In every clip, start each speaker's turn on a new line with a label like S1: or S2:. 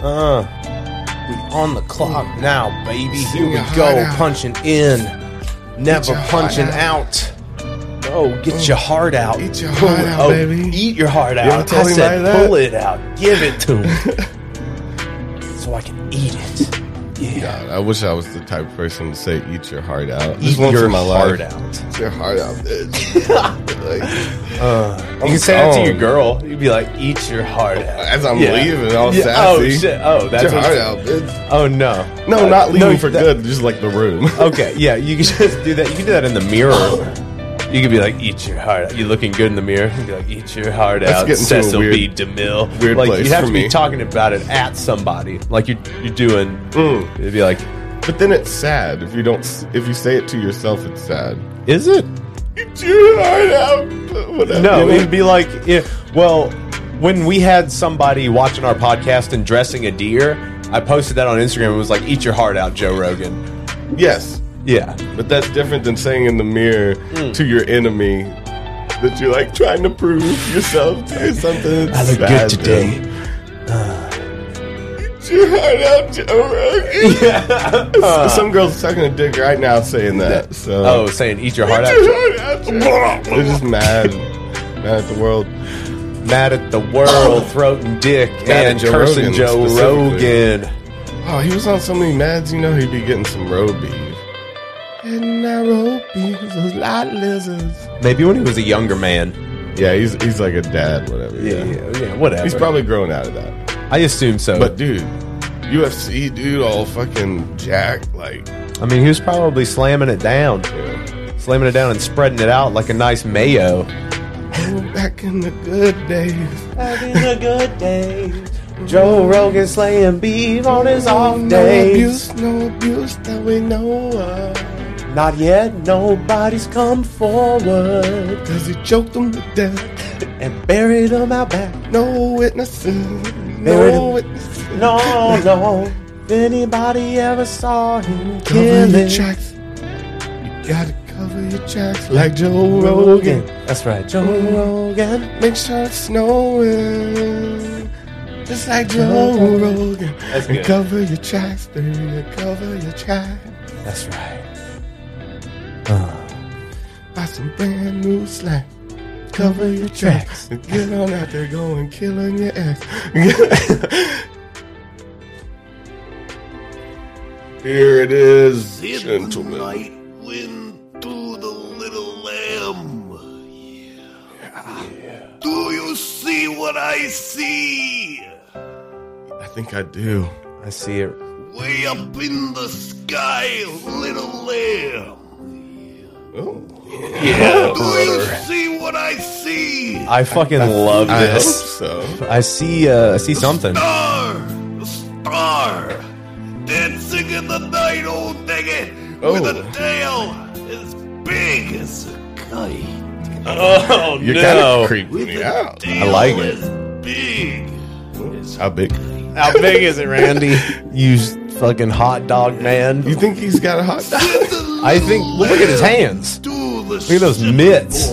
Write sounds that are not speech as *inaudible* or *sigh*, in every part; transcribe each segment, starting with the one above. S1: Uh, we on the clock now, baby. Here
S2: Sing
S1: we
S2: your heart
S1: go,
S2: out.
S1: punching in, never
S2: your heart
S1: punching
S2: out.
S1: out. Oh, get your heart out.
S2: Eat your
S1: Pull
S2: heart
S1: it-
S2: out, baby.
S1: Eat your heart
S2: ever
S1: out.
S2: tell
S1: I said,
S2: anybody that?
S1: pull it out. Give it to him, so I can eat it. Yeah,
S3: God, I wish I was the type of person to say, "Eat your heart out."
S1: eat
S3: Just once
S1: your
S3: in my
S1: heart
S3: life.
S1: out.
S2: Eat your heart out, bitch.
S1: *laughs*
S2: like,
S1: You can say that to your girl. You'd be like, "Eat your heart out."
S3: As I'm
S1: Yeah.
S3: leaving, all
S1: Yeah,
S3: sassy.
S1: Oh shit! Oh,
S2: eat
S1: that's
S2: your
S1: what-
S2: heart out, bitch.
S1: Oh no!
S3: No, not leaving
S1: No,
S3: for
S1: that-
S3: good. Just like the room. *laughs*
S1: Okay, yeah, you can just do that. You can do that in the mirror. You could be like, "Eat your heart out." You looking good in the mirror? You be like, "Eat your heart
S3: That's
S1: out."
S3: getting to a
S1: Cecil
S3: weird-
S1: B. DeMille.
S3: weird
S1: like
S3: place
S1: you have
S3: for
S1: to be
S3: me.
S1: talking about it at somebody. Like you, you're doing.
S3: Mm.
S1: It'd be like,
S3: But then it's sad if you don't. s- If you say it to yourself, it's sad.
S1: "Is it?"
S3: Eat your heart out. Whatever.
S1: No,
S3: You know?
S1: it'd be like, yeah, well, when we had somebody watching our podcast and dressing a deer, I posted that on Instagram. It was like, "Eat your heart out, Joe Rogan."
S3: yes,
S1: Yeah,
S3: but that's different than saying in the mirror
S1: Hmm.
S3: to your enemy that you're like trying to prove yourself to something. It's
S1: I look good
S3: sad,
S1: today.
S3: man. Eat your heart out, Joe Rogan.
S1: Yeah.
S3: *laughs* Some girls sucking a dick right now saying that. So
S1: Uh. oh, saying "Eat your heart out." Joe-
S3: *laughs* They're just mad, mad at the world.
S1: mad at the world,
S3: *laughs*
S1: throat and dick,
S3: Mad
S1: and
S3: at Joe
S1: cursing
S3: Rogan,
S1: Joe
S3: specifically.
S1: Rogan.
S3: Oh, he was on so many meds, you know, he'd be getting some road beef. And Nairobi, those lot lizards.
S1: Maybe when he was a younger man.
S3: Yeah, he's he's like a dad, whatever.
S1: Yeah, yeah, yeah, whatever.
S3: he's probably grown out of that.
S1: I assume so.
S3: But
S1: But
S3: dude, UFC dude, all fucking jack, like.
S1: I mean, he was probably slamming it down,
S3: yeah.
S1: slamming it down, and spreading it out like a nice mayo.
S3: Oh, Back in the good days,
S1: Having a good day. Joe Rogan slaying beef on his off
S3: no
S1: days.
S3: abuse, no abuse that we know of.
S1: Not yet, nobody's come forward
S3: Cause he choked them to death.
S1: and buried him out back.
S3: No witnesses.
S1: Buried
S3: No
S1: him.
S3: witnesses.
S1: No, no. If anybody ever saw him
S3: Cover your
S1: killing
S3: tracks. You gotta cover your tracks like Joe
S1: Rogan.
S3: Rogan.
S1: That's right, Joe Rogan.
S3: Make sure it's snowing. Just like Joe Rogan.
S1: That's
S3: And
S1: good.
S3: cover your tracks, baby. Cover your tracks.
S1: That's right.
S3: Buy some brand new slack. Cover your tracks.
S1: *laughs*
S3: Get on out there going killing your ass.
S4: *laughs*
S3: Here it is, gentlemen.
S4: Night wind through the little lamb. Do you see what I see?
S3: I think I do.
S1: I see it.
S4: Way up in the sky, little lamb.
S3: Oh.
S4: Yeah, Do you see what I see?
S1: I fucking love
S3: I hope
S1: this.
S3: so.
S1: I see. Uh, I see
S3: *laughs*
S1: something.
S4: Star! A star! Dancing in the night, old nigga! With a
S3: Oh.
S4: tail as big as a kite.
S1: Oh
S3: You're kind of creeping
S4: With
S3: me
S4: a
S3: out.
S4: tail
S1: like it.
S4: As big as
S3: How big?
S1: How big is it,
S3: *laughs*
S1: Randy? you s- fucking hot dog man.
S3: You think he's got a hot dog?
S1: I think. Look at his hands.
S4: Look
S1: Look at those mitts.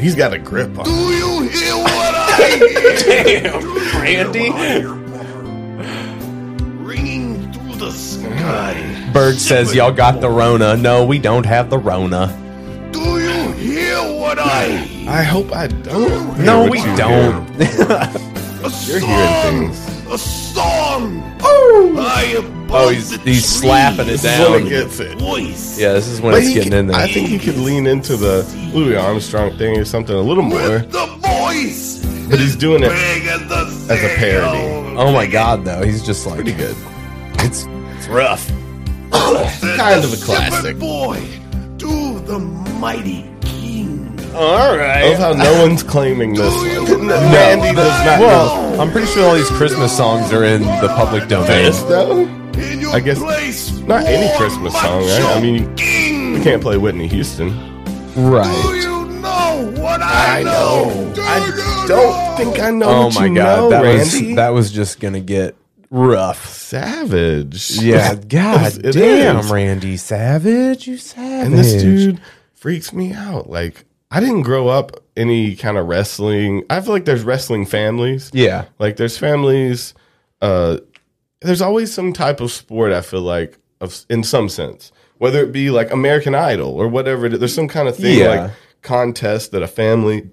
S3: He's got a grip on.
S4: Do
S3: it.
S4: you hear what
S1: *laughs*
S4: I
S1: Damn,
S4: hear? Ringing through the sky.
S1: Bird says y'all got the Rona. No, we don't have the Rona.
S4: Do you hear what I hear?
S3: I hope I don't. hear
S1: No,
S3: what
S1: we
S3: you
S1: don't.
S4: A
S3: You're
S4: song,
S3: hearing things.
S4: A song. Oh,
S1: Oh, he's- he's slapping it
S3: hear.
S1: down.
S3: When it gets it.
S4: Voice.
S1: yeah, this is when
S3: But
S1: it's
S3: he
S1: getting
S3: can-
S1: in there.
S3: I think he could lean into the Louis Armstrong thing or something a little more.
S4: With the voice.
S3: But he's doing it
S4: Big as, the
S3: as a parody.
S4: sail.
S1: oh my god, though, he's just like
S3: pretty good.
S1: it's it's rough.
S4: Said
S3: kind
S4: the
S3: of a
S4: shepherd
S3: classic.
S4: Boy, to the mighty king.
S1: All
S3: I love
S1: right.
S3: how no one's claiming this
S4: Do you
S3: one.
S4: know
S3: Randy does not know
S1: Well, I'm pretty sure all these Christmas songs are in the public domain.
S3: this though.
S4: In your
S3: I guess
S4: place,
S3: Not any
S4: warm
S3: Christmas
S4: macho
S3: song, right? I mean,
S4: king.
S3: you can't play Whitney Houston.
S4: Do
S1: Right.
S4: you know what I,
S3: I
S4: know?
S3: know.
S4: Do
S3: I
S4: you
S3: don't think I know.
S1: Oh
S3: what
S1: my
S3: you
S1: god,
S3: know,
S1: that
S3: Randy.
S1: was that was just gonna get rough.
S3: savage.
S1: Yeah,
S3: *laughs* It
S1: god
S3: is- it
S1: damn,
S3: is.
S1: Randy Savage, you savage.
S3: And this dude freaks me out. Like I didn't grow up any kind of wrestling. I feel like there's wrestling families.
S1: Yeah.
S3: Like there's families. Uh, there's always some type of sport. I feel like of in some sense, whether it be like American Idol or whatever. it is, There's some kind of thing
S1: Yeah.
S3: like contest that a family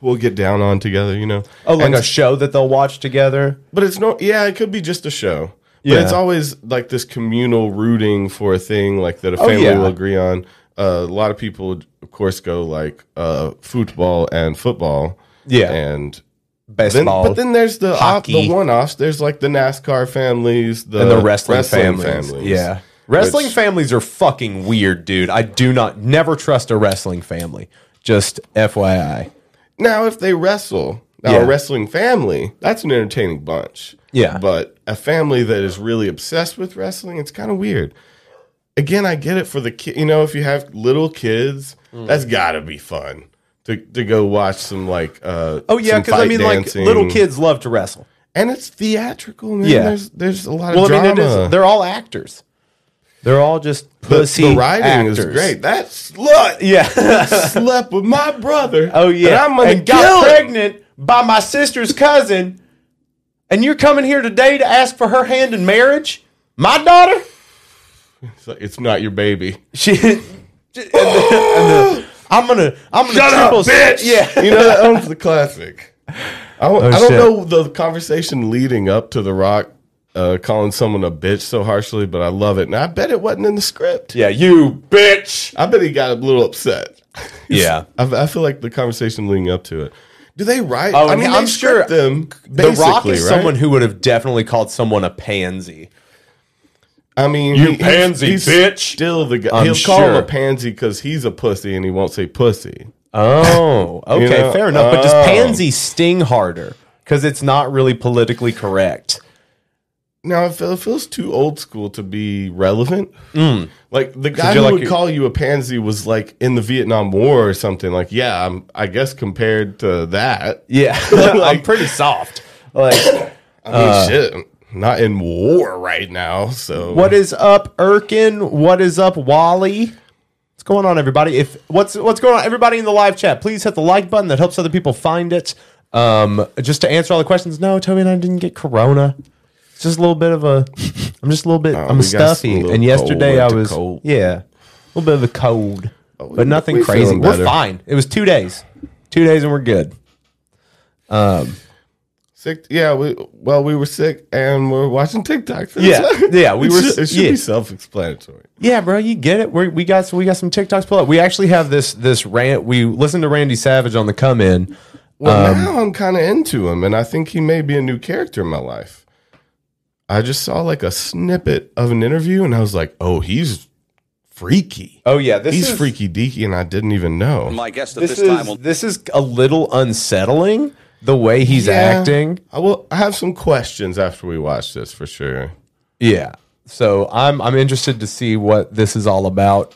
S3: will get down on together. You know.
S1: Oh, like
S3: And-
S1: a show that they'll watch together.
S3: but it's no. Yeah, it could be just a show. But
S1: Yeah.
S3: it's always like this communal rooting for a thing like that a
S1: Oh,
S3: family
S1: yeah.
S3: will agree on. Uh, a lot of people, of course, go like uh, football and football.
S1: Yeah.
S3: and then,
S1: Baseball.
S3: but then there's the off,
S1: hockey.
S3: the one offs. There's like the NASCAR families, the,
S1: and the wrestling, families. Yeah. Wrestling
S3: Which-
S1: families are fucking weird, dude. I do not never trust a wrestling family. Just FYI.
S3: Now, if they wrestle, now
S1: Yeah.
S3: a wrestling family, that's an entertaining bunch.
S1: Yeah.
S3: But a family that is really obsessed with wrestling, it's kind of weird. Again, I get it for the kid. You know, if you have little kids,
S1: Mm.
S3: that's got to be fun to, to go watch some like. Uh,
S1: Oh yeah,
S3: some
S1: because I
S3: fight
S1: mean,
S3: dancing.
S1: like little kids love to wrestle.
S3: and it's theatrical. Man.
S1: Yeah.
S3: There's there's a lot
S1: Well,
S3: of
S1: I mean, it
S3: drama.
S1: is. They're all actors. They're all just
S3: the,
S1: pussy.
S3: the writing is
S1: actors.
S3: great. That slut
S1: Yeah.
S3: slept with my brother.
S1: oh yeah.
S3: and I'm gonna
S1: and
S3: kill
S1: got
S3: him.
S1: pregnant by my sister's cousin, and you're coming here today to ask for her hand in marriage. My daughter.
S3: It's, like, it's not your baby. *laughs*
S1: She. and the- *laughs* and the- I'm gonna. I'm gonna
S3: Shut up,
S1: triple. *laughs*
S3: bitch!
S1: Yeah.
S3: you know *laughs* that owns the classic. I, don't- I don't
S1: Oh, shit.
S3: know the conversation leading up to The Rock uh, calling someone a bitch so harshly, but I love it, and I bet it wasn't in the script.
S1: Yeah. You bitch.
S3: I bet he got a little upset.
S1: Yeah.
S3: I, I feel like the conversation leading up to it. Do they write?
S1: Oh,
S3: I
S1: and
S3: mean,
S1: I'm
S3: I'm
S1: sure
S3: sure them.
S1: The Rock is
S3: basically, right?
S1: someone who would have definitely called someone a pansy.
S3: I mean,
S1: You
S3: he-
S1: pansy bitch.
S3: Still the guy.
S1: I'm
S3: He'll call him
S1: sure.
S3: a pansy because he's a pussy, and he won't say pussy. *laughs*
S1: Oh, okay,
S3: know,
S1: fair enough. But does
S3: oh.
S1: pansy sting harder? Because it's not really politically correct.
S3: Now it feel- it feels too old school to be relevant. Like the guy who
S1: you're Mm. like-
S3: would call you a pansy was like in the Vietnam War or something. Like, yeah, I'm, I guess compared to that,
S1: Yeah, *laughs* I'm
S3: *laughs* Like-
S1: pretty soft. Like,
S3: I mean,
S1: Uh,
S3: shit, I'm not in war right now. So
S1: what is up, Erkin? What is up, Wally? What's going on, everybody? If what's what's going on, everybody in the live chat, please hit the like button. That helps other people find it. Um, just to answer all the questions. No, Toby and I didn't get corona. It's just a little bit of a. I'm just a little bit. I'm
S3: Oh, we got a
S1: stuffy.
S3: little
S1: And yesterday
S3: cold,
S1: I
S3: went to Oh,
S1: was.
S3: cold.
S1: Yeah, a little bit of a cold,
S3: we-
S1: but nothing
S3: we
S1: crazy.
S3: feeling
S1: We're
S3: better.
S1: fine. It was two days, two days, and we're good. Um,
S3: sick? Yeah, we, well, we were sick and we're watching TikTok. *laughs* For
S1: Yeah,
S3: this-
S1: yeah, we
S3: It
S1: were
S3: should-
S1: s-
S3: it should
S1: yeah.
S3: be self-explanatory.
S1: Yeah, bro, you get it. We're, we got so we got some TikToks pull up. We actually have this this rant. We listened to Randy Savage on the come in.
S3: Well,
S1: Um,
S3: now I'm kind of into him, and I think he may be a new character in my life. I just saw like a snippet of an interview, and I was like, "Oh, he's freaky.
S1: Oh yeah, this
S3: he's
S1: is
S3: freaky deaky," and I didn't even know.
S5: My guest at
S1: This,
S5: this, time
S1: is
S5: will
S1: this is a little unsettling the way he's
S3: Yeah.
S1: acting.
S3: I will. I have some questions after we watch this for sure.
S1: Yeah, so I'm I'm interested to see what this is all about.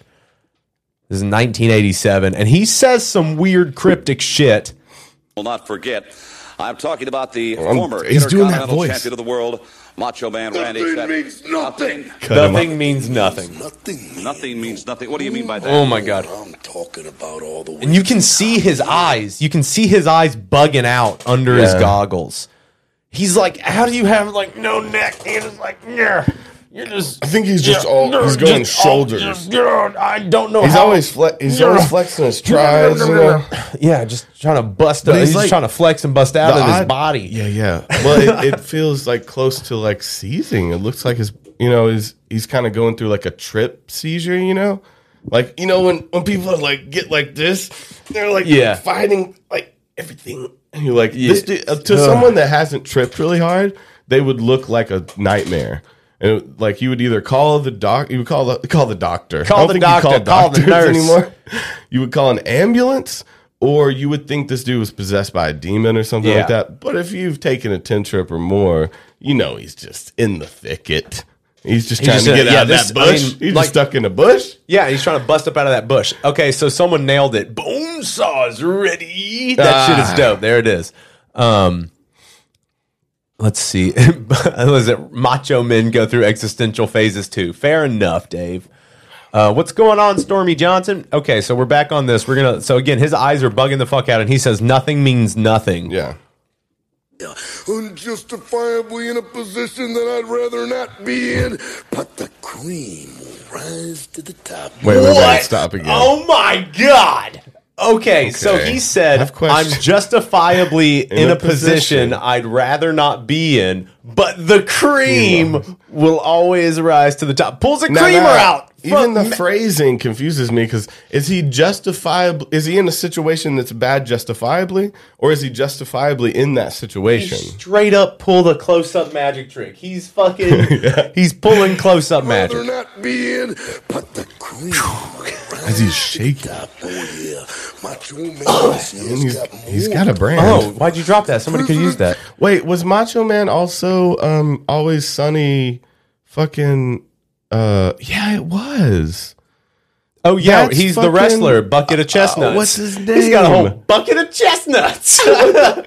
S1: This is 1987, and he says some weird cryptic shit.
S5: will not forget. I'm talking about the
S3: I'm-
S5: former
S3: he's doing that
S5: Intercontinental
S3: voice.
S5: Champion of the World, Macho Man Randy
S6: Nothing
S5: Savage.
S6: means nothing.
S3: Cut him up.
S1: means nothing.
S6: Nothing.
S5: Nothing means nothing. What do you mean by that?
S1: Oh my god.
S6: I'm talking about all the way.
S1: And you can see his eyes. You can see his eyes bugging out under his
S3: Yeah.
S1: goggles. He's like, how do you have like no neck? And it's like, yeah, you're just.
S3: I think he's just all he's going shoulders.
S1: I don't know.
S3: he's
S1: how.
S3: always fle- he's always flexing his triceps. you know?
S1: yeah, just trying to bust. Out.
S3: he's
S1: He's, just
S3: like-
S1: trying to flex and bust out
S3: The
S1: of his
S3: odd-
S1: body.
S3: Yeah, *laughs* yeah. Well, it, it feels like close to like seizing. It looks like his, you know, his he's kind of going through like a trip seizure. You know, like you know when when people are like get like this, they're like
S1: Yeah.
S3: fighting like everything. And you're like this
S1: Yeah.
S3: dude, uh, to someone that hasn't tripped really hard, they would look like a nightmare. And it- like you would either call the doc, you would call the call the doctor.
S1: Call the doctor, call the nurse.
S3: You would call an ambulance, or you would think this dude was possessed by a demon or something
S1: Yeah.
S3: like that. But if you've taken a 10 trip or more, you know he's just in the thicket. He's just trying
S1: just
S3: to
S1: a-
S3: get
S1: yeah,
S3: out
S1: this-
S3: of that
S1: I
S3: bush.
S1: mean,
S3: he's
S1: like-
S3: just stuck in a bush.
S1: Yeah, he's trying to bust up out of that bush. Okay, so someone nailed it. Bone saws ready. That shit
S3: Ah.
S1: is dope. There it is. Um, let's see. *laughs* was it Macho Men go through existential phases too? Fair enough, Dave. Uh, what's going on, Stormy Johnson? Okay, so we're back on this. We're gonna. So again, his eyes are bugging the fuck out, and he says nothing means nothing.
S3: Yeah.
S2: Unjustifiably in a position that I'd rather not be in, but the cream will rise to the top.
S3: Wait, wait, wait. Stop again.
S1: Oh my god. Okay, so
S3: Okay.
S1: he said,
S3: Have
S1: "I'm
S3: questions. *laughs*
S1: justifiably in,
S3: a
S1: a position.
S3: position.
S1: I'd rather not be in, but the cream will always rise to the top." Pulls a
S3: Now,
S1: creamer
S3: now,
S1: out.
S3: Even
S1: Fuck
S3: the phrasing confuses me because is he justifiable? Is he in a situation that's bad justifiably, or is he justifiably in that situation?
S1: straight up pull the close up magic trick. He's
S3: *laughs*
S1: fucking he's pulling close up
S2: Rather
S1: magic.
S2: not be in, but the cream will rise
S3: As he's shaking,
S2: top. Oh yeah, Macho Man. this year's
S3: and he's
S2: got
S3: he's
S2: more
S3: got a brand.
S1: Oh, why'd you drop that? Somebody could use that.
S3: Wait, was Macho Man also um always sunny? Fucking uh, yeah, it was.
S1: Oh yeah,
S3: That's
S1: he's the
S3: fucking-
S1: wrestler, bucket of chestnuts.
S3: Oh, what's his
S1: He's got a whole
S3: name?
S1: bucket of chestnuts.
S3: *laughs*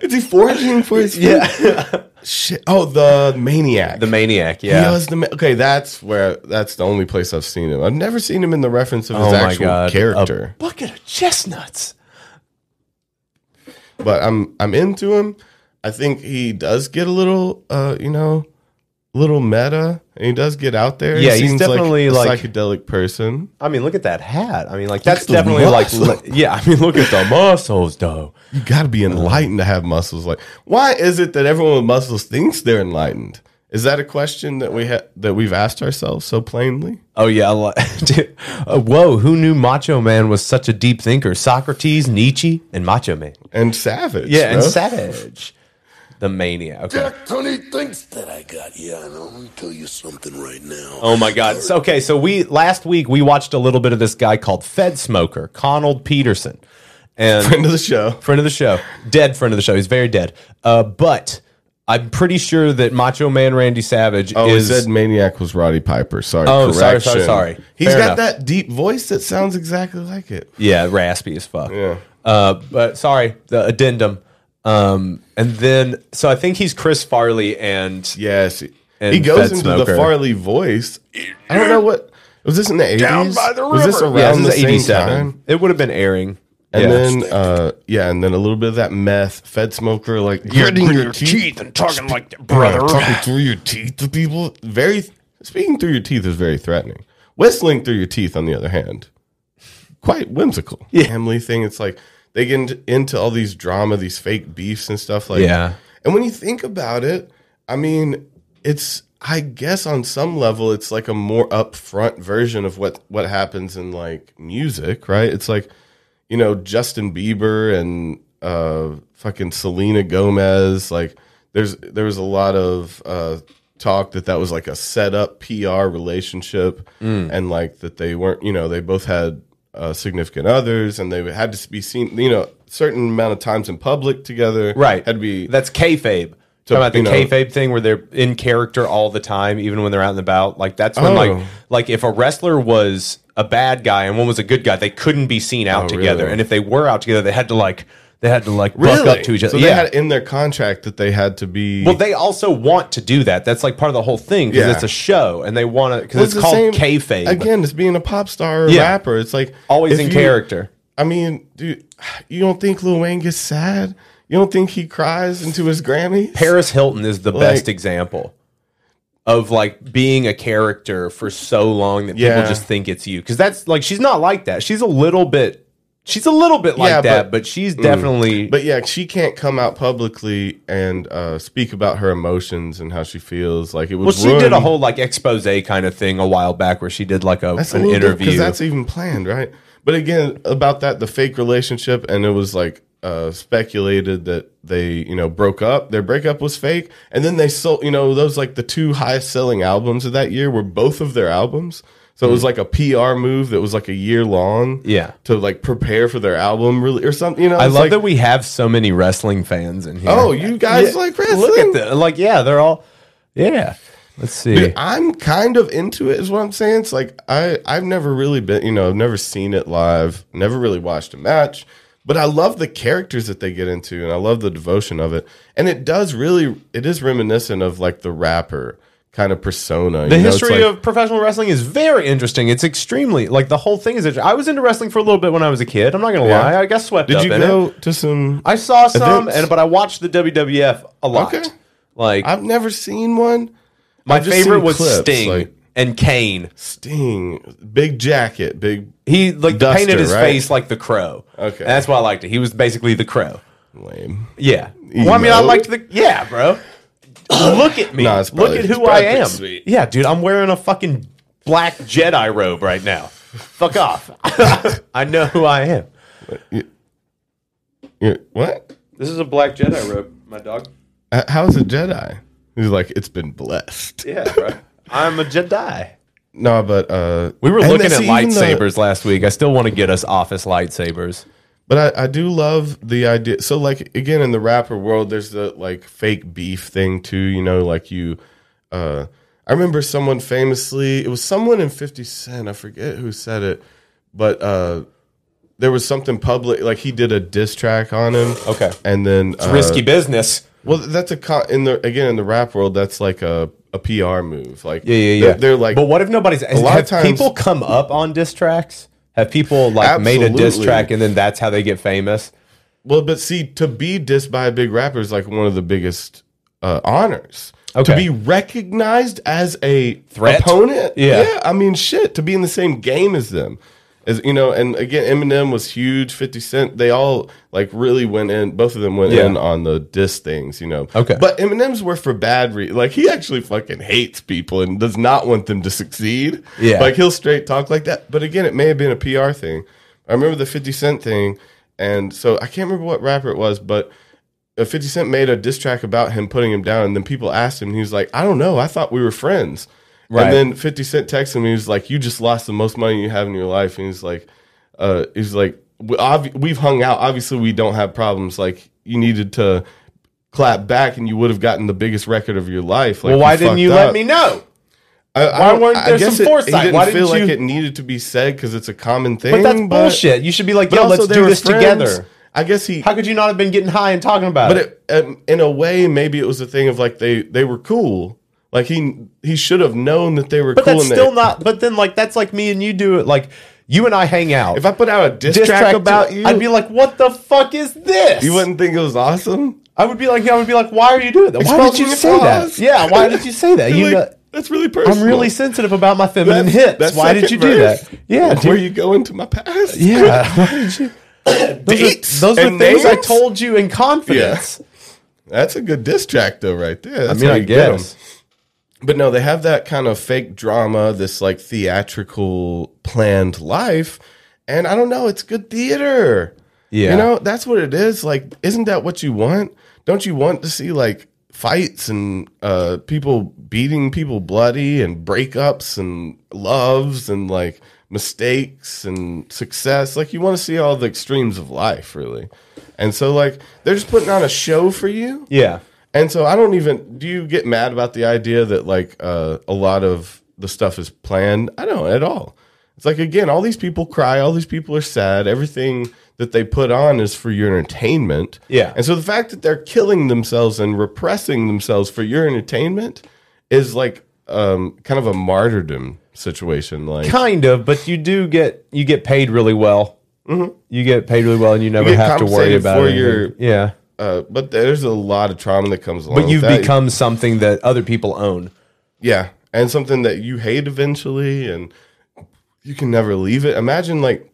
S3: Is he foraging for his? food?
S1: yeah,
S3: Shit. Oh, the maniac.
S1: the maniac.
S3: He
S1: Yeah,
S3: was the ma- okay. That's where. That's the only place I've seen him. I've never seen him in the reference of his
S1: Oh my
S3: actual
S1: God.
S3: character.
S1: *laughs* bucket of chestnuts.
S3: but I'm I'm into him. I think he does get a little, uh, you know, little meta, and he does get out there. He
S1: Yeah, he's
S3: seems
S1: definitely,
S3: a
S1: like-
S3: psychedelic person.
S1: I mean, look at that hat. I mean, like that's
S3: at the
S1: definitely like,
S3: muscles.
S1: yeah. I mean, look at the muscles, though. Uh.
S3: You got to be enlightened to have muscles. Like, why is it that everyone with muscles thinks they're enlightened? Is that a question that we ha- that we've asked ourselves so plainly?
S1: Oh yeah, I li- *laughs* Dude, uh, whoa! Who knew Macho Man was such a deep thinker? Socrates, Nietzsche, and Macho Man.
S3: And savage,
S1: Yeah, and
S3: bro.
S1: Savage, the maniac. Okay.
S2: Jack Tunney thinks that I got you. I know. Let me tell you something right now.
S1: Oh my God. So, okay, so we last week we watched a little bit of this guy called Fed Smoker, Conald Peterson, and
S3: friend of the show.
S1: friend of the show, dead friend of the show. He's very dead. Uh, but I'm pretty sure that Macho Man Randy Savage
S3: Oh,
S1: is.
S3: he said Maniac was Roddy Piper. Sorry.
S1: Oh, sorry, sorry,
S3: correction.
S1: sorry.
S3: He's
S1: Fair
S3: got
S1: enough.
S3: that deep voice that sounds exactly like it.
S1: Yeah, raspy as fuck.
S3: Yeah.
S1: Uh, but sorry, the addendum. Um, and then so I think he's Chris Farley and
S3: Yes. He-
S1: And
S3: he goes
S1: Fed
S3: into
S1: Smoker.
S3: the Farley voice. I don't
S1: *clears throat*
S3: know what was this in the eighties.
S2: Down by the
S3: Was this
S2: river.
S3: around
S1: yeah, this
S3: the
S1: is
S3: same
S1: 87.
S3: time?
S1: It would have been airing.
S3: And
S1: yeah.
S3: then, uh, yeah, and then a little bit of that meth, Fed Smoker, like gritting your, teeth,
S6: and talking like that,
S3: brother, talking through your teeth to people. Very speaking through your teeth is very threatening. Whistling through your teeth, on the other hand, quite whimsical.
S1: Yeah.
S3: Family thing. It's like they get into, into all these drama, these fake beefs and stuff like.
S1: Yeah.
S3: And when you think about it, I mean, it's I guess on some level it's like a more upfront version of what what happens in like music, right? It's like you know Justin Bieber and uh, fucking Selena Gomez. Like there's there was a lot of uh, talk that that was like a set up PR relationship, and like that they weren't. You know, they both had uh, significant others, and they had to be seen. You know, certain amount of times in public together.
S1: Right.
S3: had to be
S1: That's kayfabe. Talking about the
S3: you know-
S1: kayfabe thing where they're in character all the time, even when they're out and about. Like that's when
S3: Oh.
S1: like like if a wrestler was a bad guy and one was a good guy, they couldn't be seen out
S3: Oh,
S1: together.
S3: really?
S1: And if they were out together, they had to like they had to like buck up to each other.
S3: So
S1: yeah.
S3: they had in their contract that they had to be.
S1: well, they also want to do that. That's like part of the whole thing because
S3: Yeah.
S1: it's a show and they want to because
S3: Well,
S1: it's,
S3: the
S1: called
S3: same-
S1: kayfabe.
S3: Again, it's being a pop star or
S1: Yeah.
S3: rapper. It's like
S1: always
S3: if
S1: in
S3: you-
S1: character.
S3: I mean, dude, you don't think Lil Wayne gets sad? You don't think he cries into his Grammys?
S1: Paris Hilton is the
S3: Like-
S1: best example of like being a character for so long that
S3: Yeah.
S1: people just think it's you. Cause that's like, she's not like that. She's a little bit, she's a little bit like
S3: Yeah,
S1: that, but,
S3: but- mm.
S1: she's definitely,
S3: But yeah, she can't come out publicly and uh, speak about her emotions and how she feels. Like it
S1: well,
S3: was.
S1: she did a whole like expose kind of thing a while back where she did like a,
S3: that's
S1: an interview.
S3: because that's even planned, right? But again, about that the fake relationship, and it was like uh, speculated that they you know broke up. Their breakup was fake, and then they sold you know those like the two highest selling albums of that year were both of their albums. So it was like a PR move that was like a year long,
S1: Mm. Yeah.
S3: to like prepare for their album really or something. You know,
S1: I
S3: it's
S1: love
S3: like,
S1: that we have so many wrestling fans in here.
S3: Oh, you guys
S1: Yeah,
S3: like wrestling?
S1: Look at that. Like, yeah, they're all, yeah. Let's see.
S3: I'm kind of into it, is what I'm saying. It's like I I've never really been, you know, I've never seen it live, never really watched a match, but I love the characters that they get into, and I love the devotion of it, and it does really, it is reminiscent of like the rapper kind of persona.
S1: The
S3: you know, it's
S1: history
S3: like-
S1: of professional wrestling is very interesting. It's extremely like the whole thing is. inter- I was into wrestling for a little bit when I was a kid. I'm not gonna
S3: Yeah.
S1: lie. I got swept
S3: Did
S1: up
S3: you
S1: in
S3: go
S1: it.
S3: to some?
S1: I saw some,
S3: Events?
S1: and but I watched the WWF a lot.
S3: Okay.
S1: Like
S3: I've never seen one.
S1: my
S3: I've just
S1: favorite
S3: seen
S1: was
S3: clips,
S1: Sting
S3: like-
S1: and Kane.
S3: Sting, big jacket, big.
S1: He like
S3: Duster,
S1: painted his
S3: right?
S1: face like the crow.
S3: Okay.
S1: And that's why I liked it. He was basically the crow.
S3: Lame.
S1: Yeah. Well, I mean, I
S3: Emo?
S1: liked the yeah, bro. Look at me.
S3: Nah, it's
S1: Look
S3: probably-
S1: at
S3: it's
S1: who I
S3: probably pretty
S1: am.
S3: sweet.
S1: Yeah, dude, I'm wearing a fucking black Jedi robe right now.
S3: *laughs*
S1: Fuck off. *laughs* I know who I am.
S3: You're- What?
S1: This is a black Jedi robe, my dog.
S3: Uh, How's a Jedi? He's like, it's been blessed.
S1: Yeah, bro. I'm a Jedi.
S3: No, but uh,
S1: We were
S3: and
S1: looking
S3: that's
S1: at
S3: even the-
S1: lightsabers last week. I still want to get us office lightsabers.
S3: But I, I do love the idea. So, like, again, in the rapper world, there's the like fake beef thing too. You know, like you. Uh, I remember someone famously. It was someone in Fifty Cent. I forget who said it, but uh, there was something public. Like he did a diss track on him.
S1: Okay.
S3: and then uh,
S1: Risky business.
S3: Well, that's a con- in the again in the rap world. That's like a a PR move. Like
S1: Yeah, yeah, yeah.
S3: They're, they're like
S1: but what if nobody's? A
S3: lot
S1: have
S3: of times-
S1: people come up on diss tracks? Have people like made a diss
S3: Absolutely.
S1: track and then that's how they get famous?
S3: Well, but see, to be dissed by a big rapper is like one of the biggest uh, honors.
S1: Okay.
S3: To be recognized as a
S1: Threat?
S3: opponent,
S1: Yeah.
S3: I mean, shit. To be in the same game as them, as you know, and again, Eminem was huge. Fifty Cent, they all like really went in. Both of them went
S1: Yeah.
S3: in on the diss things, you know.
S1: Okay.
S3: but Eminem's were for bad re Like he actually fucking hates people and does not want them to succeed.
S1: Yeah.
S3: like he'll straight talk like that. But again, it may have been a PR thing. I remember the 50 Cent thing. And so I can't remember what rapper it was, but uh, 50 Cent made a diss track about him putting him down. And then people asked him, and he was like, I don't know. I thought we were friends.
S1: Right.
S3: And then 50 Cent texted him, and he was like, You just lost the most money you have in your life. And he's like, uh, He's like, we obvi- We've hung out. Obviously, we don't have problems. Like, you needed to clap back and you would have gotten the biggest record of your life. Like,
S1: well, why didn't you
S3: fucked
S1: let
S3: up.
S1: me know?
S3: I, I
S1: Why
S3: don't-
S1: weren't there
S3: guess
S1: some
S3: it-
S1: foresight?
S3: He didn't
S1: Why
S3: feel
S1: didn't
S3: like
S1: you-
S3: it needed to be said because it's a common thing.
S1: But that's bullshit. You should be like,
S3: But
S1: yo,
S3: also
S1: let's
S3: they
S1: do
S3: were
S1: this
S3: friends.
S1: together.
S3: I guess he.
S1: How could you not have been getting high and talking about
S3: but
S1: it?
S3: it, um, in a way, maybe it was a thing of like they they were cool. Like he he should have known that they were
S1: But
S3: cool.
S1: that's
S3: and they-
S1: still not. But then, like, that's like me and you do it. Like, you and I hang out.
S3: If I put out a diss,
S1: Diss
S3: track,
S1: track
S3: about
S1: to-
S3: you,
S1: I'd be like, "What the fuck is this?"
S3: you wouldn't think it was awesome.
S1: I would be like, "I would be like, why are you doing that? Why did
S3: Exposing
S1: you
S3: your
S1: say that?
S3: flaws.
S1: Yeah, why did you say *laughs* that?
S3: You're
S1: You,
S3: like,
S1: know,
S3: that's really personal.
S1: I'm really sensitive about my feminine
S3: That's-
S1: hips.
S3: that
S1: why did you
S3: second
S1: do
S3: verse,
S1: that? Yeah,
S3: like, where
S1: dude.
S3: you go into my past? *laughs*
S1: yeah. Why did you? Those
S3: Dates
S1: are, those are
S3: and
S1: things I
S3: names?
S1: told you in confidence.
S3: That's a good diss track though, right there.
S1: I
S3: That's
S1: mean,
S3: how
S1: I
S3: you get 'em.
S1: guess.
S3: But no, they have that kind of fake drama, this like theatrical planned life. And I don't know, it's good theater.
S1: Yeah.
S3: You know, that's what it is. Like, isn't that what you want? Don't you want to see like fights and uh, people beating people bloody and breakups and loves and like mistakes and success? Like, you want to see all the extremes of life, really. And so, like, they're just putting on a show for you.
S1: Yeah.
S3: And so I don't even. Do you get mad about the idea that like uh, a lot of the stuff is planned? I don't at all. It's like again, all these people cry, all these people are sad. Everything that they put on is for your entertainment.
S1: Yeah.
S3: And so the fact that they're killing themselves and repressing themselves for your entertainment is like um, kind of a martyrdom situation. Like
S1: kind of but you do get you get paid really well you get paid really well and you never
S3: Mm-hmm. get
S1: have to worry
S3: compensated
S1: about
S3: for
S1: it
S3: your-
S1: yeah
S3: uh, but there's a lot of trauma that comes along.
S1: but you've
S3: with that.
S1: become something that other people own
S3: Yeah, and something that you hate eventually, and you can never leave it. Imagine like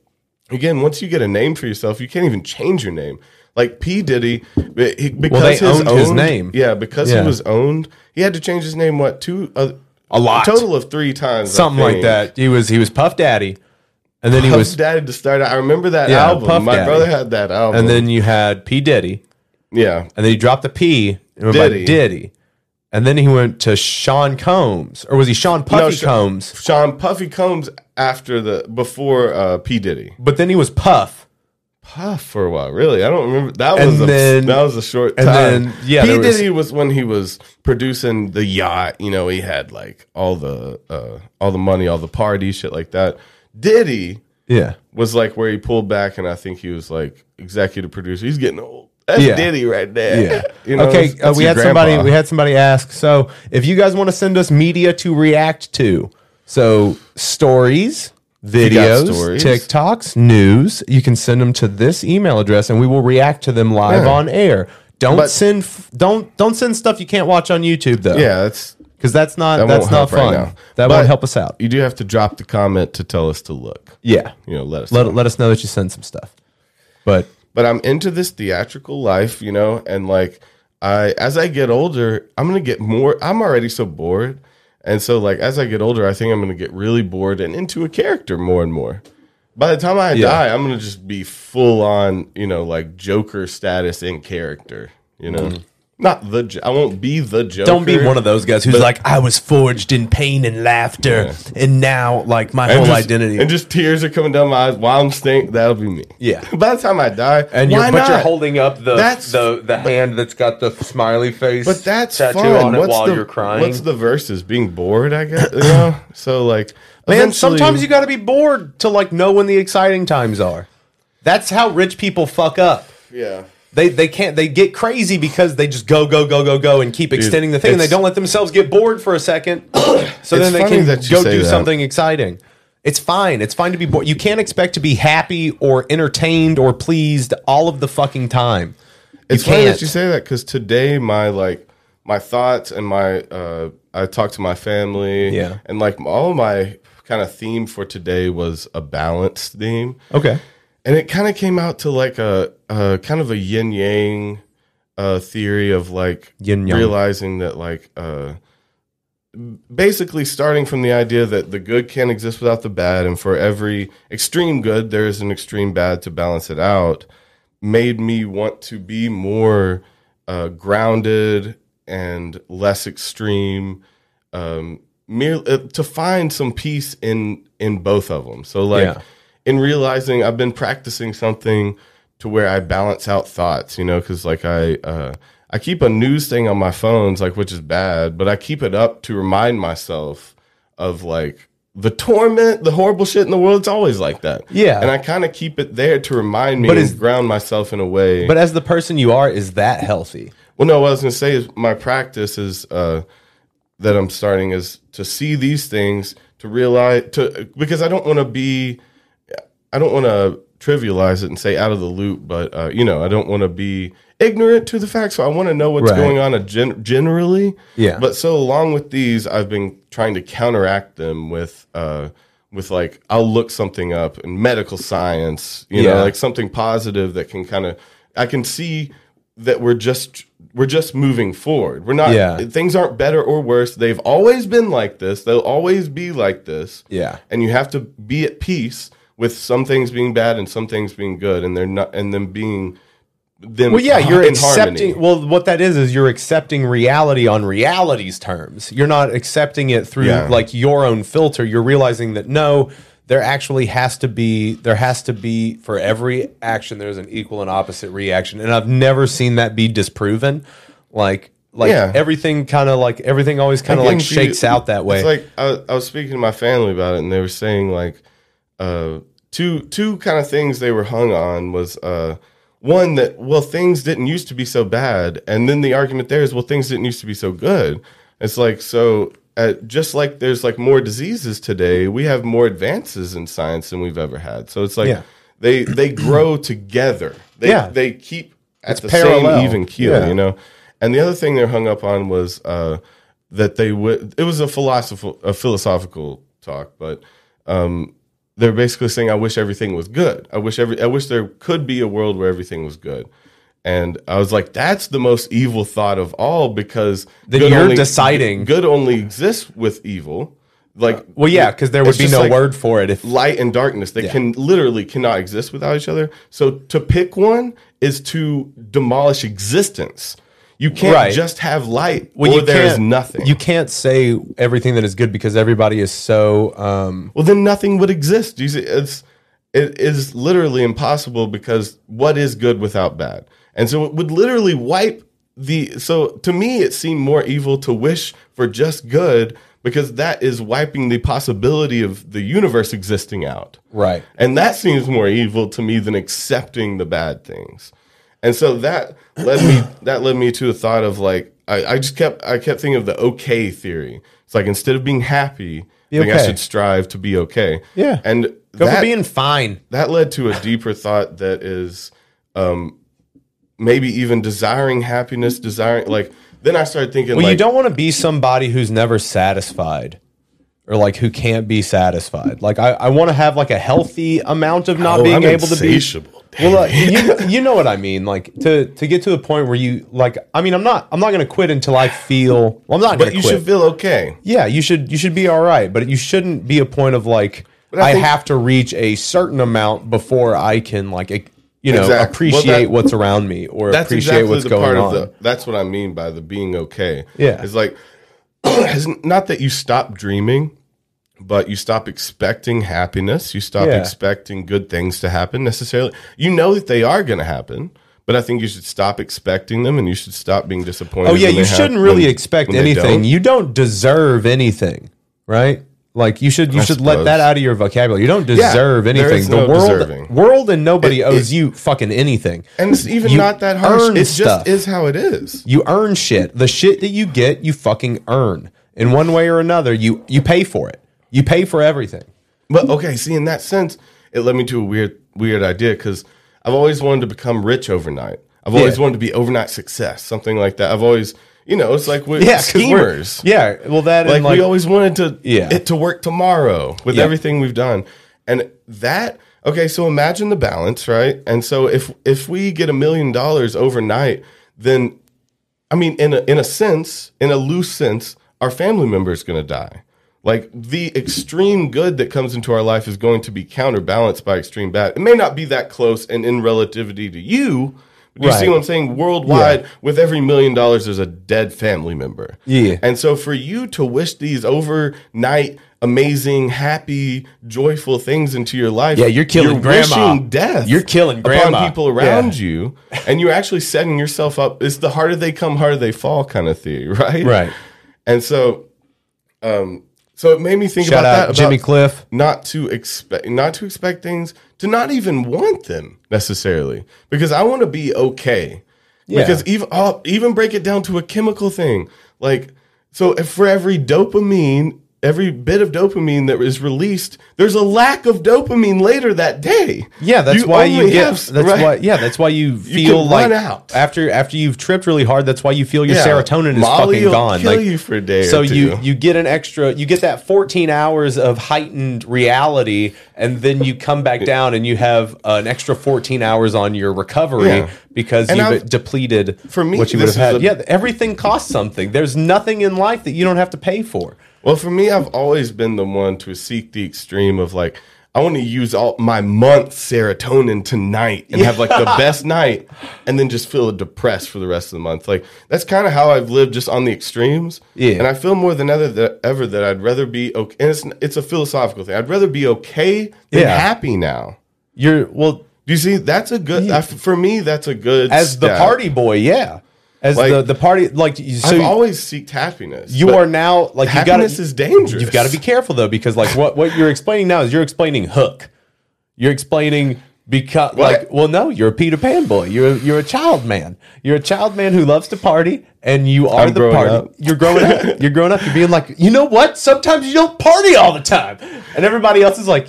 S3: again, once you get a name for yourself, you can't even change your name. Like P Diddy, be- he- because
S1: they owned his name.
S3: Yeah, because
S1: Yeah.
S3: he was owned, he had to change his name. What two? Uh,
S1: A lot.
S3: total of three times, I
S1: something like
S3: think.
S1: that he was he was puff daddy and then he
S3: Puff
S1: was
S3: Daddy to start. out. I remember that
S1: Yeah,
S3: album.
S1: Puff
S3: My
S1: Daddy.
S3: brother had that album,
S1: and then you had p diddy
S3: yeah,
S1: and then he dropped the p and went by
S3: Diddy.
S1: diddy and then he went to sean combs or was he sean puffy
S3: Sha-
S1: combs
S3: Sean Puffy Combs after the before uh, P Diddy.
S1: but then he was puff
S3: Puff for a while. Really, I don't remember. That
S1: And
S3: was a,
S1: then-
S3: that was a short
S1: and
S3: time.
S1: then, yeah,
S3: P
S1: there was-
S3: Diddy was when he was producing the yacht. You know, he had like all the uh, all the money, all the party shit like that. Diddy
S1: yeah
S3: was like where he pulled back, and I think he was like executive producer. He's getting old. That's
S1: Yeah.
S3: Diddy right there.
S1: Yeah.
S3: *laughs* You know,
S1: okay.
S3: that's-
S1: Uh,
S3: that's
S1: we
S3: your
S1: had
S3: grandpa.
S1: somebody. We had somebody ask. So, if you guys want to send us media to react to, so stories, videos,
S3: stories.
S1: TikToks, news, you can send them to this email address, and we will react to them live
S3: Yeah.
S1: on air. Don't
S3: But-
S1: send. f- Don't don't send stuff you can't watch on YouTube though.
S3: Yeah, that's
S1: because that's not
S3: that
S1: that's
S3: won't
S1: not
S3: help right
S1: fun.
S3: now.
S1: that
S3: But
S1: won't help us out.
S3: you do have to drop the comment to tell us to look.
S1: Yeah.
S3: You know, let us know.
S1: Let let us know that you sent some stuff. But
S3: but I'm into this theatrical life, you know, and like I as I get older, I'm gonna get more I'm already so bored. And so like as I get older, I think I'm gonna get really bored and into a character more and more. By the time I
S1: Yeah.
S3: die, I'm gonna just be full on, you know, like Joker status in character, you know. Not the Jo- I won't be the Joker.
S1: Mm-hmm. Don't be one of those guys who's like, I was forged in pain and laughter, and now like my whole
S3: just,
S1: identity.
S3: and just tears are coming down my eyes while I'm staying. That'll be me.
S1: Yeah.
S3: *laughs* By the time I die,
S1: And you're,
S3: why
S1: but you're
S3: not?
S1: holding up the
S3: That's-
S1: the the hand that's got the smiley face.
S3: But that's
S1: tattoo
S3: fun.
S1: on it
S3: what's
S1: while
S3: the,
S1: you're crying.
S3: What's the verses? Being bored, I guess. You know? so like,
S1: Man,
S3: eventually-
S1: sometimes you got to be bored to like know when the exciting times are. That's how rich people fuck up.
S3: yeah.
S1: They they can't they get crazy because they just go go go go go and keep extending the thing and they
S3: it's-
S1: don't let themselves get bored for a
S3: *coughs*
S1: second. so then they
S3: funny
S1: can
S3: that you
S1: go
S3: say
S1: do
S3: that.
S1: something exciting. It's fine. It's fine to be bored. You can't expect to be happy or entertained or pleased all of the fucking time.
S3: It's
S1: you
S3: funny
S1: can't.
S3: that you say that because today my like my thoughts and my uh, I talked to my family.
S1: Yeah.
S3: And like all my kind of theme for today was a balanced theme.
S1: okay.
S3: and it kind of came out to like a, a kind of a yin yang uh, theory of like
S1: Yin-yang.
S3: realizing that like uh, basically starting from the idea that the good can't exist without the bad, and for every extreme good, there is an extreme bad to balance it out. Made me want to be more uh, grounded and less extreme. Um, mere, uh, to find some peace in in both of them. So like
S1: Yeah.
S3: in realizing I've been practicing something to where I balance out thoughts, you know, because like I uh, I keep a news thing on my phones, like which is bad, but I keep it up to remind myself of like the torment, the horrible shit in the world. It's always like that,
S1: Yeah.
S3: And I kind of keep it there to remind me
S1: But
S3: and
S1: is-
S3: ground myself in a way.
S1: But as the person you are, is that healthy?
S3: Well, no, what I was going to say is my practice is uh, that I'm starting is to see these things to realize to because I don't want to be, I don't want to trivialize it and say out of the loop, but uh, you know, I don't want to be ignorant to the facts. So I want to know what's
S1: Right.
S3: going on a gen- generally.
S1: Yeah.
S3: But so along with these, I've been trying to counteract them with. Uh, with like I'll look something up in medical science, you
S1: Yeah.
S3: know, like something positive that can kind of I can see that we're just we're just moving forward. We're not
S1: Yeah.
S3: things aren't better or worse. They've always been like this. They'll always be like this.
S1: Yeah.
S3: And you have to be at peace with some things being bad and some things being good and they're not and them being them
S1: Well, yeah, you're
S3: in
S1: accepting.
S3: harmony.
S1: Well, what that is is you're accepting reality on reality's terms. You're not accepting it through
S3: Yeah.
S1: like your own filter. You're realizing that no, there actually has to be there has to be for every action there's an equal and opposite reaction, and I've never seen that be disproven. Like like
S3: Yeah.
S1: everything kind of like everything always kind of like
S3: Again,
S1: shakes
S3: you-
S1: out that way.
S3: It's like I, I was speaking to my family about it, and they were saying like uh, two two kind of things they were hung on was uh, one that well things didn't used to be so bad, and then the argument there is well things didn't used to be so good. It's like so. Uh, just like there's like more diseases today, we have more advances in science than we've ever had. So it's like
S1: Yeah.
S3: they they grow together. They,
S1: Yeah.
S3: they keep at the
S1: parallel.
S3: same even keel.
S1: Yeah.
S3: You know know. And the other thing they're hung up on was uh, that they would. It was a philosophical, a philosophical talk, but um, they're basically saying, "I wish everything was good. I wish every. I wish there could be a world where everything was good." And I was like, "That's the most evil thought of all," because
S1: That
S3: good
S1: you're deciding-
S3: good only exists with evil. Like,
S1: well, yeah, because there would
S3: it's
S1: be
S3: just
S1: no
S3: like-
S1: word for it if
S3: light and darkness they can literally cannot exist without each other so to pick one is to demolish existence you can't
S1: Right.
S3: just have light
S1: well,
S3: or
S1: you
S3: there's
S1: can't-
S3: nothing
S1: You can't say everything that is good because everybody is so. um
S3: well then nothing would exist you see it's it is literally impossible because what is good without bad and so it would literally wipe the so to me it seemed more evil to wish for just good because that is wiping the possibility of the universe existing out
S1: Right.
S3: And that seems more evil to me than accepting the bad things. And so that led me *coughs* that led me to a thought of like I, I just kept I kept thinking of the okay theory. It's like instead of being happy, I think I
S1: okay.
S3: should strive to be okay.
S1: Yeah.
S3: And
S1: Go
S3: that-
S1: for being fine.
S3: that led to a deeper thought that is um maybe even desiring happiness desiring like then i started thinking
S1: Well,
S3: like
S1: you don't want to be somebody who's never satisfied or like who can't be satisfied. Like I, I want to have like a healthy amount of not
S3: Oh,
S1: being
S3: I'm
S1: able to be
S3: insatiable.
S1: Well, uh, you, you know what I mean. Like to to get to a point where you like. I mean, I'm not I'm not going to quit until I feel. Well, I'm not.
S3: but
S1: going
S3: you
S1: to quit.
S3: should feel okay
S1: yeah, you should you should be all right, but you shouldn't be a point of like
S3: But I
S1: I,
S3: think-
S1: have to reach a certain amount before I can like e- you know
S3: Exact-
S1: appreciate
S3: well, that-
S1: what's around
S3: *laughs*
S1: me or
S3: that's
S1: appreciate
S3: exactly
S1: what's
S3: the
S1: going
S3: part
S1: on.
S3: of the that's what i mean by the being okay
S1: Yeah.
S3: it's like *clears throat* it's not that you stop dreaming but you stop expecting happiness you stop
S1: Yeah.
S3: expecting good things to happen necessarily you know that they are going to happen but I think you should stop expecting them, and you should stop being disappointed.
S1: Oh yeah,
S3: when
S1: you
S3: they hap-
S1: shouldn't really
S3: when-
S1: expect
S3: when they
S1: anything.
S3: don't.
S1: you don't deserve anything, right? Like you should you should let
S3: suppose.
S1: that out of your vocabulary. You don't
S3: Yeah,
S1: deserve
S3: there
S1: anything.
S3: is
S1: The
S3: no
S1: world
S3: deserving.
S1: world and nobody
S3: It-
S1: owes you fucking anything.
S3: And it's even
S1: You
S3: not that harsh.
S1: earn
S3: It
S1: stuff.
S3: just is how it is.
S1: You earn shit. The shit that you get, you fucking earn. In one way or another, you you pay for it. You pay for everything.
S3: But okay, see, in that sense, it led me to a weird, weird idea because I've always wanted to become rich overnight. I've always
S1: Yeah.
S3: wanted to be overnight success, something like that. I've always, you know, it's like we're
S1: 'cause we're-
S3: schemers.
S1: Yeah, well that
S3: like,
S1: and like
S3: we always wanted to
S1: Yeah.
S3: it to work tomorrow with
S1: Yeah.
S3: everything we've done and that okay so imagine the balance right and so if if we get a million dollars overnight then i mean in a in a sense in a loose sense our family member is going to die like the extreme good that comes into our life is going to be counterbalanced by extreme bad it may not be that close and in relativity to you but you see
S1: Right.
S3: what I'm saying? Worldwide, with every million dollars, there's a dead family member.
S1: Yeah.
S3: And so for you to wish these overnight amazing, happy, joyful things into your life,
S1: Yeah, you're killing grandma.
S3: wishing death.
S1: You're killing grandma.
S3: upon people around you, and you're actually setting yourself up. It's the harder they come, harder they fall kind of theory, *laughs* right?
S1: Right.
S3: And so, um, so it made me think
S1: Shout
S3: about
S1: out
S3: that. about
S1: Jimmy Cliff.
S3: not to expect not to expect things to not even want them necessarily because i want to be okay
S1: Yeah.
S3: because even I'll even break it down to a chemical thing like so if for every dopamine every bit of dopamine that is released there's a lack of dopamine later that day
S1: Yeah, that's why you
S3: only
S1: get.
S3: have-
S1: that's
S3: right?
S1: why. Yeah, that's why you feel
S3: can
S1: like
S3: run out.
S1: after after you've tripped really hard. That's why you feel your
S3: Yeah.
S1: serotonin is
S3: Molly
S1: fucking
S3: will
S1: gone.
S3: kill
S1: like,
S3: you for a day or
S1: So you
S3: two.
S1: you get an extra. You get that fourteen hours of heightened reality, and then you come back down and you have an extra fourteen hours on your recovery
S3: Yeah.
S1: because
S3: And
S1: you've
S3: I've-
S1: depleted
S3: for me,
S1: what you would have
S3: this
S1: had.
S3: is a-
S1: yeah, everything costs something. There's nothing in life that you don't have to pay for.
S3: Well, for me, I've always been the one to seek the extreme of like, I want to use all my month serotonin tonight and have like the best night and then just feel depressed for the rest of the month. Like, that's kind of how I've lived just on the extremes.
S1: Yeah.
S3: And I feel more than ever that, ever that I'd rather be okay. And it's, it's a philosophical thing. I'd rather be okay than
S1: Yeah.
S3: happy now.
S1: You're well
S3: Do you see? That's a good, I- for me, that's a good.
S1: as the
S3: step.
S1: party boy. Yeah, as
S3: Like-
S1: the the party like you- so.
S3: I've always seeked happiness.
S1: you
S3: but
S1: are now like you got
S3: happiness is dangerous.
S1: You've got to be careful though, because like what what you're explaining now is you're explaining hook. You're explaining because like well no, you're a Peter Pan boy. You're you're a child man. You're a child man who loves to party, and you are
S3: I'm
S1: the
S3: growing
S1: party.
S3: up.
S1: You're growing up. You're growing up. You're being like, you know what? Sometimes you don't party all the time, and everybody else is like,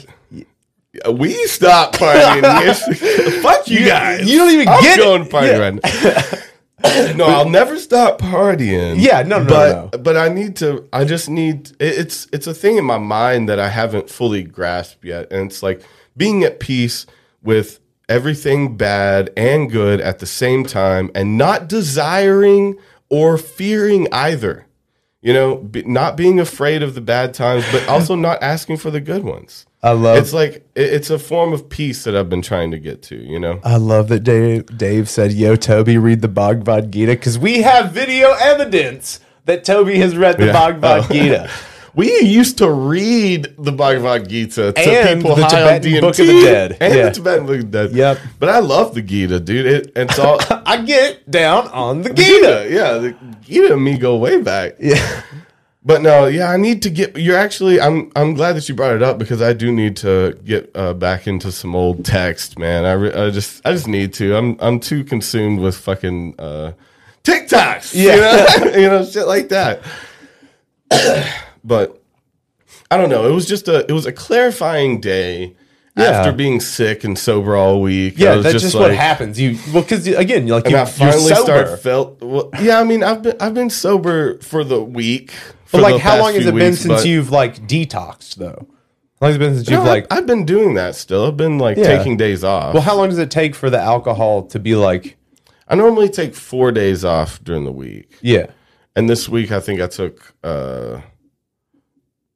S3: We stop *laughs* partying. Fuck you,
S1: You-
S3: guys.
S1: you don't even *laughs*
S3: I'm
S1: get it.
S3: going party
S1: Yeah.
S3: right now.
S1: *laughs*
S3: no, I'll never stop partying.
S1: Yeah, no, no,
S3: but,
S1: no.
S3: But I need to. I just need. it- It's it's a thing in my mind that I haven't fully grasped yet, and it's like being at peace with everything bad and good at the same time, and not desiring or fearing either. You know, be, not being afraid of the bad times,
S1: *laughs*
S3: but also not asking for the good ones.
S1: I love-
S3: It's like it, it's a form of peace that I've been trying to get to. You know,
S1: I love that Dave, Dave said, Yo, Toby, read the Bhagavad Gita because we have video evidence that Toby has read the
S3: Yeah.
S1: Bhagavad
S3: Oh. *laughs*
S1: Gita
S3: we used to read the Bhagavad Gita to
S1: And
S3: people
S1: the
S3: high
S1: Tibetan
S3: on DMT
S1: Book of the Dead.
S3: and
S1: Yeah.
S3: the Tibetan Book of the Dead.
S1: Yep.
S3: But I love the Gita, dude. It,
S1: *laughs*
S3: it's all
S1: I get down on the Gita.
S3: Gita. Yeah, the Gita and me go way back.
S1: Yeah.
S3: But no, yeah, I need to get. You're actually. I'm. I'm glad that you brought it up because I do need to get uh, back into some old text, man. I, re, I just. I just need to. I'm. I'm too consumed with fucking uh, TikToks. Yeah,
S1: *laughs*
S3: you know, *laughs* you know, shit like that. *coughs* but I don't know. It was just a. It was a clarifying day
S1: Yeah.
S3: after being sick and sober all week. I
S1: Yeah,
S3: was
S1: that's just, what
S3: like-
S1: happens. You well, because again, you're like
S3: and
S1: you,
S3: I finally
S1: you're sober.
S3: start felt. Well, yeah, I mean, I've been I've been sober for the week.
S1: but
S3: for the
S1: like, how
S3: past
S1: long has
S3: few
S1: it been
S3: weeks,
S1: since
S3: but-
S1: you've like detoxed though? How long has it been since you've
S3: No, I-
S1: like?
S3: I've been doing that still. I've been like
S1: Yeah.
S3: taking days off.
S1: well, how long does it take for the alcohol to be like?
S3: I normally take four days off during the week,
S1: Yeah,
S3: and this week I think I took uh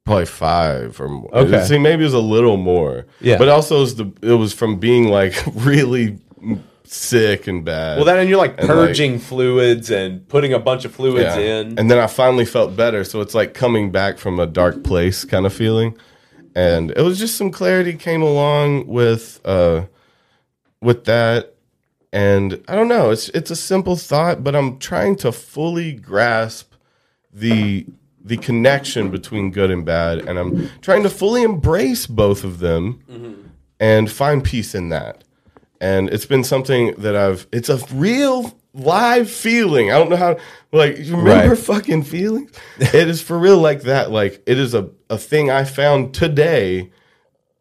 S3: probably five or more.
S1: Okay.
S3: See, maybe it was a little more.
S1: Yeah.
S3: but also it was, the, it was from being like *laughs* really sick and bad.
S1: Well, then you're like
S3: And, like-
S1: purging fluids and putting a bunch of fluids
S3: Yeah.
S1: in.
S3: And then I finally felt better. So it's like coming back from a dark place kind of feeling. And it was just some clarity came along with uh with that. And I don't know, it's it's a simple thought, but I'm trying to fully grasp the the connection between good and bad and I'm trying to fully embrace both of them and find peace in that. And it's been something that I've, it's a real live feeling. I don't know how, like, you remember
S1: Right.
S3: fucking feelings? it is for real like that. Like, it is a, a thing I found today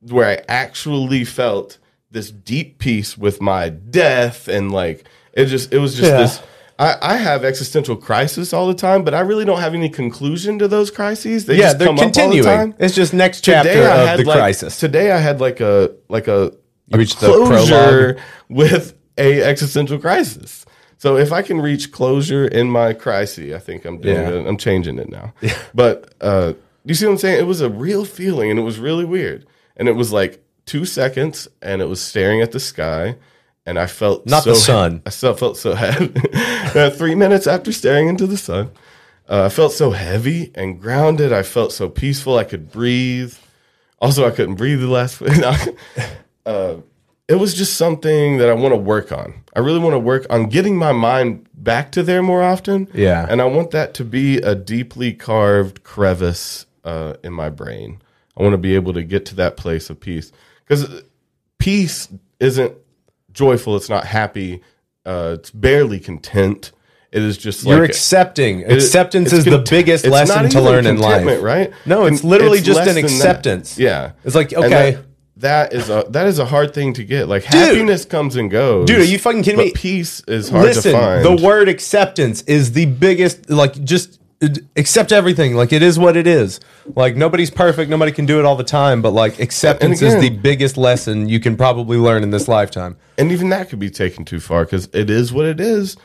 S3: where I actually felt this deep peace with my death. And like, it just, it was just
S1: Yeah.
S3: this. I, I have existential crisis all the time, but I really don't have any conclusion to those crises. They
S1: yeah,
S3: just
S1: they're
S3: come Up all the
S1: continuing.
S3: time
S1: It's just next chapter
S3: I
S1: of
S3: had,
S1: the
S3: like-
S1: crisis.
S3: Today I had like a like a, a
S1: reached the
S3: closure
S1: prologue.
S3: with a existential crisis. So if I can reach closure in my crisis, I think I'm doing
S1: Yeah.
S3: it. I'm changing
S1: *laughs*
S3: it now. But uh, you see what I'm saying? It was a real feeling, and it was really weird. And it was like two seconds, and it was staring at the sky, and I felt
S1: Not
S3: *laughs*
S1: the sun.
S3: I still felt so heavy. *laughs* Uh, Three minutes after staring into the sun, uh, I felt so heavy and grounded. I felt so peaceful. I could breathe. Also, I couldn't breathe the last. *laughs* uh, it was just something that I want to work on. I really want to work on getting my mind back to there more often.
S1: Yeah.
S3: and I want that to be a deeply carved crevice uh, in my brain. I want to be able to get to that place of peace because peace isn't joyful. It's not happy. Uh, it's barely content. It is just
S1: You're
S3: like
S1: accepting.
S3: it-
S1: Acceptance
S3: it's
S1: is the
S3: content-
S1: biggest
S3: it's
S1: lesson
S3: not
S1: to
S3: even
S1: learn in life,
S3: contentment, right?
S1: No, it's
S3: Con-
S1: literally just
S3: less
S1: an
S3: than that.
S1: acceptance.
S3: Yeah,
S1: It's like,
S3: And
S1: okay.
S3: that- that is a that is a hard thing to get. Like happiness comes and goes.
S1: Dude, are you fucking kidding
S3: but
S1: me?
S3: Peace is hard
S1: Listen,
S3: to find.
S1: the word acceptance is the biggest. Like, just uh, accept everything. Like, it is what it is. Like, nobody's perfect. Nobody can do it all the time. But like, acceptance
S3: again-
S1: is the biggest lesson you can probably learn in this lifetime.
S3: and even that could be taken too far because it is what it is.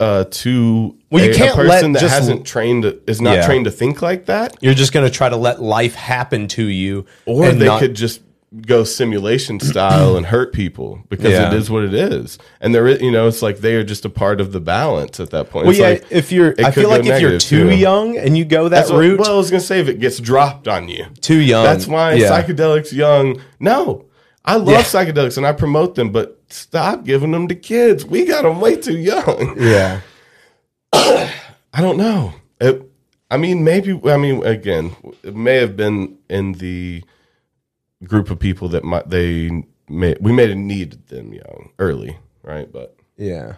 S3: Uh, to
S1: Well, you
S3: a,
S1: can't
S3: a person
S1: let
S3: that
S1: just-
S3: hasn't trained is not
S1: Yeah.
S3: trained to think like that.
S1: You're just gonna try to let life happen to you,
S3: or
S1: and
S3: they
S1: not-
S3: could just go simulation style and hurt people because
S1: Yeah.
S3: it is what it is and there is you know it's like they are just a part of the balance at that point
S1: Well,
S3: It's
S1: yeah.
S3: like,
S1: if you're,
S3: it
S1: I
S3: could
S1: feel
S3: go
S1: like if you're
S3: negative,
S1: too
S3: too.
S1: young and you go that
S3: that's what-
S1: route,
S3: well i was gonna say if it gets dropped on you
S1: too young.
S3: that's why
S1: yeah.
S3: psychedelics young no i love
S1: Yeah.
S3: psychedelics and i promote them but stop giving them to kids we got them way too young
S1: Yeah.
S3: *clears throat* I don't know. It, I mean, maybe. I mean, again, it may have been in the group of people that might they may, we may have needed them young early, right? But
S1: Yeah.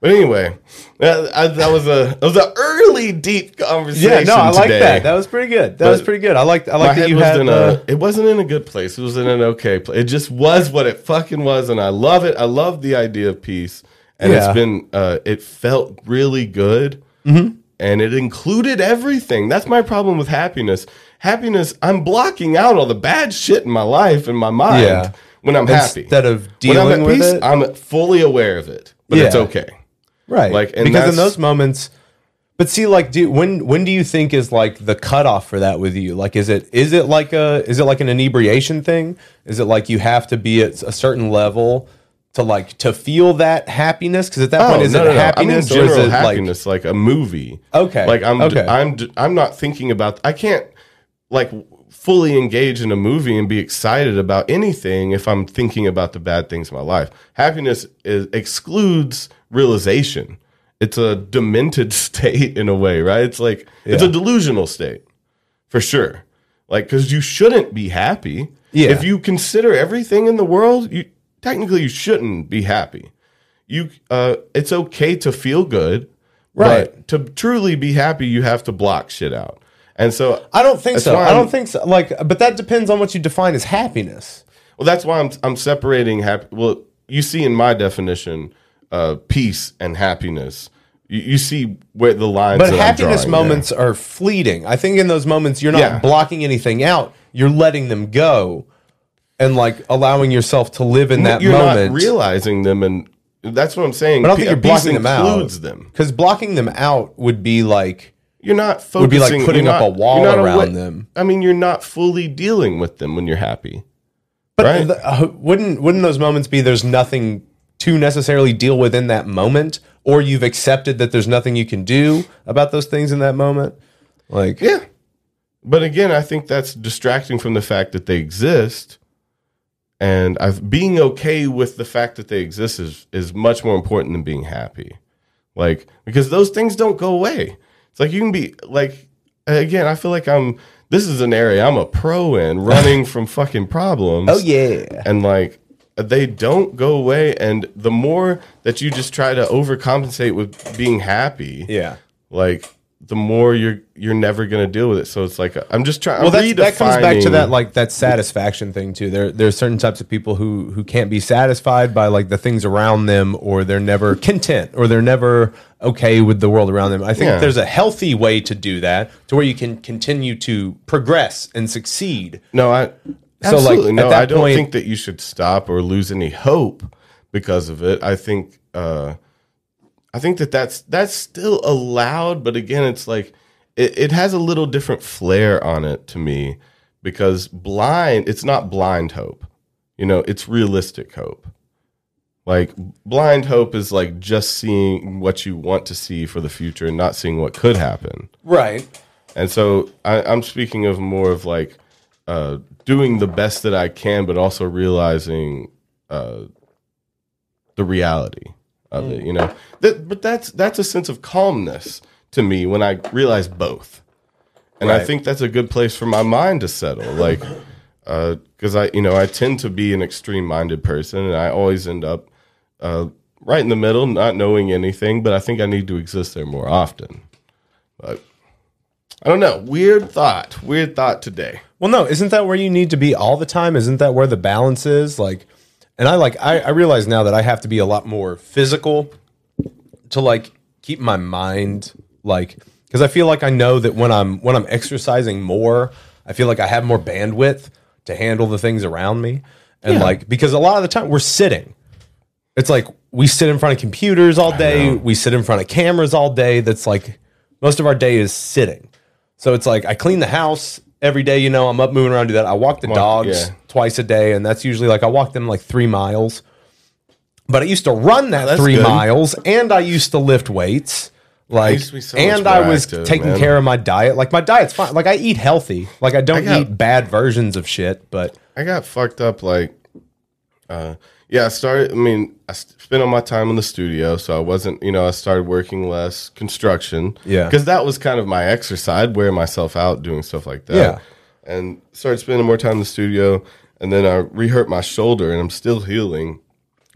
S3: but anyway, that, I, that was a that was an early deep conversation.
S1: Yeah, no, I like
S3: today.
S1: that. That was pretty good. That was
S3: But
S1: pretty good. I like I
S3: My
S1: like that
S3: head
S1: you
S3: was
S1: had
S3: in
S1: uh,
S3: a. It wasn't in a good place. It was in an okay place. It just was what it fucking was, and I love it. I love the idea of peace, and
S1: Yeah.
S3: it's been. Uh, it felt really good,
S1: Mm-hmm.
S3: and it included everything. That's my problem with happiness. Happiness. I'm blocking out all the bad shit in my life and my mind
S1: Yeah.
S3: when I'm happy.
S1: Instead of
S3: when I'm
S1: dealing
S3: at
S1: with
S3: peace,
S1: it.
S3: I'm fully aware of it, but it's
S1: Yeah.
S3: okay.
S1: right.
S3: like, and
S1: because in
S3: that's-
S1: those moments but see like do when when do you think is like the cutoff for that with you? Like is it is it like a is it like an inebriation thing? Is it like you have to be at a certain level to like to feel that happiness? Because at that point is
S3: Oh, no,
S1: it
S3: no, no. I mean
S1: happiness or is
S3: general
S1: it like
S3: happiness, like, a movie?
S1: Okay,
S3: Like I'm,
S1: okay.
S3: I'm, I'm not thinking about. I can't like fully engage in a movie and be excited about anything if I'm thinking about the bad things in my life. Happiness is, excludes realization. it's a demented *laughs* state in a way, right? It's like it's a delusional state for sure. Like because you shouldn't be happy.
S1: Yeah.
S3: If you consider everything in the world, you technically you shouldn't be happy. You uh, it's okay to feel good,
S1: Right.
S3: But to truly be happy, you have to block shit out. And so
S1: I don't think
S3: That's
S1: so.
S3: why
S1: I don't
S3: I'm-
S1: think so. Like, but that depends on what you define as happiness.
S3: Well, that's why I'm I'm separating happy. Well, you see in my definition, uh, peace and happiness. You, you see where the lines.
S1: But
S3: that I'm
S1: happiness
S3: drawing
S1: moments are fleeting. I think in those moments you're not
S3: Yeah.
S1: blocking anything out. You're letting them go, and like allowing yourself to live in
S3: there.
S1: that
S3: you're
S1: moment.
S3: not realizing them, and that's what I'm saying.
S1: but I don't think you're blocking them out.
S3: includes them.
S1: Because blocking them out would be like
S3: You're not focusing.
S1: be like
S3: you're
S1: putting up
S3: not-
S1: a wall
S3: you're not
S1: around
S3: awa-
S1: them.
S3: I mean, you're not fully dealing with them when you're happy.
S1: But
S3: Right.
S1: the- uh, wouldn't wouldn't those moments be there's nothing to necessarily deal with in that moment, or you've accepted that there's nothing you can do about those things in that moment? Like,
S3: Yeah. But again, I think that's distracting from the fact that they exist. And I've, being okay with the fact that they exist is, is much more important than being happy. Like, because those things don't go away. It's like you can be, like, again, I feel like I'm, this is an area I'm a
S1: *laughs*
S3: pro in, running from fucking problems.
S1: oh yeah,
S3: And like they don't go away. And the more that you just try to overcompensate with being happy,
S1: yeah.
S3: like the more you're you're never gonna deal with it. So it's like I'm just trying.
S1: well
S3: I'm
S1: that's, that comes back to
S3: uh, redefining-
S1: that like that satisfaction thing too there there's certain types of people who who can't be satisfied by like the things around them or they're never content or they're never okay with the world around them i think
S3: Yeah.
S1: there's a healthy way to do that to where you can continue to progress and succeed
S3: no, I
S1: So, like,
S3: absolutely
S1: at
S3: no.
S1: that
S3: I don't
S1: point-
S3: think that you should stop or lose any hope because of it. I think uh, I think that that's that's still allowed, but again, it's like it, it has a little different flair on it to me because blind. It's not blind hope. You know, it's realistic hope. Like blind hope is like just seeing what you want to see for the future and not seeing what could happen.
S1: right
S3: And so I, I'm speaking of more of like uh, doing the best that I can, but also realizing uh, the reality of it. You know, that, but that's that's a sense of calmness to me when I realize both, and I
S1: Right.
S3: think that's a good place for my mind to settle. Like, because I you know I tend to be an extreme minded person, and I always end up uh, right in the middle, not knowing anything. But I think I need to exist there more often. But I don't know. Weird thought. Weird thought today.
S1: Well, no, isn't that where you need to be all the time? Isn't that where the balance is? Like, and I like, I, I realize now that I have to be a lot more physical to like keep my mind like, because I feel like I know that when I'm when I'm exercising more, I feel like I have more bandwidth to handle the things around me, and like because a lot of the time we're sitting, it's like we sit in front of computers all day, we sit in front of cameras all day. That's like most of our day is sitting. So it's like I clean the house every day. You know, I'm up moving around, do that. I walk the dogs
S3: yeah.
S1: twice a day, and that's usually like I walk them like three miles. But I used to run that
S3: that's
S1: three
S3: good.
S1: miles, and I used to lift weights. Like,
S3: used to be so much
S1: and I was
S3: proactive,
S1: taking
S3: man.
S1: care of my diet. Like my diet's fine. Like I eat healthy. Like I don't
S3: I got-
S1: eat bad versions of shit. But
S3: I got fucked up. Like, uh, yeah, I started. I mean, I s- spent all my time in the studio, so I wasn't. You know, I started working less construction.
S1: Yeah.
S3: because that was kind of my exercise, I'd wear myself out doing stuff like that.
S1: Yeah.
S3: and started spending more time in the studio, and then I rehurt my shoulder, and I'm still healing.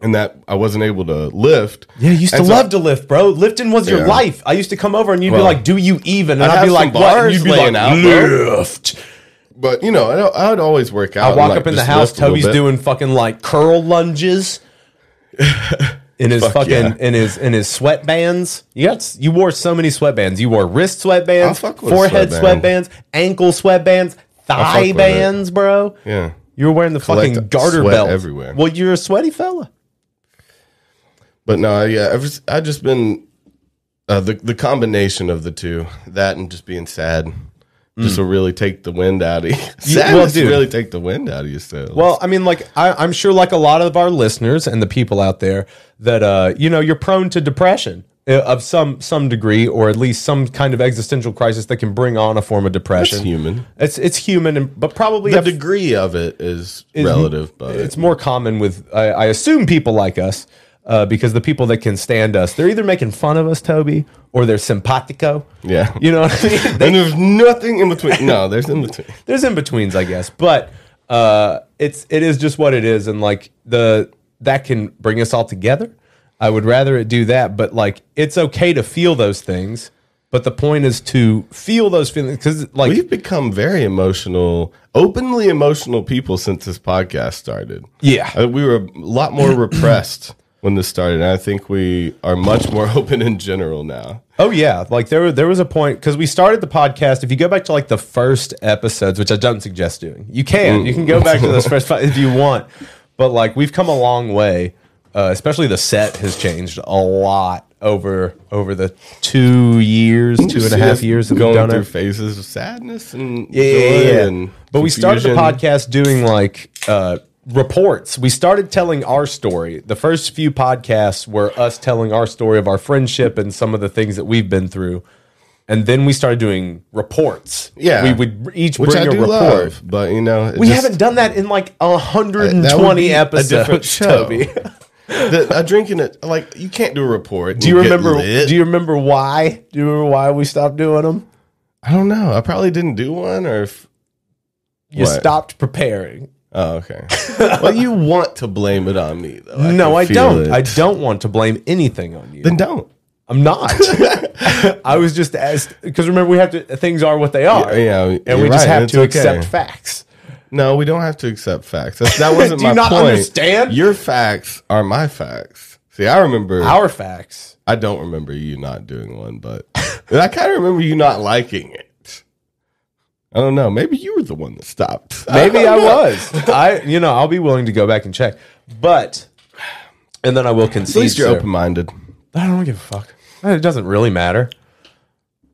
S3: And that I wasn't able to lift.
S1: yeah, I used to
S3: And so-
S1: love to lift, bro. Lifting was your
S3: Yeah.
S1: life. I used to come over and you'd
S3: Well,
S1: be like, "Do you even?" And
S3: I'd
S1: I'd,
S3: have
S1: be
S3: some
S1: like, "What?" And
S3: bars
S1: you'd be like,
S3: laying out, bro.
S1: "Lift."
S3: But you know, I, I would always work out.
S1: I
S3: and,
S1: walk
S3: like,
S1: up in the
S3: just
S1: house.
S3: lift a little
S1: Toby's
S3: bit.
S1: doing fucking like curl lunges in his
S3: Fuck
S1: fucking
S3: yeah.
S1: in his in his sweatbands. You got s- you wore so many sweatbands. You wore wrist
S3: I
S1: sweatbands,
S3: fuck with a
S1: forehead
S3: sweatband.
S1: sweatbands, ankle sweatbands,
S3: fuck with
S1: thigh
S3: it.
S1: bands, bro.
S3: Yeah.
S1: You were wearing the
S3: Collect
S1: fucking garter
S3: sweat
S1: belt
S3: everywhere.
S1: Well, you're a sweaty fella.
S3: But no, yeah, I've just, I've just been uh, the the combination of the two, that and just being sad, just to really take the wind out of you.
S1: *laughs*
S3: Sadness
S1: Hmm. well,
S3: to
S1: dude.
S3: really take the wind out of you. Still,
S1: Well, I mean, like I, I'm sure, like a lot of our listeners and the people out there that uh, you know, you're prone to depression uh, of some some degree, or at least some kind of existential crisis that can bring on a form of depression.
S3: it's human.
S1: It's it's human, and, but probably
S3: The
S1: a-
S3: degree of it is
S1: is-
S3: relative, but
S1: it's more common with I, I assume people like us uh, because the people that can stand us, they're either making fun of us, Toby, or they're simpatico.
S3: Yeah.
S1: *laughs* You know what I mean?
S3: and there's nothing in between. No, there's in between.
S1: *laughs* there's in betweens, I guess, but uh, it's it is just what it is, and like the that can bring us all together. I would rather it do that, but like it's okay to feel those things. But the point is to feel those feelings because like
S3: We've become very emotional, openly emotional people since this podcast started.
S1: Yeah.
S3: Uh, we were a
S1: *clears throat*
S3: lot more repressed when this started. And I think we are much more *laughs* open in general now.
S1: Oh yeah, like there there was a point because we started the podcast. If you go back to like the first episodes, which I don't suggest doing, you can you can go back to those first five if you want. But like we've come a long way, uh, especially the set has changed a lot over over the two years, two and a
S3: See
S1: half
S3: us
S1: years that we've
S3: going
S1: done
S3: through
S1: it.
S3: phases of sadness and
S1: Yeah, yeah,
S3: joy
S1: yeah.
S3: and
S1: but we started the
S3: confusion.
S1: podcast doing like uh, reports. We started telling our story. The first few podcasts were us telling our story of our friendship and some of the things that we've been through. And then we started doing reports.
S3: Yeah.
S1: we would each
S3: which
S1: bring
S3: I
S1: a
S3: do
S1: report.
S3: love. But you know, it
S1: We
S3: just-
S1: haven't done that in like
S3: That would
S1: 120
S3: be a
S1: episodes. *laughs*
S3: different show. *laughs*
S1: Toby.
S3: the, a drinking it like you can't do a report.
S1: Do you remember? Do you remember why? Do you remember why we stopped doing them?
S3: I don't know. I probably didn't do one, or if
S1: You
S3: What?
S1: stopped preparing.
S3: oh okay. well, you want to blame it on me though.
S1: no,
S3: can
S1: I
S3: feel
S1: don't.
S3: it.
S1: I don't want to blame anything on you.
S3: Then don't.
S1: I'm
S3: *laughs*
S1: not. I was just asked because remember we have to things are what they are.
S3: Yeah,
S1: and
S3: you're
S1: we just
S3: right,
S1: have
S3: it's
S1: to
S3: okay.
S1: accept
S3: *laughs*
S1: facts.
S3: No, we don't have to accept facts.
S1: *laughs*
S3: That's, that wasn't
S1: Do you
S3: my
S1: not
S3: point.
S1: understand?
S3: Your facts are my facts. See, I remember.
S1: Our facts.
S3: I don't remember you not doing one, but and I kind of remember you not liking it. I don't know. Maybe you were the one that stopped. *laughs*
S1: Maybe I
S3: don't know.
S1: was. I you know, I'll be willing to go back and check. But and then I will concede.
S3: At least you're
S1: sir.
S3: open minded.
S1: I don't give a fuck. Eh, It doesn't really matter.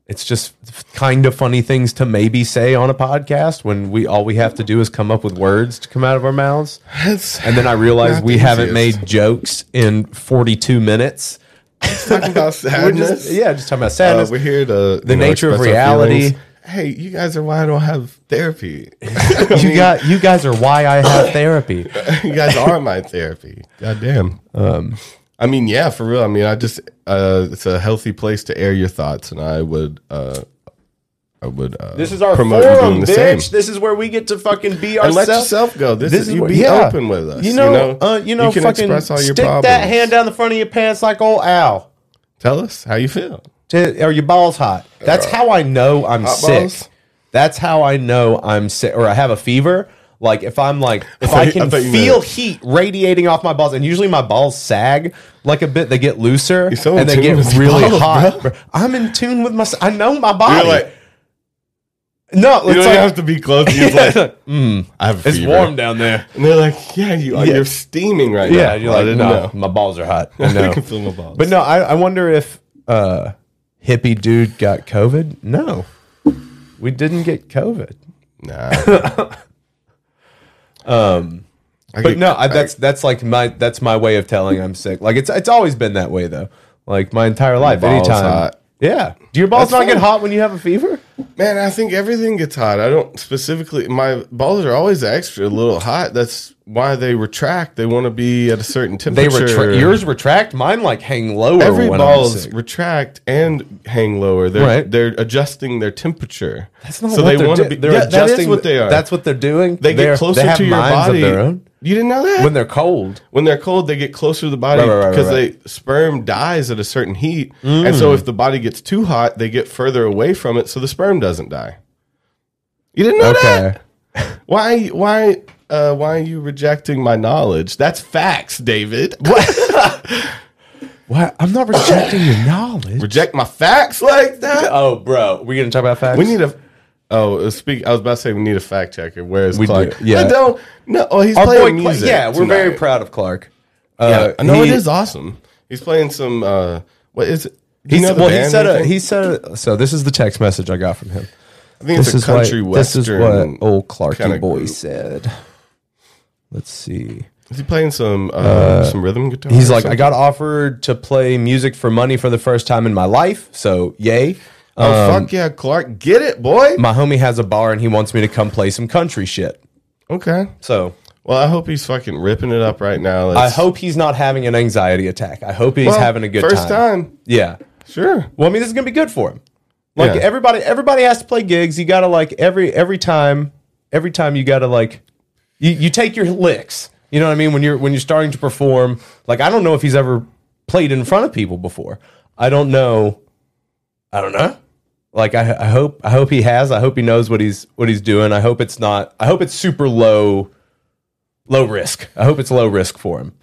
S1: It's just kind of funny things to maybe say on a podcast when we all we have to do is come up with words to come out of our mouths. And then I realize
S3: Not
S1: we
S3: the
S1: haven't
S3: easiest.
S1: made jokes in 42 minutes. *laughs*
S3: talking about
S1: We're
S3: sadness.
S1: just, yeah, just talking about
S3: Uh,
S1: sadness.
S3: we're here to the
S1: nature of reality.
S3: *laughs* Hey, you guys are why I don't have therapy.
S1: *laughs*
S3: *laughs*
S1: you got you guys are why I have therapy.
S3: you guys are my therapy. God damn.
S1: Um,
S3: I mean, yeah, for real. I mean, I just uh, it's a healthy place to air your thoughts, and I would uh, I would uh,
S1: This is our
S3: you
S1: forum, bitch. This is where we get to fucking be
S3: And
S1: ourselves.
S3: let yourself go. This, is, you
S1: where-
S3: be
S1: yeah.
S3: open with us.
S1: You know, uh, you know,
S3: can
S1: fucking
S3: express all your
S1: stick
S3: problems.
S1: that hand down the front of your pants like old Al.
S3: Tell us how you feel. Uh,
S1: T- Are your balls hot? That's how I know I'm
S3: Hot
S1: sick.
S3: balls?
S1: That's how I know I'm sick or I have a fever. Like if I'm like if I
S3: thought- I
S1: can
S3: thought you
S1: feel
S3: meant-
S1: heat radiating off my balls, and usually my balls sag like a bit. They get looser
S3: You're so in
S1: and they
S3: tune
S1: get
S3: with your
S1: really
S3: balls,
S1: hot.
S3: bro.
S1: bro. I'm in tune with my. I know my body.
S3: You're like,
S1: *laughs* no,
S3: you
S1: it's
S3: don't
S1: like- Mm.
S3: have to be close.
S1: *laughs*
S3: You're just like, "Hmm, I have a
S1: It's
S3: fever.
S1: warm down there.
S3: And they're like, yeah, you are.
S1: Yeah.
S3: You're steaming right now.
S1: Yeah, you're
S3: I
S1: like,
S3: didn't
S1: no,
S3: know.
S1: my balls are
S3: *laughs*
S1: hot. *laughs*
S3: I
S1: I know.
S3: can feel my balls.
S1: But no, I, I wonder if uh, hippie dude got COVID. No, we didn't get COVID.
S3: Nah. um,
S1: *laughs* Um, But no, I, that's that's like my that's my way of telling I'm sick. Like it's it's always been that way though. Like my entire life.
S3: Balls
S1: Anytime.
S3: hot.
S1: Yeah. Do your balls
S3: That's
S1: not get
S3: fine.
S1: hot when you have a fever?
S3: man, I think everything gets hot. I don't specifically. My balls are always extra little hot. That's why they retract. They want to be at a certain
S1: They
S3: temperature.
S1: retract. Yours retract. Mine like hang lower.
S3: Every
S1: when I'm
S3: balls
S1: sick.
S3: retract and hang lower. They're
S1: Right.
S3: they're adjusting their temperature.
S1: That's not what they want
S3: wanna
S1: to be. They're
S3: yeah,
S1: adjusting.
S3: that is what they are.
S1: That's what they're doing.
S3: they
S1: They're-
S3: get closer
S1: have
S3: to your
S1: minds
S3: body.
S1: Of their own.
S3: You didn't know that
S1: When they're cold,
S3: when they're cold, they get closer to the body
S1: Right, right, right, right,
S3: because
S1: right. Mm.
S3: they sperm dies at a certain heat, and so if the body gets too hot, they get further away from it, so the sperm doesn't die. You didn't know that? Why? Why? Uh, why are you rejecting my knowledge? That's facts, David. *laughs*
S1: What? I'm not rejecting your knowledge.
S3: Reject my facts like that?
S1: Oh, bro, we're gonna talk about facts.
S3: We need a. Oh, speak. I was about to say we need a fact checker. Where is
S1: We
S3: Clark?
S1: do, yeah.
S3: I don't. No. Oh, he's
S1: our boy.
S3: playing
S1: Cla-
S3: music.
S1: yeah, we're very
S3: tonight.
S1: proud of Clark.
S3: Yeah,
S1: Uh,
S3: no,
S1: he-
S3: it is awesome. He's playing some. Uh, what is it? Do
S1: He
S3: you know
S1: said,
S3: the
S1: well, he
S3: band
S1: said
S3: or
S1: a,
S3: anything?
S1: he said a, so. This is the text message I got from him.
S3: I think it's a country
S1: what,
S3: western.
S1: This is what old Clarky
S3: kinda
S1: boy
S3: group.
S1: said. Let's see.
S3: Is he playing some uh, some rhythm guitar?
S1: He's
S3: or
S1: like, I
S3: something?
S1: got offered to play music for money for the first time in my life. So yay. Um,
S3: oh fuck yeah, Clark, get it, boy.
S1: My homie has a bar and he wants me to come play some country shit.
S3: okay,
S1: So
S3: Well, I hope he's fucking ripping it up right now.
S1: I
S3: Let's-
S1: hope he's not having an anxiety attack. I hope he's
S3: Well,
S1: having a good
S3: first
S1: time.
S3: time.
S1: Yeah.
S3: Sure.
S1: Well, I mean, this is gonna be good for him. Like
S3: Yeah.
S1: everybody, everybody has to play gigs. You gotta like every every time, every time you gotta like, you, you take your licks. You know what I mean? When you're when you're starting to perform, like I don't know if he's ever played in front of people before. I don't know. I don't know. Like I, I hope I hope he has. I hope he knows what he's what he's doing. I hope it's not. I hope it's super low, low risk. I hope it's low risk for him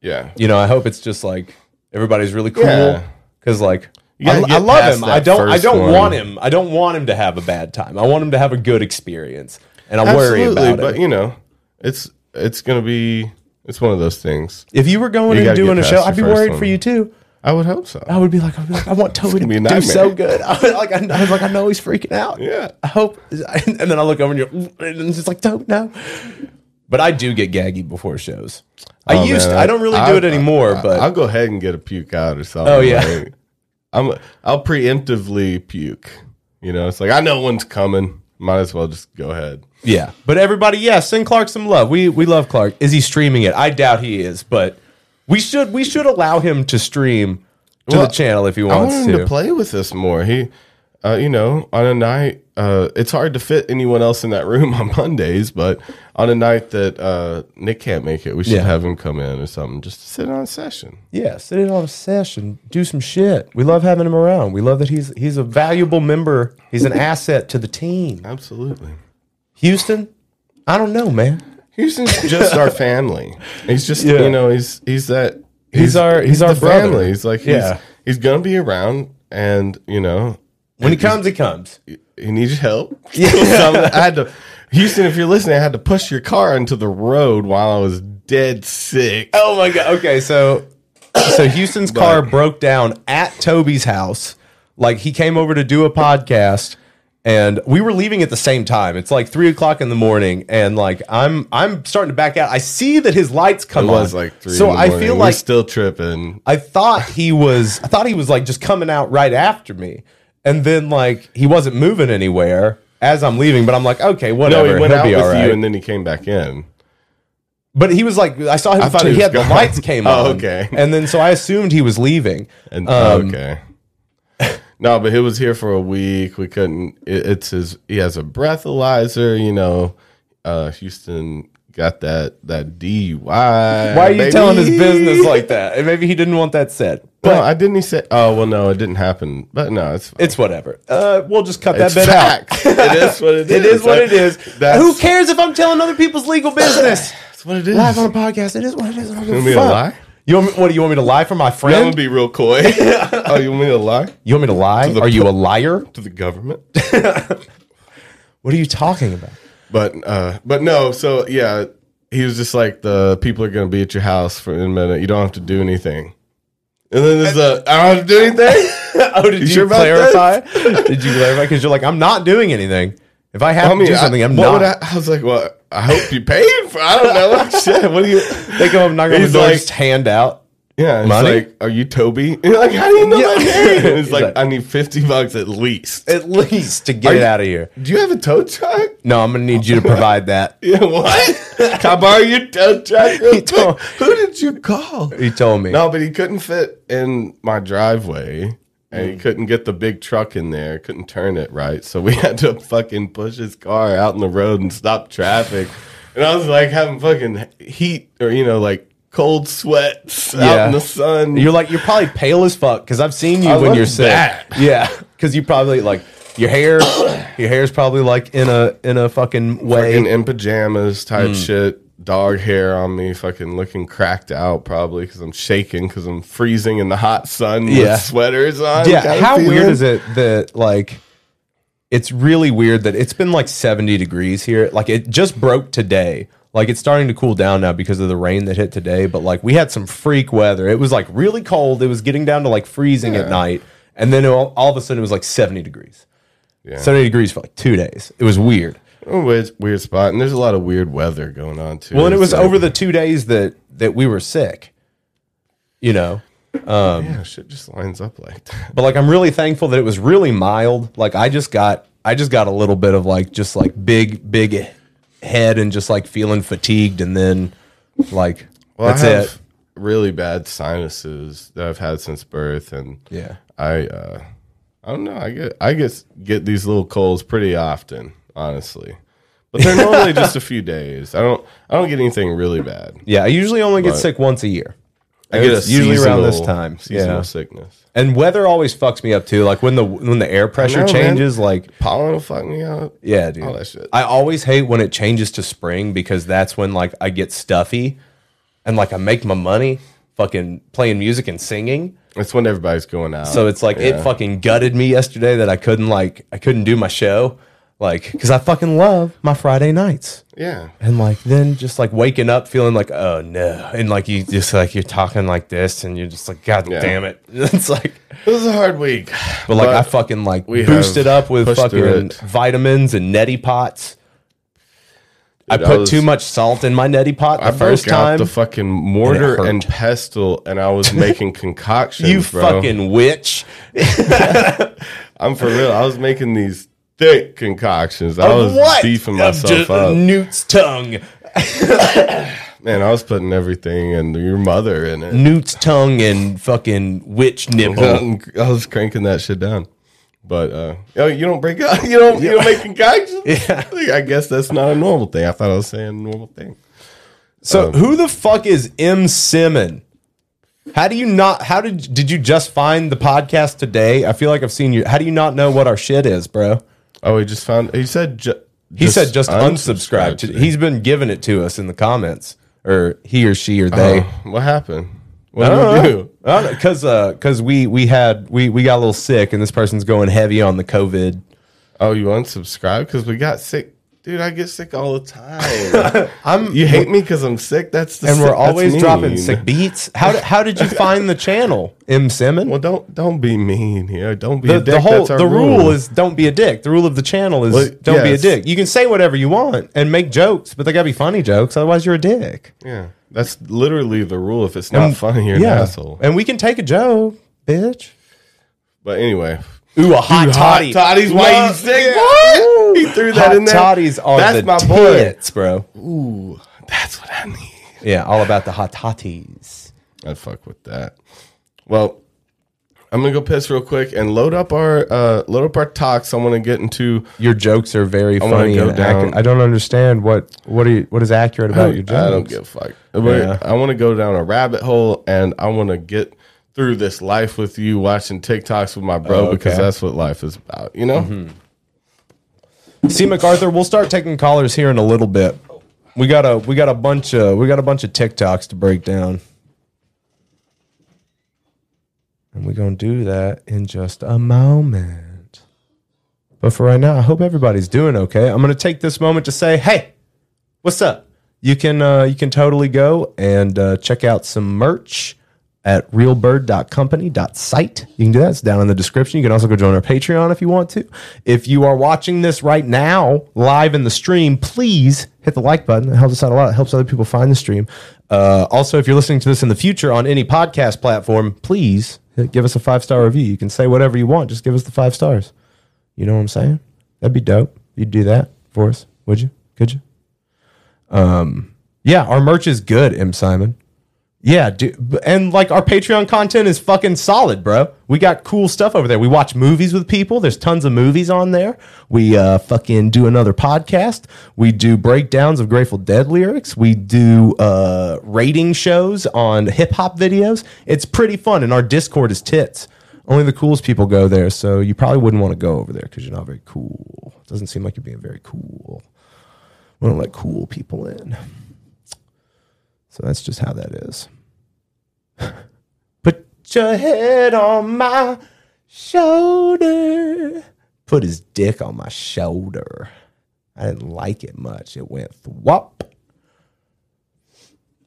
S3: Yeah.
S1: you know, I hope it's just like everybody's really cool
S3: Yeah.
S1: because like
S3: You
S1: I,
S3: gotta
S1: I
S3: get
S1: love
S3: past
S1: him.
S3: that
S1: I don't. I
S3: first
S1: don't
S3: one.
S1: want him. I don't want him to have a bad time. I want him to have a good experience, and I worry about
S3: but
S1: it.
S3: you know, it's it's gonna be it's one of those things.
S1: If you were going
S3: You
S1: and
S3: gotta
S1: doing
S3: get
S1: a show,
S3: past
S1: I'd be
S3: your first
S1: worried for
S3: one.
S1: you too.
S3: I would hope so.
S1: I would be like, I'd be like I
S3: *laughs*
S1: want Toby to
S3: gonna be a
S1: do so
S3: nightmare.
S1: good. *laughs* I would, like I, I was like, I know he's freaking out.
S3: Yeah.
S1: I hope. *laughs* And then I look over and you're, and it's just like, don't know. But I do get gaggy before shows. I
S3: Oh,
S1: used.
S3: man,
S1: to. I don't really
S3: I-
S1: do it anymore.
S3: I-
S1: but
S3: I'll go ahead and get a puke out or something.
S1: Oh, yeah.
S3: like, I'm I'll preemptively puke. You know, it's like I know one's coming. Might as well just go ahead.
S1: Yeah, but everybody, yeah, send Clark some love. We we love Clark. Is he streaming it? I doubt he is, but we should we should allow him to stream to
S3: Well,
S1: the channel if he
S3: I
S1: wants
S3: want him
S1: to.
S3: to play with us more. He, uh, you know, on a night, uh, it's hard to fit anyone else in that *laughs* room on Mondays, but on a night that uh, Nick can't make it, we should
S1: Yeah.
S3: have him come in or something just to sit on a session.
S1: Yeah, sit in on a session, do some shit. We love having him around. We love that he's he's a valuable member. He's an asset to the team.
S3: Absolutely.
S1: Houston, I don't know, man.
S3: Houston's just our family. He's just,
S1: Yeah.
S3: you know, he's he's that.
S1: He's our- he's our
S3: the
S1: brother.
S3: family. He's like, he's,
S1: Yeah.
S3: he's gonna be around, and you know,
S1: When he comes, he comes.
S3: he
S1: *laughs*
S3: needs help. *laughs* So I'm- I had to, Houston, if you're listening, I had to push your car into the road while I was dead sick.
S1: Oh my god. Okay, so so Houston's car broke down at Toby's house. Like he came over to do a podcast, and we were leaving at the same time. It's like three o'clock in the morning, and like I'm I'm starting to back out. I see that his lights come
S3: It was
S1: on.
S3: like three.
S1: So
S3: in the
S1: I
S3: morning.
S1: feel
S3: We're
S1: like
S3: still tripping.
S1: I thought he was I thought he was like just coming out right after me, and then like he wasn't moving anywhere as I'm leaving. But I'm like, okay,
S3: No,
S1: whatever,
S3: he went
S1: he'll
S3: out
S1: be
S3: with
S1: all right.
S3: you, and then he came back in.
S1: But he was like, I saw him.
S3: I thought
S1: he,
S3: he was
S1: had
S3: *laughs*
S1: the
S3: gone.
S1: lights came on.
S3: Oh, okay.
S1: And then so I assumed he was leaving.
S3: And oh,
S1: Um,
S3: okay, no, but he was here for a week. We couldn't. It, it's his. He has a breathalyzer. You know, uh, Houston got that that DUI.
S1: Why are you telling his business like that? And maybe he didn't want that said. But
S3: *laughs* no, I didn't. He say, "Oh well, no, it didn't happen." But no, it's
S1: it's whatever. Uh, we'll just cut
S3: it's
S1: that bit
S3: facts.
S1: out. *laughs*
S3: it is what it is.
S1: It is what it is.
S3: That's,
S1: Who cares if I'm telling other people's *sighs* legal business?
S3: that's what it is.
S1: Live on a podcast. It is what it is. I don't give a
S3: You want me to
S1: fuck. *laughs*
S3: lie?
S1: You want me, what do you want me to lie for my
S3: I'm
S1: friend?
S3: gonna be
S1: *laughs*
S3: real coy. oh, you want me to lie
S1: you want me to lie?
S3: *laughs* the
S1: Are you a liar?
S3: to the government?
S1: What are you talking about?
S3: But uh, but no, so yeah, he was just like the people are gonna be at your house for in a minute. You don't have to do anything. And then there's the I don't have to do anything. *laughs*
S1: Oh, did you,
S3: sure about
S1: clarify? *laughs* did you clarify? Because you're like, I'm not doing anything. If I have
S3: I mean,
S1: to do something,
S3: I,
S1: I'm
S3: what
S1: not.
S3: Would I, I was like, well, I hope you paid for. I don't know. *laughs* Shit, what do you?
S1: *laughs* They come up, knock on the
S3: He's
S1: door,
S3: like-
S1: just hand out.
S3: Yeah, it's
S1: Money?
S3: like, are you Toby? And *laughs* you're like, how do you know my
S1: Yeah. *laughs*
S3: name? And it's
S1: He's
S3: like,
S1: like-
S3: I need fifty bucks at least.
S1: At least to get
S3: Are
S1: it
S3: you-
S1: out of here.
S3: Do you have a tow truck?
S1: No, I'm gonna need you to provide that.
S3: Yeah, what? *laughs* Can I borrow your tow truck? Real quick?
S1: told-
S3: Who did you call?
S1: He told me.
S3: No, but he couldn't fit in my driveway. And
S1: Mm.
S3: he couldn't get the big truck in there, couldn't turn it right. So we *laughs* had to fucking push his car out in the road and stop traffic. And I was like having fucking heat or, you know, like cold sweats out
S1: Yeah.
S3: in the sun.
S1: You're like you're probably pale as fuck because I've seen you
S3: I
S1: when
S3: look
S1: you're sick.
S3: bad.
S1: Yeah, because you probably like your
S3: *coughs*
S1: hair. your hair's probably like in a in a fucking way. Mm.
S3: fucking in pajamas type shit, dog hair on me, fucking looking cracked out probably because I'm shaking because I'm freezing in the hot sun
S1: Yeah.
S3: with sweaters on.
S1: yeah.
S3: kinda
S1: How weird
S3: feeling.
S1: is it that like it's really weird that it's been like 70 degrees here. Like it just broke today. Like it's starting to cool down now because of the rain that hit today. But like we had some freak weather. It was like really cold. It was getting down to like freezing at night, and then all, all of a sudden it was like 70 degrees. 70 degrees for like two days. It was weird.
S3: A weird, weird spot, and there's a lot of weird weather going on too.
S1: Well, and it was
S3: It's like-
S1: over the two days that that we were sick. You know, Um,
S3: yeah, shit just lines up like that.
S1: but like I'm really thankful that it was really mild. Like I just got I just got a little bit of like just like big big head and just like feeling fatigued, and then like
S3: Well,
S1: that's
S3: I have
S1: it.
S3: really bad sinuses that I've had since birth, and
S1: Yeah.
S3: I uh, I don't know. I get I get get these little colds pretty often, honestly, but they're normally just
S1: *laughs*
S3: a few days. I don't I don't get anything really bad.
S1: Yeah, I usually only get
S3: But-
S1: sick once a year.
S3: I get
S1: It's usually around this
S3: seasonal-
S1: time.
S3: Seasonal
S1: Yeah.
S3: sickness.
S1: And weather always fucks me up too. Like when the when the air pressure
S3: know, man.
S1: changes, like
S3: Pollen will fuck me up.
S1: yeah, dude.
S3: All that shit.
S1: I always hate when it changes to spring because that's when like I get stuffy and like I make my money fucking playing music and singing.
S3: It's when everybody's going out.
S1: So it's like it
S3: Yeah.
S1: fucking gutted me yesterday that I couldn't like I couldn't do my show. Like cuz I fucking love my Friday nights.
S3: yeah.
S1: And like then just like waking up feeling like oh no. And like you just like you're talking like this and you're just like god
S3: Yeah.
S1: damn it. *laughs* It's like
S3: It was a hard week,
S1: *sighs* but like I fucking like
S3: we
S1: boosted
S3: have
S1: up with
S3: pushed through
S1: fucking
S3: it.
S1: vitamins and neti pots. I
S3: Dude,
S1: put
S3: was-
S1: too much salt in my neti pot the
S3: I
S1: first
S3: broke out
S1: time.
S3: the fucking mortar
S1: hurt.
S3: and, pestle, and I
S1: *laughs*
S3: was making concoctions.
S1: you
S3: bro.
S1: fucking witch!
S3: *laughs* I'm for real. I was making these thick concoctions. I was beefing
S1: Of
S3: myself
S1: just
S3: up. Uh,
S1: Newt's tongue.
S3: Man, I was putting everything and your mother in it.
S1: Newt's tongue and fucking witch nipple.
S3: *laughs* I was cranking that shit down. But uh, oh, you don't break out. *laughs* You don't. You don't make concoctions.
S1: *laughs* Yeah.
S3: Like, I guess that's not a normal thing. I thought I was saying a normal thing.
S1: so who the fuck is M Simon? How do you not? How did did you just find the podcast today? I feel like I've seen you. How do you not know what our shit is, bro?
S3: Oh, he just found. He said. Ju-
S1: He said just unsubscribe.
S3: today.
S1: He's been giving it to us in the comments, or he or she or they.
S3: Oh, what happened? What did we do?
S1: I don't know, cause uh, cause we we had we we got a little sick, and this person's going heavy on the COVID.
S3: Oh, you unsubscribe because we got sick. Dude, I get sick all
S1: *laughs*
S3: the time. I'm. You hate me because I'm sick. That's the
S1: And
S3: sick-
S1: we're
S3: that's
S1: always
S3: mean.
S1: dropping sick beats. How did, how did you find the channel, M. Simmon?
S3: Well, don't don't be mean here. Don't be
S1: the,
S3: a dick.
S1: the whole
S3: That's our
S1: the rule. is don't be a dick. The rule of the channel is
S3: Well,
S1: don't
S3: yes.
S1: be a dick. You can say whatever you want and make jokes, but they gotta be funny jokes. Otherwise, you're a dick.
S3: yeah. That's literally the rule. If it's not funny, you're an asshole.
S1: And we can take a joke, bitch.
S3: But anyway,
S1: Ooh, a hot toddy.
S3: Hot toddy's why
S1: Love-
S3: you sick?
S1: *laughs* Yeah.
S3: What? He threw that
S1: Hot
S3: in there.
S1: toddies are
S3: That's
S1: the
S3: my
S1: tits, bro.
S3: Ooh, that's what I need.
S1: Yeah, all about the hot toddies.
S3: I fuck with that. Well, I'm gonna go piss real quick and load up our uh, load up our talks. I want to get into
S1: Your jokes are very
S3: wanna
S1: funny.
S3: go
S1: and accurate.
S3: down-
S1: I don't understand what what are you, what is accurate about your jokes.
S3: I don't give a fuck. But
S1: Yeah.
S3: I want to go down a rabbit hole and I want to get through this life with you, watching TikToks with my bro
S1: Oh, okay. Mm-hmm.
S3: because that's what life is about. You know,
S1: See MacArthur, we'll start taking callers here in a little bit. We got a we got a bunch of we got a bunch of TikToks to break down. And we're gonna do that in just a moment. But for right now, I hope everybody's doing okay. I'm gonna take this moment to say, hey, what's up? You can uh, you can totally go and uh, check out some merch at realbird.company.site. You can do that. It's down in the description. You can also go join our Patreon if you want to. If you are watching this right now, live in the stream, please hit the like button. It helps us out a lot. It helps other people find the stream. Uh, also, if you're listening to this in the future on any podcast platform, please give us a five star review. You can say whatever you want. Just give us the five stars. You know what I'm saying? That'd be dope. You'd do that for us, would you? Could you? Um, Yeah, our merch is good, M. Simon. Yeah, do, b- and like our Patreon content is fucking solid, bro. We got cool stuff over there. We watch movies with people. There's tons of movies on there. We uh, fucking do another podcast. We do breakdowns of Grateful Dead lyrics. We do uh, rating shows on hip hop videos. It's pretty fun, and our Discord is tits. Only the coolest people go there, so you probably wouldn't want to go over there because you're not very cool. Doesn't seem like you're being very cool. We don't let cool people in. So that's just how that is. Put your head on my shoulder. Put his dick on my shoulder. I didn't like it much. It went thwop.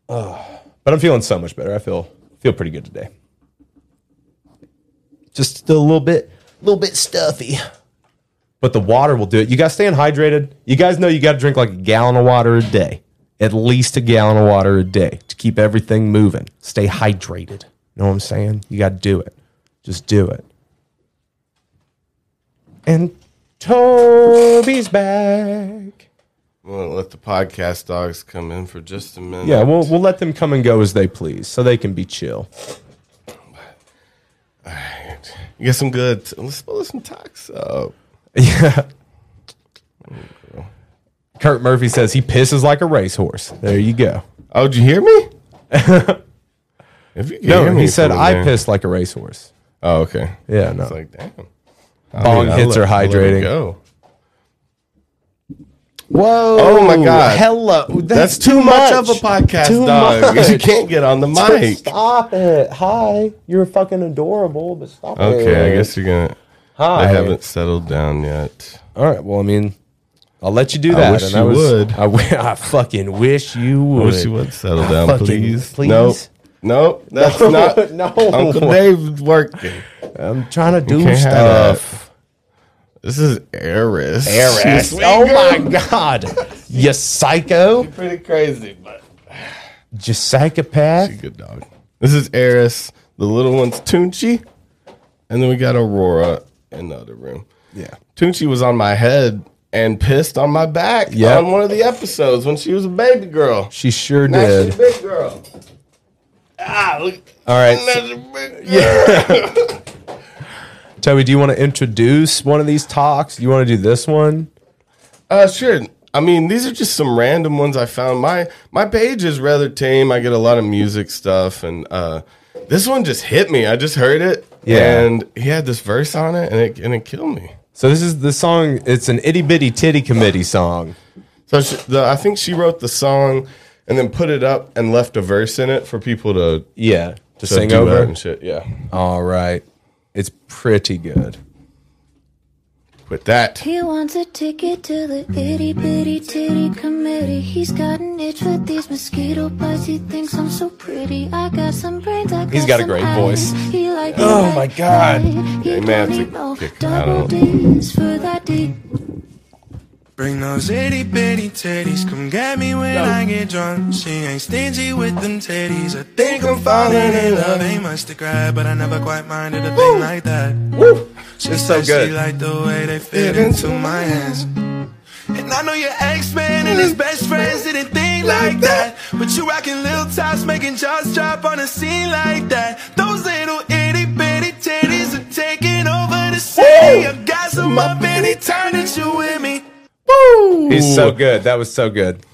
S1: Ugh. But I'm feeling so much better. I feel feel pretty good today. Just still a little bit, a little bit stuffy. But the water will do it. You guys staying hydrated. You guys know you got to drink like a gallon of water a day, at least a gallon of water a day to keep everything moving. Stay hydrated. You know what I'm saying? You got to do it. Just do it. And Toby's back.
S3: We'll let the podcast dogs come in for just a minute.
S1: Yeah, we'll we'll let them come and go as they please, so they can be
S3: *laughs*
S1: chill.
S3: You get some good. Let's pull some talks up. *laughs*
S1: Yeah. Kurt Murphy says he pisses like a racehorse. There you go.
S3: Oh, did you hear me? if you can hear
S1: *laughs* No,
S3: me
S1: he said
S3: from
S1: I
S3: there."
S1: piss like a racehorse.
S3: Oh, okay.
S1: Yeah, no.
S3: It's like damn. I
S1: Bong
S3: mean, I
S1: hits
S3: let-
S1: are
S3: I let it
S1: hydrating.
S3: Go.
S1: Whoa!
S3: Oh my god.
S1: Hello,
S3: That's, too much. of a podcast,
S1: Too
S3: dog.
S1: much.
S3: *laughs* You can't get on the mic.
S1: Stop it! Hi, you're fucking adorable, but stop
S3: Okay, I guess you're gonna.
S1: Oh. Hi.
S3: I haven't settled down yet.
S1: All right. Well, I mean, I'll let you do that. and
S3: wish you would.
S1: I, w- I fucking wish you would.
S3: I wish you would settle
S1: I
S3: down,
S1: fucking-
S3: please.
S1: please.
S3: *laughs* Nope. Nope. That's *laughs*
S1: *laughs*
S3: not.
S1: no.
S3: Uncle Dave's working.
S1: I'm trying to do
S3: can't have
S1: stuff.
S3: This is Eris.
S1: Eris. Oh my god! you psycho!
S3: Pretty crazy, but
S1: You psychopath!
S3: she's a good dog. This is Eris. The little one's Toonchi, and then we got Aurora in the other room.
S1: Yeah.
S3: Toonchi was on my head and pissed on my back
S1: Yep.
S3: on one of the episodes when she was a baby girl.
S1: She sure
S3: Now
S1: did.
S3: she's a big girl. Ah, look.
S1: All right. so-
S3: That's a big girl.
S1: Toby, do you want to introduce one of these talks? You want to do this one?
S3: *laughs* Uh, sure. I mean, these are just some random ones I found. My my page is rather tame. I get a lot of music stuff, and uh, this one just hit me. I just heard it,
S1: Yeah.
S3: and he had this verse on it, and it and it killed me.
S1: So this is the song. It's an itty bitty titty committee song.
S3: So she, the, I think she wrote the song, and then put it up and left a verse in it for people to,
S1: Yeah, to
S3: to
S1: sing
S3: duet
S1: over.
S3: and shit. Yeah,
S1: All right, it's pretty good.
S3: with that.
S7: He wants a ticket to the itty bitty titty committee. He's got an itch for these mosquito bites. He thinks I'm so pretty. I got some brains. I got
S1: He's got a
S7: some
S1: great
S7: eyes.
S1: voice.
S7: He like
S1: Oh my God.
S7: He
S3: They may have
S7: don't
S3: to
S7: need no
S3: kick him out
S7: Oh, double
S3: of
S7: D's for that D.
S8: Bring those itty bitty titties, come get me when I get drunk. She ain't stingy with them titties. I think I'm falling in love. Ain't much to grab, but I never quite minded a thing like that. She
S1: It's so
S8: said
S1: good.
S8: She liked the way they fit into my hands. And I know your ex man and his best friends didn't think like that. But you rocking little tops, making jaws drop on a scene like that. Those little itty bitty titties are taking over the city. I got some up and he turned it you with me.
S1: He's so good. That was so good.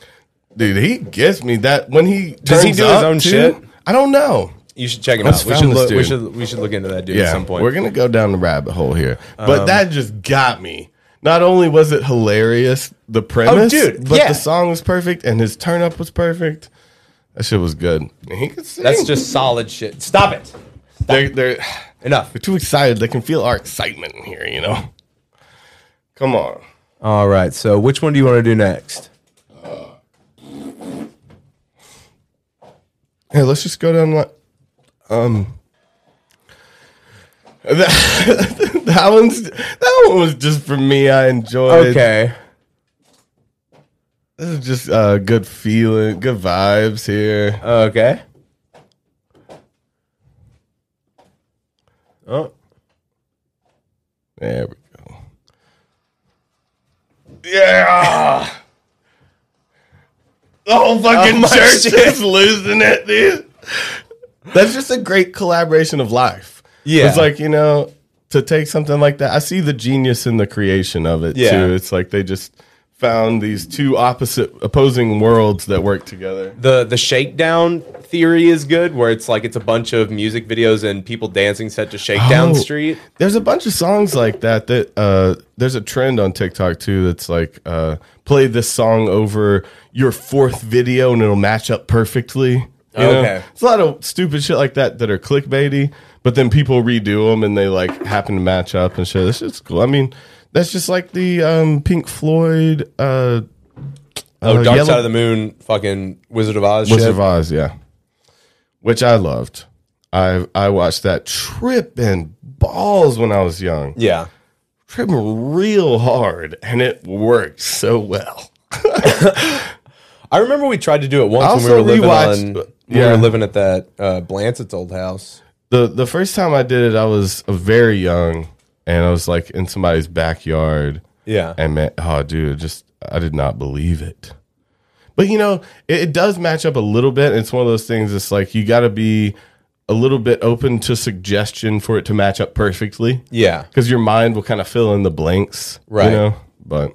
S3: Dude, he gets me that when he
S1: Does he
S3: turns
S1: do his
S3: up,
S1: own
S3: too,
S1: shit?
S3: I don't know.
S1: You should check him
S3: Let's
S1: out. We
S3: found
S1: should,
S3: this
S1: look, we
S3: dude.
S1: should we should look into that dude at some point. Um,
S3: We're gonna go down the rabbit hole here, but that just got me. Not only was it hilarious, the premise,
S1: Oh, dude,
S3: but
S1: yeah.
S3: the song was perfect and his turn up was perfect. That shit was good. And he could sing.
S1: That's just solid shit. Stop it.
S3: they're, they're
S1: Enough.
S3: they're too excited. They can feel our excitement in here. You know. Come on.
S1: All right. So which one do you want to do next?
S3: Hey, let's just go down. Like, um. That, *laughs* that one's that one was just for me. I enjoyed.
S1: Okay.
S3: This is just uh, good feeling, good vibes here.
S1: Okay. Oh.
S3: There we go. Yeah. Oh, The whole *laughs* fucking church is losing it, dude. That's just a great collaboration of life.
S1: Yeah.
S3: It's like, you know, to take something like that, I see the genius in the creation of it,
S1: Yeah.
S3: too. It's like they just found these two opposite, opposing worlds that work together.
S1: the the shakedown theory is good where it's like it's a bunch of music videos and people dancing set to shakedown
S3: Oh,
S1: street
S3: There's a bunch of songs like that that uh, there's a trend on TikTok too that's like uh, play this song over your fourth video and it'll match up perfectly. You know?
S1: Okay.
S3: It's a lot of stupid shit like that that are clickbaity, but then people redo them and they like happen to match up and shit. That's just cool. I mean, that's just like the um, Pink Floyd uh,
S1: oh
S3: uh,
S1: dark
S3: Yellow-
S1: side of the moon fucking wizard of oz
S3: Wizard
S1: shit.
S3: of Oz, yeah. Which I loved. I I watched that tripping balls when I was young
S1: yeah
S3: trim real hard and it worked so well.
S1: i remember we tried to do it once when
S3: I
S1: we were
S3: also
S1: living
S3: rewatched-
S1: on when we
S3: yeah.
S1: were living at that uh blancett's old house
S3: The the first time I did it, I was uh, very young and I was like in somebody's backyard
S1: Yeah.
S3: And man, oh, dude, just I did not believe it. But you know, it, it does match up a little bit. It's one of those things. It's like you got to be a little bit open to suggestion for it to match up perfectly.
S1: Yeah.
S3: because your mind will kind of fill in the blanks,
S1: Right.
S3: You know, but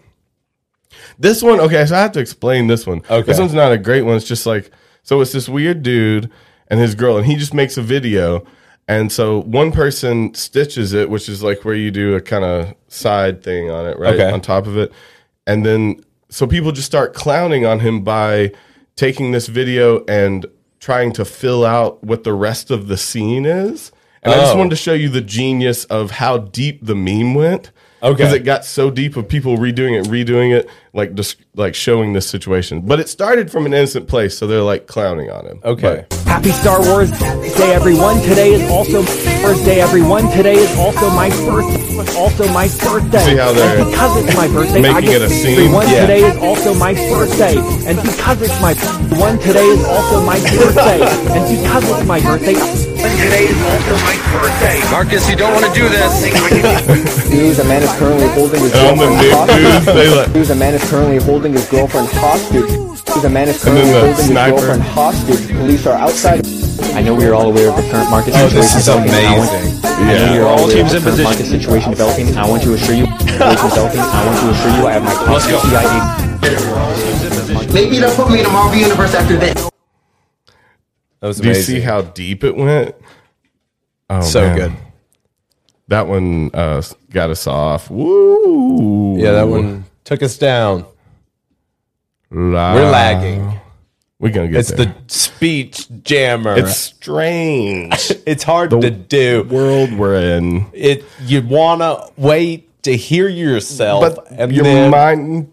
S3: this one, okay, so I have to explain this one.
S1: Okay.
S3: this one's not a great one. It's just like so. It's this weird dude and his girl, and he just makes a video, and so one person stitches it, which is like where you do a kind of side thing on it, right,
S1: Okay.
S3: on top of it, and then so people just start clowning on him by taking this video and trying to fill out what the rest of the scene is. And I just
S1: Oh.
S3: wanted to show you the genius of how deep the meme went.
S1: Okay.
S3: Because it got so deep of people redoing it, redoing it, like just like showing this situation. But it started from an innocent place, so they're like clowning on him.
S1: Okay.
S3: But-
S9: Happy Star Wars Day, everyone. Today is also birthday, everyone. Today is also my birthday. Also my birthday.
S3: See how they're
S9: and because it's my birthday, I
S3: making
S9: get
S3: it a scene?
S9: Everyone,
S1: Yeah.
S9: today is also my birthday. And because it's my one, today is also my birthday. and because it's my birthday, today is also my birthday.
S10: Marcus, you don't want to do this.
S11: News, a man is currently holding his
S3: and on the
S11: girlfriend
S3: nude dudes,
S11: hostage.
S3: they like
S11: News, a man is currently holding his girlfriend hostage. News, a man is
S3: And then
S11: currently
S3: the
S11: holding
S3: sniper.
S11: his girlfriend hostage. Police are outside. I know we are all aware of the current market
S3: Oh,
S11: situation. developing. I want- I know
S3: Yeah.
S11: we are all aware
S10: Teams
S11: of the
S10: in
S11: current
S10: position.
S11: market situation developing. I want to assure
S3: *laughs*
S11: you, situation developing. I want to assure you, I have my constant CID.
S10: Maybe they'll put me in the Marvel Universe after this.
S1: That was
S3: Do you
S1: amazing.
S3: see how deep it went? Oh,
S1: so
S3: man.
S1: good.
S3: That one uh, got us off. Woo!
S1: Yeah, that one took us down.
S3: La-
S1: We're lagging.
S3: We're gonna Ah. get
S1: It's
S3: there.
S1: the speech jammer.
S3: It's strange.
S1: *laughs* it's hard
S3: the
S1: to do.
S3: world we're in.
S1: It you wanna wait to hear yourself,
S3: but
S1: and
S3: your
S1: then *laughs*
S3: mind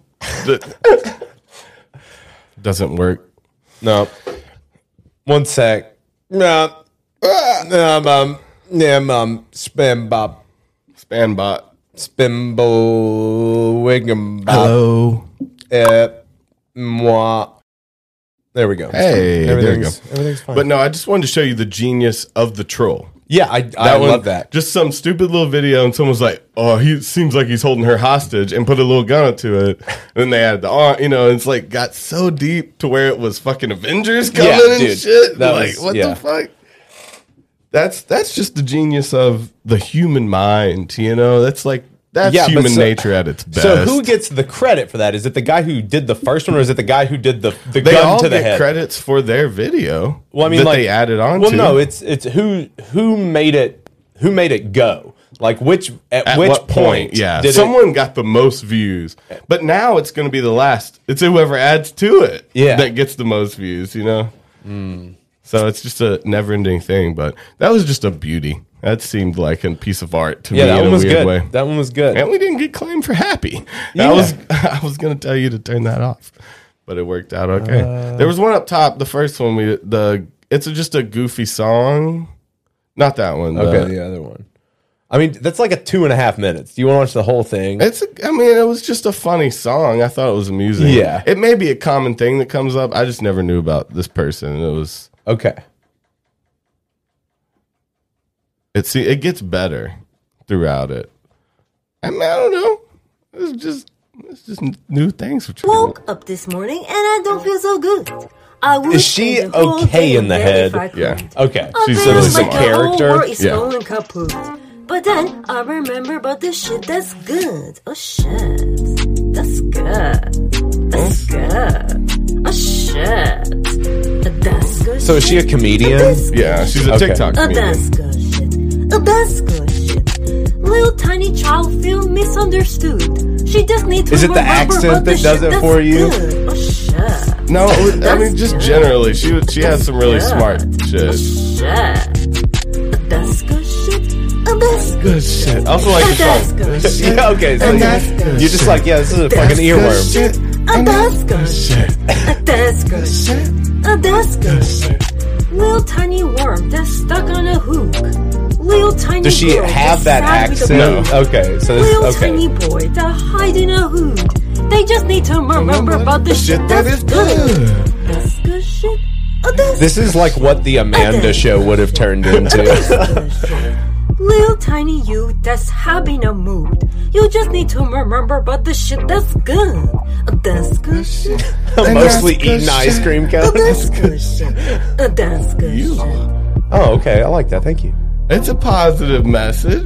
S3: the- doesn't work.
S1: no. One sec. No, um, um, um, um, spin bop,
S3: Spanbot.
S1: spimbo, wiggum bop,
S3: Hello.
S1: eh, moi. There we go.
S3: Hey, there we go.
S1: everything's, everything's fine.
S3: But no, I just wanted to show you the genius of the troll.
S1: yeah, I, I
S3: That one-
S1: love that.
S3: Just some stupid little video, and someone's like, "Oh, he seems like he's holding her hostage," and put a little gun up to it. And then they added the arm. You know, it's like got so deep to where it was fucking Avengers coming
S1: Yeah,
S3: and
S1: dude.
S3: shit.
S1: That
S3: like,
S1: was-
S3: what
S1: yeah.
S3: the fuck? That's that's just the genius of the human mind. You know, that's like that's
S1: Yeah, but
S3: human
S1: so-
S3: nature at its best.
S1: So who gets the credit for that? Is it the guy who did the first one, or is it the guy who did the the
S3: they
S1: gun
S3: all
S1: to the
S3: get
S1: head?
S3: credits for their video.
S1: Well, I mean,
S3: that
S1: like
S3: they added on.
S1: Well,
S3: to.
S1: no, it's it's who who made it who made it go. Like which at,
S3: At
S1: which
S3: what point?
S1: point?
S3: Yeah,
S1: did someone.
S3: someone got the most views, but now it's going to be the last. It's whoever adds to it
S1: Yeah.
S3: that gets the most views. You know, so it's just a never-ending thing. But that was just a beauty. That seemed like a piece of art to
S1: yeah,
S3: me
S1: that
S3: in
S1: one
S3: a
S1: was
S3: weird
S1: good.
S3: way.
S1: That one was good.
S3: and we didn't get claimed for happy.
S1: Yeah.
S3: I was *laughs* I was going to tell you to turn that off, but it worked out okay. there was one up top. The first one we the it's just a goofy song. Not that one.
S1: okay,
S3: the-
S1: the other one. I mean, that's like a two and a half minutes. Do you want to watch the whole thing?
S3: It's, a, I mean, it was just a funny song. I thought it was amusing.
S1: Yeah.
S3: It may be a common thing that comes up. I just never knew about this person. It was,
S1: okay.
S3: it, see, it gets better throughout it. I mean, I don't know. It's just, it's just new things. Which
S12: woke up this morning and I don't feel so good. I would
S1: Is she
S12: change the whole
S1: okay
S12: thing
S1: in the
S12: already
S1: head?
S12: if I could.
S3: Yeah.
S1: Okay.
S12: I
S3: She's
S12: feel
S3: this is
S12: Oh,
S3: some
S12: like the whole
S1: character?
S12: world is
S3: Yeah.
S12: going kaput. But then I remember about the shit that's good. Oh shit. That's good. That's good. Oh shit. That's good.
S1: So is she a
S12: shit.
S1: comedian?
S12: That's good
S3: Yeah. She's a
S1: Okay.
S3: TikTok
S12: a
S3: comedian.
S12: that's good shit. A that's good shit. Little tiny child feel misunderstood. She just needs to
S1: Is it the
S12: remember
S1: accent
S12: about the
S1: that does
S12: shit
S1: it for
S12: that's
S1: you?
S12: good. Oh, shit.
S3: No, it was- I mean, just generally, she was- she had some really smart shit.
S12: Shit. A that's good shit. A that's good.
S3: Good shit. I also like
S12: A
S3: the
S12: Oh, that's
S3: song.
S12: good. Oh, shit.
S1: *laughs* yeah. Okay. So
S3: And that's
S1: you're,
S3: good
S1: you're just like, yeah, this is a fucking earworm.
S12: A that's good shit. A that's good shit. A that's good shit. Little tiny worm that's stuck on a hook. Little tiny
S1: Does she
S12: girl
S1: have
S12: that's
S1: that
S12: sad with a
S1: accent?
S12: boo.
S1: Okay. So
S12: Little
S1: this
S12: tiny
S1: okay.
S12: boy that hide in a hood. They just need to remember about the shit that's good. That's good shit. Oh, that's
S1: This is like what the Amanda show would have turned into.
S12: good shit. Little tiny you that's having a mood. You just need to remember about the shit that's good. Uh, That's good shit.
S1: Mostly eating ice cream cone. *laughs*
S12: Uh, That's good shit.
S1: oh, okay. I like that. Thank you.
S3: It's a positive message.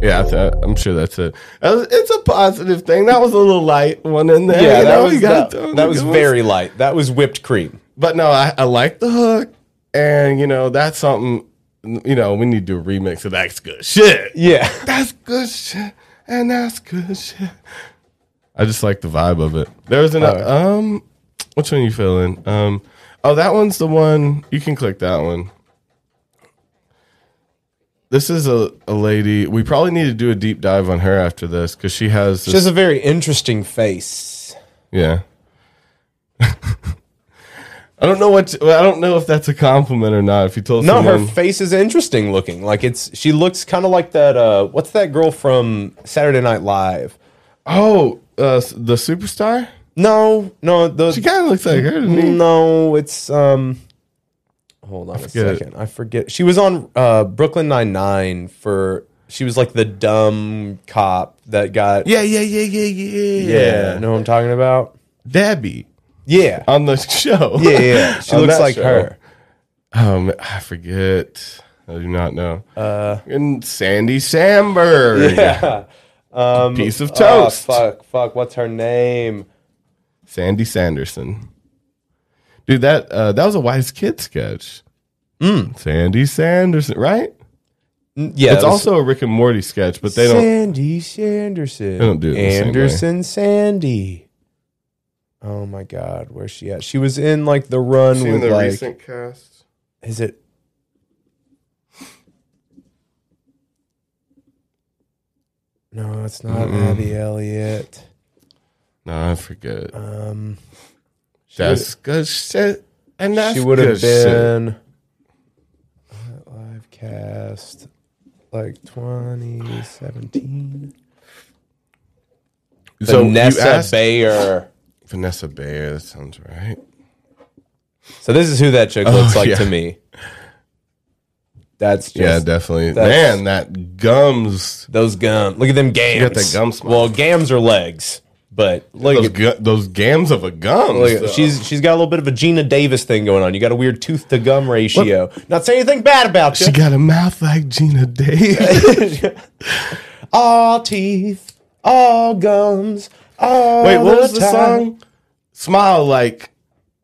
S3: Yeah, I th- I'm sure that's it. That was- It's a positive thing. That was a little light one in *laughs* there.
S1: yeah,
S3: you
S1: that
S3: know,
S1: was
S3: you gotta
S1: that,
S3: throw in
S1: that
S3: the
S1: was
S3: good ones.
S1: very light. That was whipped cream.
S3: But no, I, I like the hook, and you know that's something. You know we need to do a remix of that's good shit.
S1: Yeah,
S3: that's good shit, and that's good shit. I just like the vibe of it. There was an
S1: Alright.
S3: um, which one you feeling? Um, oh that one's the one you can click that one. This is a, a lady. We probably need to do a deep dive on her after this because she has
S1: She has a very interesting face.
S3: yeah. I don't know what I don't know if that's a compliment or not. If you told
S1: No, her
S3: someone,
S1: face is interesting looking. Like it's she looks kind of like that. Uh, what's that girl from Saturday Night Live?
S3: Oh, uh, the superstar.
S1: No, no, the, she
S3: kind of looks like her to me.
S1: No, it's um. Hold on a
S3: forget it.
S1: second. I forget. She was on uh, Brooklyn Nine Nine for. She was like the dumb cop that got.
S3: yeah, yeah, yeah, yeah, yeah,
S1: yeah. Know what I'm talking about?
S3: Debbie.
S1: Yeah,
S3: on the show.
S1: Yeah,
S3: *laughs*
S1: yeah. She
S3: On
S1: looks
S3: that
S1: like her.
S3: Um, I forget. I do not know. Uh, and Sandy Samberg.
S1: *laughs* Yeah. Um,
S3: Piece of
S1: ah,
S3: toast.
S1: fuck, fuck. What's her name?
S3: Sandy Sanderson. Dude, that uh, that was a wise kid sketch. Sandy Sanderson, right?
S1: Mm. yeah,
S3: it's
S1: it was-
S3: also a Rick and Morty sketch, but they don't.
S1: Sandy Sanderson.
S3: They don't do it the same way.
S1: Anderson Sandy. Oh my God, where's she at? She was in like the run
S3: Seen
S1: with
S3: the
S1: like.
S3: recent cast.
S1: Is it? No, it's not
S3: Mm-mm.
S1: Abby Elliott.
S3: No, I forget.
S1: Um, she
S3: that's good shit, and that's
S1: she would have
S3: good shit.
S1: been live cast like 2017. Vanessa
S3: you asked-
S1: Bayer.
S3: Vanessa Bayer, that sounds right.
S1: So this is who that chick
S3: Oh,
S1: looks like
S3: yeah.
S1: to me. That's just,
S3: yeah, definitely.
S1: that's-
S3: Man, that gums.
S1: Those gums. Look at them gams.
S3: You got that gum smile.
S1: Well, gams are legs, but look
S3: Those,
S1: at
S3: gu- those gams of a gum.
S1: Look, at- she's she's got a little bit of a Gina Davis thing going on. You got a weird tooth to gum ratio. Not saying anything bad about you.
S3: she got a mouth like Gina Davis.
S1: *laughs* all teeth, all gums, all
S3: Wait, what was
S1: the
S3: the
S1: time.
S3: song? Smile like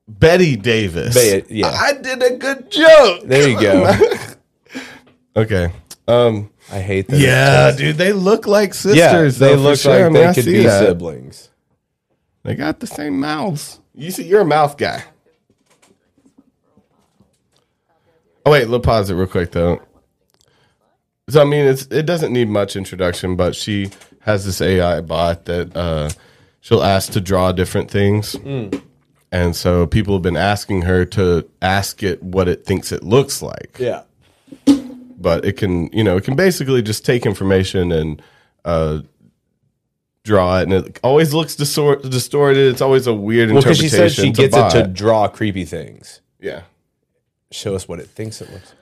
S3: Betty Davis. Ah,
S1: Ba- yeah.
S3: I did a good joke.
S1: There you *laughs* go.
S3: Okay. Um.
S1: I hate that.
S3: Yeah, dude, they look like sisters.
S1: Yeah, they
S3: though, for
S1: look
S3: sure.
S1: like
S3: I mean,
S1: they
S3: I
S1: could
S3: see
S1: be
S3: that.
S1: siblings.
S3: They got the same mouths. You see, you're a mouth guy. Oh wait, let's pause it real quick though. So I mean, it's it doesn't need much introduction, but she has this AI bot that uh, she'll ask to draw different things,
S1: Mm.
S3: and so people have been asking her to ask it what it thinks it looks like.
S1: Yeah.
S3: But it can, you know, it can basically just take information and uh, draw it, and it always looks distor- distorted. It's always a weird
S1: Well, because she
S3: interpretation.
S1: says she
S3: It's a
S1: gets it to
S3: bot.
S1: draw creepy things.
S3: Yeah.
S1: Show us what it thinks it looks.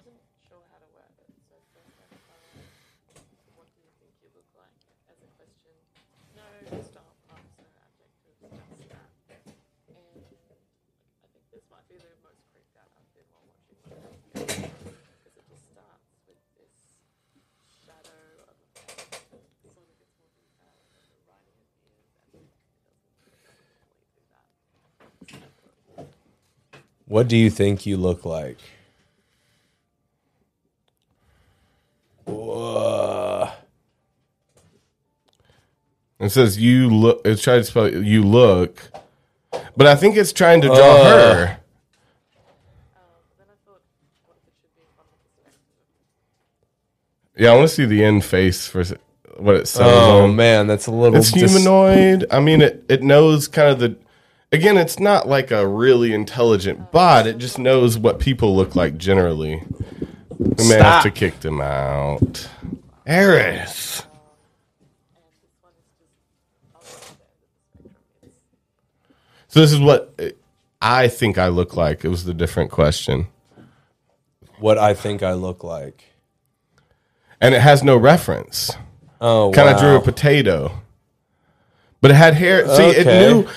S1: What do you think you look like?
S3: Uh.
S1: Whoa.
S3: It says you look. It's trying to spell you look, but I think it's trying to draw
S1: Uh.
S3: her. Yeah, I want to see the end face for s- what it says.
S1: Oh
S3: on.
S1: man, that's a little.
S3: it's
S1: dis-
S3: humanoid. I mean, it it knows kind of the. Again, it's not like a really intelligent bot. It just knows what people look like generally. We may have
S1: Stop.
S3: to kick them out. Eris. So this is what uh, I think I look like. It was the different question.
S1: What I think I look like.
S3: and it has no reference.
S1: Oh,
S3: kind of
S1: wow.
S3: drew a potato, but it had hair. See, it
S1: Okay.
S3: knew.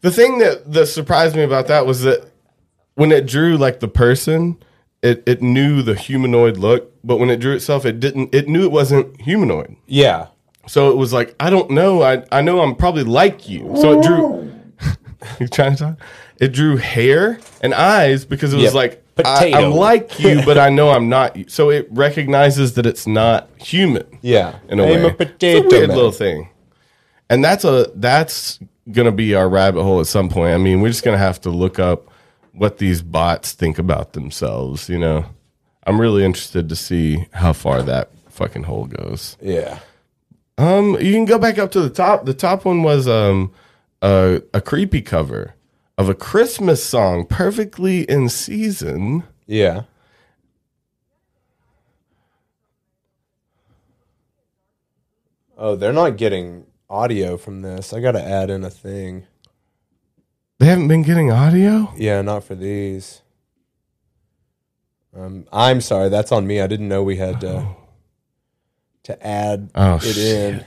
S3: The thing that that surprised me about that was that when it drew like the person, it it knew the humanoid look, but when it drew itself, it didn't. It knew it wasn't humanoid.
S1: Yeah.
S3: So it was like, I don't know. I I know I'm probably like you. So it drew. *laughs* you trying to talk? It drew hair and eyes because it was
S1: Yeah,
S3: like I,
S1: potato.
S3: I'm like you, but
S1: *laughs*
S3: I know I'm not. you. So it recognizes that it's not human.
S1: Yeah.
S3: in a
S1: I'm
S3: way,
S1: a potato
S3: it's a weird
S1: man.
S3: little thing. And that's a that's gonna be our rabbit hole at some point. I mean, we're just gonna have to look up what these bots think about themselves. You know, I'm really interested to see how far that fucking hole goes.
S1: Yeah.
S3: Um, you can go back up to the top. The top one was um a a creepy cover of a Christmas song, perfectly in season.
S1: Yeah. Oh, they're not getting audio from this. I got to add in a thing.
S3: They haven't been getting audio.
S1: Yeah, not for these. Um, I'm sorry, that's on me. I didn't know we had uh, to add
S3: Oh,
S1: it in.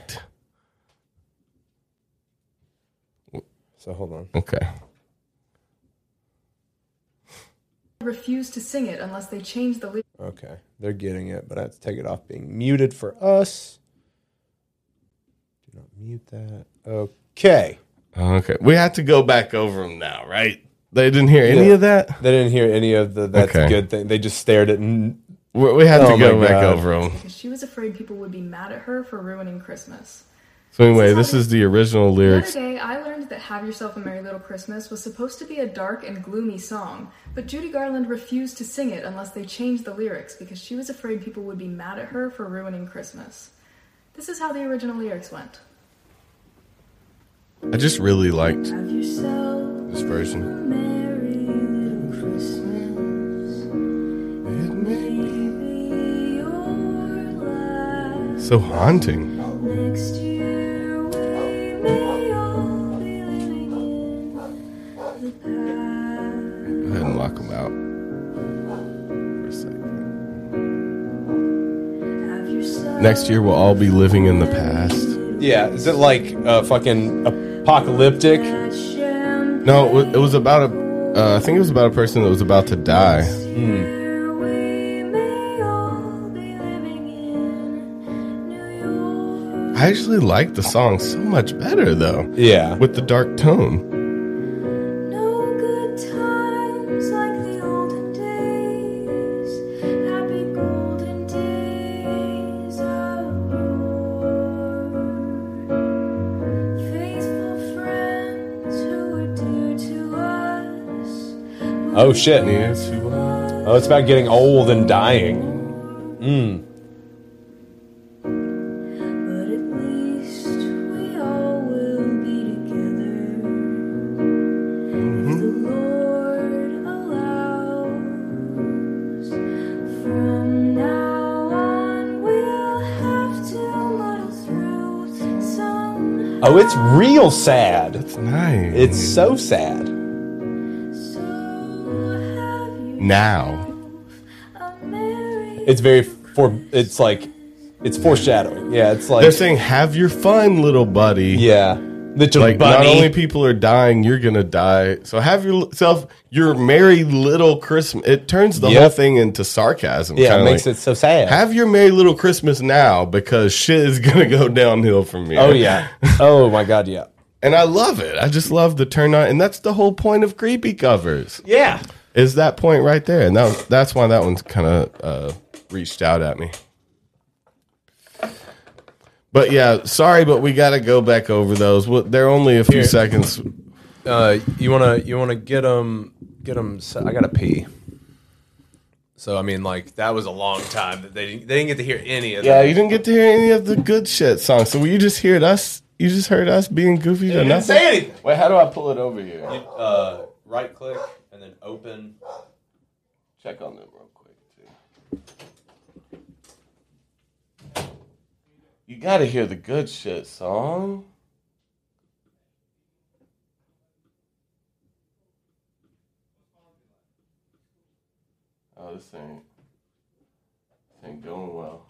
S1: So hold on.
S3: Okay.
S13: refuse to sing it unless they change the lyrics.
S1: Okay, they're getting it, but I have to take it off being muted for us. Do not mute that. Okay.
S3: Okay, we have to go back over them now, right? They didn't hear any
S1: Yeah.
S3: of that.
S1: They didn't hear any of the that's
S3: Okay.
S1: good thing. They just stared at. N- Oh
S3: We, we had to go back over 'em.
S13: Because she was afraid people would be mad at her for ruining Christmas.
S3: So anyway, this is the original
S13: The
S3: lyrics.
S13: other day, I learned that Have Yourself a Merry Little Christmas was supposed to be a dark and gloomy song, but Judy Garland refused to sing it unless they changed the lyrics because she was afraid people would be mad at her for ruining Christmas. This is how the original lyrics went.
S3: I just really liked
S13: yourself
S3: this version. So haunting. Go ahead and lock them out. For a second. Next year, we'll all be living in the past.
S1: Yeah, is it like uh, fucking apocalyptic?
S3: No, it wa- it was about a. Uh, I think it was about a person that was about to die. I actually like the song so much better though.
S1: Yeah,
S3: with the dark tone.
S1: Oh shit. Oh, it's about getting old and dying. Mm. Oh, it's real sad. It's
S3: nice.
S1: It's so sad.
S3: Now.
S1: It's very for. It's like, it's foreshadowing. Yeah, it's like
S3: They're saying, "Have your fun, little buddy."
S1: Yeah, little
S3: like not
S1: buddy.
S3: only people are dying, you're gonna die. So have yourself your merry little Christmas. It turns the
S1: Yep.
S3: whole thing into sarcasm.
S1: Yeah, it
S3: kinda
S1: makes
S3: like,
S1: it so sad.
S3: Have your merry little Christmas now because shit is *laughs* gonna go downhill from here.
S1: Oh, yeah. Oh my god, yeah.
S3: *laughs* And I love it. I just love the turn on, and that's the whole point of creepy covers.
S1: Yeah.
S3: is that point right there, and that, that's why that one's kind of uh, reached out at me. But yeah, sorry, but we got to go back over those. Well, they're only a few
S1: Here.
S3: seconds.
S1: Uh, you wanna you wanna get them get them. I gotta pee. So I mean, like that was a long time that they didn't, they didn't get to hear any of
S3: Yeah,
S1: that.
S3: you didn't get to hear any of the good shit songs. So you just heard us. You just heard us being goofy
S1: Yeah, you
S3: to
S1: didn't
S3: nothing.
S1: say anything.
S3: Wait, how do I pull it over here?
S1: uh, right click and then open.
S3: Check on them real quick. You got to hear the good shit song. Oh, this ain't, this ain't going well.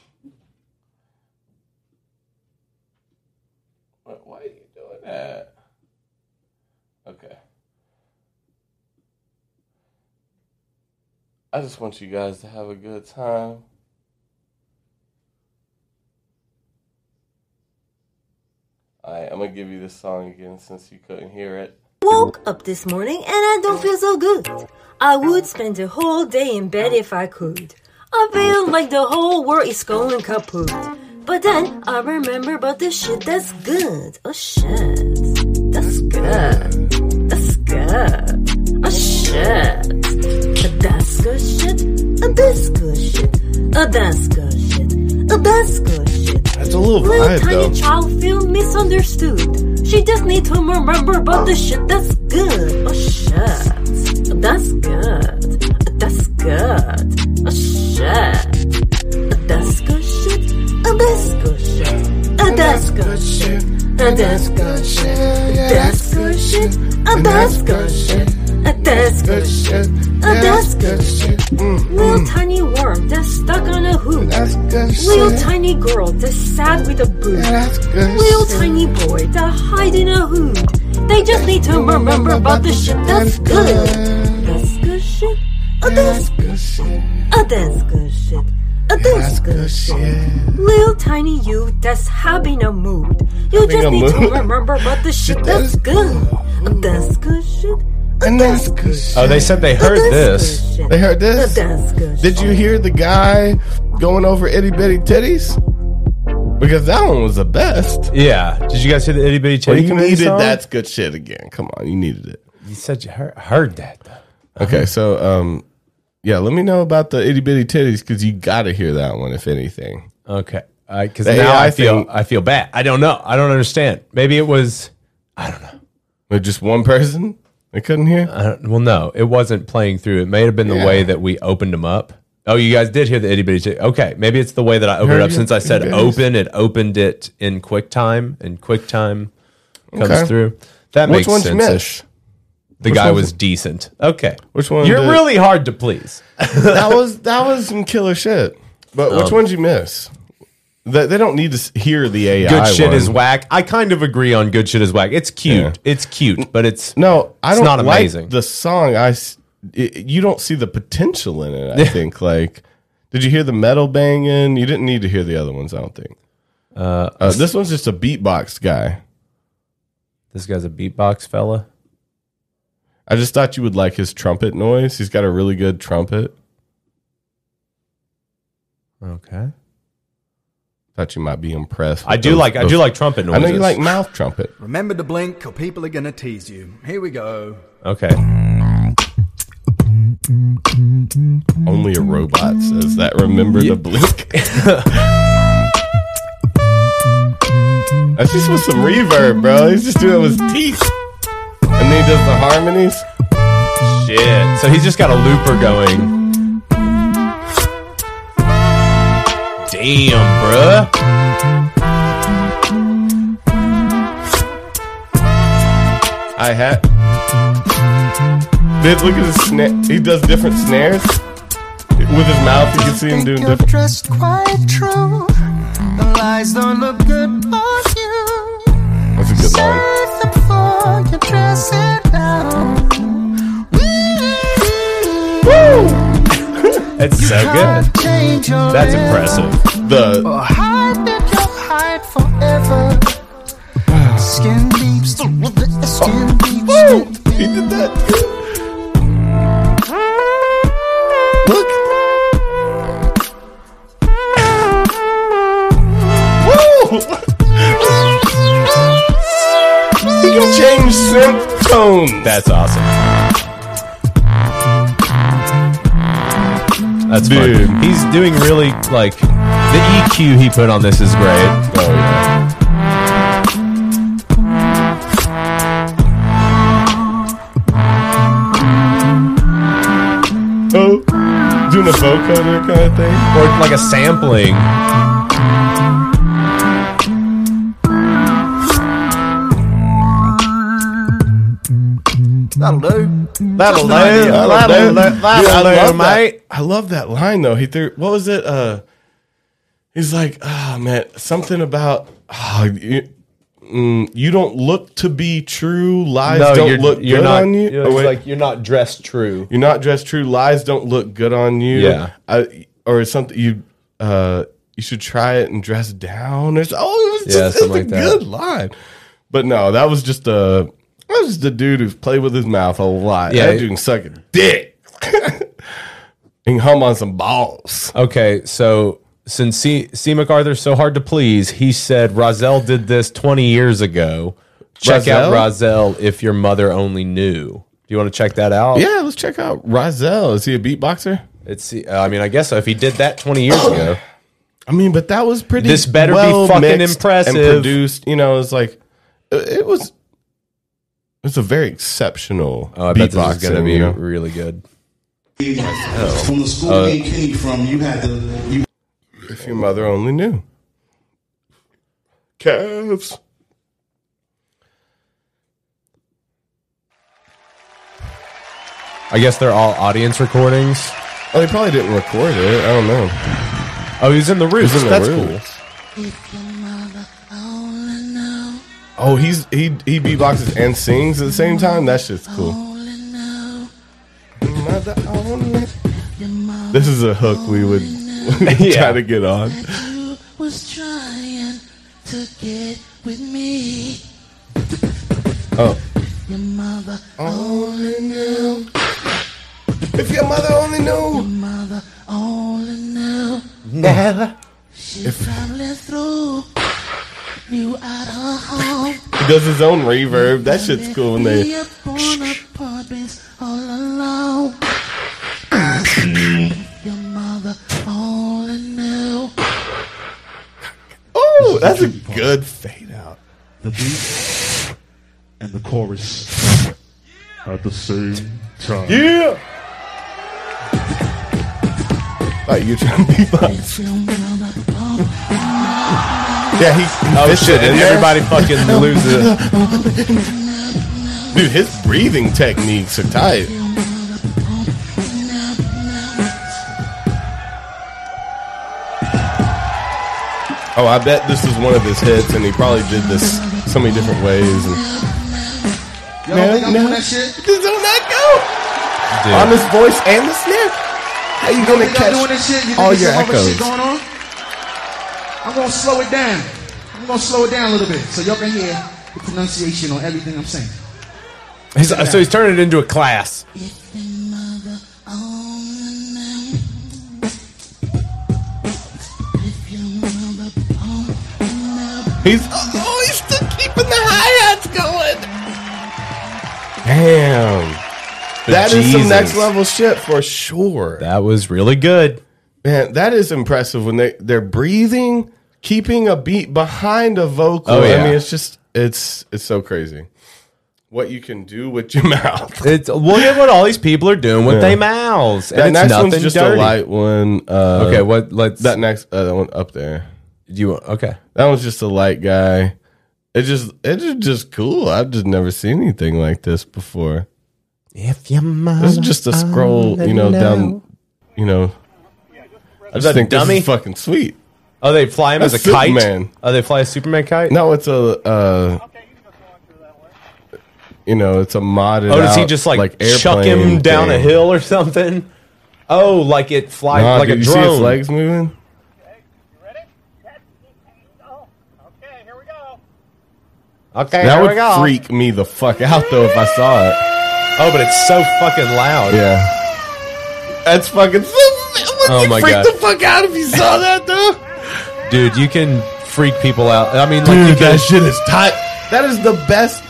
S3: Wait, why are you doing that? Okay. I just want you guys to have a good time. Alright, I'm gonna give you this song again since you couldn't hear it.
S12: Woke up this morning and I don't feel so good. I would spend the whole day in bed if I could. I feel like the whole world is going kaput. But then I remember about the shit that's good. Oh shit. That's good. That's good. Oh shit. That's good shit. Oh, That's good shit. Oh, That's good shit. Oh, That's good shit.
S3: That's a little
S12: Little
S3: vibe
S12: tiny
S3: though.
S12: child feel misunderstood. She just need to remember about the shit that's good. Oh shit, that's good. That's good. Oh shit, that's good shit. Oh, that's good shit. Oh, that's good shit. Oh, that's good shit. That's good shit. Oh, that's good shit. Oh, That's good shit. Oh, That's good shit. Mm. Little tiny worm that's stuck on a hoop. Little tiny girl that's sad with a boot. Little tiny boy that hide in a hood. They just need to remember about the shit that's good. That's good shit. Oh, that's good shit. Oh, that's good shit. Oh, that's good shit. Little tiny you that's happy in a mood. You
S3: Having
S12: just
S3: a
S12: need to
S3: mood?
S12: remember about the shit that's good. Oh, that's good shit. And that's good shit.
S1: Oh, they said they heard this.
S3: They heard this? Did you hear the guy going over itty bitty titties? Because that one was the best.
S1: Yeah. Did you guys hear the itty bitty
S3: Well,
S1: titty?
S3: you
S1: Committee
S3: needed
S1: song?
S3: that's good shit again. Come on, you needed it.
S1: You said you heard, heard that. Uh-huh.
S3: Okay, so um, yeah, let me know about the itty bitty titties because you got to hear that one if anything.
S1: Okay, because
S3: The
S1: now
S3: AI
S1: I feel
S3: thing-
S1: I feel bad. I don't know. I don't understand. Maybe it was
S3: But just one person they couldn't hear.
S1: I don't, well, no, it wasn't playing through. It may have been the
S3: Yeah.
S1: way that we opened them up. Oh, you guys did hear the itty bitty. T- okay, maybe it's the way that I opened it
S3: Heard
S1: up.
S3: you.
S1: Since I said
S3: Itty bitties.
S1: open, it opened it in QuickTime, and QuickTime comes
S3: Okay.
S1: through. That
S3: Which
S1: makes
S3: one's
S1: sense.
S3: Mitch?
S1: The
S3: Which
S1: guy
S3: one's-
S1: was decent. Okay,
S3: Which one
S1: You're
S3: did-
S1: really hard to please. *laughs*
S3: that was that was some killer shit. But which
S1: Um,
S3: ones you miss? They, they don't need to s- hear the AI.
S1: Good shit
S3: one.
S1: is whack. I kind of agree on good shit is whack. It's cute. It's cute, but it's
S3: no. I
S1: it's
S3: don't
S1: not
S3: like
S1: amazing.
S3: the song. I s- it- you don't see the potential in it. I think like. Did you hear the metal banging? You didn't need to hear the other ones. I don't think.
S1: Uh,
S3: Uh, this one's just a beatbox guy.
S1: This guy's a beatbox fella.
S3: I just thought you would like his trumpet noise. He's got a really good trumpet.
S1: Okay.
S3: Thought you might be impressed.
S1: I
S3: with
S1: do like- I do like trumpet
S3: I know you
S1: noises.
S3: like mouth trumpet.
S14: Remember to blink or people are going to tease you. Here we go.
S1: Okay.
S3: Only a robot says that. Remember the blink. *laughs* That's just with some reverb, bro. He's just doing it with his teeth. And then he does the harmonies.
S1: Shit. So he's just got a looper going. Damn, bruh.
S3: I hat. Bitch, look at his snare. He does different snares. With his mouth, you can see him doing
S15: You're
S3: different.
S15: dressed quite true. The lies don't look good for you.
S3: That's a good line.
S15: Save them for your dressing down.
S1: It's so good.
S15: Change your
S1: That's
S15: lips
S1: impressive.
S15: Or
S3: The
S15: hide that you'll hide forever. Skin deep, st- skin deep.
S3: He did that. Look. Woo! he can change synth tones.
S1: That's awesome. That's
S3: Dude.
S1: fun. He's doing really like the EQ he put on this is great.
S3: Oh, yeah. Oh, doing a vocoder kind of thing.
S1: Or like a sampling.
S14: That'll do.
S3: That'll
S14: Just an
S3: do.
S14: idea.
S1: That'll
S3: That'll do.
S1: do.
S3: Dude, I
S1: That'll
S3: love
S1: do,
S3: that-
S1: mate.
S3: I love that line though. He threw. What was it? Uh, he's like, ah, man, something about. ah, you- mm, you don't look to be true. Lies don't
S1: you're-
S3: look
S1: you're
S3: good
S1: not-
S3: on you.
S1: you're-
S3: Oh,
S1: it's
S3: wait.
S1: like you're not dressed true.
S3: You're not dressed true. Lies don't look good on you.
S1: Yeah.
S3: I, or something you uh you should try it and dress down. It's oh it's,
S1: Yeah,
S3: just, it's a
S1: something like that.
S3: good line. But no, that was just a that was just a dude who's played with his mouth a lot.
S1: Yeah.
S3: Yeah, that dude can suck a dick. *laughs* and hum on some balls.
S1: Okay, so since C. C. MacArthur's so hard to please, he said Rozelle did this 20 years ago. Check out Rozelle if your mother only knew. Do you want to check that out?
S3: Yeah, let's check out Rozelle. Is he a beatboxer?
S1: It's. uh, I mean, I guess so. If he did that 20 years ago,
S3: I mean, but that was Oh. pretty.
S1: This better be
S3: well
S1: fucking
S3: mixed and
S1: impressive.
S3: produced, you know, it's like it it was. It's a very exceptional.
S1: oh, I bet this is going to
S3: beatboxing,
S1: be
S3: you know?
S1: really good. Oh.
S4: From the school
S3: Uh,
S4: they came from, you had to. You,
S3: If your mother only knew. Calves.
S1: I guess they're all audience recordings.
S3: Oh, they probably didn't record it. I don't know.
S1: Oh, he's in the roots.
S3: He's in the
S1: That's
S3: Roots. Oh, he's he he beatboxes and sings at the same time. That shit's cool. This is a hook
S1: *laughs*
S3: we would *laughs* try to get on.
S15: Was trying to get with me.
S3: Oh,
S15: Your mother only knew.
S3: If your mother only knew. Your
S15: mother only knew.
S3: Never.
S15: She probably threw you out of home.
S3: he does his own reverb. That shit's cool. When
S15: Be
S3: they
S15: up on a province all alone. Your mother only knew.
S3: oh, that's a good fade out.
S16: The beat and the chorus at the same time.
S3: Yeah. Like you trying to beatbox? Yeah, he.
S1: Oh
S3: fits it
S1: shit!
S3: in
S1: And
S3: there.
S1: everybody fucking loses.
S3: *laughs*
S1: it.
S3: Dude, his breathing techniques are tight. Oh, I bet this is one of his hits, and he probably did this so many different ways. And
S4: Yo,
S3: No,
S4: they not
S3: no.
S4: doing that shit.
S3: Just don't let go. on his voice and the snare. How you gonna
S4: Y'all
S3: catch
S4: doing this shit? You think
S3: all
S4: there's
S3: your
S4: some other
S3: echoes?
S4: Shit going on? I'm gonna slow it down. I'm gonna slow it down a little bit so y'all can hear the pronunciation on everything I'm saying.
S1: He's, uh, so he's turning it into a class.
S3: He's
S15: Oh, he's still keeping the hi hats going.
S3: damn.
S1: The
S3: That is some
S1: Jesus.
S3: next level shit for sure.
S1: That was really good.
S3: Man, that is impressive when they they're breathing, keeping a beat behind a vocal.
S1: Oh, yeah.
S3: I mean, it's just it's it's so crazy what you can do with your *laughs* mouth.
S1: It's look at what all these people are doing with
S3: Yeah.
S1: their mouths, and
S3: that
S1: it's
S3: next
S1: nothing
S3: one's just
S1: dirty.
S3: a light one. Uh,
S1: Okay, what- let's-
S3: that next uh, that one up there.
S1: Do you want- okay?
S3: That one's just a light guy. It just it is just cool. I've just never seen anything like this before.
S1: If your mother,
S3: This is just a scroll,
S1: Uh,
S3: you know, down, you know. I
S1: Is
S3: just
S1: that
S3: think
S1: dummy?
S3: this is fucking sweet.
S1: Oh, they fly him
S3: That's
S1: as a kite.
S3: Superman.
S1: Oh, they fly a Superman kite.
S3: No, it's a. Uh, you know, it's a modded.
S1: oh, does he
S3: out,
S1: just like, chuck him
S3: airplane
S1: down a
S3: thing.
S1: hill or something? Oh, like it flies
S3: Nah,
S1: like
S3: dude,
S1: a
S3: you
S1: drone.
S3: See his legs moving.
S1: Okay,
S3: that
S1: here
S3: would
S1: we go.
S3: freak me the fuck out though if I saw it.
S1: Oh, but it's so fucking loud.
S3: Yeah, that's fucking.
S1: Oh
S3: you
S1: my
S3: freak
S1: God.
S3: the fuck out if you saw that though.
S1: dude, you can freak people out. I mean, like
S3: Dude,
S1: you can,
S3: that shit is tight. That is the best.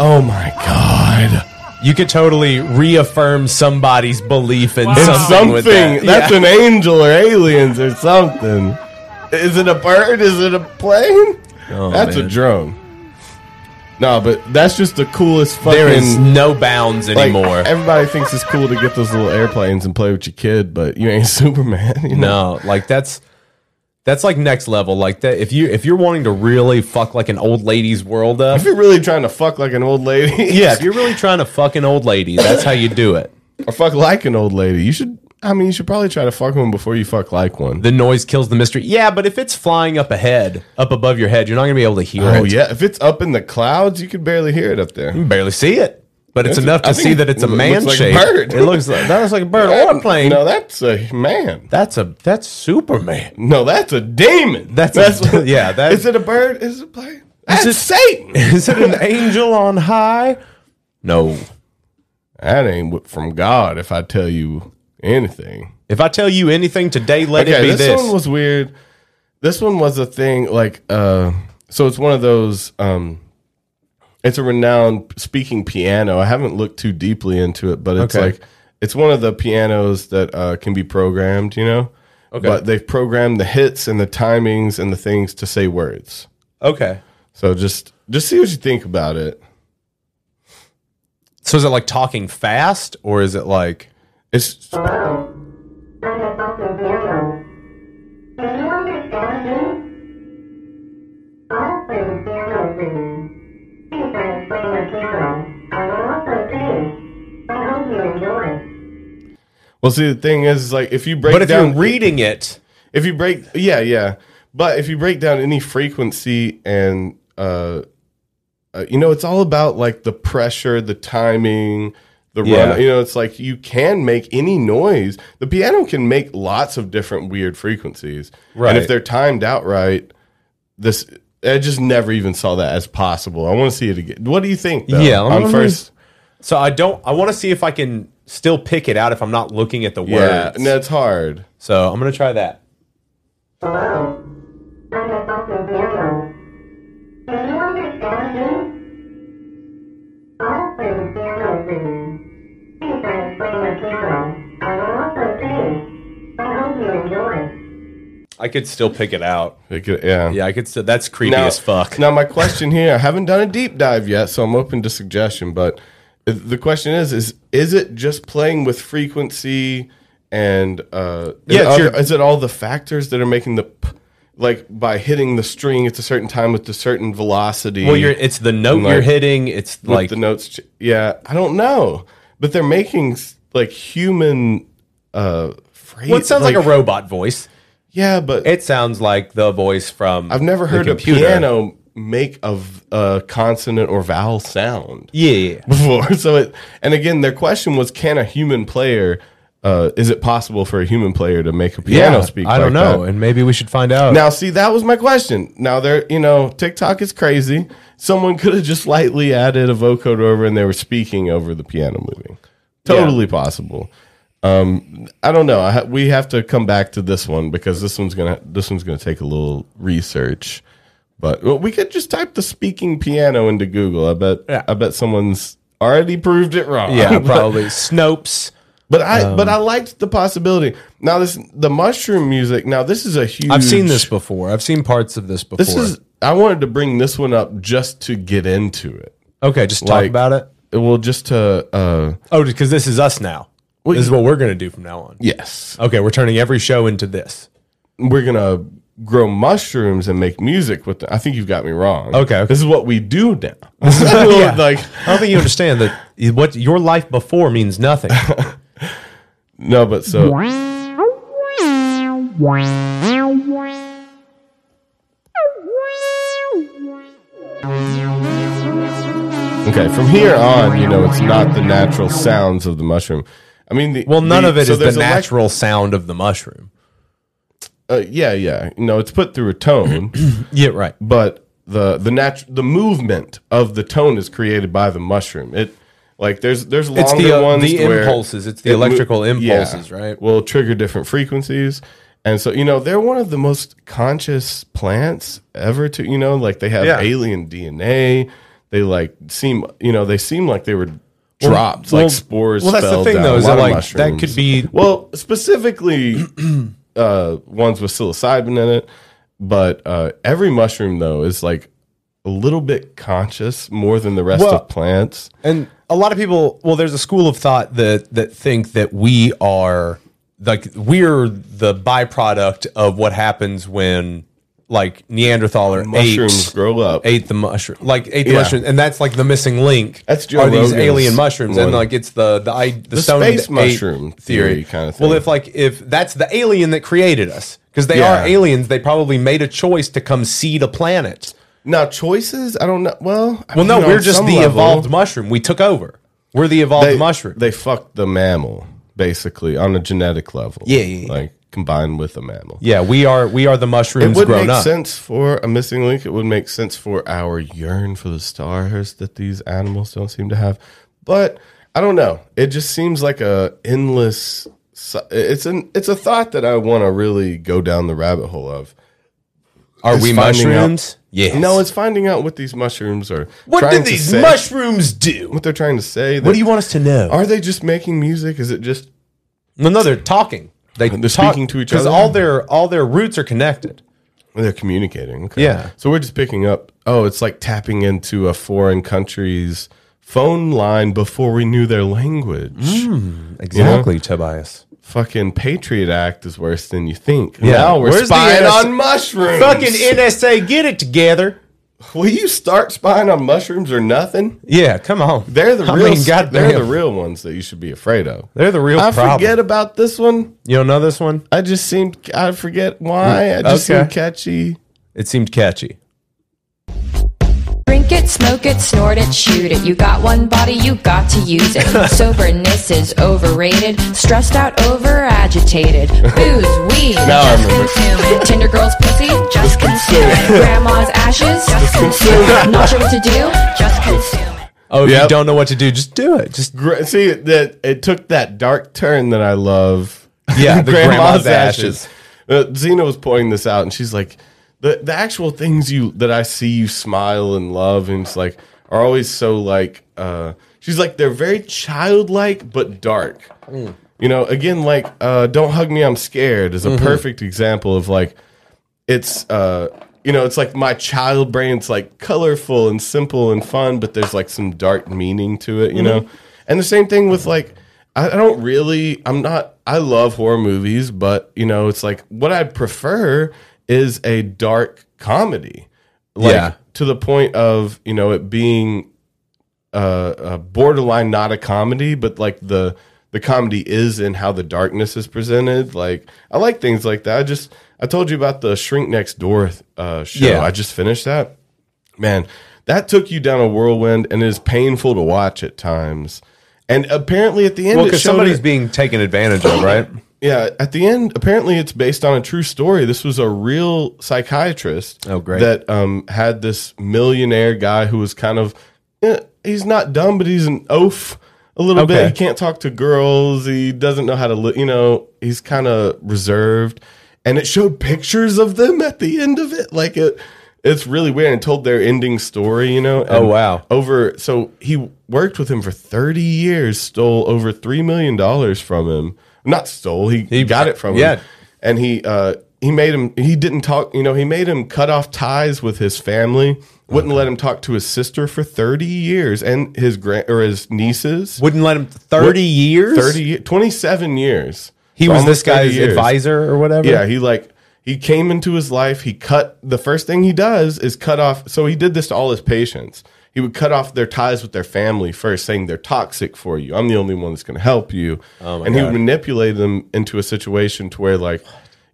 S3: Oh my god.
S1: You could totally reaffirm somebody's belief in
S3: It's
S1: something.
S3: something.
S1: with that.
S3: That's
S1: Yeah.
S3: an angel or aliens or something. *laughs* Is it a bird? Is it a plane?
S1: Oh,
S3: that's
S1: man.
S3: a drone. No, but that's just the coolest fucking.
S1: There is no bounds
S3: like,
S1: anymore.
S3: everybody thinks it's cool to get those little airplanes and play with your kid, but you ain't *laughs* Superman. You know?
S1: No, like that's that's like next level. Like that if you if you're wanting to really fuck like an old lady's world up.
S3: If you're really trying to fuck like an old
S1: *laughs*
S3: lady, *laughs*
S1: Yeah, if you're really trying to fuck an old lady, that's how you do it.
S3: or fuck like an old lady, you should I mean, you should probably try to fuck one before you fuck like one.
S1: The noise kills the mystery. Yeah, but if it's flying up ahead, up above your head, you're not going to be able to hear it.
S3: Oh yeah, if it's up in the clouds, you can barely hear it up there.
S1: You can barely see it, but it's
S3: That's-
S1: enough to
S3: I
S1: see
S3: think
S1: that it's a
S3: it looks
S1: man
S3: like a
S1: shape.
S3: bird.
S1: It looks like that looks like a
S3: *laughs*
S1: bird
S3: That-
S1: or a plane.
S3: No, that's a man.
S1: That's a that's Superman.
S3: No, that's a demon.
S1: That's, a, *laughs*
S3: *laughs*
S1: yeah. That
S3: Is it a bird? Is it a plane? That's
S1: *laughs*
S3: Satan.
S1: Is it an angel on high?
S3: No, that ain't wh- from God. If I tell you anything,
S1: If I tell you anything today, let it be
S3: this,
S1: this.
S3: one was weird. This one was a thing like uh, so. It's one of those. Um, it's a renowned speaking piano. I haven't looked too deeply into it, but it's
S1: Okay.
S3: like it's one of the pianos that uh, can be programmed. You know,
S1: Okay.
S3: but they've programmed the hits and the timings and the things to say words.
S1: okay.
S3: So just just see what you think about it.
S1: So is it like talking fast, or is it like
S3: it's? Well, see, the thing is, is like if you break,
S1: But if
S3: down,
S1: you're reading it,
S3: if you break, yeah, yeah. But if you break down any frequency and, uh, uh you know, it's all about like the pressure, the timing, the
S1: Yeah.
S3: run. You know, it's like you can make any noise. The piano can make lots of different weird frequencies, And
S1: Right.
S3: if they're timed out right, this. I just never even saw that as possible. I want to see it again. What do you think? Though,
S1: Yeah,
S3: on
S1: I'm-
S3: first.
S1: So I don't. I want to see if I can still pick it out if I'm not looking at the
S3: Yeah,
S1: words.
S3: no, it's hard.
S1: So I'm gonna try that. I could still pick it out.
S3: yeah,
S1: yeah. I could. Still, that's creepy
S3: now,
S1: as fuck.
S3: Now, my question here, I haven't done a deep dive yet, so I'm open to suggestion. But the question is: is is it just playing with frequency and uh,
S1: Yeah, it's
S3: Is,
S1: your-
S3: is it all the factors that are making the p- like by hitting the string at a certain time with a certain velocity?
S1: Well, you're- it's the note
S3: and,
S1: you're hitting, it's
S3: with
S1: like-
S3: the notes. ch- Yeah, I don't know, but they're making s- like human. Uh, phrase,
S1: Well, it sounds like, a robot voice.
S3: Yeah, but
S1: it sounds like the voice from.
S3: I've never
S1: the
S3: heard a
S1: computer.
S3: piano make a, v- a consonant or vowel sound.
S1: Yeah.
S3: Before. *laughs* So it and again their question was can a human player uh, is it possible for a human player to make a piano
S1: Yeah,
S3: speak?
S1: I don't
S3: like
S1: know,
S3: that?
S1: and maybe we should find out.
S3: Now see that was my question. Now there you know TikTok is crazy. Someone *laughs* could have just lightly added a vocoder over and they were speaking over the piano moving. Totally possible. Um, I don't know. I ha- we have to come back to this one because this one's gonna this one's gonna take a little research. But well, we could just type the speaking piano into Google. I bet I bet someone's already proved it wrong.
S1: Yeah,
S3: *laughs* But-
S1: probably Snopes.
S3: But I
S1: Um,
S3: but I liked the possibility. Now this the mushroom music. Now this is a huge.
S1: I've seen this before. I've seen parts of this before.
S3: This is. I wanted to bring this one up just to get into it.
S1: okay. Just talk
S3: Like,
S1: about it.
S3: Well, just to. Uh,
S1: Oh, because this is us now.
S3: Well,
S1: this is
S3: you-
S1: what we're going to do from now on.
S3: Yes.
S1: Okay, we're turning every show into this.
S3: We're gonna grow mushrooms and make music with. Them. I think you've got me wrong.
S1: Okay, okay.
S3: This is what we do now. *laughs*
S1: *laughs* Yeah.
S3: Like
S1: I don't think you understand that what your life before means nothing.
S3: *laughs* no, but so. Okay, from here on, you know, it's not the natural sounds of the mushroom. I mean, the,
S1: Well, none
S3: the-
S1: of it is
S3: so
S1: the
S3: there's elec-
S1: natural sound of the mushroom.
S3: uh, yeah, yeah. No, it's put through a tone.
S1: *clears throat* yeah, right.
S3: But the the natural the movement of the tone is created by the mushroom. It like there's there's
S1: It's
S3: longer
S1: the, uh,
S3: ones.
S1: the
S3: where
S1: impulses. It's the
S3: it mo-
S1: electrical impulses, right?
S3: Will trigger different frequencies, and so you know they're one of the most conscious plants ever. To you know, like they have
S1: Yeah.
S3: alien DNA. They like seem you know they seem like they were
S1: Well,
S3: dropped
S1: well-
S3: like spores.
S1: well, that's the
S3: fell
S1: thing,
S3: down.
S1: though,
S3: A
S1: is
S3: lot
S1: that,
S3: of
S1: like, that
S3: mushrooms.
S1: could be-
S3: well specifically *clears throat* uh, ones with psilocybin in it, but uh, every mushroom though is like a little bit conscious more than the rest
S1: Well-
S3: of plants.
S1: And a lot of people, well, there's a school of thought that that think that we are like we're the byproduct of what happens when like Neanderthal or
S3: Mushrooms
S1: ate,
S3: grow up.
S1: Ate the mushroom, like ate the
S3: Yeah.
S1: mushroom, and that's like the missing link. That's
S3: Joe
S1: are these
S3: Rogan's
S1: alien mushrooms, and
S3: one.
S1: like it's the the I, the,
S3: The
S1: stone
S3: space
S1: that ate
S3: mushroom theory kind of thing.
S1: Well, if like if that's the alien that created us, because they
S3: Yeah.
S1: are aliens, they probably made a choice to come seed a planet.
S3: Now choices, I don't know. Well, I
S1: Well, no,
S3: mean, on
S1: we're just
S3: some
S1: the
S3: level-
S1: evolved mushroom. We took over. We're the evolved
S3: they,
S1: mushroom.
S3: They fucked the mammal basically on a genetic level.
S1: Yeah, yeah, yeah.
S3: like combined with a mammal.
S1: Yeah, we are we are the mushrooms
S3: It would
S1: grown
S3: make
S1: up.
S3: sense for a missing link. It would make sense for our yearn for the stars that these animals don't seem to have. But I don't know. It just seems like a endless. si- It's an it's a thought that I want to really go down the rabbit hole of.
S1: Are
S3: Is
S1: we
S3: finding out-
S1: mushrooms? Yes.
S3: No, it's finding out what these mushrooms are.
S1: What do
S3: trying to
S1: these
S3: say.
S1: mushrooms do?
S3: What they're trying to say.
S1: What do you want us to know?
S3: Are they just making music? Is it just
S1: No, no, they're talking. They
S3: They're speaking to each
S1: because
S3: other?
S1: all their all their roots are connected.
S3: They're communicating. Okay.
S1: Yeah.
S3: So we're just picking up. Oh, it's like tapping into a foreign country's phone line before we knew their language.
S1: Mm, exactly, Tobias.
S3: Fucking Patriot Act is worse than you think.
S1: Yeah.
S3: Now we're
S1: Where's the
S3: spying
S1: NS
S3: on mushrooms.
S1: Fucking
S3: *laughs*
S1: NSA, get it together.
S3: Will you start spying on mushrooms or nothing?
S1: Yeah, come on.
S3: They're the
S1: I
S3: real.
S1: mean, goddamn.
S3: they're the real ones that you should be afraid of.
S1: They're the real
S3: I
S1: problem.
S3: forget about this one.
S1: You don't know this one?
S3: I just seemed. I forget why. I just
S1: Okay.
S3: seemed catchy.
S1: It seemed catchy.
S17: Drink it, smoke it, snort it, shoot it. You got one body, you got to use it. Soberness is overrated, stressed out, over agitated. Booze, weed,
S3: Now I
S17: just
S3: remember.
S17: consume it. Tinder girl's pussy, just consume it. Grandma's ashes, just consume it. Not sure what to do, just consume it.
S1: Oh, if you
S3: Yep.
S1: don't know what to do, just do it. Just
S3: Gra- see that it took that dark turn that I love. *laughs*
S1: Yeah, the grandma's ashes.
S3: Uh, Zena was pointing this out, and she's like, the the actual things you that I see you smile and love, and it's like are always so like. Uh, she's like they're very childlike but dark. You know, again, like uh, "Don't Hug Me, I'm Scared" is a
S1: Mhm.
S3: perfect example of like it's uh, you know, it's like my child brain's like colorful and simple and fun, but there's like some dark meaning to it, you know. And the same thing with like I I don't really I'm not I love horror movies, but you know, it's like what I prefer is a dark comedy. Like
S1: Yeah.
S3: to the point of, you know, it being uh, uh, borderline not a comedy, but like the the comedy is in how the darkness is presented. Like I like things like that. I just I told you about the Shrink Next Door uh, show.
S1: Yeah.
S3: I just finished that. Man, that took you down a whirlwind, and it is painful to watch at times. And apparently, at the end,
S1: well,
S3: it
S1: because
S3: showed
S1: somebody's
S3: it-
S1: being taken advantage of,
S3: *coughs*
S1: right?
S3: yeah, at the end, apparently it's based on a true story. This was a real psychiatrist.
S1: Oh, great.
S3: That um, had this millionaire guy who was kind of, eh, he's not dumb, but he's an oaf a little
S1: Okay.
S3: bit. He can't talk to girls. He doesn't know how to, li- you know, he's kind of reserved. And it showed pictures of them at the end of it. Like it, it's really weird and told their ending story, you know.
S1: Oh,
S3: And
S1: wow.
S3: Over so he worked with him for 30 years, stole over 3 million dollars from him. Not stole, he, got it from
S1: yeah.
S3: him. And he uh he made him he didn't talk, you know, he made him cut off ties with his family. Wouldn't let him talk to his sister for 30 years and his grand or his nieces.
S1: Wouldn't let him 30 years?
S3: 30 ye- 27 years.
S1: He
S3: So
S1: was
S3: almost
S1: this
S3: 30
S1: guy's
S3: years.
S1: advisor or whatever?
S3: Yeah, he like he came into his life. He cut the first thing he does is cut off. So he did this to all his patients. He would cut off their ties with their family first, saying they're toxic for you. I'm the only one that's going to help you.
S1: Oh my
S3: and he
S1: God.
S3: would manipulate them into a situation to where like.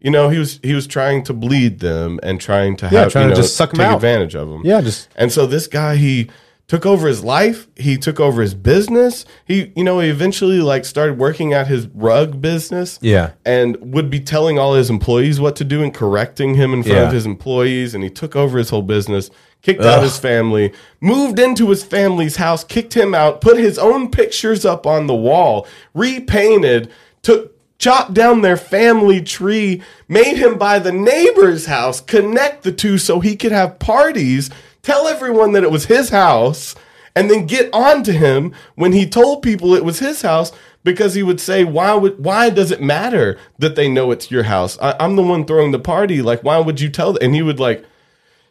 S3: You know, he was he was trying to bleed them and trying to have
S1: Yeah, trying
S3: you
S1: to
S3: know,
S1: just suck 'em
S3: take
S1: out.
S3: advantage of them.
S1: Yeah, just-
S3: and so this guy he took over his life. He took over his business. He you know he eventually like started working at his rug business
S1: Yeah.
S3: and would be telling all his employees what to do and correcting him in front
S1: Yeah.
S3: of his employees. And he took over his whole business, kicked out
S1: Ugh.
S3: his family, moved into his family's house, kicked him out, put his own pictures up on the wall, repainted, took chopped down their family tree, made him buy the neighbor's house, connect the two so he could have parties, tell everyone that it was his house and then get on to him when he told people it was his house because he would say why would why does it matter that they know it's your house I, i'm the one throwing the party like why would you tell th-" and he would like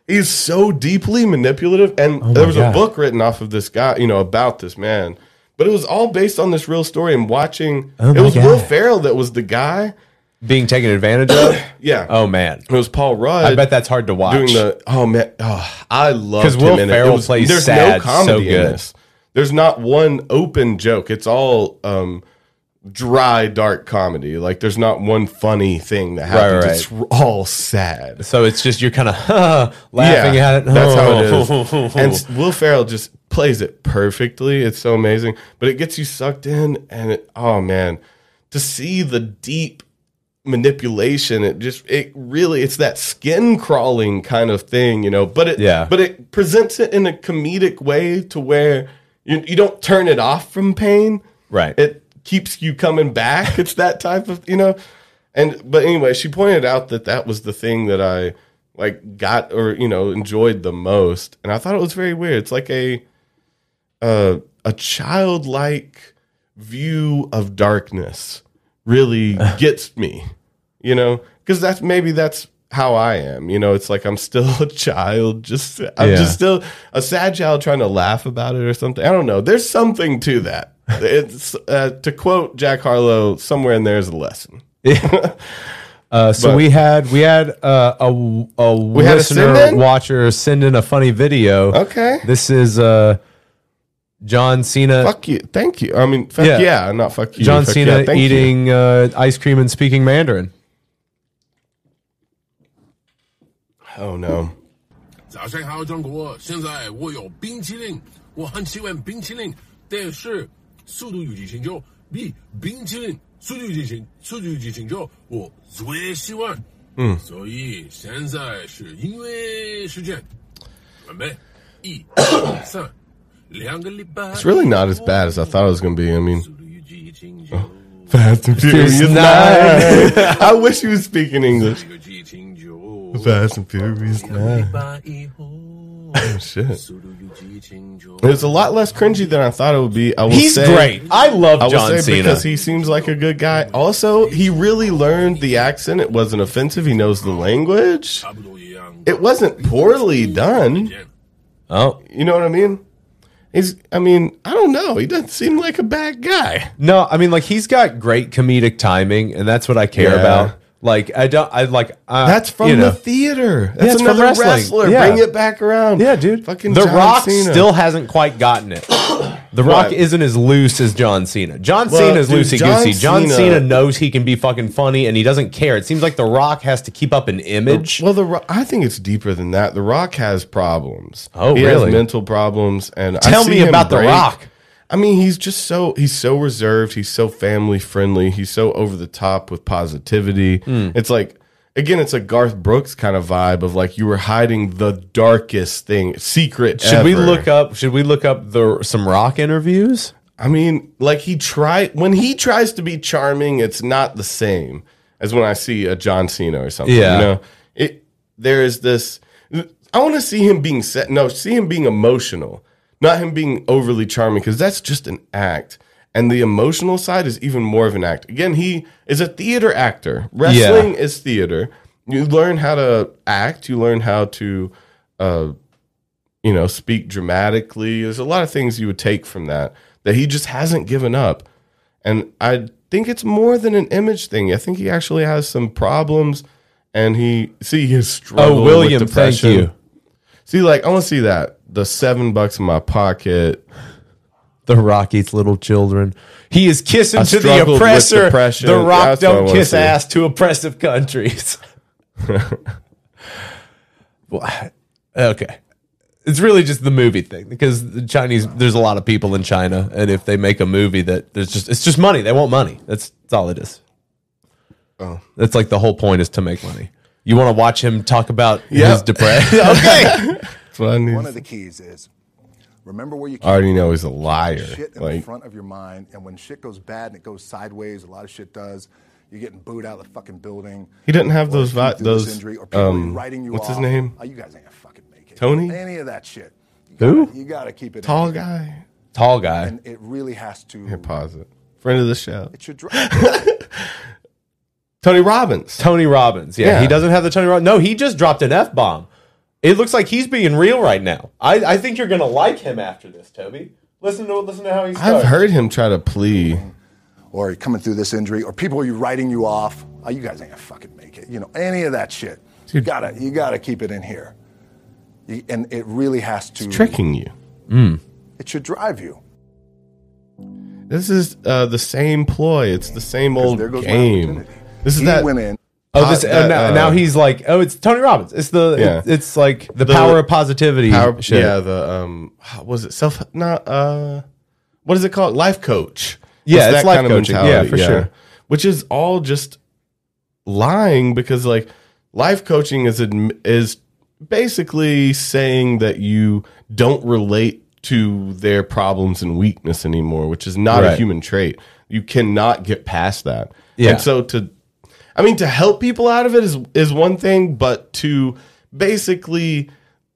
S3: he's so deeply manipulative and there was
S1: Oh God.
S3: a book written off of this guy you know about this man but it was all based on this real story and watching
S1: Oh
S3: it
S1: my
S3: was will
S1: God.
S3: ferrell that was the guy
S1: being taken advantage
S3: *coughs*
S1: of.
S3: yeah.
S1: Oh man,
S3: it was Paul Rudd.
S1: I bet that's hard to watch.
S3: Doing the oh man, oh, I love
S1: 'Cause Will Ferrell plays sad so good.
S3: There's not one open joke. It's all um, dry, dark comedy. Like there's not one funny thing that happens. It's r- all sad.
S1: So it's just you're kind
S3: *laughs*
S1: of *laughs* laughing
S3: Yeah,
S1: at it. Oh.
S3: That's
S1: *laughs*
S3: how it is. and s- Will Ferrell just plays it perfectly. It's so amazing, but it gets you sucked in, and it, oh man, to see the deep manipulation, it just it really it's that skin crawling kind of thing, you know. But it
S1: Yeah.
S3: but it presents it in a comedic way to where you you don't turn it off from pain,
S1: right?
S3: It keeps you coming back. *laughs* It's that type of you know. And but anyway, she pointed out that that was the thing that I like got or you know enjoyed the most, and I thought it was very weird. It's like a uh, a childlike view of darkness really gets me, you know, because that's maybe that's how I am. You know, it's like I'm still *laughs* a child, just I'm
S1: Yeah.
S3: just still a sad child trying to laugh about it or something. I don't know. There's something to that. It's uh, to quote Jack Harlow, somewhere in there is a lesson.
S1: Uh, so
S3: But-
S1: we had we had uh, a a
S3: had a
S1: listener
S3: send-in?
S1: watcher send in a funny video.
S3: Okay.
S1: this is uh, John Cena.
S3: Fuck you. Thank you. I mean, fuck yeah, not fuck you.
S1: John
S3: Fuck yeah,
S1: Cena
S3: thank you.
S1: eating uh, ice cream and speaking Mandarin.
S3: *laughs* Oh no.
S18: 早上好，中国！现在我有冰淇淋，我很喜欢冰淇淋，但是《速度与激情》就比冰淇淋，《速度与激情》《速度与激情》就我最喜欢。
S3: 嗯
S18: 所以现在是因为时间，准备一、三，两个礼拜。
S3: It's really not as bad as I thought it was going to be. I mean, oh. Fast and
S18: Furious
S3: Furious Nine.
S4: *laughs*
S18: Nine.
S3: *laughs* I wish he was speaking English. Fast and Furious Nine. Oh shit! It's a lot less cringy than I thought it would be. I will
S1: He's
S3: say-
S1: great. I love
S3: will
S1: John
S3: say
S1: Cena.
S3: because he seems like a good guy. Also, he really learned the accent. It wasn't offensive. He knows the language. It wasn't poorly done.
S1: Oh,
S3: you know what I mean? He's. I mean, I don't know. He doesn't seem like a bad guy.
S1: No, I mean like he's got great comedic timing, and that's what I care
S3: Yeah.
S1: about. Like I don't, I like I,
S3: That's from
S1: you know.
S3: the theater.
S1: Yeah,
S3: That's
S1: it's from
S3: another
S1: wrestling.
S3: wrestler.
S1: Yeah.
S3: Bring it back around. Yeah, dude. Fucking
S1: the
S3: John
S1: Rock
S3: Cena.
S1: still hasn't quite gotten
S3: *coughs*
S1: it. The Rock
S3: Right.
S1: isn't as loose as John Cena. John
S3: Well,
S1: Cena is
S3: dude,
S1: loosey
S3: John
S1: goosey. John
S3: Cena-
S1: Cena knows he can be fucking funny, and he doesn't care. It seems like The Rock has to keep up an image.
S3: Well, the Ro- I think it's deeper than that. The Rock has problems.
S1: Oh,
S3: He
S1: really?
S3: Has mental problems, and
S1: Tell me
S3: him
S1: about The Rock.
S3: I mean, he's just so he's so reserved. He's so family friendly. He's so over the top with positivity.
S1: Hmm.
S3: It's like again, it's a Garth Brooks kind of vibe of like you were hiding the darkest thing, secret.
S1: Should we
S3: ever.
S1: look up? Should we look up the some Rock interviews?
S3: I mean, like he try when he tries to be charming, it's not the same as when I see a John Cena or something.
S1: Yeah.
S3: You know, it there is this. I want to see him being set. No, see him being emotional, not him being overly charming, because that's just an act. And the emotional side is even more of an act. Again, he is a theater actor. Wrestling is theater. You learn how to act. You learn how to. Uh, you know, speak dramatically. There's a lot of things you would take from that that he just hasn't given up. And I think it's more than an image thing. I think he actually has some problems and he see he has struggled
S1: Oh, William,
S3: with
S1: thank
S3: depression.
S1: you.
S3: See, like I want to see that. The seven bucks in my pocket.
S1: The Rock eats little children. He is kissing
S3: I
S1: to
S3: struggled
S1: the
S3: with
S1: oppressor.
S3: depression.
S1: The Rock
S3: That's what I
S1: don't
S3: wanna
S1: kiss
S3: see.
S1: ass
S3: *laughs*
S1: to oppressive countries. Well, I- okay. It's really just the movie thing because the Chinese there's a lot of people in China and if they make a movie that there's just it's just money. They want money. That's that's all it is.
S3: Oh.
S1: That's like the whole point is to make money. You want to watch him talk about
S3: Yeah.
S1: his
S3: *laughs*
S1: depression. *laughs* okay.
S3: That's what I need.
S19: One of the keys is remember where you
S3: I already know he's a liar.
S19: shit in the
S3: Like
S19: front of your mind, and when shit goes bad and it goes sideways, a lot of shit does. You're getting booed out of the fucking building.
S3: he didn't have
S19: Or
S3: those
S19: if you
S3: vi-
S19: do this
S3: those
S19: injury, or people
S3: um
S19: writing you
S3: what's his
S19: off.
S3: name?
S19: Oh, you guys ain't gonna fucking make it.
S3: Tony?
S19: Any of that shit. You
S3: Who?
S19: Gotta, you gotta keep it.
S3: Tall
S19: in.
S3: guy.
S1: Tall guy.
S19: And it really has to.
S3: Here, pause it. Friend of the show.
S19: It should. *laughs*
S3: Tony Robbins.
S1: Tony Robbins. Yeah,
S3: Yeah.
S1: he doesn't have the Tony Robbins. No, he just dropped an F bomb. It looks like he's being real right now. I, I think you're gonna like him after this, Toby. Listen to listen to how he starts.
S3: I've heard him try to plea.
S19: or you're coming through this injury, or people are you writing you off. Oh, you guys ain't gonna fucking make it. You know, any of that shit. You gotta, you gotta keep it in here. You, and it really has to.
S3: Tricking you.
S1: Hmm.
S19: It should drive you.
S3: This is uh, the same ploy. It's the same old
S19: there goes my
S3: game. This is
S19: He
S3: that
S19: went in.
S1: Oh, this
S3: uh,
S1: uh, now,
S3: uh,
S1: now he's like, oh, it's Tony Robbins. It's the
S3: Yeah.
S1: it's, it's like the, power of positivity.
S3: power-
S1: shit.
S3: Yeah, the um, what was it self? Not uh, what is it called? Life coach.
S1: Yeah, it's
S3: that
S1: life
S3: kind of
S1: coaching. Yeah,
S3: mentality,
S1: for sure.
S3: Which is all just lying because like life coaching is adm- is basically saying that you don't relate to their problems and weakness anymore, which is not a
S1: Right.
S3: human trait. You cannot get past that.
S1: Yeah.
S3: And so to I mean to help people out of it is is one thing, but to basically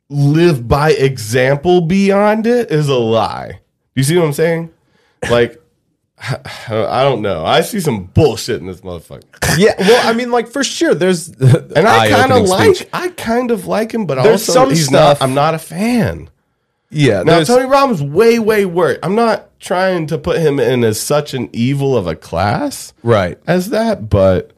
S3: live by example beyond it is a lie. You see what I'm saying? Like *laughs* I don't know. I see some bullshit in
S1: *laughs*
S3: this motherfucker.
S1: yeah. Well, I mean, like for sure, there's
S3: And I kind of
S1: eye-opening
S3: like
S1: speech.
S3: I kind of like him, but
S1: There's
S3: also
S1: some
S3: he's
S1: stuff-
S3: not I'm not a fan.
S1: Yeah.
S3: Now
S1: there's-
S3: Tony Robbins way way worse. I'm not trying to put him in as such an evil of a class,
S1: right?
S3: As that, but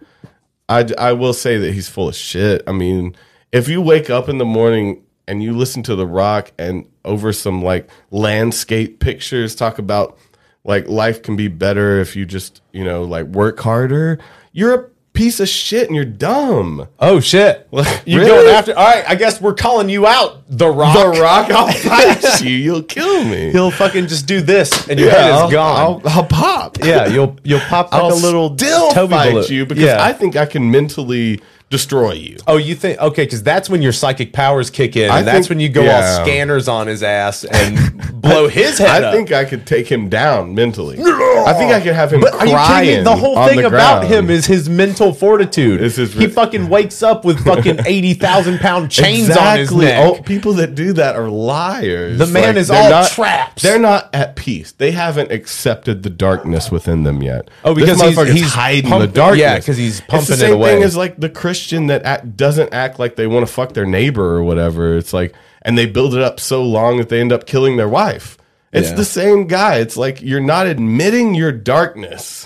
S3: I I will say that he's full of shit. I mean, if you wake up in the morning and you listen to The Rock and over some like landscape pictures talk about like life can be better if you just you know like work harder, you're a piece of shit and you're dumb.
S1: Oh
S3: *laughs*
S1: shit!
S3: you
S1: You're going after? All right, I guess we're calling you out, The Rock. *laughs*
S3: The Rock, I'll fight you. You'll kill me.
S1: He'll fucking just do this, and your
S3: Yeah,
S1: head
S3: I'll-
S1: is gone.
S3: I'll, I'll pop.
S1: yeah, you'll you'll pop like
S3: I'll
S1: a little
S3: still
S1: Toby
S3: fight
S1: Baloo.
S3: you because
S1: Yeah.
S3: I think I can mentally destroy you.
S1: Oh, you think okay? Because that's when your psychic powers kick in, and
S3: I
S1: that's
S3: think-
S1: when you go
S3: yeah.
S1: all scanners on his ass and blow his head
S3: I
S1: up.
S3: think I could take him down mentally. I think I could have him.
S1: But are you kidding me?
S3: crying
S1: The whole
S3: on
S1: thing
S3: the
S1: about
S3: ground.
S1: him is his mental fortitude. he fucking wakes up with
S3: *laughs*
S1: fucking eighty thousand pound chains on his
S3: Exactly.
S1: neck.
S3: Oh, people that do that are liars.
S1: The man is
S3: they're
S1: all traps.
S3: They're not at peace. They haven't accepted the darkness within them yet.
S1: Oh,
S3: This
S1: because he's-
S3: motherfucker's
S1: he's
S3: hiding
S1: pump-
S3: the darkness.
S1: yeah, 'cause he's pumping it
S3: it's the same
S1: away.
S3: Thing as like the Christian that act, doesn't act like they want to fuck their neighbor or whatever. It's like, and they build it up so long that they end up killing their wife. It's
S1: Yeah.
S3: the same guy. It's like you're not admitting your darkness.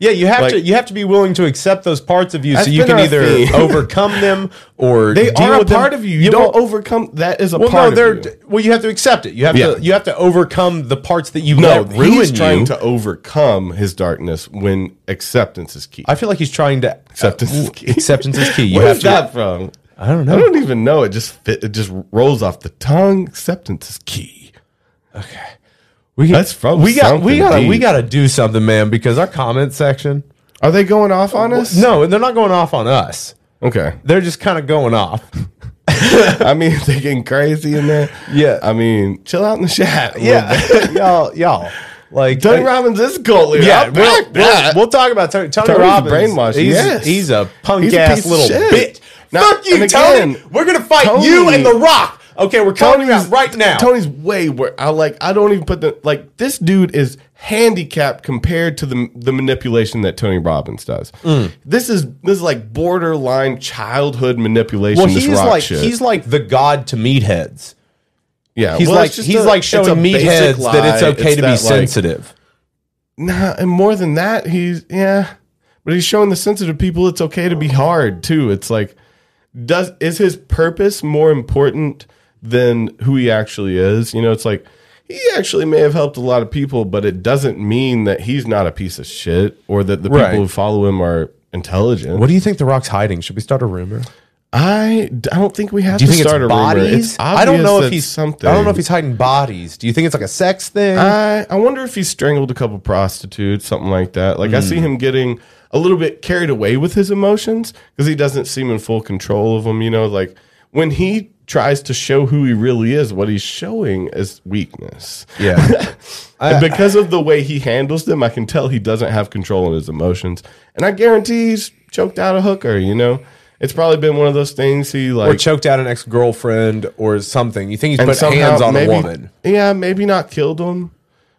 S1: Yeah, you have
S3: Like-
S1: to you have to be willing to accept those parts of you
S3: That's
S1: so you
S3: been
S1: can
S3: our
S1: either
S3: theme. *laughs*
S1: overcome them or
S3: They
S1: deal
S3: are a
S1: with them.
S3: part of you. You
S1: well-
S3: don't overcome. That is a
S1: well,
S3: part
S1: no, they're
S3: of you.
S1: well. You have to accept it. You have
S3: Yeah.
S1: to you have to overcome the parts that you
S3: No,
S1: know ruin
S3: he's trying
S1: you.
S3: to overcome his darkness when acceptance is key.
S1: I feel like he's trying to uh,
S3: Acceptance is key.
S1: Acceptance is
S3: *laughs*
S1: key. You
S3: Where's
S1: have to.
S3: that from?
S1: I don't
S3: I
S1: know.
S3: don't even know. It just fit, it just rolls off the tongue. Acceptance is key.
S1: We
S3: That's from
S1: we got we
S3: something
S1: got to we
S3: deep.
S1: got to do something, man, because our comment section.
S3: Are they going off on us?
S1: No, they're not going off on us.
S3: Okay.
S1: They're just kind of going off.
S3: *laughs* I mean, they getting crazy in there.
S1: Yeah.
S3: *laughs* I mean, chill out in the chat. a little bit.
S1: y'all, y'all. *laughs* Like
S3: Tony
S1: I-
S3: Robbins is a cult leader.
S1: Yeah,
S3: I'll
S1: we'll,
S3: back
S1: we'll,
S3: that.
S1: we'll talk about Tony, Tony
S3: Tony's
S1: Robbins.
S3: brainwashed,
S1: He's,
S3: yes.
S1: he's a punk
S3: He's a
S1: ass
S3: piece of
S1: little
S3: shit.
S1: bitch.
S3: Now-
S1: Fuck you,
S3: and
S1: Tony.
S3: again,
S1: We're gonna fight
S3: Tony-
S1: you and The Rock. Okay, we're calling you out right now.
S3: Tony's way where I like. I don't even put the like. This dude is handicapped compared to the the manipulation that Tony Robbins does. This is this is like borderline childhood manipulation.
S1: well,
S3: this
S1: he's
S3: rock
S1: like
S3: shit.
S1: he's like the god to meatheads.
S3: yeah.
S1: He's
S3: well,
S1: like
S3: it's just
S1: he's
S3: a-
S1: like
S3: it's a
S1: showing
S3: basic
S1: meatheads that it's
S3: lie.
S1: okay to be
S3: that, like,
S1: sensitive.
S3: Nah, and more than that, he's yeah, but he's showing the sensitive people it's okay to be hard too. It's like does is his purpose more important than who he actually is? You know, it's like he actually may have helped a lot of people, but it doesn't mean that he's not a piece of shit or that the
S1: Right.
S3: people who follow him are intelligent.
S1: What do you think The Rock's hiding? Should we start a rumor?
S3: I, I don't think we have
S1: Do you
S3: to
S1: think it's
S3: start a
S1: bodies?
S3: rumor. It's
S1: I don't
S3: obvious
S1: know if
S3: that
S1: he's
S3: something.
S1: I don't know if he's hiding bodies. Do you think it's like a sex thing?
S3: I, I wonder if he strangled a couple prostitutes, something like that. Like I
S1: Hmm.
S3: see him getting a little bit carried away with his emotions because he doesn't seem in full control of them. You know, like when he tries to show who he really is, what he's showing is weakness.
S1: yeah.
S3: *laughs* and because of the way he handles them, I can tell he doesn't have control on his emotions. And I guarantee he's choked out a hooker. You know, it's probably been one of those things he
S1: or
S3: like
S1: choked out an ex girlfriend or something. You think he's
S3: and
S1: put
S3: somehow
S1: hands on
S3: maybe-
S1: a woman?
S3: Yeah, maybe not killed them.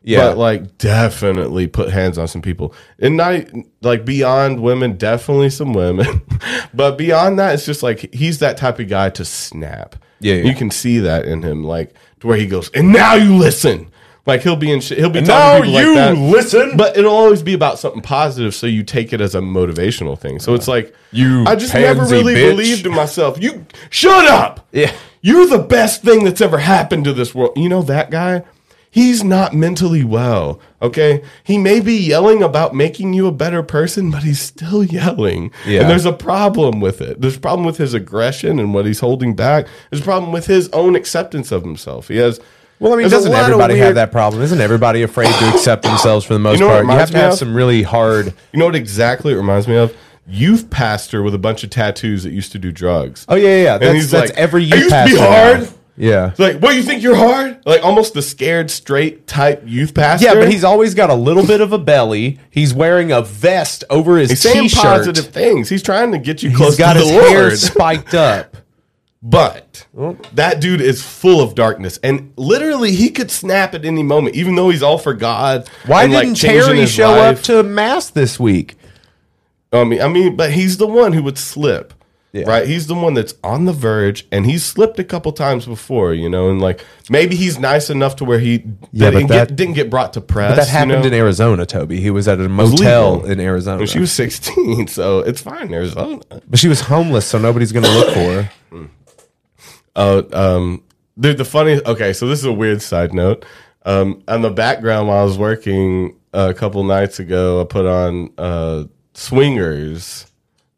S1: Yeah.
S3: But like definitely put hands on some people. And not like beyond women, definitely some women. *laughs* but beyond that, it's just like he's that type of guy to snap.
S1: Yeah, yeah.
S3: You can see that in him, like to where he goes, and now you listen. Like he'll be in shit. He'll be
S1: And
S3: talking
S1: now
S3: to people
S1: you
S3: like that.
S1: listen.
S3: but it'll always be about something positive, so you take it as a motivational thing. So it's like
S1: You
S3: I just never
S1: pansy
S3: really
S1: bitch.
S3: believed in myself. You shut up.
S1: Yeah.
S3: You're the best thing that's ever happened to this world. You know that guy? He's not mentally well. Okay. He may be yelling about making you a better person, but he's still yelling.
S1: Yeah.
S3: And there's a problem with it. There's a problem with his aggression and what he's holding back. There's a problem with his own acceptance of himself. He has
S1: Well, I mean, doesn't everybody have that problem? Isn't everybody afraid to accept themselves for the most
S3: You know what
S1: part? You have
S3: reminds
S1: to
S3: me
S1: have
S3: of?
S1: some really hard.
S3: You know what exactly it reminds me of? Youth pastor with a bunch of tattoos that used to do drugs.
S1: Oh yeah, yeah, yeah.
S3: And
S1: That's,
S3: he's
S1: that's
S3: like,
S1: every
S3: "I
S1: youth
S3: used to
S1: pastor
S3: be
S1: now."
S3: hard?
S1: Yeah,
S3: It's like, what you think you're hard? Like almost the scared straight type youth pastor.
S1: yeah, but he's always got a little bit of a belly. He's wearing a vest over his
S3: He's saying
S1: t-shirt.
S3: positive things. He's trying to get you
S1: He's
S3: close
S1: got
S3: to the
S1: his hair
S3: Lord.
S1: spiked up.
S3: But *laughs* that dude is full of darkness, and literally he could snap at any moment, even though he's all for God.
S1: Why
S3: and, like,
S1: didn't
S3: changing
S1: Terry
S3: his
S1: show
S3: life.
S1: up to mass this week?
S3: I mean, I mean, but he's the one who would slip, right? He's the one that's on the verge, and he's slipped a couple times before, you know. And like maybe he's nice enough to where he
S1: Yeah, but
S3: didn't,
S1: that-
S3: get, didn't get brought to press.
S1: But that happened
S3: you know?
S1: in Arizona, Toby. He was at a
S3: was
S1: motel
S3: legal.
S1: in Arizona.
S3: When she was sixteen, so it's fine in Arizona.
S1: but she was homeless, so nobody's going to look for her.
S3: Uh, um, dude, the funny. Okay, so this is a weird side note. Um, on the background while I was working uh, a couple nights ago, I put on uh, Swingers.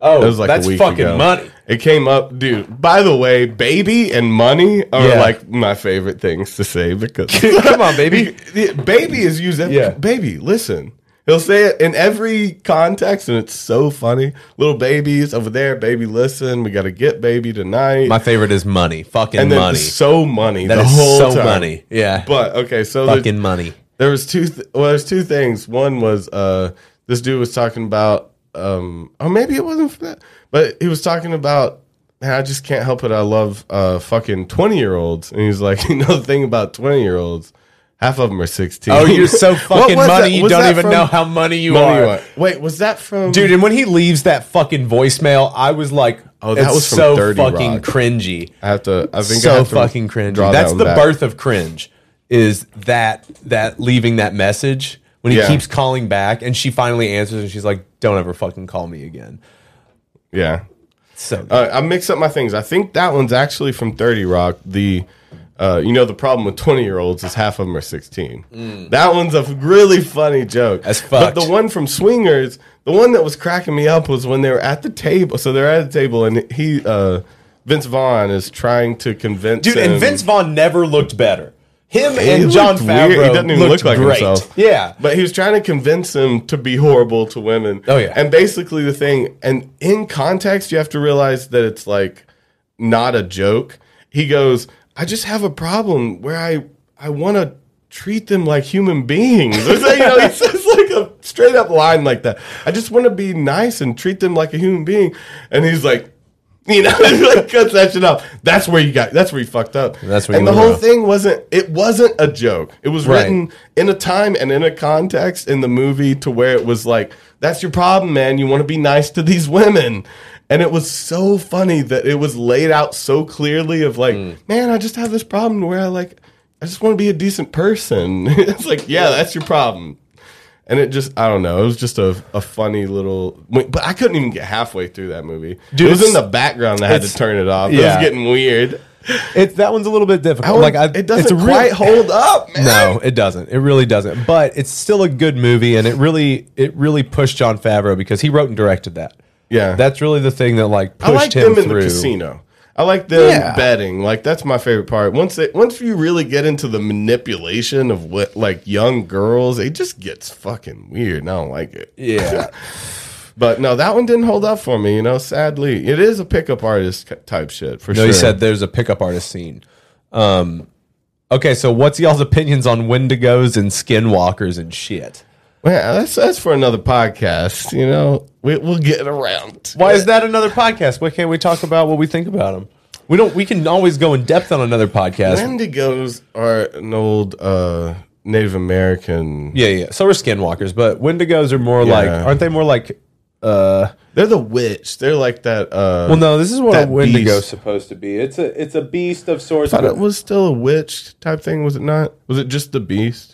S1: Oh,
S3: It was like a
S1: that's
S3: week
S1: fucking
S3: ago.
S1: money.
S3: It came up, dude. By the way, baby and money are
S1: Yeah.
S3: like my favorite things to say because *laughs*
S1: Come on, baby.
S3: baby is used. Every,
S1: Yeah.
S3: baby, listen. He'll say it in every context, and it's so funny. Little babies over there, baby, listen. We got to get baby tonight
S1: My favorite is money. Fucking
S3: and then
S1: money.
S3: so money.
S1: That
S3: the
S1: is
S3: whole
S1: so
S3: time.
S1: money. Yeah.
S3: But okay, so the-
S1: fucking money.
S3: there was two. Th- well, there's two things. One was uh, this dude was talking about, um, or maybe it wasn't for that, but he was talking about. "Man, I just can't help it. I love uh, fucking twenty year olds, and he's like, *laughs* you know, the thing about twenty year olds, half of them are sixteen.
S1: Oh, you're so
S3: *laughs* What
S1: fucking
S3: was
S1: money,
S3: that?
S1: you
S3: Was
S1: don't
S3: that
S1: even
S3: from-
S1: know how money you
S3: Money
S1: are.
S3: Wait, was that from
S1: Dude, and when he leaves that fucking voicemail, I was like,
S3: Oh, that
S1: it's
S3: was from
S1: so
S3: 30
S1: fucking
S3: Rock.
S1: cringy.
S3: I have to. I think I
S1: so
S3: have to
S1: fucking cringy.
S3: draw that
S1: That's
S3: one
S1: the
S3: back.
S1: birth of cringe. Is that that leaving that message when he
S3: Yeah.
S1: keeps calling back and she finally answers and she's like, "Don't ever fucking call me again."
S3: Yeah.
S1: So
S3: uh, I mix up my things. I think that one's actually from Thirty Rock. The uh, you know the problem with twenty year olds is half of them are sixteen.
S1: Mm.
S3: That one's a really funny joke.
S1: That's
S3: But
S1: fucked.
S3: the one from Swingers, the one that was cracking me up was when they were at the table. So they're at the table and he uh, Vince Vaughn is trying to convince
S1: Dude, and
S3: him-
S1: Vince Vaughn never looked better. Him
S3: He
S1: and
S3: looked
S1: John Favreau
S3: weird. He doesn't even
S1: looked
S3: look like
S1: great.
S3: himself.
S1: Yeah.
S3: But he was trying to convince him to be horrible to women.
S1: Oh, yeah.
S3: And basically the thing, and in context, you have to realize that it's like not a joke. He goes, I just have a problem where I I want to treat them like human beings. *laughs* It's like, you know, he says like a straight up line like that. I just want to be nice and treat them like a human being. And he's like, you know, *laughs* he, like cuts that shit off. That's where you got. That's where you fucked up.
S1: That's where
S3: and
S1: you
S3: the
S1: went
S3: whole
S1: wrong.
S3: thing wasn't. It wasn't a joke. It was
S1: Right.
S3: written in a time and in a context in the movie to where it was like, "That's your problem, man. You want to be nice to these women." And it was so funny that it was laid out so clearly of like,
S1: Mm.
S3: man, I just have this problem where I like, I just want to be a decent person. *laughs* it's like, yeah, that's your problem. And it just, I don't know. It was just a, a funny little, but I couldn't even get halfway through that movie.
S1: Dude,
S3: it was in
S1: it's-
S3: the background. I had to
S1: it's-
S3: turn it off. It
S1: yeah.
S3: was getting weird.
S1: It, that one's a little bit difficult.
S3: That
S1: like I,
S3: one- it doesn't
S1: it's a real-
S3: quite hold up, man.
S1: No, it doesn't. It really doesn't. But it's still a good movie, and it really it really pushed John Favreau because he wrote and directed that.
S3: Yeah.
S1: that's really the thing that like pushed
S3: I like
S1: him
S3: them in
S1: through.
S3: the casino. I like them
S1: Yeah.
S3: betting. Like that's my favorite part. Once they, once you really get into the manipulation of what like young girls, it just gets fucking weird. And I don't like it.
S1: Yeah.
S3: *laughs* but no, that one didn't hold up for me. You know, sadly, it is a pickup artist type shit for
S1: no,
S3: sure.
S1: he said there's a pickup artist scene. Um, okay, so what's y'all's opinions on Wendigos and Skinwalkers and shit?
S3: Well, that's that's for another podcast. You know, we, we'll get around. to
S1: Why
S3: it.
S1: is that another podcast? Why can't we talk about what we think about them? We don't. We can always go in depth on another podcast.
S3: Wendigos are an old uh, Native American.
S1: Yeah, yeah. So are skinwalkers, but wendigos are more like
S3: Yeah.
S1: aren't they more like uh
S3: they're the witch. They're like that. Uh,
S1: Well, no, this is what
S3: that
S1: a Wendigo
S3: beast.
S1: supposed to be. It's a it's a beast of sorts.
S3: thought it was still a witch type thing, was it not? Was it just the beast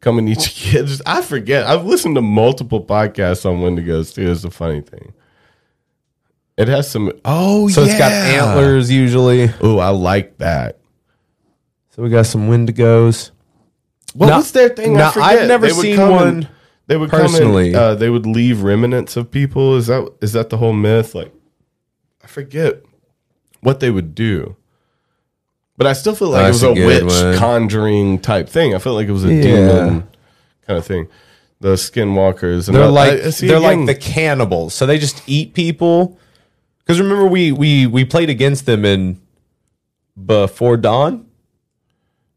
S3: coming to eat your *laughs* kids? I forget. I've listened to multiple podcasts on Wendigos too. It's a funny thing. It has some. Oh,
S1: so it's got
S3: yeah.
S1: antlers usually.
S3: Oh, I like that.
S1: So we got some Wendigos.
S3: What
S1: Now-
S3: was their thing?
S1: now,
S3: I forget.
S1: I've never
S3: They would
S1: seen
S3: come
S1: one.
S3: and- they would
S1: personally.
S3: come in, uh, they would leave remnants of people. Is that is that the whole myth? Like, I forget what they would do, but I still feel like
S1: Oh,
S3: it was a,
S1: that's a
S3: witch
S1: good one.
S3: conjuring type thing. I felt like it was a
S1: Yeah.
S3: demon kind of thing. The skinwalkers.
S1: they're
S3: I-
S1: like
S3: I see
S1: they're
S3: again-
S1: like the cannibals. So they just eat people. Because remember we we we played against them in before dawn.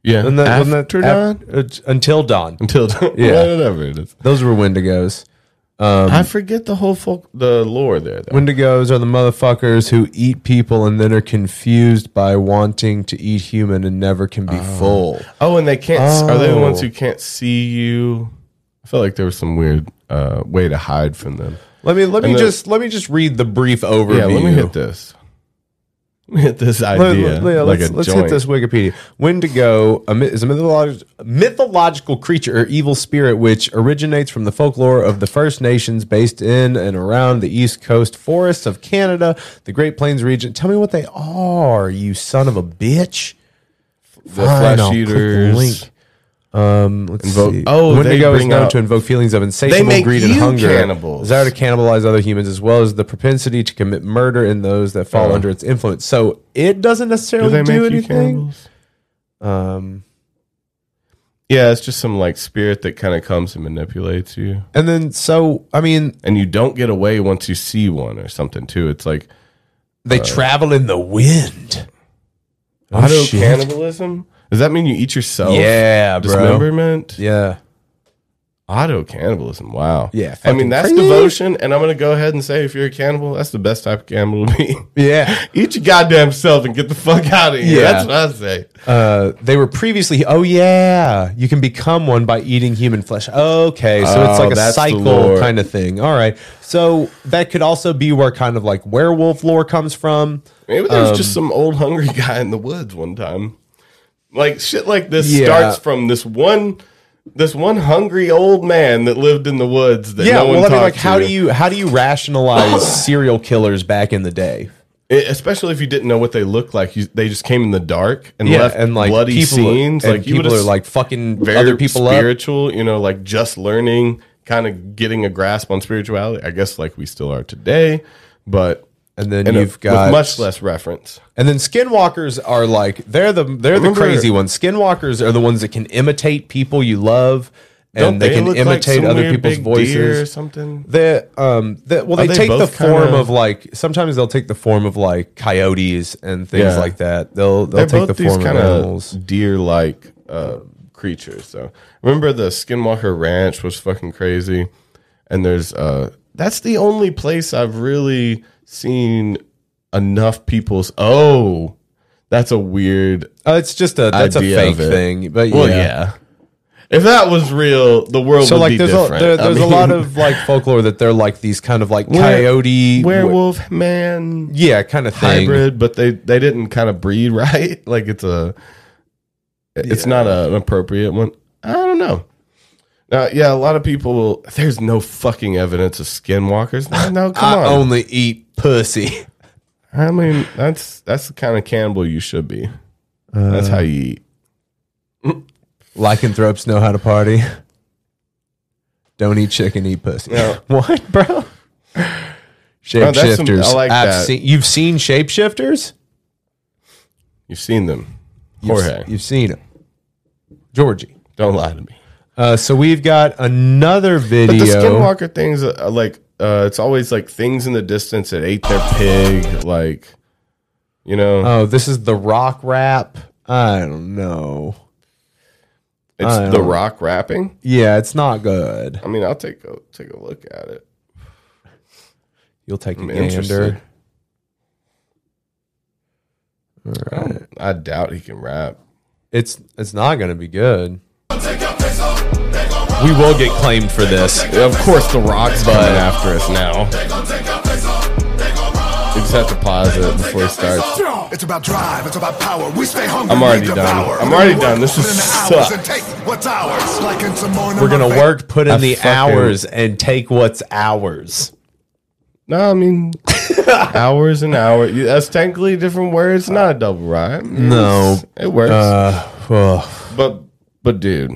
S3: Yeah,
S1: and that, wasn't
S3: After
S1: that, dawn until dawn
S3: until dawn.
S1: *laughs* Yeah,
S3: whatever it is.
S1: Those were Wendigos. Um,
S3: I forget the whole folk, the lore there. Though.
S1: Wendigos are the motherfuckers who eat people and then are confused by wanting to eat human and never can be full.
S3: Oh, and they can't. Are they the ones who
S1: Oh.
S3: can't see you? I felt like there was some weird uh, way to hide from them.
S1: Let me let
S3: And
S1: me
S3: the-
S1: just let me just read the brief overview.
S3: Yeah, let me hit this. Let me hit this
S1: Let-
S3: idea.
S1: let- yeah,
S3: like
S1: let's
S3: a
S1: let's hit
S3: joint.
S1: this Wikipedia. Wendigo a, mi- is a mytholog- mythological creature or evil spirit which originates from the folklore of the First Nations based in and around the East Coast forests of Canada, the Great Plains region. Tell me what they are, you son of a bitch.
S3: The
S1: Fine,
S3: flesh
S1: I'll click the
S3: eaters.
S1: link. Um, let's
S3: Invoke-
S1: see.
S3: Oh, they
S1: Wendigo is
S3: bring
S1: known
S3: out-
S1: to invoke feelings of
S3: They
S1: insatiable
S3: make
S1: greed and
S3: you
S1: hunger,
S3: cannibals.
S1: desire to cannibalize other humans, as well as the propensity to commit murder in those that fall
S3: Oh.
S1: under its influence. So it doesn't necessarily do,
S3: they make you
S1: anything.
S3: cannibals?
S1: Um,
S3: Yeah, it's just some like spirit that kind of comes and manipulates you.
S1: and then so I mean,
S3: And you don't get away once you see one or something too. It's like
S1: they
S3: Uh,
S1: travel in the wind. Oh,
S3: auto
S1: shit.
S3: cannibalism. Does that mean you eat yourself?
S1: Yeah, bro.
S3: dismemberment.
S1: Yeah,
S3: Auto cannibalism. Wow.
S1: Yeah,
S3: I mean,
S1: fucking
S3: that's
S1: crazy.
S3: devotion. And I'm going to go ahead and say if you're a cannibal, that's the best type of cannibal to be.
S1: *laughs* yeah.
S3: Eat your goddamn self and get the fuck out of here.
S1: Yeah.
S3: That's what I say.
S1: Uh, they were previously. Oh yeah, you can become one by eating human flesh. Okay, so
S3: Oh,
S1: it's like a
S3: that's the
S1: cycle
S3: lore.
S1: kind of thing. All right, so that could also be where kind of like werewolf lore comes from.
S3: Maybe there was
S1: Um,
S3: just some old hungry *laughs* guy in the woods one time. Like shit like this
S1: Yeah.
S3: starts from this one this one hungry old man that lived in the woods that
S1: yeah.
S3: no one
S1: well, I mean, like,
S3: talked
S1: how
S3: to.
S1: do you how do you
S3: *coughs*
S1: rationalize serial killers back in the day?
S3: It- E, especially if you didn't know what they looked like. You, they just came in the dark and left
S1: and like
S3: bloody
S1: people,
S3: scenes.
S1: and
S3: like you
S1: people
S3: would've
S1: are like fucking
S3: very
S1: other people up.
S3: spiritual, you know, like just learning, kind of getting a grasp on spirituality. I guess like we still are today, but
S1: And then
S3: and
S1: you've
S3: with
S1: got
S3: much less reference.
S1: And then skinwalkers are like they're the they're
S3: Remember-
S1: the crazy ones. Skinwalkers are the ones that can imitate people you love,
S3: Don't
S1: and they,
S3: they
S1: can
S3: look like
S1: imitate
S3: some
S1: other
S3: weird
S1: people's
S3: big deer
S1: voices
S3: or something?
S1: They um they, well
S3: Are
S1: they,
S3: they
S1: take the
S3: both
S1: form
S3: kinda-
S1: of like sometimes they'll take the form of like coyotes and things
S3: Yeah.
S1: like that. They'll they'll
S3: They're
S1: take the
S3: both these
S1: form of
S3: kind
S1: animals.
S3: of deer-like uh, creatures. So remember the Skinwalker Ranch was fucking crazy, and there's uh, that's the only place I've really seen enough people's. Oh, that's a weird.
S1: Uh, it's just a that's a
S3: idea
S1: fake
S3: of it.
S1: thing, but
S3: Well,
S1: yeah.
S3: If that was real, the world
S1: So
S3: would
S1: like
S3: be
S1: there's a
S3: different.
S1: there,
S3: I
S1: there's
S3: mean,
S1: a
S3: *laughs*
S1: lot of like folklore that they're like these kind of like
S3: Were-
S1: coyote
S3: werewolf man
S1: yeah kind of thing.
S3: hybrid, but they they didn't kind of breed *laughs* right. Like it's a, it's not a, an appropriate one. I don't know. Uh, yeah, a lot of people. will There's no fucking evidence of skinwalkers.
S1: *laughs*
S3: No, no, come
S1: I
S3: on.
S1: only eat pussy.
S3: I mean, that's that's the kind of cannibal you should be. that's how you eat.
S1: Lycanthropes know how to party. Don't eat chicken, eat pussy. *laughs*
S3: *laughs* No.
S1: what, bro?
S3: that's some-
S1: Shapeshifters.
S3: I like
S1: I've
S3: that.
S1: seen- you've seen shapeshifters.
S3: You've seen them,
S1: You've-
S3: Jorge.
S1: You've, seen them, Georgie.
S3: Don't lie to me.
S1: Uh, so we've got another video.
S3: But the skinwalker things, uh, like, uh, it's always like things in the distance that ate their pig. Like, you know,
S1: oh, this is the rock rap. I don't know.
S3: it's
S1: I
S3: the
S1: don't-
S3: rock rapping.
S1: Yeah, it's not good.
S3: I mean, I'll take a take a look at it.
S1: You'll take a
S3: I'm
S1: gander.
S3: interested. I don't- I doubt he can rap.
S1: It's it's not going to be good.
S20: we will get claimed for this.
S3: Of course, The Rock's coming after us now. We just have to pause it before it starts.
S2: It's about drive. It's about power. We stay hungry.
S3: I'm already
S2: we
S3: done.
S2: devour.
S3: I'm already done. This is
S2: Hours
S3: suck.
S2: and take what's ours. Like in Simone
S1: We're gonna
S2: Muffet.
S1: work, put in
S3: I
S1: the
S3: fucking-
S1: hours, and take what's ours.
S3: No,
S1: *laughs*
S3: I mean hours and hours. You- That's technically a different word. It's not a double rhyme.
S1: No.
S3: It's- it works.
S1: Uh,
S3: but but dude,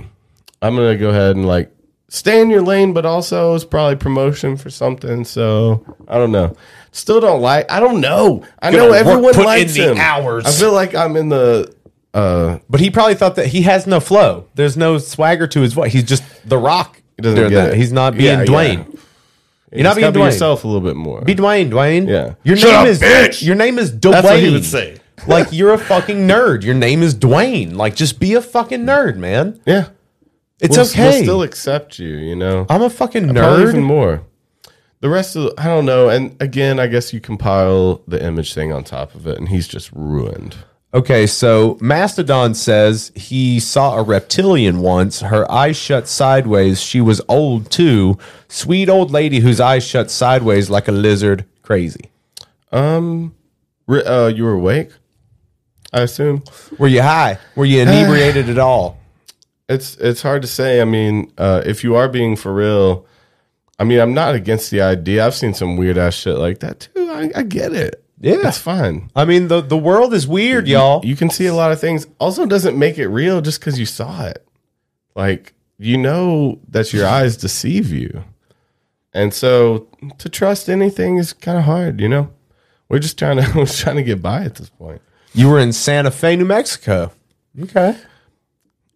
S3: I'm gonna go ahead and like stay in your lane, but also it's probably promotion for something. So I don't know. Still don't like. I don't know. I
S1: Gonna
S3: know
S1: work-
S3: everyone
S1: put in
S3: likes
S1: the
S3: him.
S1: hours.
S3: I feel like I'm in the. Uh,
S1: But he probably thought that he has no flow. There's no swagger to his voice. He's just the rock.
S3: He doesn't
S1: during
S3: get
S1: that.
S3: it.
S1: He's not being
S3: Yeah,
S1: Dwayne.
S3: yeah.
S1: You're not
S3: It's gotta
S1: being
S3: be
S1: Dwayne.
S3: yourself a little bit more.
S1: Be Dwayne, Dwayne.
S3: Yeah.
S1: Your
S3: Shut
S1: name
S3: up,
S1: is
S3: bitch!
S1: Your name is Dwayne.
S3: That's what he would say.
S1: *laughs* like you're a fucking nerd. Your name is Dwayne. Like just be a fucking nerd, man.
S3: Yeah.
S1: It's
S3: We'll-
S1: okay.
S3: We'll still accept you. You know. Uh,
S1: I'm a fucking
S3: Probably
S1: nerd.
S3: even more. The rest of the, I don't know. And again, I guess you compile the image thing on top of it, and he's just ruined.
S1: Okay, so Mastodon says he saw a reptilian once. Her eyes shut sideways. She was old too. Sweet old lady whose eyes shut sideways like a lizard. Crazy.
S3: Um, re- uh, you were awake, I assume.
S1: Were you high? Were you inebriated at all?
S3: It's it's hard to say. I mean, uh, if you are being for real, I mean, I'm not against the idea. I've seen some weird ass shit like that too. I, I get it.
S1: Yeah.
S3: that's fine.
S1: I mean, the the world is weird, y'all.
S3: You can see a lot of things. Also, doesn't make it real just because you saw it. Like you know that your eyes deceive you, and so to trust anything is kind of hard. You know, we're just trying to *laughs* we're just trying to get by at this point.
S1: You were in Santa Fe, New Mexico. Okay.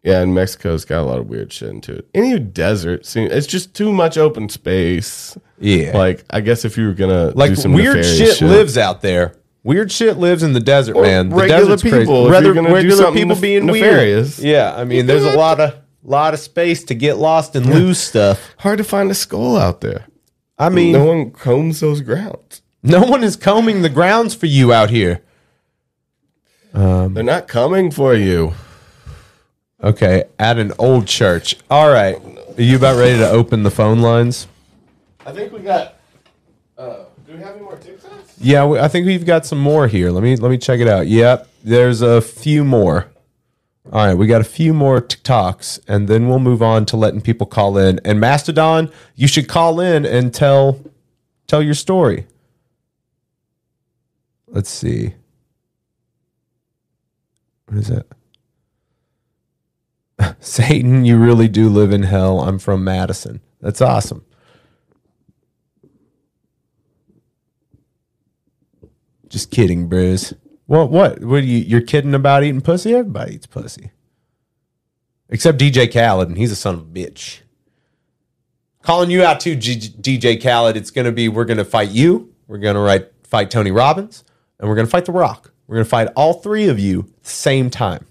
S3: Yeah, and Mexico's got a lot of weird shit into it. Any desert seems it's just too much open space.
S1: Yeah.
S3: Like I guess if you were gonna
S1: Like
S3: do some
S1: weird
S3: nefarious
S1: shit, lives out there. Weird shit lives in the desert, man. The
S3: regular
S1: desert's crazy.
S3: people, if you're
S1: Rather,
S3: gonna do
S1: regular
S3: something
S1: people
S3: nef-
S1: being
S3: nefarious.
S1: weird. Yeah, I mean, there's a lot of lot of space to get lost and lose stuff.
S3: hard to find a skull out there.
S1: I mean,
S3: no one combs those grounds.
S1: No one is combing the grounds for you out here. Um,
S3: They're not coming for you.
S1: Okay, at an old church. All right. Are you about ready to open the phone lines?
S3: I think we got uh do we have any more TikToks?
S1: Yeah, we, I think we've got some more here. Let me let me check it out. Yep, there's a few more. All right, we got a few more TikToks, and then we'll move on to letting people call in. And Mastodon, you should call in and tell tell your story. Let's see. What is that? *laughs* Satan, you really do live in hell. I'm from Madison. That's awesome. Just kidding, Briz. What? What? What? Are you, you're kidding about eating pussy? Everybody eats pussy, except DJ Khaled, and he's a son of a bitch. Calling you out too, G- DJ Khaled. It's gonna be we're gonna fight you. We're gonna right, fight Tony Robbins, and we're gonna fight The Rock. We're gonna fight all three of you at the same time.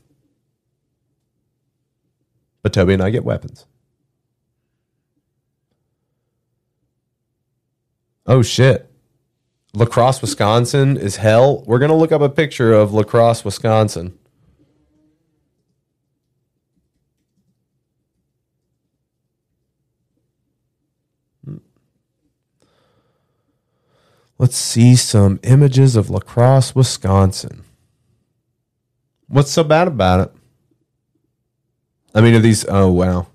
S1: But Toby and I get weapons. Oh shit. Lacrosse, Wisconsin is hell. We're gonna look up a picture of Lacrosse, Wisconsin. Let's see some images of Lacrosse, Wisconsin. What's so bad about it? I mean, are these? Oh wow,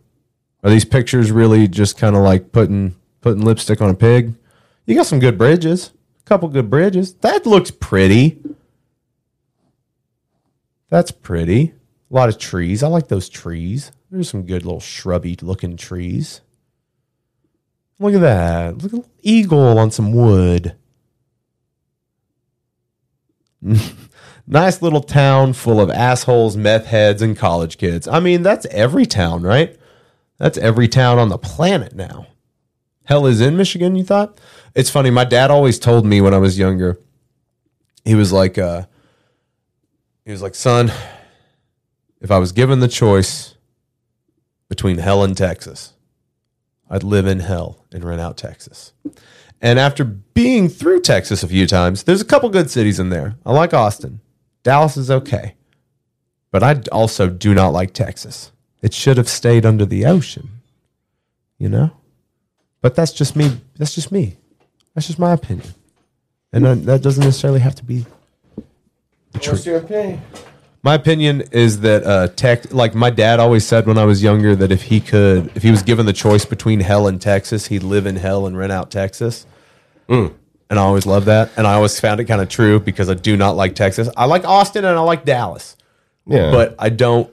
S1: are these pictures really just kind of like putting putting lipstick on a pig? You got some good bridges, a couple good bridges. That looks pretty. That's pretty. A lot of trees. I like those trees. There's some good little shrubby looking trees. Look at that. Look at an eagle on some wood. *laughs* nice little town full of assholes, meth heads, and college kids. I mean, that's every town, right? That's every town on the planet now. Hell is in Michigan, you thought? It's funny. My dad always told me when I was younger, he was like, uh, he was like, son, if I was given the choice between hell and Texas, I'd live in hell and rent out Texas. And after being through Texas a few times, there's a couple good cities in there. I like Austin. Dallas is okay. But I also do not like Texas. It should have stayed under the ocean. you know. But that's just me. That's just me. That's just my opinion, and uh, that doesn't necessarily have to be the truth.
S3: What's your opinion?
S1: My opinion is that uh, tech, like my dad always said when I was younger, that if he could, if he was given the choice between hell and Texas, he'd live in hell and rent out Texas.
S3: Hmm.
S1: And I always loved that, and I always found it kind of true because I do not like Texas. I like Austin and I like Dallas.
S3: Yeah.
S1: but I don't.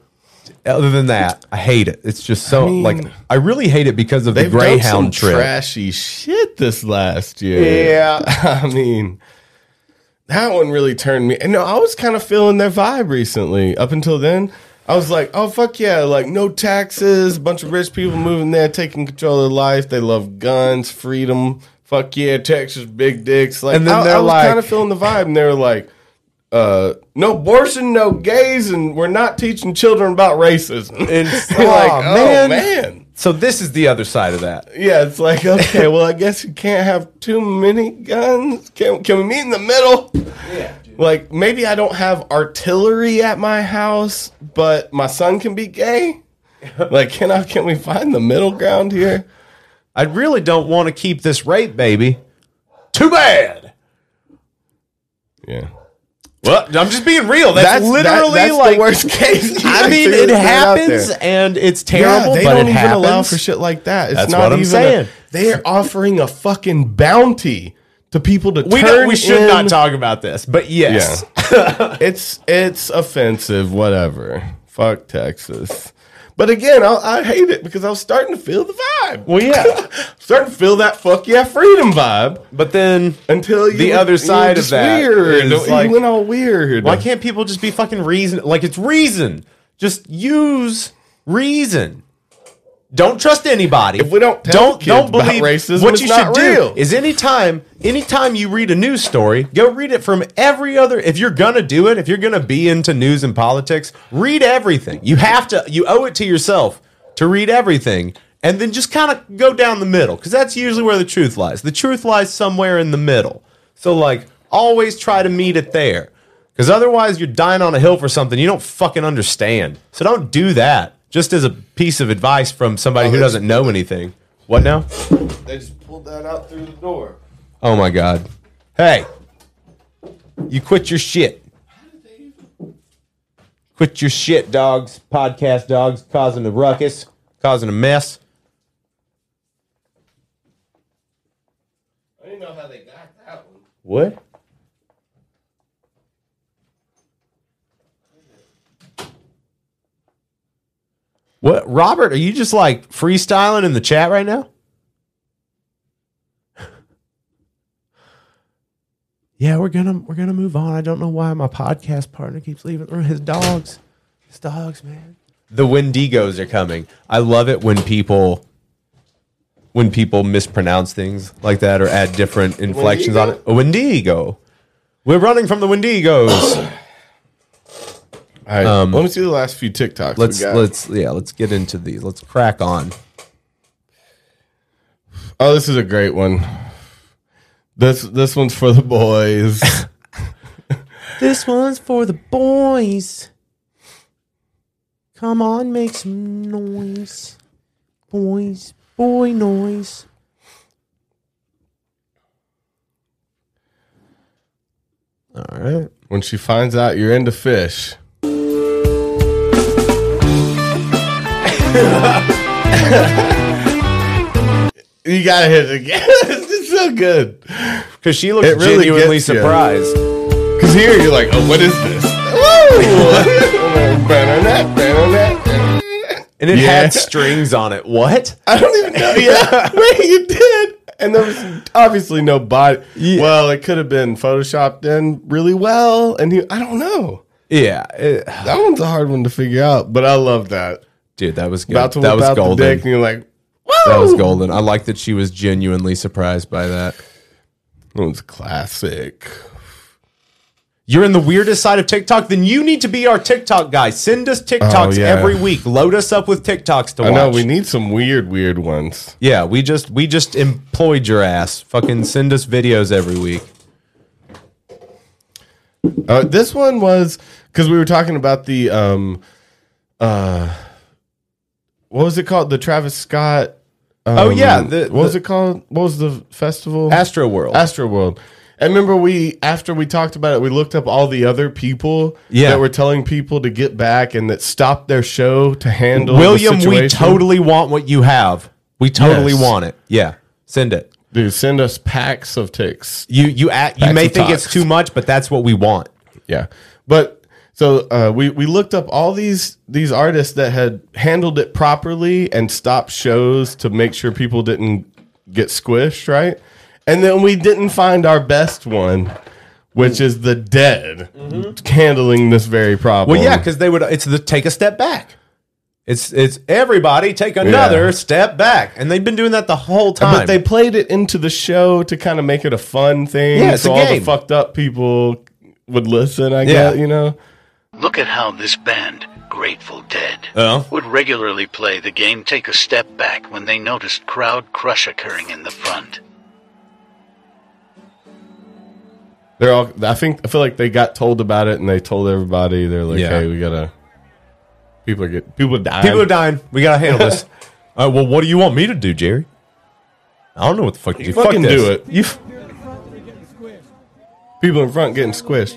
S1: Other than that, I hate it. It's just so
S3: I mean,
S1: like I really hate it because of the
S3: They've done some
S1: Greyhound trip.
S3: trashy shit this last year.
S1: Yeah.
S3: *laughs* I mean, that one really turned me. And no, I was kind of feeling their vibe recently. Up until then, I was like, oh fuck yeah, like no taxes, bunch of rich people moving there, taking control of their life. They love guns, freedom. Fuck yeah, Texas, big dicks. Like,
S1: And then
S3: I,
S1: they're
S3: I was kind
S1: like-
S3: of feeling the vibe, and they were like. Uh, no abortion, no gays, and we're not teaching children about racism. *laughs* And like,
S1: Aw,
S3: oh man,
S1: So this is the other side of that.
S3: yeah, it's like okay, well, I guess you can't have too many guns. Can can we meet in the middle? Yeah. Like maybe I don't have artillery at my house, but my son can be gay. Like can I? Can we find the middle ground here?
S1: I really don't want to keep this rape, baby. Too bad.
S3: Yeah.
S1: Well, I'm just being real. That's,
S3: That's- that-
S1: literally
S3: that's the
S1: like
S3: worst case.
S1: I mean, it
S3: Throw that out
S1: happens
S3: there.
S1: and it's terrible,
S3: Yeah, they
S1: but
S3: don't
S1: it
S3: even
S1: happens.
S3: allow for shit like that. It's
S1: That's
S3: not
S1: what I'm
S3: even
S1: saying.
S3: A, they are offering a fucking bounty to people to
S1: We don't-
S3: turn.
S1: we should not
S3: in-
S1: talk about this, but yes.
S3: Yeah. it's it's offensive. Whatever. Fuck Texas. But again, I, I hate it because I was starting to feel the vibe.
S1: Well, yeah,
S3: *laughs* starting to feel that fuck yeah freedom vibe.
S1: But then
S3: until you,
S1: the other
S3: you were
S1: side of
S3: just
S1: that
S3: weird.
S1: is,
S3: you
S1: like,
S3: went all weird.
S1: Why can't people just be fucking reason? Like it's reason. Just use reason. Don't trust anybody. If
S3: we don't tell
S1: don't
S3: kids
S1: don't
S3: about
S1: believe
S3: racism,
S1: what
S3: it's
S1: you
S3: not
S1: should
S3: real.
S1: do is anytime anytime you read a news story, go read it from every other. If you're gonna do it, if you're gonna be into news and politics, read everything. You have to. You owe it to yourself to read everything, and then just kind of go down the middle because that's usually where the truth lies. The truth lies somewhere in the middle. So like, always try to meet it there. Because otherwise, you're dying on a hill for something you don't fucking understand. So don't do that. Just as a piece of advice from somebody who doesn't know anything. What now?
S3: They just pulled that out through the door.
S1: Oh my God. Hey, you quit your shit. Quit your shit, dogs. Podcast dogs causing a ruckus, causing a mess.
S3: I didn't know how they got that one.
S1: What? What, Robert? Are you just like freestyling in the chat right now? yeah, we're gonna we're gonna move on. I don't know why my podcast partner keeps leaving the room. His dogs, his dogs, man. The Wendigos are coming. I love it when people when people mispronounce things like that or add different inflections on it. A Wendigo. We're running from the Wendigos.
S3: All right,
S1: Um,
S3: let me see the last few TikToks. we
S1: let's
S3: got.
S1: let's yeah, let's get into these. Let's crack on.
S3: Oh, this is a great one. This this one's for the boys.
S1: This one's for the boys. Come on, make some noise. Boys, boy noise. *laughs* All right.
S3: when she finds out you're into fish. you gotta hit it again. *laughs* it's just so good.
S1: Because she looks genuinely surprised.
S3: Because here you're like, oh, what is this? Woo! Ba-da-da, ba-da-da.
S1: And it
S3: Yeah.
S1: had strings on it. What?
S3: I don't even know. Yeah, Wait, you did. And there was obviously no body. Well, it could have been photoshopped in really well. And you, I don't know.
S1: Yeah. it-
S3: That one's a hard one to figure out, but I love that.
S1: dude, that was good.
S3: About to
S1: that
S3: whip
S1: was
S3: out the
S1: golden.
S3: dick, and you're like,
S1: That was
S3: Woo!
S1: golden. I like that she was genuinely surprised by that.
S3: That one's classic.
S1: You're in the weirdest side of TikTok, then you need to be our TikTok guy. Send us TikToks
S3: Oh, yeah.
S1: every week. Load us up with TikToks to
S3: I
S1: watch.
S3: know we need some weird, weird ones.
S1: yeah, we just we just employed your ass. Fucking send us videos every week.
S3: Uh, this one was because we were talking about the um, uh, what was it called? The Travis Scott
S1: Oh, yeah, the-
S3: the, what was it called? What was the festival?
S1: Astro World.
S3: Astro World. I remember we after we talked about it, we looked up all the other people
S1: Yeah.
S3: that were telling people to get back and that stopped their show to handle. the
S1: William, we
S3: situation.
S1: totally want what you have. We totally
S3: Yes.
S1: want it. Yeah, send it,
S3: dude. Send us packs of ticks.
S1: You you at, you
S3: Packs
S1: may
S3: of
S1: think it's
S3: tocks.
S1: too much, but that's what we want.
S3: Yeah, but so uh, we we looked up all these these artists that had handled it properly and stopped shows to make sure people didn't get squished, right? And then we didn't find our best one, which is the dead handling this very problem.
S1: Mm-hmm. Well, yeah, because they would. It's the take a step back. It's it's everybody take another
S3: Yeah.
S1: step back, and they've been doing that the whole time.
S3: But they played it into the show to kind of make it a fun thing.
S1: Yeah, it's
S3: so
S1: a
S3: all
S1: game.
S3: the fucked up people would listen, I
S1: Yeah.
S3: guess, you know?
S14: Look at how this band, Grateful Dead,
S4: Uh-huh.
S1: Oh.
S14: would regularly play the game Take a Step Back when they noticed crowd crush occurring in the front.
S3: They're all I think I feel like they got told about it and they told everybody they're like,
S1: Yeah.
S3: Hey, we gotta people are get people are dying.
S1: People are dying. We gotta handle
S3: *laughs*
S1: this. All right. Well, what do you want me to do, Jerry? I don't know what the fuck to do.
S3: You fucking
S1: fuck this.
S3: do it. You f- people in front getting squished.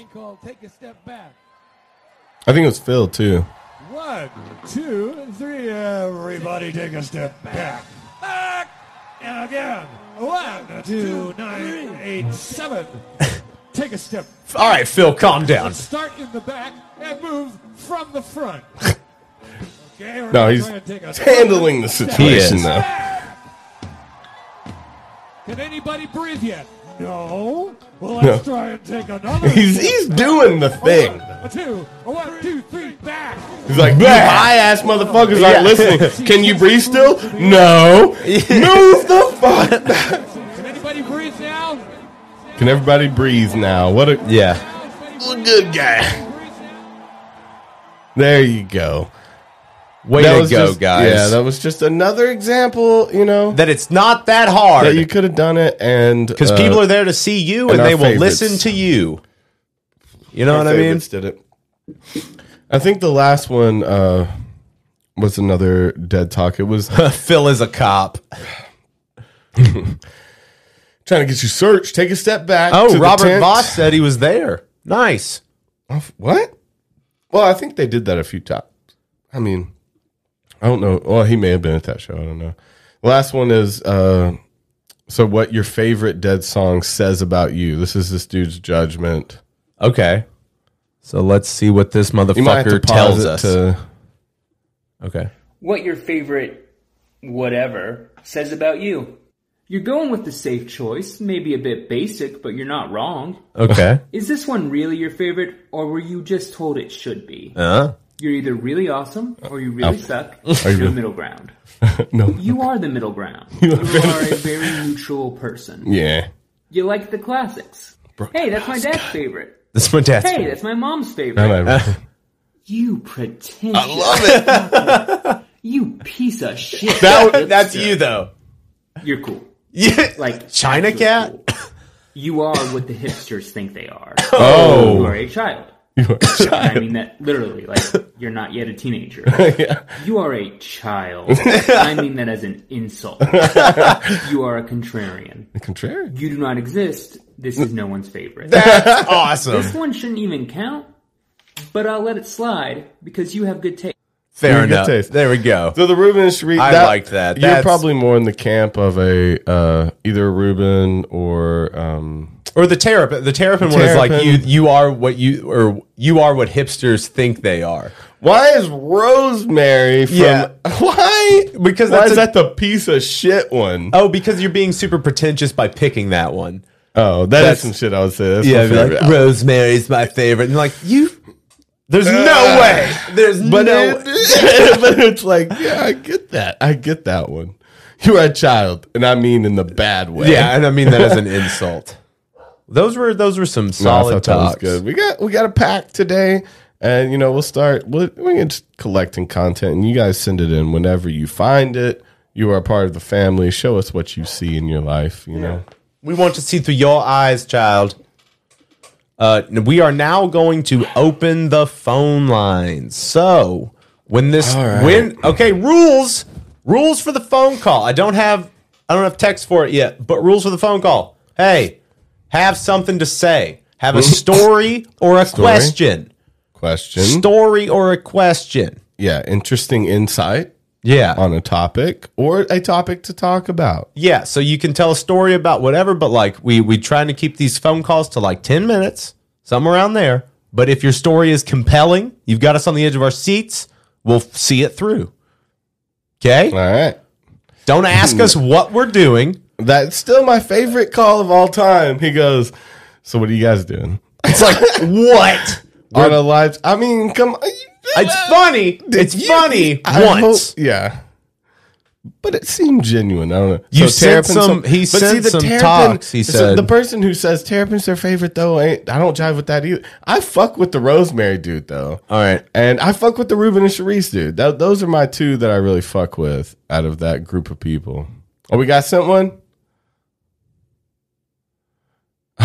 S3: I think it was Phil too.
S21: One, two, three. Everybody take a step back. Back. And again. One, two, nine, eight, seven. Take a step.
S1: All right, Phil, calm down.
S21: Start in the back and move from the
S1: *laughs*
S21: front. Okay, we're
S3: No,
S21: gonna
S3: he's
S21: try and take a-
S3: handling the situation
S1: is.
S3: though.
S21: Can anybody breathe yet? No. Well,
S3: No.
S21: let's try and take
S1: *laughs*
S21: another.
S3: He's he's doing the thing.
S21: A two, a one, two, three, back.
S3: He's like, you high ass motherfuckers
S1: *laughs*
S3: aren't listening. Can you breathe still? No. Move the fuck.
S21: Can anybody breathe now?
S3: Can everybody breathe now? What a yeah. Good guy. There you go.
S1: Way
S3: That
S1: to
S3: was
S1: go,
S3: just-
S1: guys.
S3: Yeah, that was just another example. You know
S1: that it's not that hard.
S3: that you could have done it, and
S1: because
S3: uh,
S1: people are there to see you and,
S3: and our
S1: they will
S3: favorites.
S1: listen to you. You know
S3: Our
S1: what I mean?
S3: favorites Did it. I think the last one uh, was another dead talk. It was
S1: *laughs* Phil is a
S3: *laughs*
S1: cop.
S3: trying to get you searched. Take a step back. to
S1: Oh,
S3: the
S1: Robert
S3: tent. Oh,
S1: Voss said he was there. Nice.
S3: What? Well, I think they did that a few times. I mean, I don't know. Well, he may have been at that show. I don't know. Last one is uh, so what your favorite dead song says about you. This is this dude's judgment.
S1: Okay. So let's see what this
S3: You might have to
S1: motherfucker
S3: pause
S1: tells
S3: it
S1: us.
S3: to-
S1: okay.
S22: what your favorite whatever says about you. You're going with the safe choice, maybe a bit basic, but you're not wrong.
S1: Okay.
S22: *laughs* Is this one really your favorite, or were you just told it should be?
S1: Uh,
S22: You're either really awesome or you really
S1: Ow.
S22: suck.
S1: *laughs* Are you
S22: You're
S1: really-
S22: middle
S1: *laughs*
S22: ground.
S3: no.
S22: You are the middle ground.
S3: You
S22: You
S3: are
S22: are
S3: very-
S22: a very neutral person.
S3: Yeah.
S22: You like the classics. hey, that's my dad's favorite.
S1: That's my dad's
S22: Hey,
S1: favorite.
S22: that's my mom's favorite.
S1: No, no.
S22: *laughs* You
S3: Uh.
S22: pretend. I love it. *laughs* you piece of shit.
S1: *laughs* That w- that's you, though.
S22: You're cool.
S1: Yeah.
S22: Like
S1: China
S22: actually
S1: cat?
S22: cool. You are what the hipsters think they are.
S1: Oh.
S22: You are a child.
S3: You are
S22: *laughs*
S3: a
S22: I mean that literally. Like you're not yet a
S3: *laughs*
S22: teenager. You are a child. I mean that as an
S3: *laughs*
S22: insult. you are a contrarian.
S3: A contrarian.
S22: You do not exist. This
S3: *laughs*
S22: is no one's favorite.
S1: That's awesome.
S22: This one shouldn't even count. But I'll let it slide because you have good taste.
S1: Fair
S3: Good
S1: enough.
S3: taste.
S1: There we go.
S3: So the Ruben Street.
S1: I liked that.
S3: you're
S1: That's-
S3: probably more in the camp of a uh, either Ruben or um,
S1: Or the terrapin. The terrapin one is like you.
S3: Terrapin.
S1: You are what you or you are what hipsters think they are.
S3: Why is Rosemary from?
S1: Yeah.
S3: *laughs* Why?
S1: Because
S3: why
S1: that's
S3: is
S1: a-
S3: that the piece of shit one?
S1: Oh, because you're being super pretentious by picking that one.
S3: Oh, that is some shit I would say. That's
S1: yeah,
S3: yeah,
S1: I'd be like, Rosemary's my favorite. And like you, there's no
S3: Uh,
S1: way. There's
S3: but
S1: no.
S3: it- *laughs* but it's like, yeah, I get that. I get that one. You're a child, and I mean in the bad way.
S1: yeah, and I mean that as
S3: *laughs*
S1: an insult. Those were those were some
S3: No, I
S1: solid
S3: thought that was
S1: talks.
S3: good. We got we got a pack today, and you know we'll start. We'll, we can just collecting content, and you guys send it in whenever you find it. You are a part of the family. Show us what you see in your life. You know.
S1: We want to see through your eyes, child. Uh, n- we are now going to open the phone lines. So when this
S3: All right.
S1: when okay rules Rules for the phone call. I don't have I don't have text for it yet, but rules for the phone call. Hey, have something to say.
S3: *laughs*
S1: Have a story or a
S3: Story.
S1: question.
S3: Question.
S1: Story or a question.
S3: Yeah, interesting insight.
S1: Yeah.
S3: On a topic or a topic to talk about.
S1: Yeah, so you can tell a story about whatever, but like we we trying to keep these phone calls to like ten minutes, somewhere around there. But if your story is compelling, you've got us on the edge of our seats. We'll f- see it through. Okay. All
S3: right.
S1: Don't ask
S3: *laughs*
S1: us what we're *laughs* doing.
S3: That's still my favorite call of all time. He goes, So what are you guys doing?
S1: It's like, *laughs* what?
S3: on a live I mean, come
S1: It's funny. It's funny
S3: I
S1: once.
S3: hope- yeah. But it seemed genuine. I don't know.
S1: You sent some- he
S3: but
S1: sent some talks, he
S3: so
S1: said.
S3: the person who says
S1: *laughs*
S3: Terrapin's their favorite though. Ain't, I don't jive with that either. I fuck with the Rosemary dude though.
S1: All right,
S3: and I fuck with the Ruben and Sharice dude. Tho- those are my two that I really fuck with out of that group of people. Oh, we got sent one *laughs*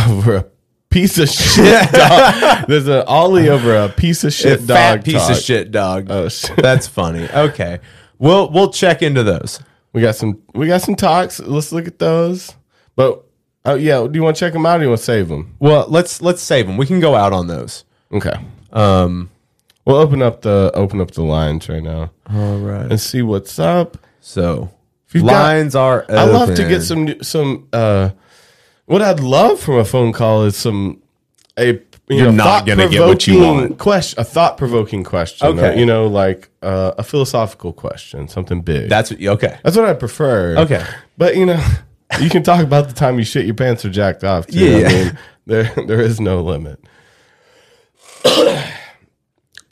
S3: over a piece
S1: *laughs*
S3: of shit dog. There's an Ollie over a piece of shit
S1: A
S3: dog.
S1: fat piece of
S3: talk.
S1: shit dog.
S3: Oh
S1: *laughs*
S3: shit.
S1: That's funny. Okay. We'll we'll check into those.
S3: We got some we got some talks. Let's look at those. But oh yeah, do you want to check them out or do you want to save them?
S1: Well, let's let's save them. We can go out on those.
S3: Okay. Um we'll open up the open up the lines right now.
S1: All right.
S3: And see what's up.
S1: So
S3: If you've
S1: Lines are
S3: I love to
S1: open.
S3: get some new- some uh what I'd love from a phone call is some a you
S20: You're not gonna get what you
S3: thought-provoking
S20: want.
S3: Question, a thought provoking question.
S1: Okay.
S3: uh, you know, like uh, a philosophical question, something big.
S1: That's what okay.
S3: That's what I prefer.
S1: Okay.
S3: But you know, *laughs* you can talk about the time you shit your pants or jacked off. Too.
S1: Yeah.
S3: I mean, there there is no limit.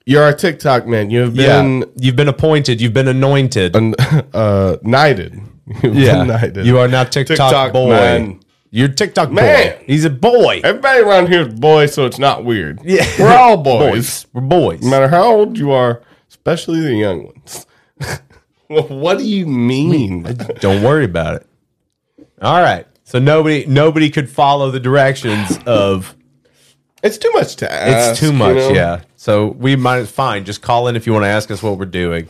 S3: You're our TikTok man. You have been
S1: yeah. You've been appointed. You've been anointed.
S3: *laughs* uh, knighted. You've
S1: yeah.
S3: been knighted.
S1: You are now TikTok,
S3: TikTok
S1: boy.
S3: man.
S1: You're TikTok
S3: Man.
S1: boy. He's a boy.
S3: Everybody around here is boy, so it's not weird.
S1: Yeah.
S3: We're all
S1: *laughs*
S3: boys.
S1: Boys. We're boys.
S3: No matter how old you are, especially the young ones. well, what do you mean?
S1: Don't worry about it. All right. So nobody nobody could follow the
S3: *sighs*
S1: directions of
S3: It's too much to ask.
S1: It's too
S3: you
S1: much,
S3: know?
S1: yeah. So we might fine. Just call in if you want to ask us what we're
S3: *laughs*
S1: doing.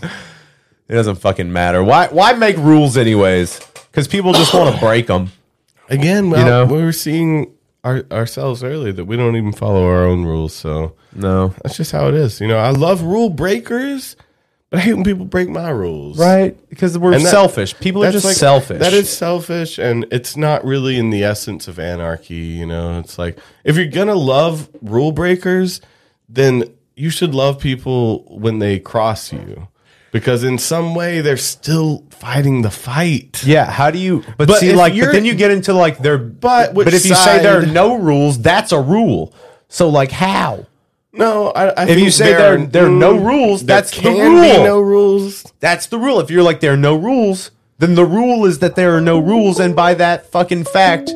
S1: it doesn't fucking matter. Why why make rules anyways? Because people just *clears throat* want to break them.
S3: Again, well,
S1: You know?
S3: we were seeing our, ourselves earlier that we don't even follow our own rules. So
S1: no,
S3: that's just how it is. You know, I love rule breakers, but I hate when *laughs* people break my rules.
S1: Right? Because we're
S3: And that-
S1: selfish. People are
S3: that's
S1: just
S3: like-
S1: selfish.
S3: That is selfish, and it's not really in the essence of anarchy. You know, it's like if you're gonna love rule breakers, then you should love people when they cross you, because in some way they're still fighting the fight.
S1: yeah. How do you? But,
S3: But
S1: see,
S3: if
S1: like,
S3: you're-
S1: but then you get into like their
S3: But which
S1: but if you say there are
S3: side-
S1: no rules, that's a rule. So like how?
S3: No, I, I
S1: if you
S3: think
S1: say there are, there are no
S3: mm,
S1: rules,
S3: there
S1: that's the
S3: can
S1: rule.
S3: Be no rules.
S1: That's the rule. If you're like there are no rules, then the rule is that there are no rules, and by that fucking fact,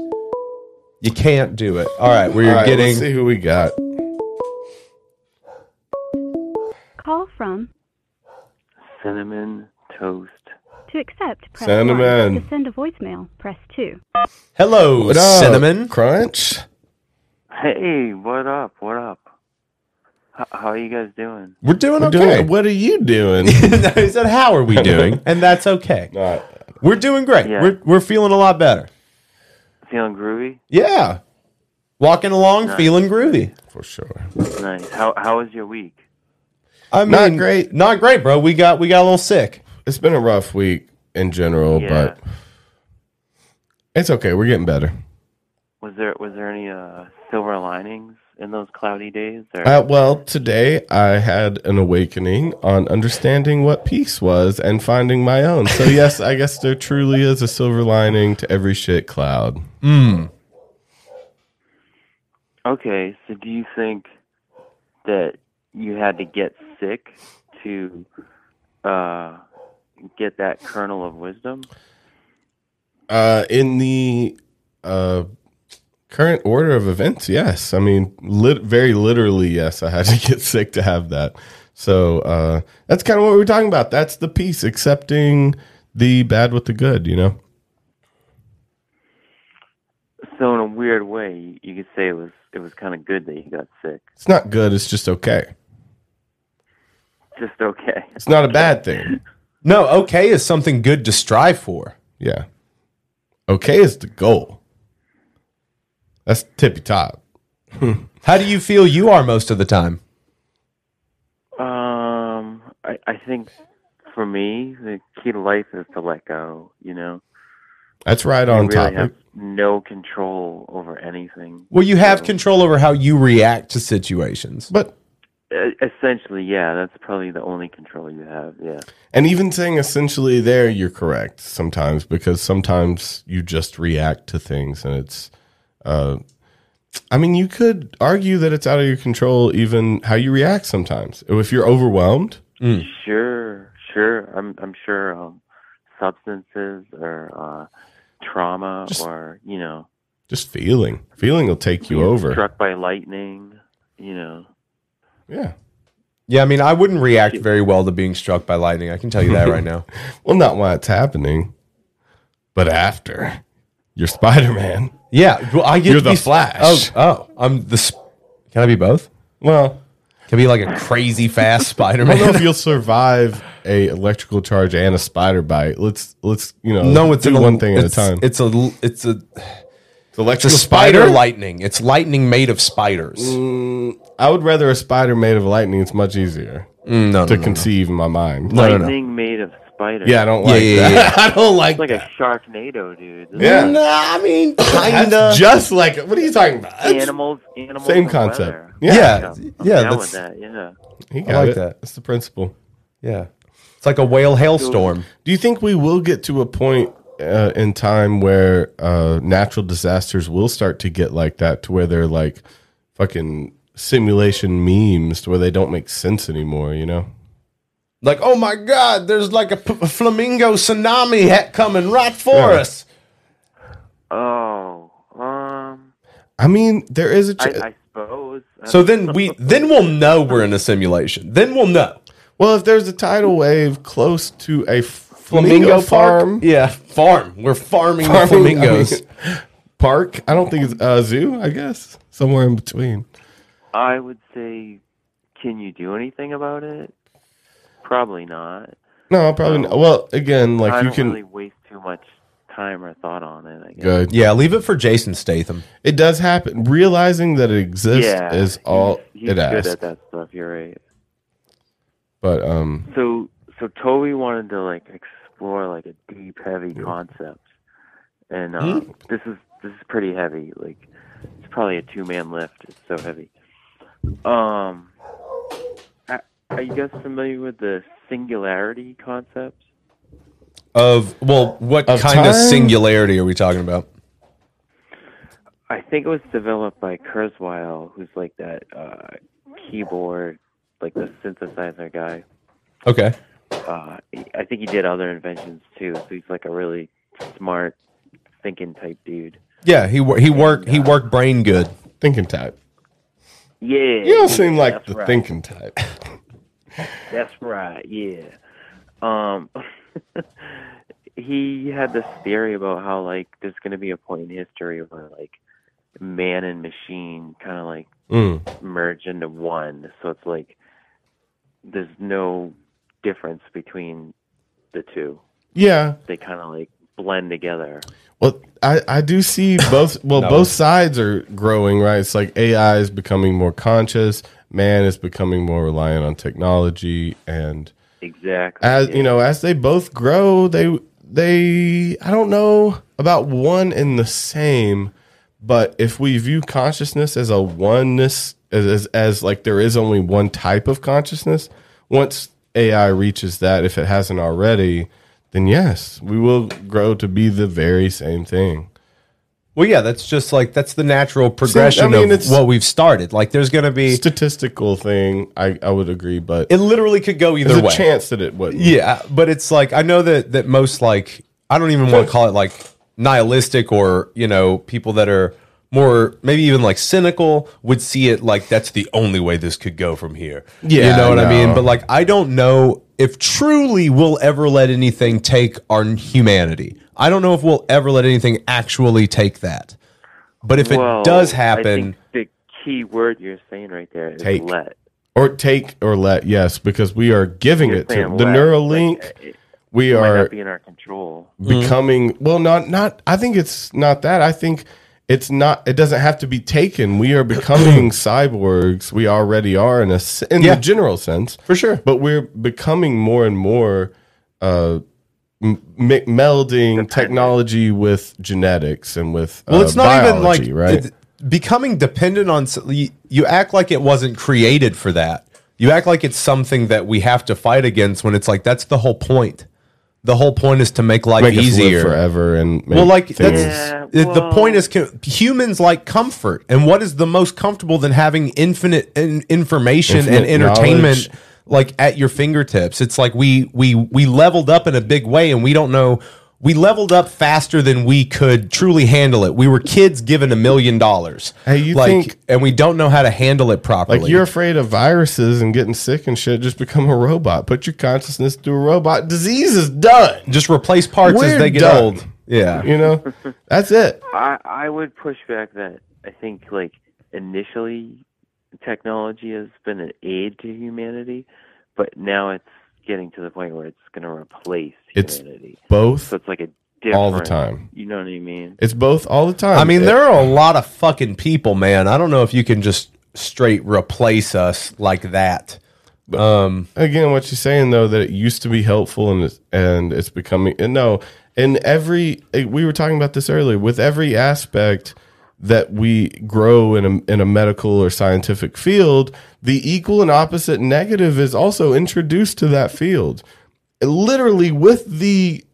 S1: *laughs* you can't do it. All right, we're
S3: All right,
S1: getting
S3: Let's see who we got.
S6: Call from
S5: Cinnamon toast.
S6: to accept. Press
S3: Cinnamon.
S6: One. To send a voicemail, press two.
S1: hello,
S3: What up,
S1: cinnamon.
S3: crunch.
S5: Hey, what up? What up? H- how are you guys doing?
S1: We're doing
S3: We're
S1: okay.
S3: doing- what are you doing?
S1: *laughs* No, he said, "How are *laughs* we doing?" And that's *laughs* okay.
S3: Not-
S1: We're doing great.
S5: Yeah.
S1: We're we're feeling a lot better.
S5: Feeling groovy?
S1: Yeah, walking along,
S5: Nice.
S1: feeling groovy.
S3: for sure.
S5: Nice. How how was your week?
S1: I mean,
S3: Not great.
S1: not great, bro. We got we got a little sick.
S3: It's been a rough week in general,
S5: Yeah.
S3: but it's okay. We're getting better.
S5: Was there was there any uh, silver linings in those cloudy days? Or
S3: Uh, well, today I had an awakening on understanding what peace was and finding my own. So yes, I guess there truly is a silver lining to every shit cloud.
S1: Mm.
S5: okay, so do you think that you had to get sick to uh, get that kernel of wisdom?
S3: Uh, in the uh, current order of events, yes. I mean, lit- very literally, yes. I had to *laughs* get sick to have that. So uh, that's kind of what we were talking about. That's the piece, accepting the bad with the good. You know,
S5: So in a weird way, you could say it was it was kind of good that you got sick.
S3: it's not good. It's just okay.
S5: Just okay.
S3: It's not a bad thing.
S1: No, okay is something good to strive for.
S3: Yeah. Okay is the goal. That's tippy top. Hmm.
S1: How do you feel you are most of the time?
S5: Um, I, I think for me, the key to life is to let go. You know,
S3: That's right
S5: I
S3: on
S5: really
S3: topic.
S5: have no control over anything.
S1: Well, you have control over how you react to situations.
S3: But
S5: E- Essentially, yeah, that's probably the only control you have. Yeah,
S3: And even saying essentially there, you're correct sometimes because sometimes you just react to things and it's, uh, I mean, you could argue that it's out of your control, even how you react sometimes. If you're overwhelmed,
S1: Mm.
S5: sure, sure. I'm I'm sure um, substances or uh, trauma or you know
S3: just feeling, feeling will take you
S5: being
S3: over.
S5: struck by lightning. You know,
S3: Yeah.
S1: Yeah, I mean, I wouldn't react very well to being struck by lightning. I can tell you that right now.
S3: *laughs* well, not while it's happening, but after you're Spider Man.
S1: Yeah, well, I get
S3: You're
S1: to
S3: the
S1: be-
S3: Flash.
S1: Oh, oh, I'm the. Sp- can I be both?
S3: Well,
S1: can I be like a crazy fast Spider
S3: *laughs* I don't know if
S1: Man.
S3: you'll survive a electrical charge and a spider bite. Let's let's you know.
S1: No, it's
S3: do
S1: an el-
S3: one thing at a
S1: it's-
S3: time.
S1: It's a l- it's a
S3: it's electrical
S1: it's a spider,
S3: spider? Mm,
S1: lightning. It's lightning made of spiders.
S3: I would rather a spider made of lightning. It's much easier
S1: Mm, no,
S3: to
S1: no, no,
S3: conceive in my mind.
S5: lightning made of spiders.
S3: Yeah, I don't like Yeah, yeah, that. yeah. *laughs* I don't like
S5: It's like a Sharknado, dude. This
S3: Yeah.
S5: is
S3: Nah,
S1: I
S3: *coughs*
S1: mean,
S3: kinda. just like what are you talking about?
S5: Animals, animals.
S3: Same
S5: and
S3: concept.
S5: weather.
S3: Yeah. Yeah,
S5: I'm
S3: yeah,
S5: down with
S3: that's-
S5: that. Yeah.
S3: He
S1: I
S3: got
S1: like
S3: it.
S1: that.
S3: That's the principle.
S1: Yeah. It's like a whale hailstorm.
S3: Do you think we will get to a point uh, in time where uh, natural disasters will start to get like that, to where they're like fucking simulation memes, to where they don't make sense anymore? You know.
S1: Like, oh my God, there's like a, p- a flamingo tsunami ha- coming right for
S3: Yeah.
S1: us.
S5: Oh, um,
S3: I mean, there is a.
S5: I,
S3: Ch-
S5: I suppose. uh, I
S1: So
S5: don't
S1: then we then we'll know we're in a simulation. Then we'll know.
S3: well, if there's a tidal wave close to a
S1: Flamingo park?
S3: flamingo farm,
S1: Yeah, farm. We're farming, the
S3: Farming, I
S1: flamingos.
S3: mean, park. I don't think it's a zoo. I guess somewhere in between.
S5: I would say, can you do anything about it? Probably not.
S3: No, probably. Not. Well, again, like
S5: I
S3: you
S5: don't
S3: can.
S5: really waste too much time or thought on it. I guess.
S3: Good.
S1: Yeah, leave it for Jason Statham.
S3: It does happen. Realizing that it exists
S5: yeah,
S3: is all
S5: he's, he's
S3: it
S5: good
S3: asks.
S5: at that stuff. You're right.
S3: But um,
S5: So so Toby wanted to like explore like a deep, heavy concept, and uh,
S3: Hmm?
S5: this is this is pretty heavy. Like it's probably a two man lift. It's so heavy. Um, a- are you guys familiar with the singularity concept?
S1: Of well, what
S3: Of
S1: kind of
S3: time?
S1: singularity are we talking about?
S5: I think it was developed by Kurzweil, who's like that uh, keyboard, like the synthesizer guy.
S1: Okay.
S5: Uh, I think he did other inventions too. So he's like a really smart, thinking type dude.
S1: Yeah, he wor- he worked he worked brain good.
S3: Thinking type.
S5: Yeah.
S3: you don't seem like
S5: that's
S3: the
S5: right.
S3: thinking type.
S5: *laughs* That's right. Yeah. Um, *laughs* he had this theory about how like there's going to be a point in history where like man and machine kind of like
S3: Mm.
S5: merge into one. So it's like there's no difference between the two.
S3: Yeah.
S5: They kind of like blend together.
S3: Well, I, I do see both. Well,
S5: No.
S3: both sides are growing, right? It's like AI is becoming more conscious. Man is becoming more reliant on technology, and
S5: Exactly.
S3: as you know, as they both grow, they they I don't know about one and the same, but if we view consciousness as a oneness, as as, as like there is only one type of consciousness, once AI reaches that, if it hasn't already, then yes, we will grow to be the very same thing.
S1: Well, yeah, that's just like that's the natural progression
S3: mean,
S1: of
S3: it's-
S1: what we've started. Like, there's going to be
S3: Statistical thing, I, I would agree, but
S1: it literally could go either
S3: there's a
S1: way.
S3: chance that it wouldn't.
S1: Yeah, but it's like I know that that most like I don't even want to call it like nihilistic or you know people that are more maybe even like cynical would see it like that's the only way this could go from here.
S3: Yeah,
S1: you know what I mean.
S3: no.
S1: But like I don't know if truly we'll ever let anything take our humanity. I don't know if we'll ever let anything actually take that. But if
S5: Well,
S1: it does
S5: I
S1: happen,
S5: think the key word you're saying right there is
S3: Take.
S5: let.
S3: Or take or let, yes, because we are giving
S5: You're
S3: it to
S5: saying
S3: the
S5: let.
S3: Neuralink. we
S5: It might
S3: are
S5: not be in our control.
S1: Mm-hmm.
S3: becoming well not not i think it's not that i think it's not it doesn't have to be taken we
S1: *clears throat*
S3: are becoming cyborgs we already are in a s- in
S1: Yeah.
S3: the general sense for sure but we're becoming more and more uh m- mi- melding technology with genetics and with
S1: Well, it's
S3: uh,
S1: not
S3: biology,
S1: even like
S3: right
S1: it- becoming dependent on. s- You, you act like it wasn't created for that. You act like it's something that we have to fight against when it's like that's the whole point. The whole point is to make life
S3: Make us live
S1: easier
S3: forever and
S1: well,
S3: make
S1: like
S3: things-
S1: that's the- the point is com- humans like comfort, and what is the most comfortable than having infinite in- information
S3: Infinite
S1: and entertainment
S3: knowledge.
S1: like at your fingertips? It's like we we we leveled up in a big way, and we don't know. We leveled up faster than we could truly handle it. We were kids given a million dollars.
S3: Hey, you
S1: like,
S3: think-
S1: and we don't know how to handle it properly.
S3: Like you're afraid of viruses and getting sick and shit. Just become a robot. Put your consciousness through a robot. Disease is done.
S1: Just replace parts as they get old. Yeah. *laughs*
S3: you know that's it.
S5: I I would push back that I think like initially technology has been an aid to humanity, but now it's getting to the point where it's going to replace
S3: It's
S5: humanity.
S3: both
S5: so it's like a different
S3: all the time.
S5: You know what I mean?
S3: It's both all the time.
S1: I mean,
S3: It-
S1: there are a lot of fucking people, man. I don't know if you can just straight replace us like that.
S3: um again what you're saying though that it used to be helpful and it's, and it's becoming and no in every eh, we were talking about this earlier with every aspect that we grow in a, in a medical or scientific field the equal and opposite negative is also introduced to that field literally with the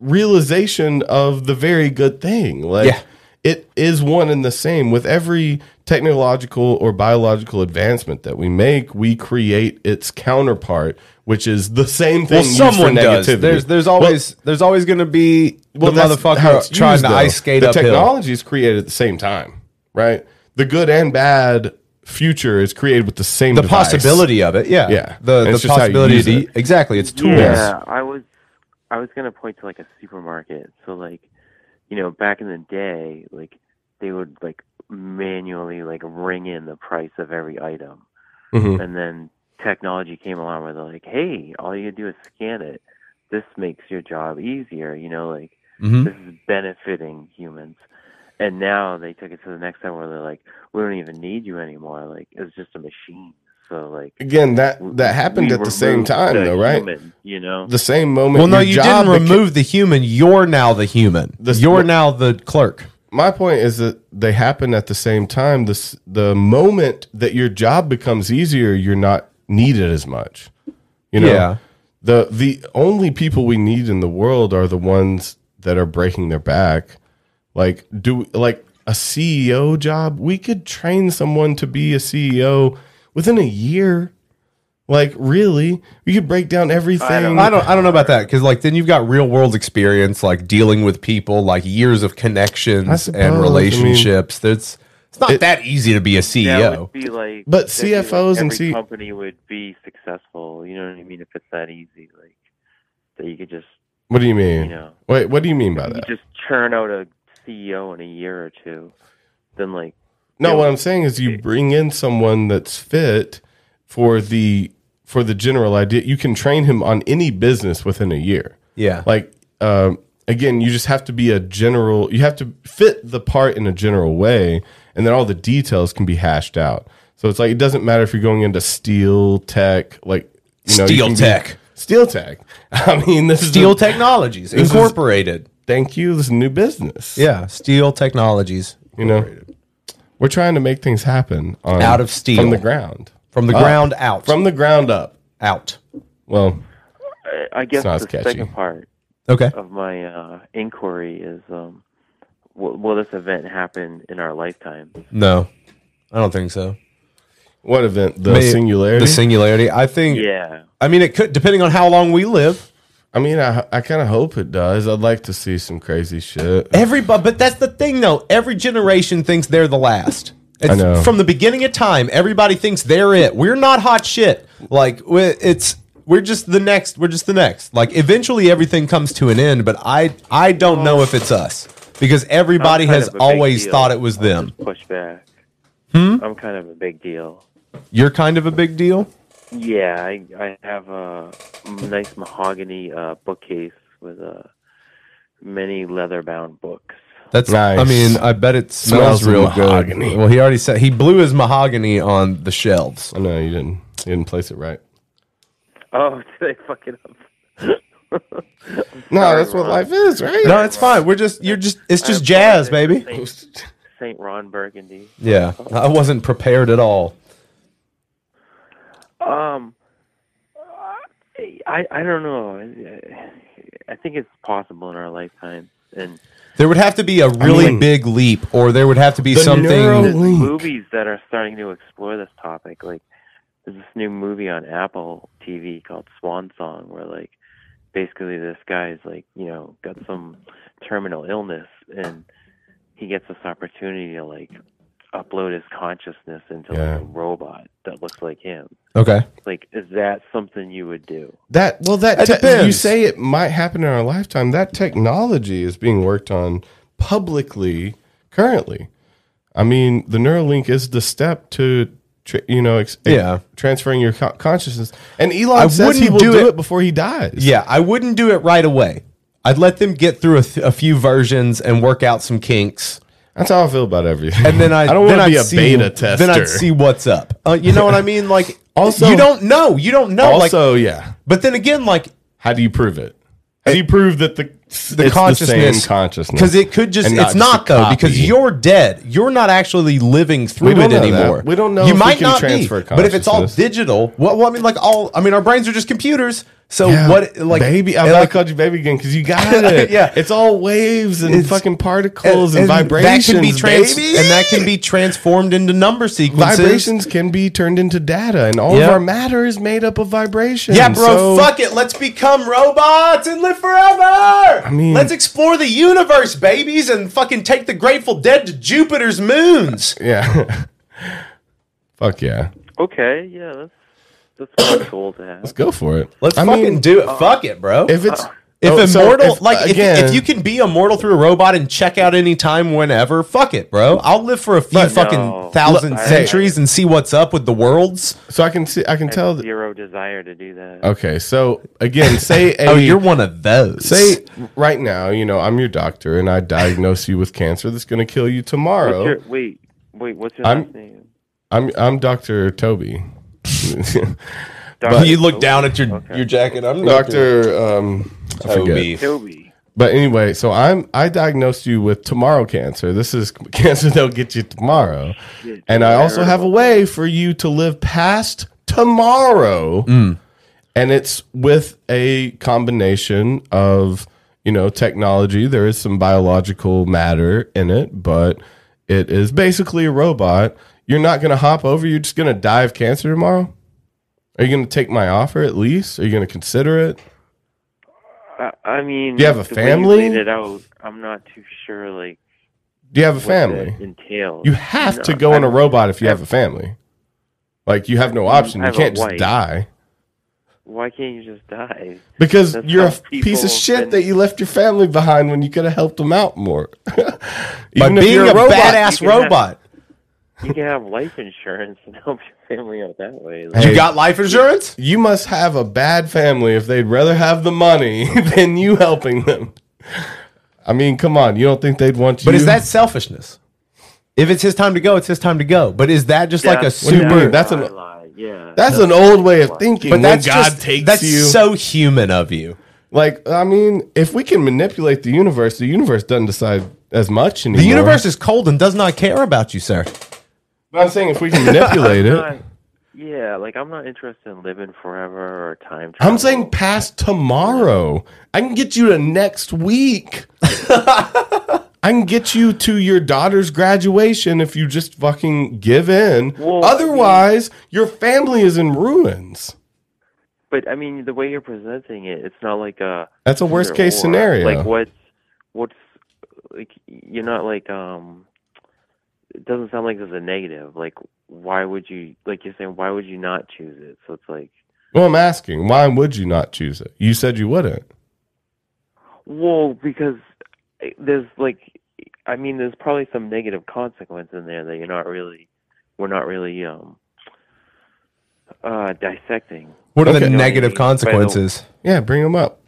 S3: realization of the very good thing. Like
S1: Yeah.
S3: it is one and the same. With every technological or biological advancement that we make, we create its counterpart, which is the same thing.
S1: Well,
S3: used
S1: someone
S3: for
S1: does.
S3: negativity.
S1: There's there's
S3: Well,
S1: always there's always going to be
S3: well,
S1: the
S3: that's how it's
S1: motherfucker trying
S3: used,
S1: to
S3: though.
S1: ice skate
S3: the
S1: uphill.
S3: technology is created at the same time, right? The good and bad future is created with the same
S1: the
S3: device.
S1: possibility of it, yeah,
S3: yeah.
S1: The
S3: And it's
S1: the
S3: just how you
S1: possibility
S3: use
S1: to,
S3: it.
S1: exactly. It's tools.
S5: Yeah, I was I was gonna point to like a supermarket. So like, you know, back in the day, like they would like manually like ring in the price of every item,
S3: Mhm.
S5: and then technology came along where they're like, hey, all you do is scan it. This makes your job easier. You know, like
S3: Mm-hmm.
S7: Mhm.
S5: this is benefiting humans. And now they took it to the next time where they're like, we don't even need you anymore. Like it's just a machine. So like
S3: Again, that that happened
S5: we
S3: at the same
S5: removed
S3: time,
S5: the
S3: though, right?
S5: human, you know?
S3: the same moment.
S1: Well, no,
S3: your
S1: you
S3: job
S1: didn't
S3: beca-
S1: remove the human. You're now the human. You're now the clerk.
S3: my point is that they happen at the same time. This the moment that your job becomes easier, you're not needed as much. You know,
S1: Yeah.
S3: the the only people we need in the world are the ones that are breaking their back. Like do like a CEO job, we could train someone to be a CEO within a year. Like really, we could break down everything.
S1: I don't. I don't know about that because, like, then you've got real world experience, like dealing with people, like years of
S3: I
S1: connections
S3: suppose, I
S1: and
S3: mean-
S1: relationships. That's it's not that easy to be a E
S5: That
S1: CEO.
S5: would be like,
S3: But
S5: that'd be like
S3: CFOs and
S5: every
S3: C-
S5: company would be successful. You know what I mean? If it's that easy, like that you could just
S3: What do you mean?
S5: You know.
S3: Wait, what do you mean by
S5: you
S3: that?
S5: just churn out a CEO in a year or two. Then like
S3: No, what I'm saying is you bring in someone that's fit for the for the general idea. You can train him on any business within a year.
S1: Yeah.
S3: Like um, again, you just have to be a general. You have to fit the part in a general way, and then all the details can be hashed out. So it's like it doesn't matter if you're going into steel tech, like you know, you
S1: Steel
S3: can be-
S1: tech.
S3: steel tech. *laughs* I mean, this
S1: Steel
S3: is a-
S1: Technologies
S3: this is-
S1: Incorporated.
S3: thank you. This is a new business.
S1: Yeah, Steel Technologies.
S3: You know, we're trying to make things happen on,
S1: Out of steel.
S3: from the ground,
S1: From the
S3: Up.
S1: ground out.
S3: from the ground up,
S1: out.
S3: Well,
S5: I- I guess
S3: not
S5: the
S3: as catchy.
S5: second part
S1: Okay.
S5: of my uh, inquiry is um, will, will this event happen in our lifetime?
S1: No, I don't think so.
S3: What event? The
S1: May-
S3: singularity.
S1: The singularity. I think.
S5: Yeah.
S1: I mean, it could depending on how long we live.
S3: I mean, I I kind of hope it does. I'd like to see some crazy shit.
S1: Everybody, but that's the thing, though. Every generation thinks they're the last. It's
S3: I know.
S1: From the beginning of time, everybody thinks they're it. We're not hot shit. Like we- it's we're just the next. We're just the next. Like eventually, everything comes to an end. But I I don't know if it's us because everybody
S5: I'm kind
S1: has
S5: of a big
S1: always
S5: deal.
S1: thought it was them. Hmm?
S5: Push back. I'm kind of a big deal.
S1: You're kind of a big deal.
S5: Yeah, I I have a nice mahogany uh, bookcase with uh, many leather-bound books.
S1: That's
S3: Nice.
S1: I mean, I bet it smells,
S3: Smells of
S1: real good.
S3: mahogany.
S1: Well, he already said he blew his mahogany on the shelves.
S3: I know you didn't. You didn't place it right.
S5: Oh, *laughs* did I fuck it up?
S3: No, that's what life is, right?
S1: No, it's fine. We're just you're just it's just jazz, baby.
S5: Saint, Saint Ron Burgundy.
S1: Yeah, I wasn't prepared at all.
S5: Um, I I don't know. I- I think it's possible in our lifetime, and
S1: There would have to be a really
S5: mean,
S1: big leap, or there would have to be
S5: the
S1: something.
S5: there's movies that are starting to explore this topic. Like there's this new movie on Apple TV called Swan Song, where like basically this guy's like you know got some terminal illness, and he gets this opportunity to like upload his consciousness into
S3: Yeah.
S5: like a robot that looks like him.
S1: Okay.
S5: Like, is that something you would do?
S3: That well, that,
S5: That
S3: te-
S5: depends.
S3: you say it might happen in our lifetime. That technology is being worked on publicly currently. I mean, the Neuralink is the step to tr you know ex-
S1: Yeah.
S3: transferring your co- consciousness. And Elon
S1: I
S3: says he
S1: wouldn't
S3: will do,
S1: do
S3: it,
S1: it-
S3: before he dies.
S1: Yeah, I wouldn't do it right away. I'd let them get through a, th- a few versions and work out some kinks.
S3: That's how I feel about everything.
S1: And then I,
S3: *laughs* I don't wanna
S1: then I'd
S3: be a
S1: see-
S3: beta tester.
S1: Then I'd see what's up. Uh, you know what I mean? Like
S3: *laughs* Also-
S1: you don't know. You don't know. like-
S3: also, yeah.
S1: But then again, like,
S3: how do you prove it? How do you prove that the
S1: the consciousness
S3: consciousness?
S1: because it could just
S3: and
S1: it's
S3: just
S1: not
S3: a
S1: though
S3: copy?
S1: because you're dead you're not actually living through
S3: We don't
S1: it
S3: know that.
S1: anymore
S3: We don't know
S1: you
S3: if we
S1: might
S3: can
S1: not
S3: transfer
S1: be but if it's all
S3: consciousness.
S1: digital well, well i mean like all i mean our brains are just computers so
S3: Yeah,
S1: what like
S3: baby? I'm
S1: and,
S3: glad I
S1: like,
S3: called you baby again because you got
S1: *laughs*
S3: it.
S1: Yeah.
S3: it's all waves and
S1: It's-
S3: fucking particles and, vibrations.
S1: that can be trans-
S3: baby.
S1: and that can be transformed into number sequences
S3: vibrations can be turned into data, and all
S1: Yeah.
S3: of our matter is made up of vibrations.
S1: yeah bro
S3: So-
S1: fuck it let's become robots and live forever i
S3: mean-
S1: let's explore the universe babies and fucking take the grateful dead to jupiter's moons
S3: Yeah, *laughs* fuck yeah.
S5: Okay, yeah, that's that's my goal to have.
S3: Let's go for it.
S1: Let's
S3: I
S1: fucking
S3: mean-
S1: do it. Fuck it, bro.
S3: If it's
S1: if
S3: Oh, so
S1: immortal,
S3: if-
S1: like if,
S3: again-
S1: if you can be immortal through a robot and check out any time, whenever, fuck it, bro. I'll live for a few
S3: But-
S1: fucking
S5: No.
S1: thousand
S5: Look, I-
S1: centuries and see what's up with the worlds.
S3: So I can see, I can
S5: I
S3: tell.
S5: have
S3: That,
S5: zero desire to do that.
S3: okay, so again, say a,
S1: *laughs* oh, you're one of those.
S3: say right now, you know, I'm your doctor, and I diagnose you with cancer that's going to kill you tomorrow.
S5: What's your, wait, wait, what's your
S3: I'm-
S5: last name?
S3: I'm I'm Doctor Toby.
S5: *laughs*
S1: you look down at your your jacket. I'm
S3: Doctor um, I
S1: Toby.
S3: forget.
S5: Toby.
S3: But anyway, so I'm I diagnosed you with tomorrow cancer. This is *laughs* cancer that'll get you tomorrow, and I also have a way for you to live past tomorrow, and it's with a combination of you know technology. There is some biological matter in it, but it is basically a robot. You're not going to hop over. You're just going to die of cancer tomorrow. Are you going to take my offer at least? Are you going to consider it?
S5: I, I mean,
S3: Do you have a
S5: the way
S3: family?
S5: You laid it out. I'm not too sure. Like,
S3: Do you have a
S5: what
S3: family?
S5: that entails.
S3: You have
S5: No,
S3: to go
S5: I
S3: on a
S5: don't- Mm,
S3: robot if you have a family. Like you have no option.
S5: I
S3: You
S5: have a
S3: can't just
S5: wife.
S3: die
S5: Why can't you just die?
S3: because
S5: That's
S3: you're a
S5: how
S3: f- piece
S5: people
S3: of shit
S5: been-
S3: that you left your family behind when you could have helped them out more. *laughs*
S1: By
S3: Even if
S1: being
S3: you're
S1: a,
S3: robot,
S1: badass
S5: you can have-
S1: robot,
S5: You can have life insurance and *laughs* help your family out that way. Like,
S3: Hey,
S1: you got life insurance.
S3: You must have a bad family if they'd rather have the money *laughs* than you helping them. I mean, come on. You don't think they'd want you?
S1: But is that selfishness? If it's his time to go, it's his time to go. But is that just like a
S5: That's-
S3: What do you
S1: super?
S3: mean? That's an
S5: lie, yeah.
S3: that's an old way of thinking.
S1: but
S3: when
S1: that's
S3: God
S1: just
S3: takes
S1: that's
S3: you.
S1: so human of you.
S3: Like, I mean, if we can manipulate the universe, the universe doesn't decide as much anymore.
S1: The universe is cold and does not care about you, sir.
S3: But I'm saying if we can
S5: *laughs*
S3: manipulate it,
S5: Not- yeah, like I'm not interested in living forever or time travel.
S3: I'm saying past tomorrow. I can get you to
S1: *laughs*
S3: next week. I can get you to your daughter's graduation if you just fucking give in.
S5: Well,
S3: Otherwise, your family is in ruins.
S5: But I mean, the way you're presenting it, it's not like a.
S3: That's a worst case
S5: either or.
S3: scenario.
S5: Like what's what's like you're not like um. It doesn't sound like there's a negative. Like why would you like you're saying why would you not choose it? So it's like
S3: Well, I'm asking, why would you not choose it? You said you wouldn't.
S5: well because eh, there's like I mean there's probably some negative consequence in there that you're not really we're not really um uh, dissecting.
S1: What are the
S5: You know,
S1: negative
S5: by the-
S1: consequences?
S3: Yeah, bring them up.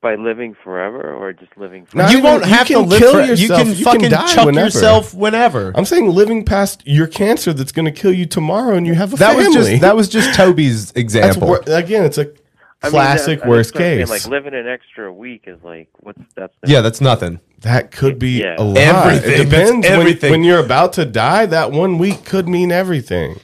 S5: By living forever or just living
S3: Not
S5: forever?
S1: You won't have to live forever. You can fucking
S3: die
S1: chuck yourself whenever.
S3: I'm saying living past your cancer that's going to kill you tomorrow, and you have a
S1: That
S3: family.
S1: was just that was just Toby's
S3: *laughs* That's
S1: *laughs* example.
S3: wor- again, it's a
S5: I mean,
S3: classic
S5: that- I
S3: worst
S5: think that's what I'm
S3: case.
S5: saying, Like living an extra week is like what's that's
S1: yeah, that's nothing.
S3: that could be
S5: Yeah.
S3: a lot.
S1: Everything.
S3: It
S1: That's
S3: depends when-
S1: everything.
S3: When, you're about to die, that one week could mean everything.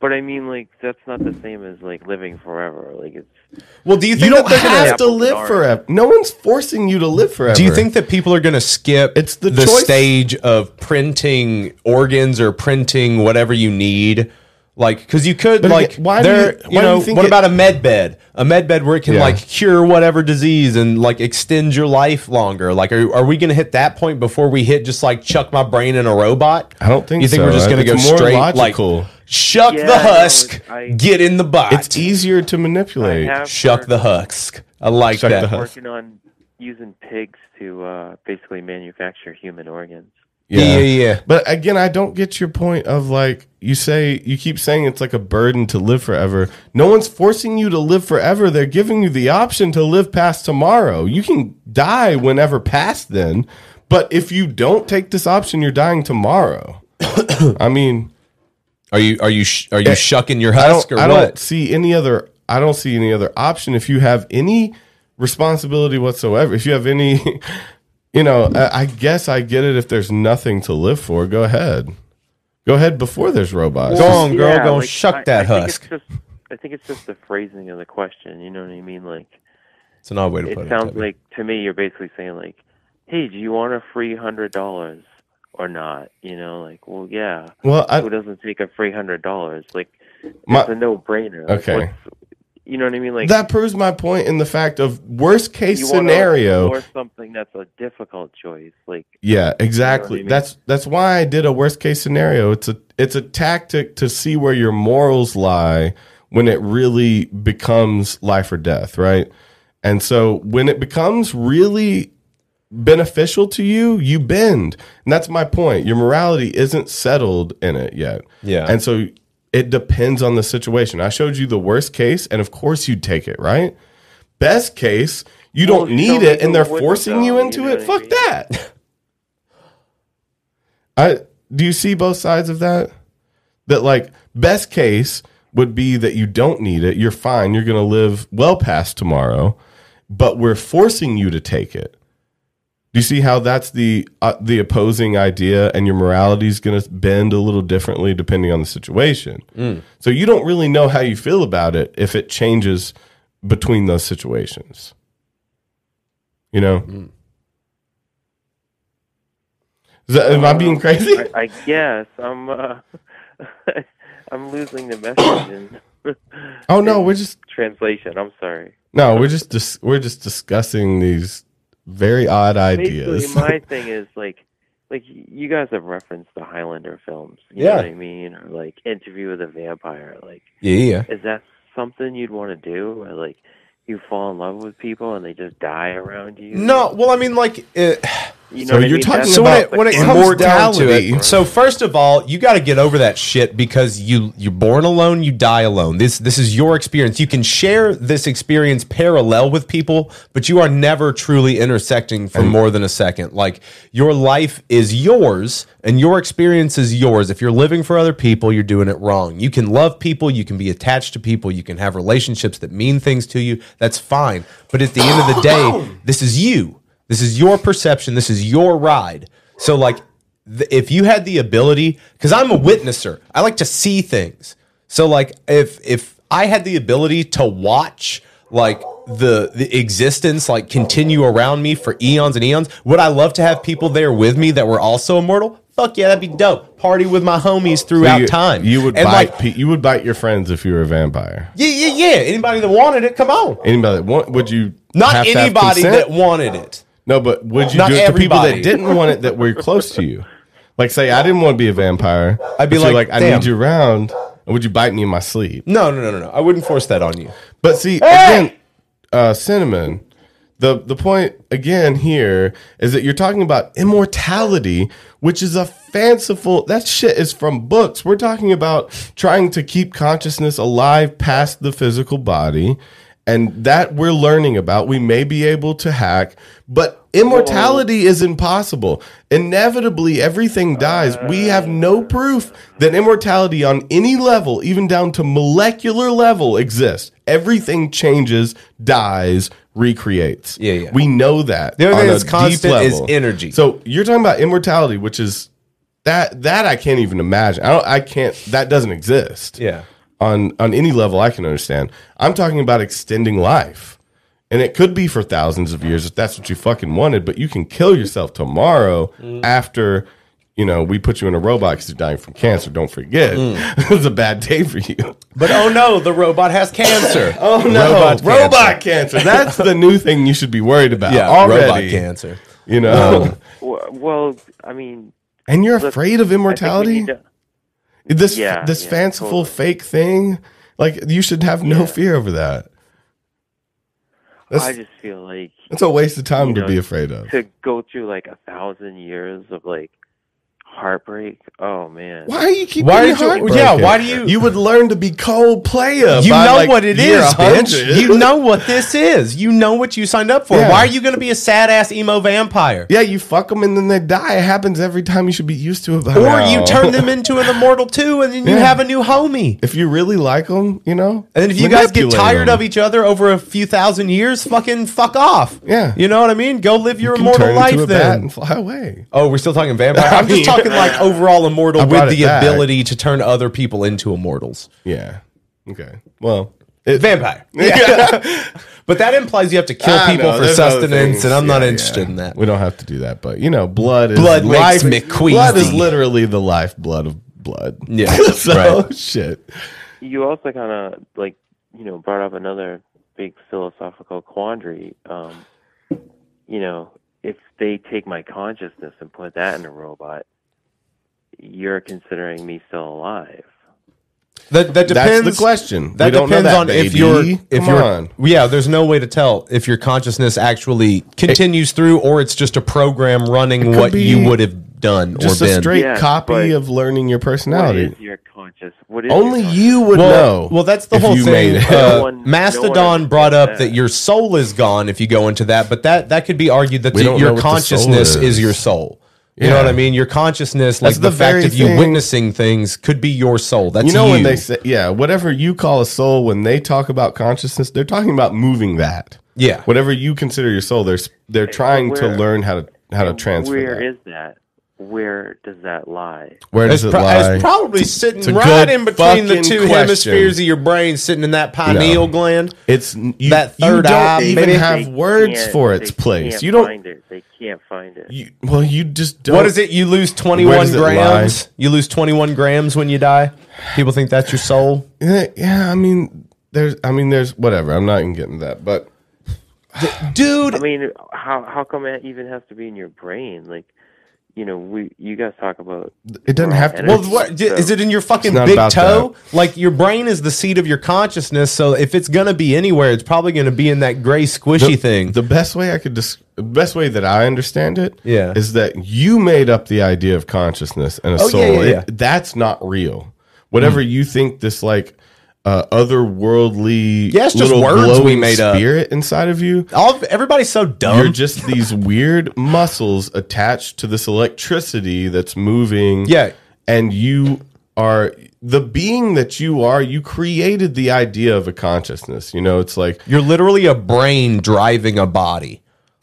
S5: But I mean, like that's not the same as like living forever. Like it's
S1: Well, do you
S3: You
S1: think
S3: don't
S1: that they're
S3: have to
S1: gonna,
S3: live forever. No one's forcing you to live forever.
S1: Do you think that people are going to skip it's the,
S3: choice.
S1: stage of printing organs or printing whatever you need? Like, because you could
S3: But again,
S1: like,
S3: why do
S1: there,
S3: you-
S1: you,
S3: why do you
S1: know,
S3: think
S1: what
S3: it-
S1: about a med bed? A med bed where it can
S3: Yeah.
S1: like cure whatever disease and like extend your life longer. Like, are, are we going to hit that point before we hit just like chuck my brain in a robot?
S3: I don't think
S1: you think
S3: so.
S1: we're just going to go
S3: It's more
S1: straight
S3: logical.
S1: like shuck
S3: Yeah, I know,
S1: the husk,
S5: I-
S1: get in the bot.
S3: It's easier to manipulate.
S5: I have
S1: shuck the husk. I like
S3: Shuck
S1: that.
S3: the husk.
S5: working on using pigs to uh, basically manufacture human organs.
S1: Yeah, yeah, yeah.
S3: But again, I don't get your point of like you say you keep saying it's like a burden to live forever. No one's forcing you to live forever. They're giving you the option to live past tomorrow. You can die whenever past then. But if you don't take this option, you're dying tomorrow. *coughs* I mean,
S1: Are you are you sh- are you
S3: Eh,
S1: shucking your
S3: I
S1: husk
S3: don't,
S1: or
S3: I
S1: what?
S3: don't see any other. I don't see any other option. If you have any responsibility whatsoever, if you have any, *laughs* you know, I, I guess I get it. If there's nothing to live for, go ahead. Go ahead before there's robots.
S1: Go on, girl. go and
S5: like,
S1: shuck
S5: I-
S1: that
S5: I think
S1: husk.
S5: It's just, I think it's just the phrasing of the question. You know what I mean? Like
S1: It's an odd way to
S5: it
S1: put it.
S5: sounds
S1: Toby.
S5: like to me you're basically saying like, "Hey, do you want a free hundred dollars or not?" You know, like, well, yeah.
S3: Well, I-
S5: who doesn't take a free hundred dollars? Like,
S3: My-
S5: it's a no-brainer. Like,
S3: Okay.
S5: what's- you know what I mean? Like
S3: that proves my point in the fact of worst case
S5: you wanna
S3: scenario.
S5: explore something that's a difficult choice. Like
S3: Yeah, exactly. That's that's why I did a worst case scenario. It's a it's a tactic to see where your morals lie when it really becomes life or death, right? And so when it becomes really beneficial to you, you bend. And that's my point. Your morality isn't settled in it yet.
S1: Yeah.
S3: And so it depends on the situation. I showed you the worst case, and of course you take it, right? Best case, you
S5: Well,
S3: don't
S5: you
S3: need
S5: don't
S3: it,
S5: need
S3: and
S5: the
S3: they're
S5: wood,
S3: forcing
S5: though,
S3: you
S5: Oh, you
S3: into
S5: know
S3: it.
S5: what I
S3: Fuck
S5: mean?
S3: that. I do you see both sides of that? That like best case would be that you don't need it. You're fine. You're going to live well past tomorrow, but we're forcing you to take it. Do you see how that's the uh, the opposing idea, and your morality is going to bend a little differently depending on the situation.
S1: Mm.
S3: So you don't really know how you feel about it if it changes between those situations. You know, Is that- am I being crazy?
S5: Um, I, I guess I'm. Uh, *laughs* I'm losing the message. In,
S3: Oh, no, we're just-
S5: translation. I'm sorry.
S3: No, we're just dis- we're just discussing these very odd ideas.
S5: Basically, my thing is like, like you guys have referenced the Highlander films. You
S3: Yeah.
S5: know what I mean, or like Interview with a Vampire. Like,
S1: Yeah, yeah.
S5: is that something you'd want to do? Where, like, you fall in love with people and they just die around you?
S1: No, well, I mean, like, it,
S5: You know So what I you're mean? talking
S1: so when
S5: about
S1: it, when it
S5: the
S1: comes down to
S5: immortality.
S1: it. So first of all, you got to get over that shit because you you're born alone, you die alone. This this is your experience. You can share this experience parallel with people, but you are never truly intersecting for more than a second. Like your life is yours and your experience is yours. If you're living for other people, you're doing it wrong. You can love people, you can be attached to people, you can have relationships that mean things to you. That's fine. But at the end of the day, this is you. This is your perception. This is your ride. So, like, th- if you had the ability, because I'm a witnesser, I like to see things. So, like, if if I had the ability to watch like the the existence like continue around me for eons and eons, would I love to have people there with me that were also immortal? Fuck yeah, that'd be dope. Party with my homies
S3: *laughs*
S1: throughout
S3: you,
S1: time.
S3: you would
S1: and
S3: bite
S1: like,
S3: pe you would bite your friends if you were a vampire.
S1: yeah, yeah, yeah. Anybody that wanted it, come on.
S3: Anybody that want, would you?
S1: Not
S3: have to have
S1: anybody
S3: consent?
S1: that wanted it.
S3: No, but would you
S1: Not
S3: do it to
S1: everybody.
S3: people that didn't want it that were close to you? Like, say, I didn't want to be a vampire.
S1: I'd be
S3: but you're
S1: like,
S3: I
S1: "Damn."
S3: need you around. And would you bite me in my sleep?
S1: No, no, no, no, no. I wouldn't force that on you.
S3: But see, again, uh, cinnamon. the the point again here is that you're talking about immortality, which is a fanciful that shit is from books. We're talking about trying to keep consciousness alive past the physical body. And that we're learning about, we may be able to hack, but immortality is impossible. Inevitably, everything dies. We have no proof that immortality on any level, even down to molecular level, exists. Everything changes, dies, recreates. Yeah, yeah. We know that.
S1: The only
S3: on
S1: thing
S3: a
S1: that's constant
S3: deep
S1: is
S3: level.
S1: energy.
S3: So you're talking about immortality, which is that that I can't even imagine. I don't. I can't. That doesn't exist.
S1: Yeah.
S3: On on any level, I can understand. I'm talking about extending life, and it could be for thousands of years if that's what you fucking wanted. But you can kill yourself tomorrow
S1: Mm.
S3: after. You know, we put you in a robot because you're dying from cancer. Don't forget,
S1: Mm.
S3: *laughs* it was a bad day for you.
S1: But oh no, the robot has cancer.
S3: *laughs* Oh no, robot, cancer. That's the new thing you should be worried about.
S1: Yeah,
S3: already.
S1: robot cancer.
S3: You
S1: *laughs*
S3: know,
S5: Well, well, I mean,
S3: and you're
S5: Look,
S3: afraid
S5: I
S3: of
S5: think we
S3: immortality.
S5: need to-
S3: this
S5: Yeah,
S3: this
S5: yeah,
S3: fanciful
S5: totally.
S3: fake thing. Like you should have no fear over that. That's,
S5: I just feel like
S3: that's a waste of time
S5: you
S3: to
S5: know,
S3: be afraid of.
S5: To go through like a thousand years of like heartbreak. Oh man,
S3: Why do you keep?
S5: Why
S3: getting
S5: did you-
S3: heartbroken?
S5: yeah, why do you-
S3: You would learn to be cold player.
S1: You
S3: by,
S1: know
S3: like,
S1: what it
S3: year
S1: is,
S3: 100.
S1: bitch. You know what this is. You know what you signed up for.
S3: Yeah.
S1: Why are you going to be a sad ass emo vampire?
S3: Yeah, you fuck them and then they die. It happens every time. You should be used to it. By
S1: Or
S3: now.
S1: you
S3: *laughs*
S1: turn them into an immortal too, and then you
S3: Yeah.
S1: have a new homie.
S3: If you really like them, you know.
S1: And then if you guys get
S3: manipulate
S1: tired
S3: 'em.
S1: of each other over a few thousand years, fucking fuck off.
S3: Yeah.
S1: You know what I mean? Go live your
S3: can
S1: immortal
S3: turn into a
S1: life
S3: bat
S1: then.
S3: and fly away.
S1: Oh, we're still talking vampire.
S3: *laughs* I
S1: I'm just
S3: mean-
S1: talking like overall immortal
S3: I brought
S1: with the
S3: it back.
S1: ability to turn other people into immortals.
S3: Yeah. Okay. Well,
S1: *laughs*
S3: it,
S1: vampire. but that implies you have to kill
S3: I
S1: people
S3: know,
S1: for
S3: there's other
S1: sustenance,
S3: things.
S1: and I'm not
S3: Yeah,
S1: interested
S3: yeah.
S1: in that.
S3: We don't have to do that, but you know, blood is
S1: Blood makes
S3: life.
S1: me queasy.
S3: Blood is literally the lifeblood of blood.
S1: Yeah,
S3: *laughs* so shit.
S5: you also kind of like you know brought up another big philosophical quandary um you know if they take my consciousness and put that in a robot you're considering me still alive
S1: That that
S3: That's
S1: depends.
S3: the question.
S1: That
S3: We don't know
S1: depends
S3: that,
S1: on if
S3: baby.
S1: you're if
S3: Come
S1: you're
S3: on.
S1: yeah. There's no way to tell if your consciousness actually continues through, or it's just a program running
S3: could
S1: what
S3: be
S1: you would have done
S3: Just
S1: or
S3: a
S1: been.
S3: straight
S5: Yeah, but
S3: copy of learning your
S5: what
S3: personality.
S5: is your conscious what is your
S3: Only
S5: conscious-
S3: you would
S1: well,
S3: know.
S1: Well, that's the
S3: if
S1: whole
S3: you
S1: thing.
S3: made
S1: Uh,
S3: it.
S5: No one- no one
S1: Mastodon
S5: understands
S1: brought up
S5: that.
S1: that your soul is gone if you go into that, but that that could be argued that
S3: We
S1: the-
S3: don't know
S1: your
S3: what the soul
S1: consciousness is.
S3: is.
S1: your soul. You know
S3: Yeah.
S1: what I mean? Your consciousness, like
S3: That's
S1: the,
S3: the
S1: fact
S3: very
S1: of you
S3: thing-
S1: witnessing things, could be your soul. That's
S3: you know when they say yeah, whatever you call a soul when they talk about consciousness, they're talking about moving that.
S1: yeah.
S3: Whatever you consider your soul, they're s- they're trying to
S5: where-
S3: learn how to how to transfer
S5: where
S3: that.
S5: is that where does that lie
S3: Where does
S1: It's,
S3: it
S1: pro-
S3: lie?
S1: it's probably sitting
S3: It's a
S1: right
S3: good
S1: in between the
S3: fucking
S1: two
S3: question.
S1: hemispheres of your brain, sitting in that pineal
S3: No.
S1: gland.
S3: It's n- you,
S1: That third
S3: you don't
S1: eye,
S3: even
S1: baby.
S3: have
S5: They
S3: words
S5: can't-
S3: for its
S5: they
S3: place.
S5: can't
S3: You don't.
S5: find it they can't find it
S3: You, well, you just don't.
S1: What is it? You lose
S3: Where
S1: 21
S3: does it lie?
S1: grams. You lose 21 grams when you die. People think that's your soul.
S3: Yeah, Eh, yeah, I mean, there's. I mean, there's whatever. I'm not even getting to that, but
S1: Dude,
S5: I mean, how how come it even has to be in your brain? Like, you know, we you guys talk about
S3: it doesn't have to.
S5: And
S1: Well,
S5: it's-
S1: what d-
S5: so-
S1: is it in your fucking
S3: It's not
S1: big
S3: about
S1: toe? Like your brain is the seat of your consciousness, so if it's gonna be anywhere, it's probably gonna be in that gray squishy thing.
S3: The best way I could dis- the best way that I understand it is
S1: Yeah.
S3: that you made up the idea of consciousness and a
S1: Oh, yeah,
S3: soul.
S1: yeah, Hmm.
S3: It-
S1: yeah.
S3: that's not real. Whatever you think this like uh, otherworldly
S1: Yeah, it's just
S3: little
S1: words we
S3: glowing
S1: made up.
S3: spirit inside of you.
S1: All everybody's so dumb.
S3: You're just these weird muscles attached to this electricity that's moving.
S1: Yeah.
S3: And you are the being that you are, you created the idea of a consciousness. You know, it's like
S1: You're literally a brain driving a body.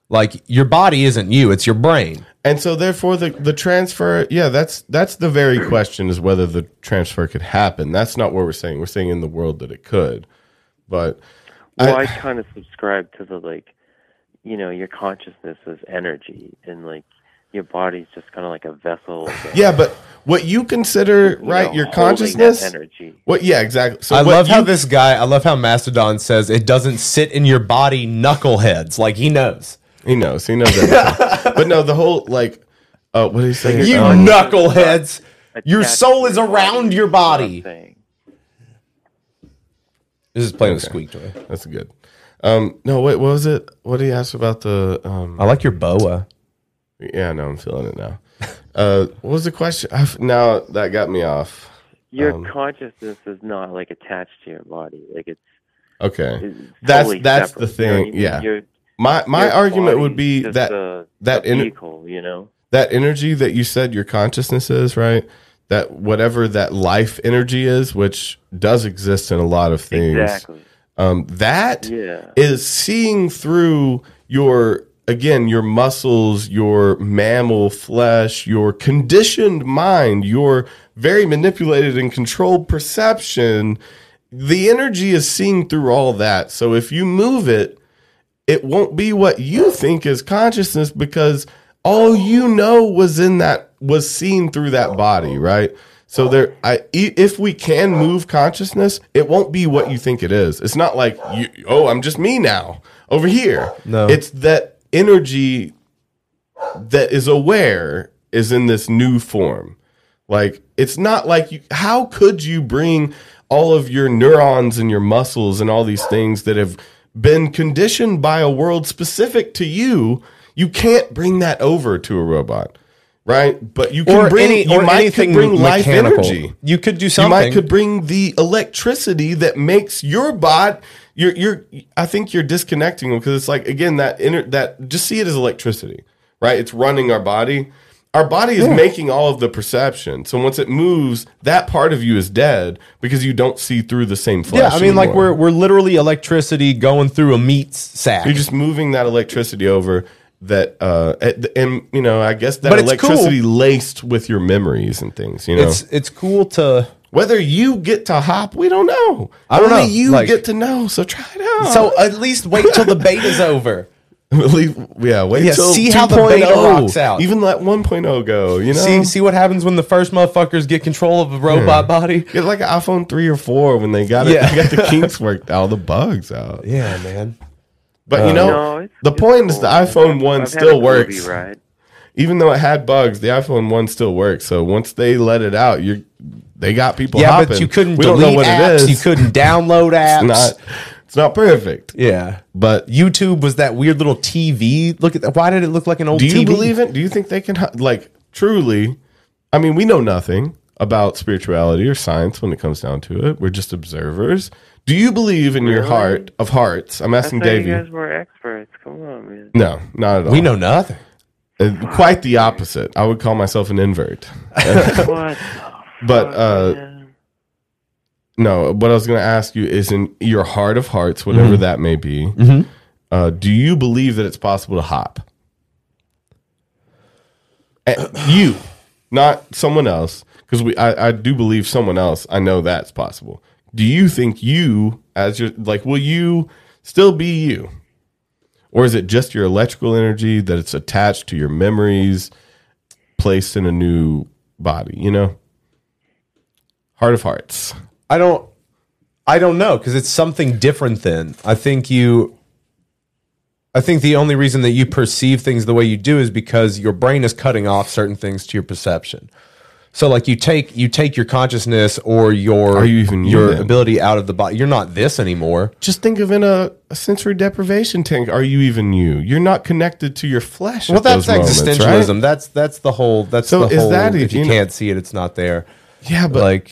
S1: Like your body isn't you; it's your brain.
S3: And so therefore the the transfer, yeah, that's that's the very question is whether the transfer could happen. That's not what we're saying. We're saying in the world that it could. But
S5: Well,
S3: I-
S5: I, kind of subscribe to the like, you know, your consciousness is energy, and like your body's just kind of like a vessel. that,
S3: *laughs* yeah, but what you consider
S5: you
S3: right
S5: know,
S3: your
S5: holding that
S3: consciousness
S5: energy.
S3: What yeah, exactly. So
S1: I
S3: what
S1: love how
S3: you-
S1: this guy. I love how Mastodon says it doesn't sit in your body, knuckleheads. Like he knows.
S3: he knows, he knows everything. *laughs* but no, the whole like uh what do you say?
S1: You
S3: Um,
S1: knuckleheads. Your
S5: attached
S1: soul
S5: to
S1: is around your body.
S5: Thing.
S1: This is playing a squeak toy.
S3: That's good. Um, no, wait, what was it? What did he ask about the? Um,
S1: I like your boa.
S3: Yeah, no, I'm feeling it now. Uh, what was the question? i now that got me off.
S5: Your
S3: Um,
S5: consciousness is not like attached to your body. Like it's
S3: Okay,
S5: It's
S3: that's
S5: totally
S3: that's
S5: separate,
S3: the
S5: you know what I
S3: thing.
S5: mean?
S3: Yeah,
S5: Your-
S3: my my
S5: your
S3: argument
S5: body's
S3: would be
S5: just
S3: that
S5: a-
S3: that
S5: a
S3: ener-
S5: vehicle, you know?
S3: that energy that you said your consciousness is right. That whatever that life energy is, which does exist in a lot of things,
S5: Exactly.
S3: um, that is
S5: Yeah.
S3: seeing through your again your muscles, your mammal flesh, your conditioned mind, your very manipulated and controlled perception. The energy is seeing through all that. So if you move it, it won't be what you think is consciousness because all you know was in that was seen through that body, right? So there, I i- if we can move consciousness, it won't be what you think it is. It's not like you, oh, I'm just me now over here.
S1: No.
S3: it's that energy that is aware is in this new form. Like it's not like you how could you bring all of your neurons and your muscles and all these things that have been conditioned by a world specific to you, you can't bring that over to a robot. Right? But you can
S1: Or
S3: bring
S1: any-
S3: you
S1: or
S3: might
S1: anything
S3: could bring life
S1: mechanical.
S3: energy.
S1: You could do
S3: You
S1: something.
S3: might could bring the electricity that makes your bot you're you're I think you're disconnecting because it's like again that inner that just see it as electricity, right? It's running our body. Our body is making all of the perception. So once it moves, that part of you is dead because you don't see through the same flesh.
S1: Yeah, I mean, like we're
S3: anymore.
S1: we're literally electricity going through a meat sack.
S3: You're just moving that electricity over that uh at the- and you know, I guess that
S1: But it's cool.
S3: electricity laced with your memories and things, you know. *laughs*
S1: It's it's cool to
S3: whether you get to hop, we don't know.
S1: I don't
S3: Only
S1: know,
S3: you
S1: like-
S3: get to know, so try it out.
S1: So at least wait till the beta's over.
S3: Leave, yeah, *laughs* wait
S1: Yeah,
S3: till
S1: see how the beta
S3: 2.0.
S1: rocks out.
S3: Even let 1.0 go, you know?
S1: see see what happens when the first motherfuckers get control of a robot
S3: Yeah.
S1: body.
S3: Get like an iPhone 3 or 4 when they got it,
S1: Yeah.
S3: they got the kinks worked out, the bugs out.
S1: Yeah, man.
S3: But you
S1: Uh,
S3: know,
S1: No,
S3: the point is the iPhone one
S5: I've had a
S3: still
S5: Groovy
S3: works.
S5: ride.
S3: Even though it had bugs, the iPhone one still works. So once they let it out, you they got people
S1: yeah,
S3: hopping.
S1: but you couldn't
S3: we
S1: delete
S3: don't know what
S1: apps.
S3: it is.
S1: You couldn't download apps.
S3: It's not. It's not perfect.
S1: Yeah,
S3: but
S1: YouTube was that weird little TV. Look at that. Why did it look like an old?
S3: Do you
S1: TV?
S3: believe it? Do you think they can hu- like truly? I mean, we know nothing about spirituality or science when it comes down to it. We're just observers. Do you believe in your
S5: Really?
S3: heart of hearts? I'm
S5: I
S3: asking
S5: thought
S3: Davey.
S5: you guys were experts. Come on, man.
S3: no, not at all.
S1: We know nothing.
S3: Uh, quite the opposite. I would call myself an invert.
S5: *laughs* What?
S3: but uh, no, what I was going to ask you is in your heart of hearts, whatever
S1: Mhm.
S3: that may be,
S1: Mhm.
S3: uh, do you believe that it's possible to hop? Uh, you, not someone else, because we I, I do believe someone else. I know that's possible. Do you think you, as your like, will you still be you? or is it just your electrical energy that it's attached to your memories placed in a new body you know heart of hearts
S1: I don't. I don't know because it's something different. Then I think you. I think the only reason that you perceive things the way you do is because your brain is cutting off certain things to your perception. So, like you take you take your consciousness or your
S3: Are you even you
S1: your
S3: then?
S1: ability out of the body. You're not this anymore.
S3: just think of in a, a sensory deprivation tank are you even you you're not connected to your flesh
S1: Well,
S3: at those
S1: that's
S3: moments,
S1: existentialism.
S3: right?
S1: That's that's the whole. That's
S3: So
S1: the
S3: is
S1: whole.
S3: that
S1: if
S3: even-
S1: you
S3: you know-
S1: can't see it, it's not there.
S3: yeah but
S1: Like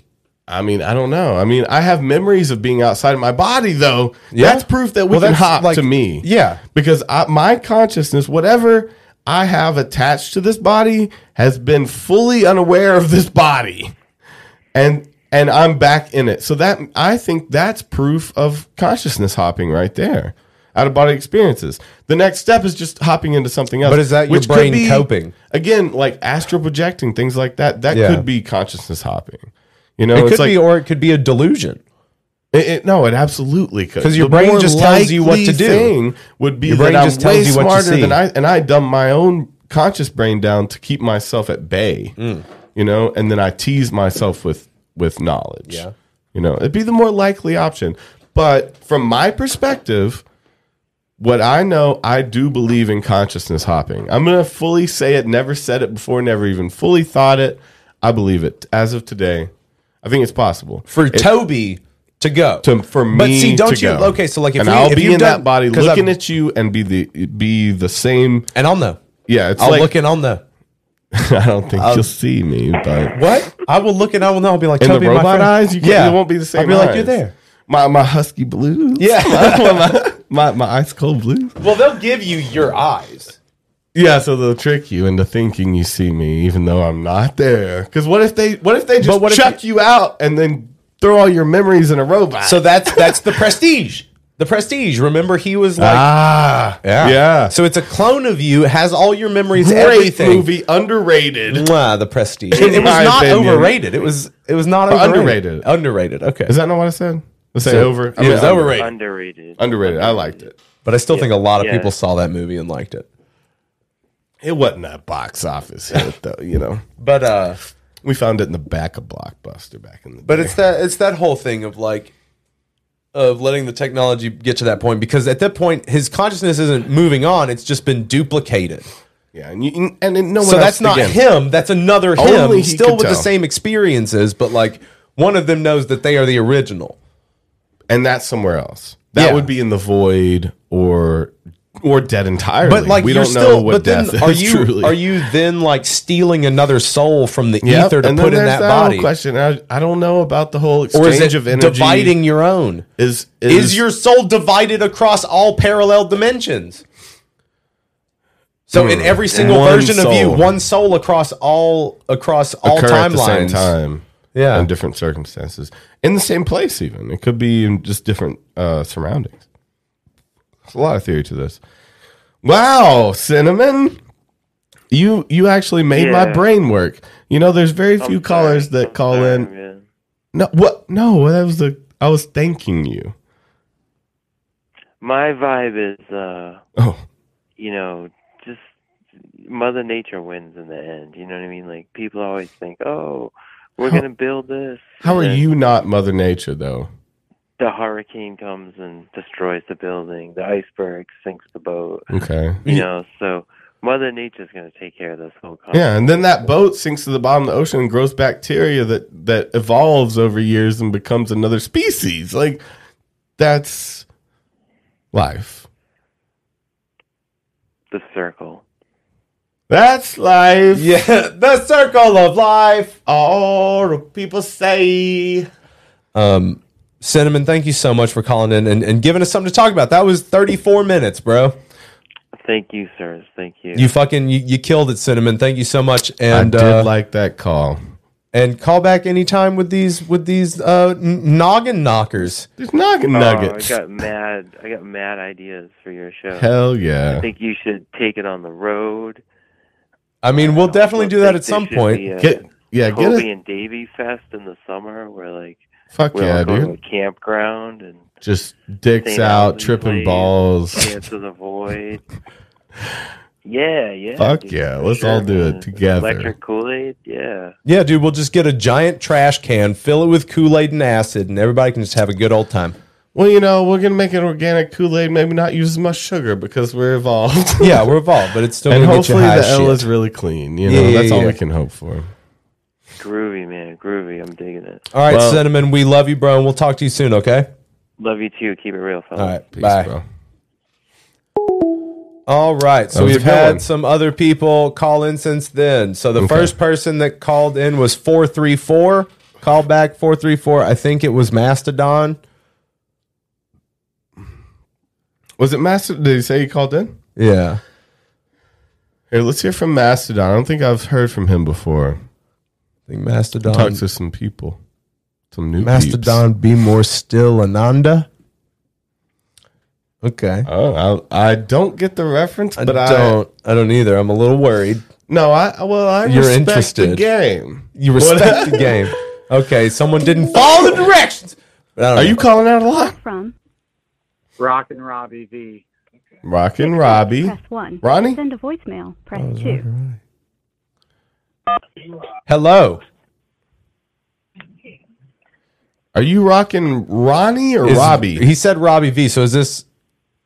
S3: i mean i don't know i mean i have memories of being outside of my body though
S1: Yeah.
S3: that's proof that we
S1: Well,
S3: can
S1: that's
S3: hop
S1: like-
S3: to me
S1: yeah.
S3: because I, my consciousness, whatever I have attached to this body, has been fully unaware of this body, and and I'm back in it. So that I think that's proof of consciousness hopping right there, out of body experiences. The next step is just hopping into something else.
S1: But is that your
S3: which could
S1: brain coping?
S3: again? Like astral projecting, things like that. That
S1: Yeah.
S3: could be consciousness hopping. You know,
S1: it
S3: it's
S1: could
S3: like-
S1: be, or it could be a delusion.
S3: it, it- no, oh, it absolutely could.
S1: 'Cause your
S3: The
S1: brain
S3: more
S1: just tells you what to
S3: likely
S1: do.
S3: Thing would be
S1: Your brain
S3: that I'm
S1: just tells
S3: way
S1: you what you
S3: smarter
S1: see.
S3: than I, and I dumb my own conscious brain down to keep myself at bay.
S1: Mm.
S3: You know, and then I tease myself with with knowledge.
S1: Yeah.
S3: you know, it'd be the more likely option. But from my perspective, what I know, I do believe in consciousness hopping. I'm going to fully say it, never said it before, never even fully thought it. I believe it as of today. I think it's possible.
S1: For
S3: It-
S1: Toby, to go.
S3: to for me.
S1: But see, don't
S3: to
S1: you-
S3: go.
S1: okay, so, like, if
S3: and
S1: we-
S3: I'll
S1: if
S3: be
S1: you've
S3: in
S1: done-
S3: that body
S1: 'cause
S3: looking
S1: I've-
S3: at you and be the be the same,
S1: and I'll know.
S3: Yeah, it's
S1: I'll
S3: like
S1: look and I'll know.
S3: *laughs* I don't think
S1: I'll-
S3: you'll see me, but
S1: What? I will look and I will know. I'll be like,
S3: in the
S1: Toby, my
S3: robot
S1: friend.
S3: eyes, you, yeah. you won't be the same.
S1: I'll be like,
S3: eyes.
S1: you're there.
S3: My my husky blues.
S1: Yeah.
S3: *laughs* my, my my ice cold blues.
S1: Well, they'll give you your eyes.
S3: Yeah, so they'll trick you into thinking you see me, even though I'm not there. Because what if they what if they just
S1: what if
S3: chuck you out and then throw all your memories in a robot?
S1: So that's that's the prestige. The prestige. Remember, he was like,
S3: ah,
S1: yeah,
S3: yeah.
S1: So it's a clone of you. Has all your memories.
S3: Great
S1: everything.
S3: movie, underrated.
S1: Mwah, the prestige.
S3: In
S1: It, it was
S3: my
S1: not
S3: opinion.
S1: overrated. It was it was not
S3: Or
S1: overrated.
S3: underrated.
S1: Underrated. Okay.
S3: Is that not what I said? I say
S1: So-
S3: over.
S1: It was overrated.
S5: Underrated.
S3: Underrated. I liked it.
S1: But I still think a lot of
S3: Yeah.
S1: people saw that movie and liked it.
S3: It wasn't that box office hit though, you know.
S1: But uh
S3: We found it in the back of Blockbuster back in the
S1: *laughs* But
S3: day.
S1: it's that it's that whole thing of like of letting the technology get to that point because at that point his consciousness isn't moving on; it's just been duplicated.
S3: yeah, and you, and then no one
S1: so
S3: else
S1: that's not
S3: again.
S1: him. That's another him.
S3: Only he
S1: still
S3: could
S1: with the
S3: tell.
S1: same experiences, but like one of them knows that they are the original.
S3: and that's somewhere else. That
S1: Yeah.
S3: would be in the void or or dead entirely.
S1: But like
S3: we
S1: you're
S3: don't
S1: still,
S3: know what
S1: but
S3: death *laughs*
S1: then are
S3: is
S1: you
S3: truly.
S1: are you then like stealing another soul from the
S3: Yep,
S1: ether to
S3: and then
S1: put in
S3: there's
S1: that,
S3: whole
S1: body,
S3: question. I, I don't know about the whole exchange
S1: or is it
S3: of energy.
S1: dividing your own?
S3: is
S1: is, your soul divided across all parallel dimensions? So in
S3: Hmm.
S1: every single
S3: One
S1: version of you,
S3: soul.
S1: one soul across all across all
S3: occur at the same
S1: timelines.
S3: time.
S1: Yeah.
S3: in different circumstances, in the same place. Even it could be in just different uh, surroundings. There's a lot of theory to this. Wow, cinnamon, you you actually made my
S5: Yeah.
S3: brain work. You know, there's very
S5: I'm
S3: few callers that call in. No, what? No, that was the. I was thanking you.
S5: My vibe is, uh,
S3: Oh.
S5: you know, just Mother Nature wins in the end. You know what I mean? Like people always think, oh, we're
S3: How-
S5: gonna build this.
S3: How are
S5: and then
S3: you not Mother Nature though?
S5: The hurricane comes and destroys the building. The iceberg sinks the boat.
S3: Okay.
S5: You know, so Mother Nature's gonna take care of this whole. Complex.
S3: Yeah, and then that boat sinks to the bottom of the ocean and grows bacteria that that evolves over years and becomes another species. Like that's life.
S5: the circle.
S3: That's life.
S5: *laughs*
S1: Yeah, the circle of life.
S3: All people say.
S1: Um, Cinnamon, thank you so much for calling in and, and giving us something to talk about. That was 34 minutes, bro.
S5: Thank you, sirs. Thank you.
S1: You fucking you, you killed it, Cinnamon. Thank you so much. And
S3: I did
S1: uh,
S3: like that call.
S1: and call back anytime with these with these uh, n- noggin knockers.
S3: There's noggin
S5: Oh,
S3: nuggets.
S5: I got mad. I got mad ideas for your show.
S3: Hell yeah.
S5: I think you should take it on the road.
S1: I mean, we'll definitely do that
S5: think
S1: at
S5: there
S1: some
S5: should
S1: point.
S5: be a
S3: Get- yeah, get
S5: Toby
S3: it-
S5: and Davy Fest in the summer, where like
S3: Fuck
S5: we're
S3: yeah,
S5: all going
S3: dude.
S5: to a campground and
S3: Just dicks
S5: St.
S3: out,
S5: Alban's
S3: tripping
S5: Lake,
S3: balls.
S5: dance to the void. Yeah, yeah.
S3: Fuck
S5: dude,
S3: yeah,
S5: for
S3: let's all do it *laughs*
S5: man.
S3: together.
S5: Electric Kool Aid, yeah.
S1: Yeah, dude, we'll just get a giant trash can, fill it with Kool Aid and acid, and everybody can just have a good old time.
S3: Well, you know, we're gonna make an organic Kool Aid. Maybe not use as much sugar because we're evolved.
S1: Yeah, we're evolved, but it's still
S3: *laughs* and
S1: gonna get you
S3: hopefully
S1: high
S3: the
S1: as
S3: L
S1: shit.
S3: is really clean. You
S1: Yeah,
S3: know,
S1: yeah,
S3: that's all
S1: yeah.
S3: we can hope for.
S5: Groovy, man. Groovy. I'm digging it.
S1: All right,
S3: Well-
S1: Cinnamon, we love you, bro, and we'll talk to you soon, okay?
S5: Love you too. Keep it real, fellas.
S1: All right, bye.
S3: bro.
S1: All right,
S3: That
S1: so
S3: was a
S1: we've
S3: good
S1: had
S3: one.
S1: some other people call in since then. So the
S3: Okay.
S1: first person that called in was 434, call back 434. I think it was Mastodon.
S3: Was it Mastodon? Did he say he called in?
S1: Yeah.
S3: Here, let's hear from Mastodon. I don't think I've heard from him before.
S1: I think Mastodon.
S3: Talk to some people, some new
S1: Mastodon, be more still, Ananda. Okay.
S3: peeps. Oh, I, I don't get the reference, but I
S1: don't. I, don't either. I'm a little worried.
S3: no, I well, I
S1: You're
S3: respect the
S1: interested.
S3: game.
S1: You
S3: What-
S1: respect the game. Okay, someone didn't follow the directions.
S3: Are you calling out a lot?
S6: From
S7: Rock and Robbie V.
S3: Rockin' Robbie,
S6: press one.
S3: Ronnie.
S6: Send a voicemail. Press
S1: Oh,
S6: two.
S1: Hello.
S3: Are you rocking Ronnie or
S1: Is-
S3: Robbie?
S1: He said Robbie V. So is this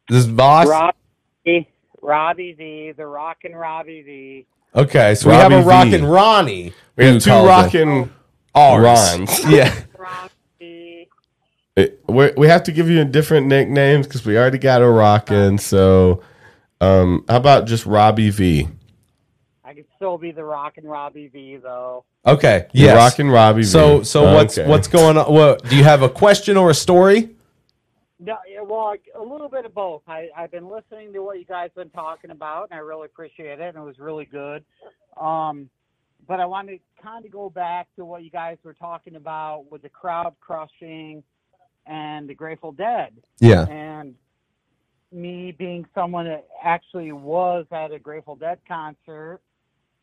S1: this boss?
S7: Robbie, Robbie V, the Rock and Robbie V.
S1: okay, so we
S3: Robbie
S1: have a
S3: V.
S1: rockin' Ronnie.
S3: We have
S1: who
S3: two
S1: calls in. *laughs*
S3: rockin'
S1: R's.
S3: Rons.
S1: Yeah.
S3: It- we're, Eh, we have to give you different nicknames because we already got a rockin'. So, um, how about just Robbie V?
S7: I could still be the Rockin' Robbie V though.
S1: Okay.
S3: You're
S1: Yes.
S3: rocking Robbie V.
S1: So so what's
S3: Okay.
S1: what's going on? What do you have a question or a story?
S7: No, yeah, well, a little bit of both. I, I've been listening to what you guys been talking about, and I really appreciate it, and it was really good. Um, but I want to kind of go back to what you guys were talking about with the crowd crushing and the Grateful Dead.
S1: Yeah.
S7: And me being someone that actually was at a Grateful Dead concert,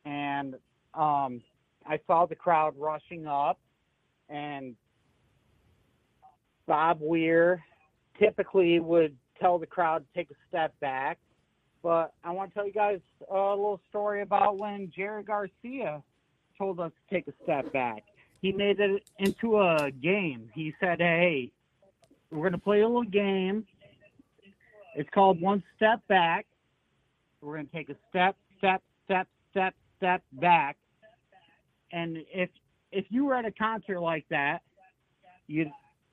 S7: and um, I saw the crowd rushing up, and Bob Weir typically would tell the crowd to take a step back. But I want to tell you guys a little story about when Jerry Garcia told us to take a step back. He made it into a game. He said, hey, we're going to play a little game. It's called One Step Back. We're going to take a step, step, step, step, step back. And if if you were at a concert like that, you'd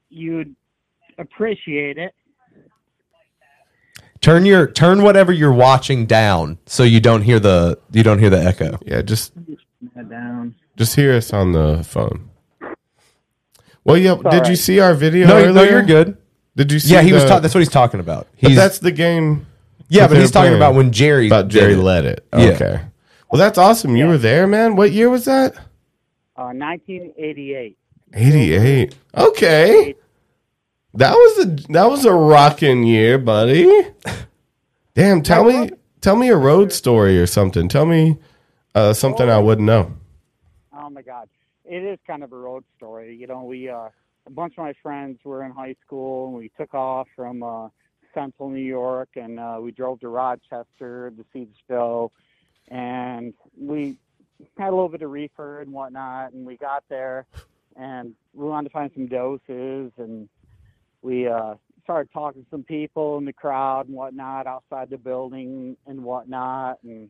S7: you'd appreciate it.
S1: Turn your turn whatever you're watching down so you don't hear the you don't hear the echo.
S3: Yeah, just
S7: down.
S3: Just hear us on the phone. Well, yeah.
S1: all
S3: did you
S1: right.
S3: see our video?
S1: No,
S3: earlier?
S1: no, you're good.
S3: Did you? See
S1: Yeah, he was
S3: the-
S1: ta- that's what he's talking about.
S3: But
S1: He's-
S3: that's the game.
S1: Yeah,
S3: that
S1: but
S3: they
S1: he's
S3: were
S1: talking
S3: playing.
S1: about when Jerry
S3: about Jerry
S1: did it.
S3: led it.
S1: Yeah.
S3: Okay. Well, that's awesome. You were there, man. What year was that?
S7: Uh, 1988.
S3: Eighty-eight. Okay. That was a that was a rocking year, buddy. *laughs* Damn. Tell me tell me a road story or something. Tell me uh, something I wouldn't know.
S7: Oh my God, it is kind of a road story. You know, we uh, a bunch of my friends were in high school, and we took off from uh, Central New York, and uh, we drove to Rochester to see the show, and we had a little bit of reefer and whatnot, and we got there, and we wanted to find some doses, and we uh, started talking to some people in the crowd and whatnot outside the building and whatnot, and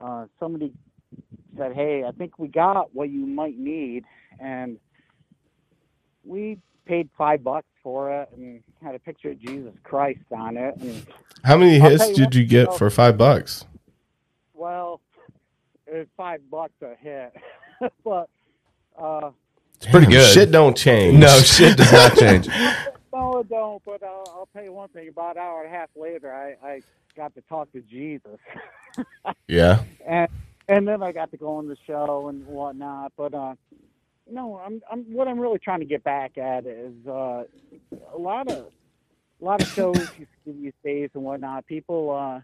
S7: uh, somebody said, "Hey, I think we got what you might need," and we paid five bucks for it and had a picture of Jesus Christ on it. And
S3: How many
S7: I'll
S3: hits
S7: tell
S3: did
S7: what,
S3: you get for five bucks?
S7: Well, it was five bucks a hit, *laughs* but uh,
S3: It's pretty good. Shit don't change.
S1: No, shit does
S5: *laughs*
S1: not change.
S7: no, it don't. But I'll, I'll tell you one thing: about an hour and a half later, I, I got to talk to Jesus. *laughs*
S3: Yeah.
S7: and and then I got to go on the show and whatnot. But uh, no, I'm I'm what I'm really trying to get back at is uh, a lot of a lot of shows you see these days and whatnot. People, uh,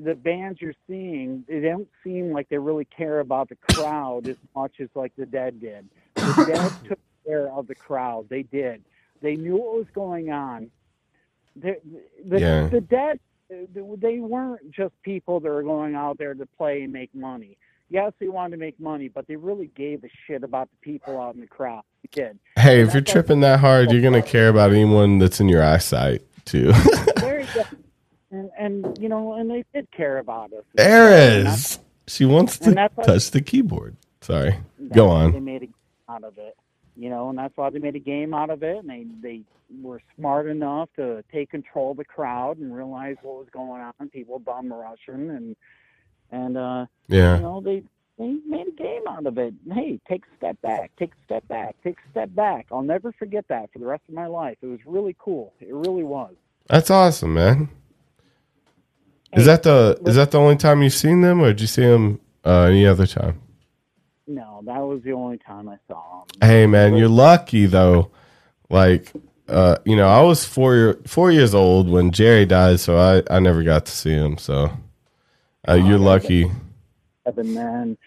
S7: the bands you're seeing, they don't seem like they really care about the crowd as much as like the Dead did. The Dead took care of the crowd. They did. They knew what was going on. The, the,
S3: Yeah.
S7: the Dead they weren't just people that were going out there to play and make money. Yes, they wanted to make money, but they really gave a shit about the people out in the crowd. They did.
S3: Hey, if you're tripping that hard, you're gonna care about anyone that's in your eyesight too. *laughs*
S7: There you go. And, and you know, and they did care about us.
S3: Eris, she wants to
S7: And that's why-
S3: touch the keyboard. Sorry,
S7: That's
S3: go
S7: why They
S3: on.
S7: made a game out of it, you know, and that's why they made a game out of it. And they they were smart enough to take control of the crowd and realize what was going on. People bum rushing and and uh,
S3: Yeah.
S7: you know they they made a game out of it. Hey, take a step back, take a step back, take a step back. I'll never forget that for the rest of my life. It was really cool. It really was.
S3: That's awesome, man. Is that the is that the only time you've seen them, or did you see them uh, any other time?
S7: No, that was the only time I saw him.
S3: Hey man, you're lucky though. Like, uh, you know, I was four year, four years old when Jerry died, so I, I never got to see him. So, uh, you're lucky.
S7: seven men.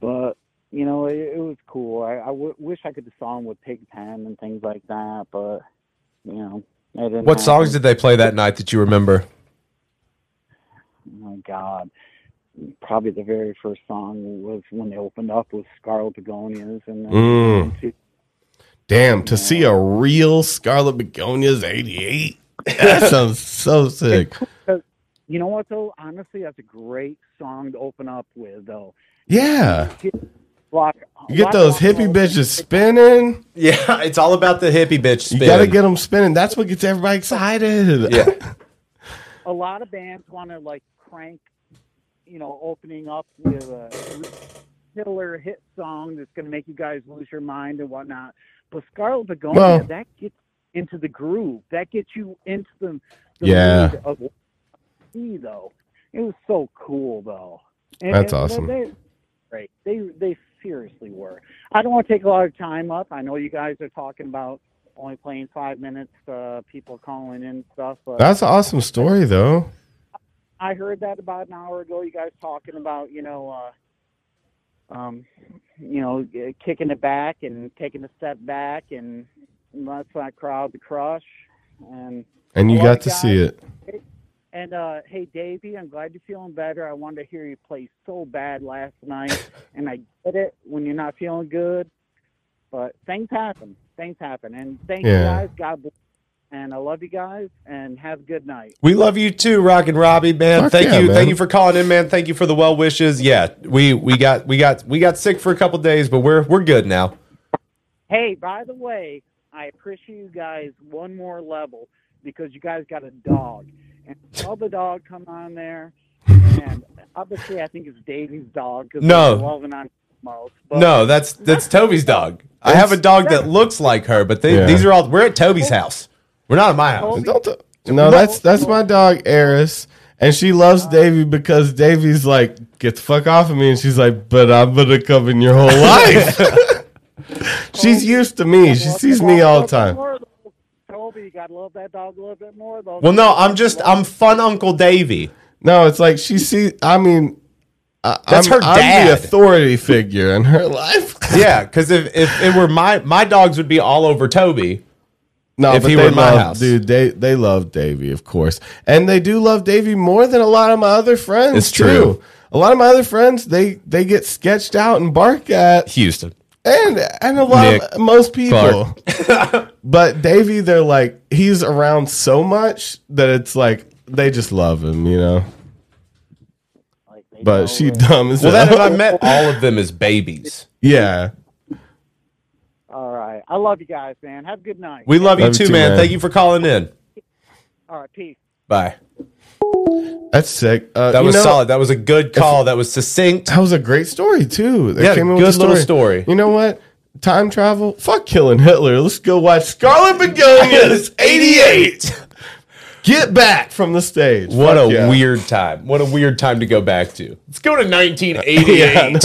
S7: But you know, it, it was cool. I, I w- wish I could have saw him with Pigpen and things like that, but you know, it didn't
S1: What songs
S7: happen.
S1: did they play that night that you remember?
S7: Oh my God! Probably the very first song was when they opened up with Scarlet Begonias and then
S3: Mm. Damn, to see a real Scarlet Begonias '88. *laughs* That sounds so sick.
S7: You know what though? Honestly, that's a great song to open up with though.
S3: Yeah.
S7: Lock,
S3: You get those hippie bitches spinning.
S1: Yeah, it's all about the hippie bitch spin.
S3: You gotta get them spinning. That's what gets everybody excited.
S1: Yeah.
S7: a lot of bands want to like crank, you know, opening up with a killer hit song that's going to make you guys lose your mind and whatnot. But Scarlet Begonia,
S3: Well-
S7: that gets into the groove. That gets you into the, the
S3: Yeah.
S7: mood of what you see, though. It was so cool though.
S3: That's awesome.
S7: They, great. They they seriously were. I don't want to take a lot of time up. I know you guys are talking about only playing five minutes. Uh, people calling in and stuff. But
S3: That's an awesome story, though.
S7: I heard that about an hour ago. You guys talking about you know, uh, um, you know, uh, kicking it back and taking a step back, and that's that crowd to crush. And
S3: And you
S7: I love
S3: got to see it.
S7: guys. And uh, hey, Davey, I'm glad you're feeling better. I wanted to hear you play so bad last
S1: *laughs*
S7: night, and I get it when you're not feeling good. But things happen. Things happen. And thank you
S1: Yeah.
S7: guys. God bless. And I love you guys. And have a good night.
S1: We love you too, Rock and Robbie, man.
S3: Fuck
S1: thank
S3: yeah,
S1: you,
S3: man.
S1: thank you for calling in, man. Thank you for the well wishes. Yeah, we we got we got we got sick for a couple days, but we're we're good now.
S7: Hey, by the way, I appreciate you guys one more level because you guys got a dog. And all the dog come on there, and obviously I think it's Davey's dog because
S1: No.
S7: loving on most.
S1: no, that's that's Toby's dog. I have a dog that looks like her, but they,
S3: Yeah.
S1: these are all we're at Toby's house. We're not at my house.
S3: *laughs* No, that's that's my dog Eris, and she loves Davy because Davy's like, "Get the fuck off of me," and she's like, "But I'm gonna come in your whole
S1: *laughs*
S3: life." *laughs* she's used to me. She sees me all the time.
S7: Toby, you gotta love that dog a little bit more though.
S1: Well, no, I'm just I'm fun Uncle Davy.
S3: No, it's like she see. I mean, I,
S1: That's
S3: I'm,
S1: her
S3: I'm the
S1: dad.
S3: authority *laughs* figure in her life.
S1: yeah, because if if it were my my dogs would be all over Toby.
S3: No,
S1: if
S3: but
S1: he
S3: they
S1: were in my
S3: love-
S1: house,
S3: dude, they they love Davy, of course, and they do love Davy more than a lot of my other friends.
S1: It's
S3: too.
S1: true.
S3: A lot of my other friends, they they get sketched out and bark at,
S1: Houston.
S3: and and a lot
S1: Nick,
S3: of most people. *laughs*
S1: *laughs*
S3: but Davy, they're like he's around so much that it's like they just love him, you know. But she dumb as
S1: Well, then
S3: hell.
S1: if I
S3: *laughs*
S1: met all *laughs* of them as babies.
S3: yeah.
S7: All right, I love you guys, man. Have a good night.
S1: We love,
S3: Love
S1: you too, man. Thank you for calling in.
S7: All right, peace.
S1: Bye.
S3: That's sick. Uh,
S1: That
S3: you
S1: was
S3: know-
S1: solid. That was a good call. That was succinct.
S3: That was a great story too. They
S1: Yeah,
S3: came in
S1: good
S3: with a
S1: little story.
S3: You know what? Time travel. Fuck killing Hitler. Let's go watch Scarlet Begonias
S1: *laughs*
S3: '88. Get back from the stage.
S1: What
S3: Fuck
S1: a
S3: yeah.
S1: weird time. What a weird time to go back to. Let's go to
S3: *laughs* *laughs* Yeah, I
S1: 1988.
S3: know.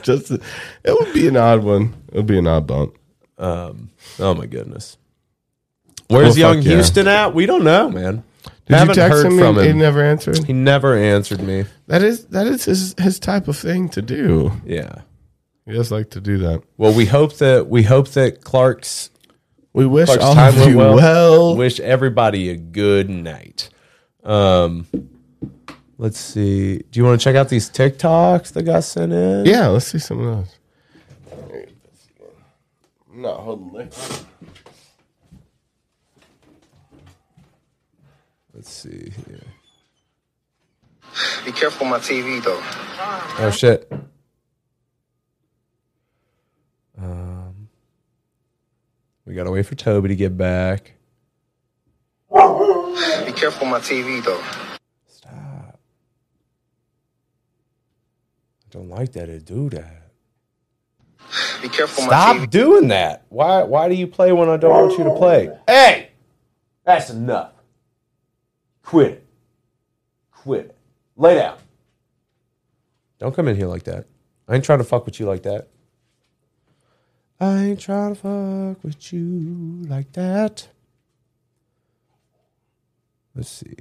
S3: Just it would be an odd one. It would be an odd bump.
S1: um, oh my goodness. Where's
S3: Well,
S1: young
S3: Oh, fuck yeah.
S1: Houston at? We don't know, man.
S3: Did
S1: Haven't
S3: you text
S1: heard
S3: him,
S1: from
S3: and He
S1: him.
S3: never answered.
S1: He never answered me.
S3: That is that is his his type of thing to do.
S1: Yeah.
S3: He does like to do that.
S1: Well, we hope that we hope that Clark's
S3: We wish
S1: Clark's
S3: all
S1: time
S3: of
S1: went
S3: you
S1: well.
S3: well.
S1: Wish everybody a good night. Um, let's see. Do you want to check out these TikToks that got sent in?
S3: Yeah, let's see some of those. No, hold on.
S1: Let's see here.
S10: Be careful my TV though.
S1: Oh shit. Um, we gotta wait for Toby to get back.
S10: Be careful my TV though.
S1: I don't like that it do that.
S10: Be careful my TV.
S1: Stop doing that. Why? Why do you play when I don't want you to play? Hey, that's enough. Quit it. Quit it. Lay down. Don't come in here like that. I ain't trying to fuck with you like that. I ain't trying to fuck with you like that. Let's see.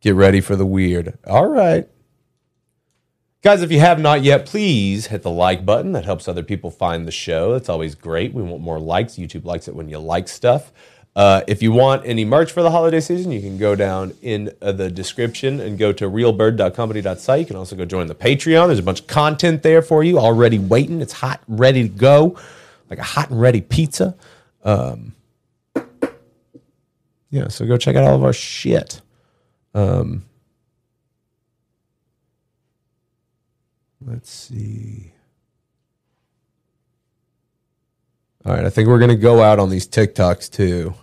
S1: Get ready for the weird. All right. Guys, if you have not yet, please hit the like button. That helps other people find the show. That's always great. We want more likes. YouTube likes it when you like stuff. Uh, if you want any merch for the holiday season, you can go down in uh, the description and go to realbird.company.site. You can also go join the Patreon. There's a bunch of content there for you already waiting. It's hot, ready to go, like a hot and ready pizza. Um, yeah, so go check out all of our shit. Um, Let's see. All right, I think we're gonna go out on these TikToks too.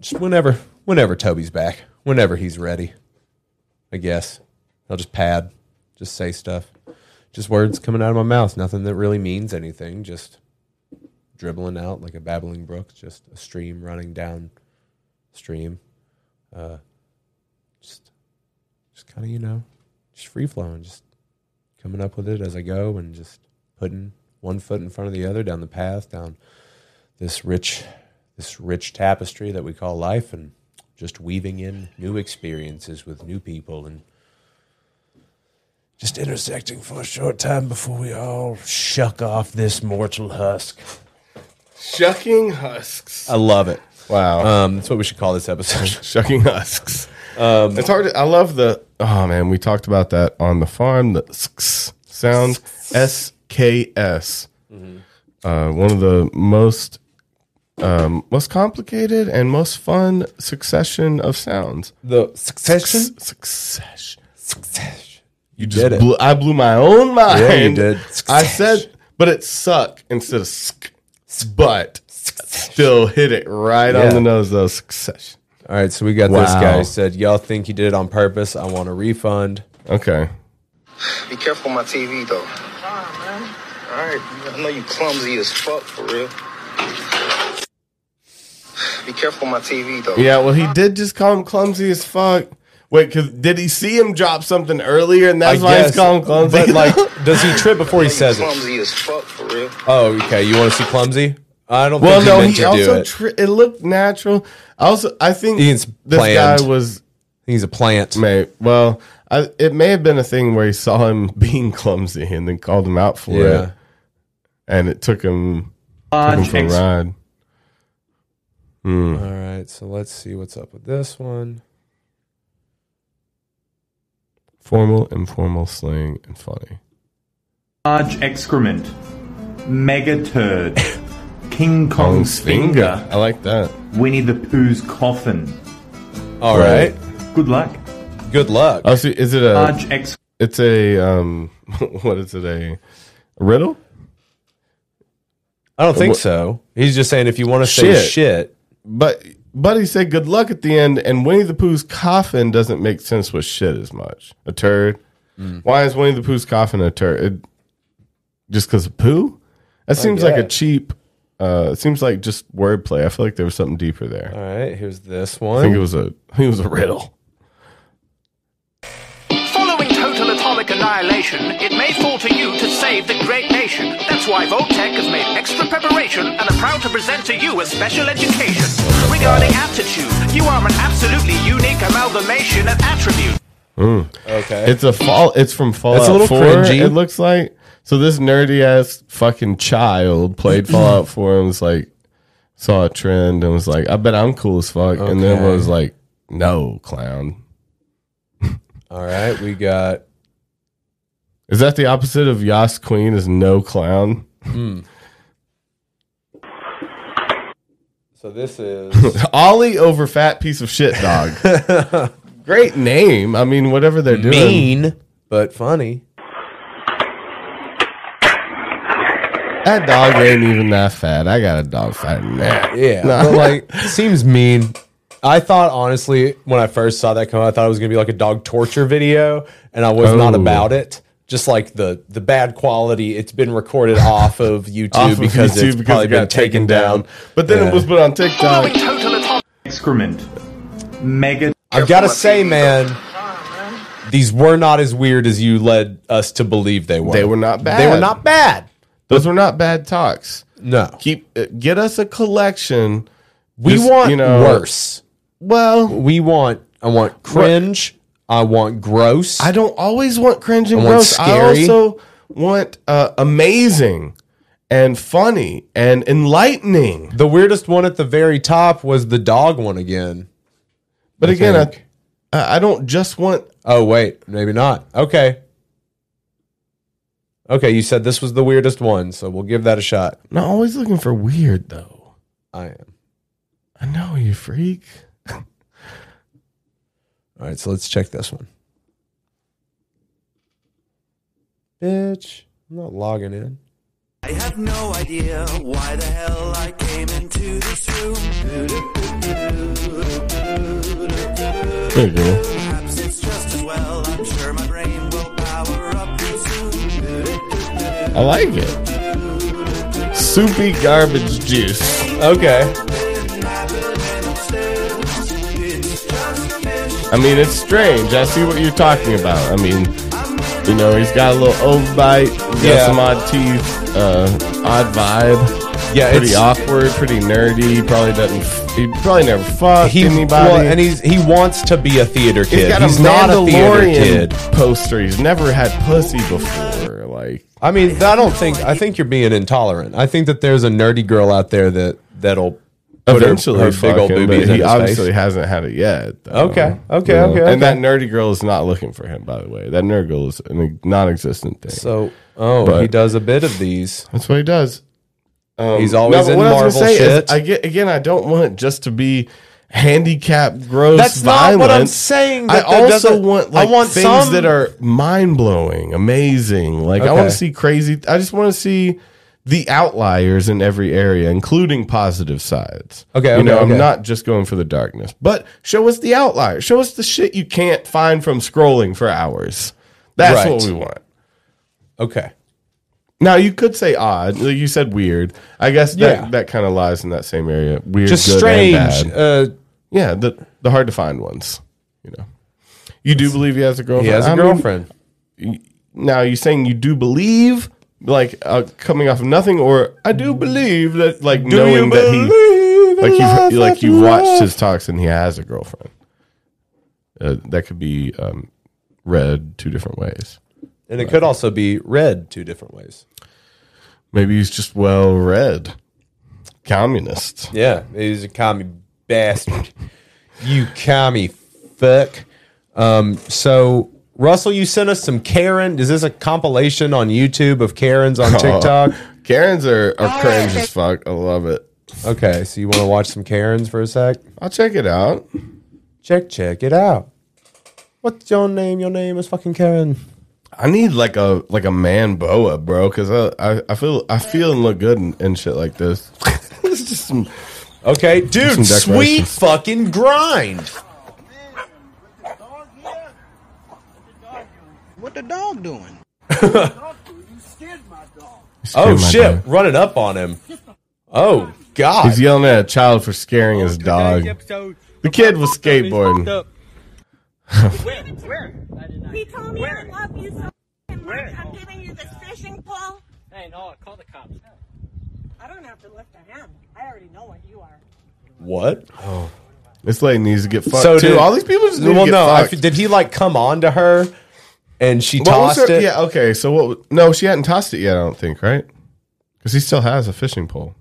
S1: Just whenever, whenever Toby's back, whenever he's ready, I guess I'll just pad, just say stuff, just words coming out of my mouth, nothing that really means anything, just dribbling out like a babbling brook, just a stream running down stream. Uh, just, just kind of you know, just free flowing, just coming up with it as I go, and just putting one foot in front of the other down the path, down this rich, this rich tapestry that we call life, and just weaving in new experiences with new people and just intersecting for a short time before we all shuck off this mortal husk.
S3: Shucking husks.
S1: I love it.
S3: Wow.
S1: Um, that's what we should call this
S3: *laughs*
S1: episode. Um,
S3: Shucking husks. it's hard. To, I love the. Oh man, we talked about that on the farm. The sks sound S K S.
S1: Mm-hmm.
S3: Uh, One of the most um, most complicated and most fun succession of sounds.
S1: The succession?
S3: Succession. You just blew, I blew my own mind.
S1: Yeah, you did.
S3: I said, but it's suck instead of sk. But still hit it right
S1: Yeah.
S3: on the nose though. Succession.
S1: All right, so we got this
S3: Wow.
S1: guy who said, "Y'all think you did it on purpose? I want a refund."
S3: Okay.
S10: Be careful my TV though. Alright, I know you clumsy as fuck for real. Be careful my TV though.
S3: Yeah, well, he did just call him clumsy as fuck. Wait, cause did he see him drop something earlier, and that's
S1: I
S3: why
S1: guess,
S3: he's calling clumsy?
S1: But like,
S3: *laughs*
S1: does he trip before he
S10: You
S1: says it?
S10: clumsy as fuck for real.
S1: Oh, okay. You want to see clumsy? I don't.
S3: well,
S1: think he,
S3: no,
S1: meant
S3: he
S1: to do
S3: also
S1: it.
S3: tri- it looked natural. I Also, I think
S1: He's
S3: this
S1: planned.
S3: guy was
S1: He's a plant.
S3: may well. I, it may have been a thing where he saw him *laughs* being clumsy and then called him out for
S1: Yeah.
S3: it, and it took him, took him
S1: Lodge
S3: for a
S1: ex-
S3: ride. Hmm.
S1: All right, so let's see what's up with this one.
S3: Formal, informal, slang, and funny.
S8: Large excrement. Mega
S1: *laughs*
S8: turd. King Kong's
S3: finger.
S8: finger.
S3: I like that.
S8: Winnie the Pooh's coffin.
S1: All right.
S8: Good luck.
S1: Good luck.
S3: Oh, so is it a?
S8: Large ex-
S3: it's a um. *laughs* What is it? A riddle?
S1: I don't think
S3: Wh-
S1: so. He's just saying if you want to say shit,
S3: But Buddy said good luck at the end, and Winnie the Pooh's coffin doesn't make sense with shit as much. A turd.
S1: Mm.
S3: Why is Winnie the Pooh's coffin a turd? It- just because of poo? That
S1: I
S3: seems like a
S1: guess.
S3: cheap. Uh, it seems like just wordplay. I feel like there was something deeper there.
S1: All right, here's this
S3: I
S1: one.
S3: think it was a. *laughs* I think it was a riddle.
S9: Following total atomic annihilation, it may fall to you to save the great nation. That's why Voltech has made extra preparation and are proud to present to you a special education. Regarding aptitude, you are an absolutely unique amalgamation of attributes.
S3: Mm.
S1: Okay.
S3: It's a fall. It's from Fallout
S1: little
S3: 4.
S1: cringy.
S3: It looks like. So this nerdy ass fucking child played Fallout 4 and was like, saw a trend and was like, I bet I'm cool as fuck. And then
S1: Okay.
S3: was like, no, clown.
S1: All right, we got
S3: Is that the opposite of Yas Queen is no clown? *laughs*
S1: So this is
S3: *laughs* Ollie over fat piece of shit dog. *laughs* Great name. I mean, whatever they're doing.
S1: Mean, but funny.
S3: That dog ain't even that fat. I got a dog fat in there.
S1: Yeah,
S3: No.
S1: but like *laughs* seems mean. I thought honestly when I first saw that come out, I thought it was gonna be like a dog torture video, and I was not
S3: Oh.
S1: about it. Just like the the bad quality, it's been
S3: *laughs*
S1: recorded off of YouTube
S3: Off of
S1: because
S3: YouTube
S1: it's
S3: because
S1: probably
S3: it got
S1: been taken down.
S3: But then
S1: Yeah.
S3: it was put on TikTok.
S8: excrement. Mega.
S1: I've got to say, man, these were not as weird as you led us to believe they were.
S3: They were not bad.
S1: They were not bad.
S3: Those were not bad talks.
S1: No,
S3: Keep uh, get us a collection.
S1: we
S3: Just,
S1: want
S3: you know-
S1: worse.
S3: Well,
S1: we want. I want cringe. I want gross.
S3: I don't always want cringe and
S1: I want
S3: gross. I
S1: scary.
S3: also want uh, amazing and funny and enlightening.
S1: The weirdest one at the very top was the dog one again.
S3: But
S1: I
S3: again, I,
S1: think.
S3: I I don't just want.
S1: Oh wait, maybe not. Okay. Okay, you said this was the weirdest one, so we'll give that a shot.
S3: I'm not always looking for weird though.
S1: I am. *laughs*
S3: I know you freak.
S1: All right, so let's check this one. Bitch, I'm not logging in.
S11: I have no idea why the hell I came into this room.
S3: There you go.
S11: Perhaps it's just as well. I'm sure my brain will power up real soon.
S3: I like it. Soupy garbage juice. Okay. I mean, it's strange. I see what you're talking about. I mean, you know, he's got a little overbite, he's got
S1: Yeah.
S3: some odd teeth, uh, odd vibe. Yeah, pretty
S1: it's-
S3: awkward, pretty nerdy. He probably doesn't. He probably never fucked
S1: He,
S3: anybody.
S1: well, and he's he wants to be a theater kid.
S3: He's got
S1: he's
S3: a
S1: not a theater
S3: Mandalorian
S1: kid.
S3: poster. He's never had pussy before. Like,
S1: I mean, I don't think I think you're being intolerant. I think that there's a nerdy girl out there that that'll put her-
S3: eventually
S1: her,
S3: fuck
S1: big old
S3: him, but
S1: boobies in
S3: he
S1: his
S3: obviously
S1: face.
S3: hasn't had it yet.
S1: Okay, okay,
S3: You know?
S1: okay,
S3: And
S1: okay.
S3: that nerdy girl is not looking for him, by the way. That nerd girl is a non-existent thing.
S1: So, oh, he does a bit of these.
S3: That's what he does. Um,
S1: He's always
S3: but
S1: in
S3: what I was
S1: Marvel
S3: gonna say is,
S1: shit.
S3: I get again. I don't want it just to be handicapped, gross.
S1: That's not what I'm
S3: violence.
S1: saying,
S3: I
S1: that that
S3: also
S1: doesn't-
S3: want
S1: I
S3: like
S1: want
S3: things
S1: some-
S3: that are mind blowing, amazing. Like I want
S1: Okay.
S3: to see crazy. I just want to see the outliers in every area, including positive sides.
S1: Okay,
S3: you
S1: okay,
S3: know, I'm
S1: okay.
S3: not just going for the darkness, but show us the outlier. Show us the shit you can't find from scrolling for hours. That's
S1: Right.
S3: what we want.
S1: Okay.
S3: Now you could say odd. Like, You said weird. I guess that,
S1: Yeah.
S3: that kind of lies in that same area. Weird,
S1: Just
S3: good,
S1: strange, uh,
S3: And bad. yeah, the the hard to find ones. You know. You do believe he has a girlfriend.
S1: He has a
S3: a
S1: girlfriend.
S3: now you saying you do believe, like uh, coming off of nothing, or I do believe that, like
S1: Do you
S3: knowing that he,
S1: believe in
S3: like
S1: life
S3: you, like
S1: after
S3: you watched
S1: love?
S3: his talks and he has a girlfriend. Uh, that could be um, read two different ways.
S1: And it could also be read two different ways.
S3: Maybe he's just well read. Communist.
S1: Yeah, he's a commie bastard. you commie fuck. Um, so Russell, you sent us some Karen. Is this a compilation on YouTube of Karens on
S3: *laughs* Oh,
S1: TikTok?
S3: Karens are, are cringe as fuck. I love it.
S1: Okay, so you want to watch some Karens for a sec?
S3: I'll check it out.
S1: Check, check it out. What's your name? Your name is fucking Karen.
S3: I need like a like a man boa, bro, because I, I I feel I feel and look good and, and shit like this. *laughs* it's just some
S1: okay, dude. Sweet
S3: decorations.
S1: fucking grind.
S13: What the dog
S3: *laughs*
S13: doing?
S1: Oh
S3: Scared my
S1: shit!
S3: dog.
S1: Running up on him. Oh god.
S3: He's yelling at a child for scaring his dog. The kid was skateboarding.
S23: He told me I love you so and like, I'm giving you this fishing pole. Hey, no, call the cops. I don't have to lift a hand. I already know what you are.
S1: What?
S3: This lady needs to get fucked too. All these people just need
S1: Oh. well,
S3: to get
S1: no. I
S3: fucked.
S1: f- did he like come on to her, and she
S3: What was
S1: tossed
S3: her-
S1: it?
S3: Yeah, okay. So what? No, she hadn't tossed it yet. I don't think, right? Because he still has a fishing pole.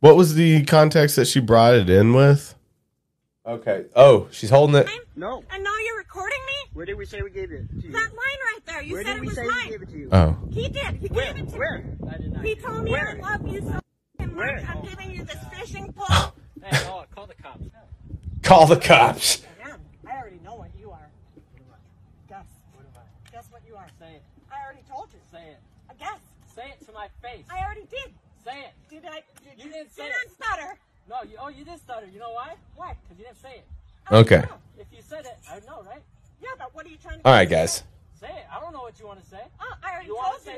S3: What was the context that she brought it in with?
S1: Okay. Oh, she's holding *laughs* it.
S23: No. And now you're recording me? Where did we say we gave it to you? That line right there. You said it was mine.
S3: Oh.
S23: He did. He gave it to where? me. I did not. He told me I love you so and like, I'm giving you this fishing pole. hey, no, call the cops.
S1: Call the cops.
S23: I already know what you are. Guess. What am I? Guess what you are. Say it. I already told you. Say it. I guess. Say it to my face. I already did. Say it. Did I? Did, you didn't say did it. I stutter? No. You, oh, you did stutter. You know why? Why? Because you didn't say it.
S1: Okay.
S23: If you said it, I know, right? Yeah, but what are you trying
S1: All right, guys.
S23: Say it. I don't know what you want to say. Oh, I already told you.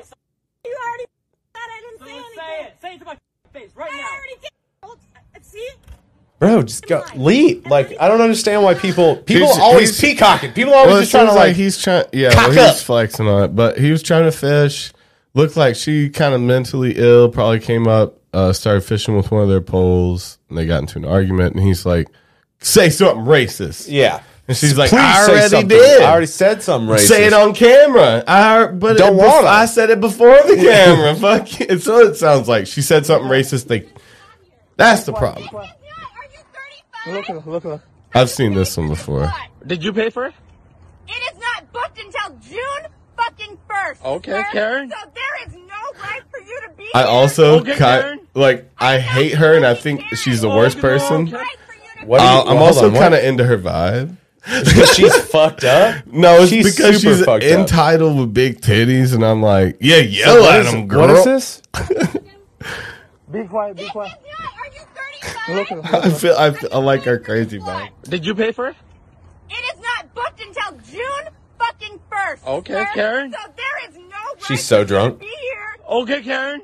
S23: You already said I didn't say anything. Say it. Say it to my face right now. I already did. Well, uh, See?
S1: Bro, just go leap. Like I don't understand why people people
S3: He's-
S1: always
S3: he's-
S1: peacocking. People always
S3: Well, it
S1: just trying to
S3: seems
S1: like.
S3: he's trying. Yeah,
S1: cock
S3: well,
S1: up.
S3: he's flexing on it, but he was trying to fish. Looked like she kind of mentally ill. Probably came up, uh, started fishing with one of their poles, and they got into an argument. And he's like, "Say something racist."
S1: yeah.
S3: and she's like,
S1: Please
S3: "I
S1: say
S3: already
S1: something.
S3: did.
S1: I already said something racist.
S3: Say it on camera. I heard- but
S1: Don't
S3: it-
S1: wanna.
S3: I said it before the camera. *laughs* Fuck you. It's what it sounds like. She said something racist. They, that's the problem.
S13: Look, at- look, look.
S3: I've seen this one before.
S13: Did you pay for it?
S24: It is not booked until June fucking first.
S13: Okay,
S24: sir.
S13: Karen.
S24: So there is no right for you to be.
S3: I
S24: here.
S3: also ki- like I hate her and I think she's the worst person.
S24: Right for you to
S1: What
S3: I'll-
S1: do you-
S3: I'm
S1: hold
S3: also
S1: on, what?
S3: kind of into her vibe.
S1: Because she's
S3: *laughs*
S1: fucked up.
S3: No, it's
S1: She's
S3: because
S1: super
S3: she's
S1: fucked up.
S3: entitled with big titties, and I'm like, yeah, yell
S1: what
S3: at
S1: is-
S3: him, girl.
S1: what is this?
S15: Be quiet, be quiet.
S3: Look *laughs* I feel I, feel- I like her crazy vibe.
S15: Did you pay for it?
S24: It is not booked until June fucking first.
S15: Okay,
S24: sir.
S15: Karen.
S24: So there is no right
S1: She's so
S24: for you to
S1: drunk.
S24: Be here.
S15: Okay, Karen.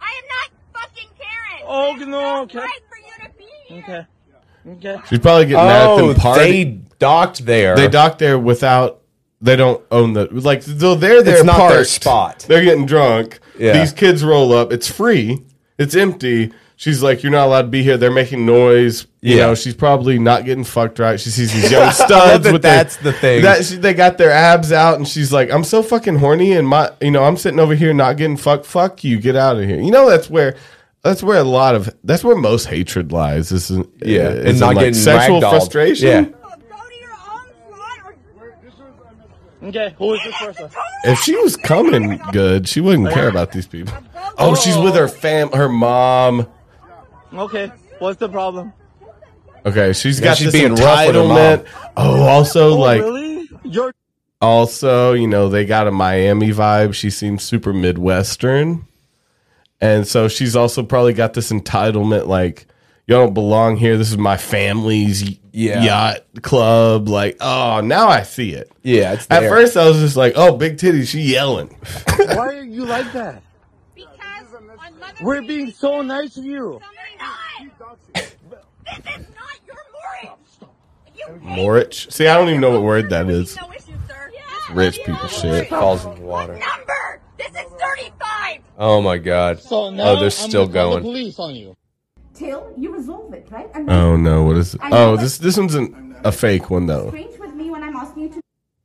S24: I am not fucking Karen.
S15: Oh,
S24: There's
S15: no, okay.
S24: right for you to be here.
S15: Okay. Okay.
S3: She's probably getting mad at
S1: Oh,
S3: them party.
S1: they docked there.
S3: They dock there without. They don't own the like. So they're there.
S1: It's not their
S3: parked.
S1: spot.
S3: They're getting drunk.
S1: Yeah.
S3: These kids roll up. It's free. It's empty. She's like, you're not allowed to be here. They're making noise. You
S1: Yeah.
S3: know, she's probably not getting fucked right. She
S1: *laughs*
S3: sees these
S1: I
S3: young
S1: love
S3: studs.
S1: that
S3: with their-
S1: that's the thing.
S3: That she, they got their abs out, and she's like, "I'm so fucking horny, and my, you know, I'm sitting over here not getting fucked. Fuck you, get out of here." You know, that's where, that's where a lot of, that's where most hatred lies. Is in,
S1: Yeah,
S3: is
S1: and
S3: in,
S1: not
S3: like,
S1: getting
S3: sexual
S1: ragdolled.
S3: frustration.
S1: Yeah.
S15: Okay, who is this person?
S3: If she was coming good, she wouldn't care about these people. Oh, she's with her fam, her mom.
S15: Okay, what's the problem?
S3: Okay, she's
S1: Yeah,
S3: got
S1: she's
S3: this
S1: being rough with her mom.
S3: entitlement. Oh, also like,
S15: Really? You're
S3: also you know they got a Miami vibe. She seems super Midwestern, and so she's also probably got this entitlement like. Y'all don't belong here. This is my family's y-
S1: Yeah.
S3: yacht club. Like, oh, now I see it.
S1: Yeah, it's
S3: At
S1: there.
S3: first, I was just like, "Oh, big titty, she yelling."
S15: Why are you like that? Because we're being so nice to you.
S3: Morich. See, I don't even know what word that is. Rich people shit.
S1: Falls in the water.
S24: Number. This is 35.
S1: Oh my god. oh, they're still going.
S24: police on you. Till you resolve it, right? And
S3: Oh no, what is it?
S24: I know,
S3: Oh,
S24: but-
S3: this this one's an, a fake one though.
S24: Strange with me when I'm asking you to.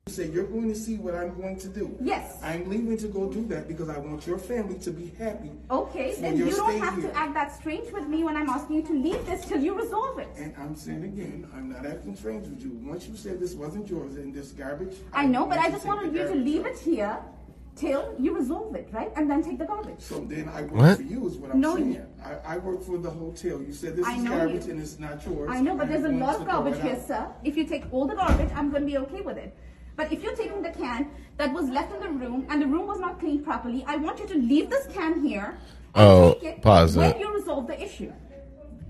S4: You say you're going to see what I'm going to do.
S24: Yes.
S4: I'm leaving to go do that because I want your family to be happy.
S24: Okay,
S4: for
S24: then
S4: your
S24: you don't
S4: stay
S24: have
S4: here.
S24: to act that strange with me when I'm asking you to leave this till you resolve it.
S4: And I'm saying again, I'm not acting strange with you. Once you said this wasn't yours and this garbage,
S24: I know, but I
S4: to
S24: just
S4: take
S24: wanted
S4: the
S24: you to
S4: garbage
S24: leave
S4: out.
S24: it here till you resolve it, right? And then take the garbage.
S4: So then I work
S24: What?
S4: for you is what I'm
S24: No,
S4: saying.
S24: you-
S4: I, I work for the hotel. You said this
S24: I
S4: is
S24: know
S4: garbage
S24: you.
S4: and it's not yours.
S24: I know, but
S4: I'm
S24: there's a
S4: going
S24: lot
S4: to
S24: of
S4: throw
S24: garbage
S4: it
S24: here,
S4: out.
S24: sir. If you take all the garbage, I'm going to be okay with it. But if you're taking the can that was left in the room and the room was not cleaned properly, I want you to leave this can here.
S3: Oh,
S24: Take it
S3: pause
S24: when
S3: it.
S24: you resolve the issue.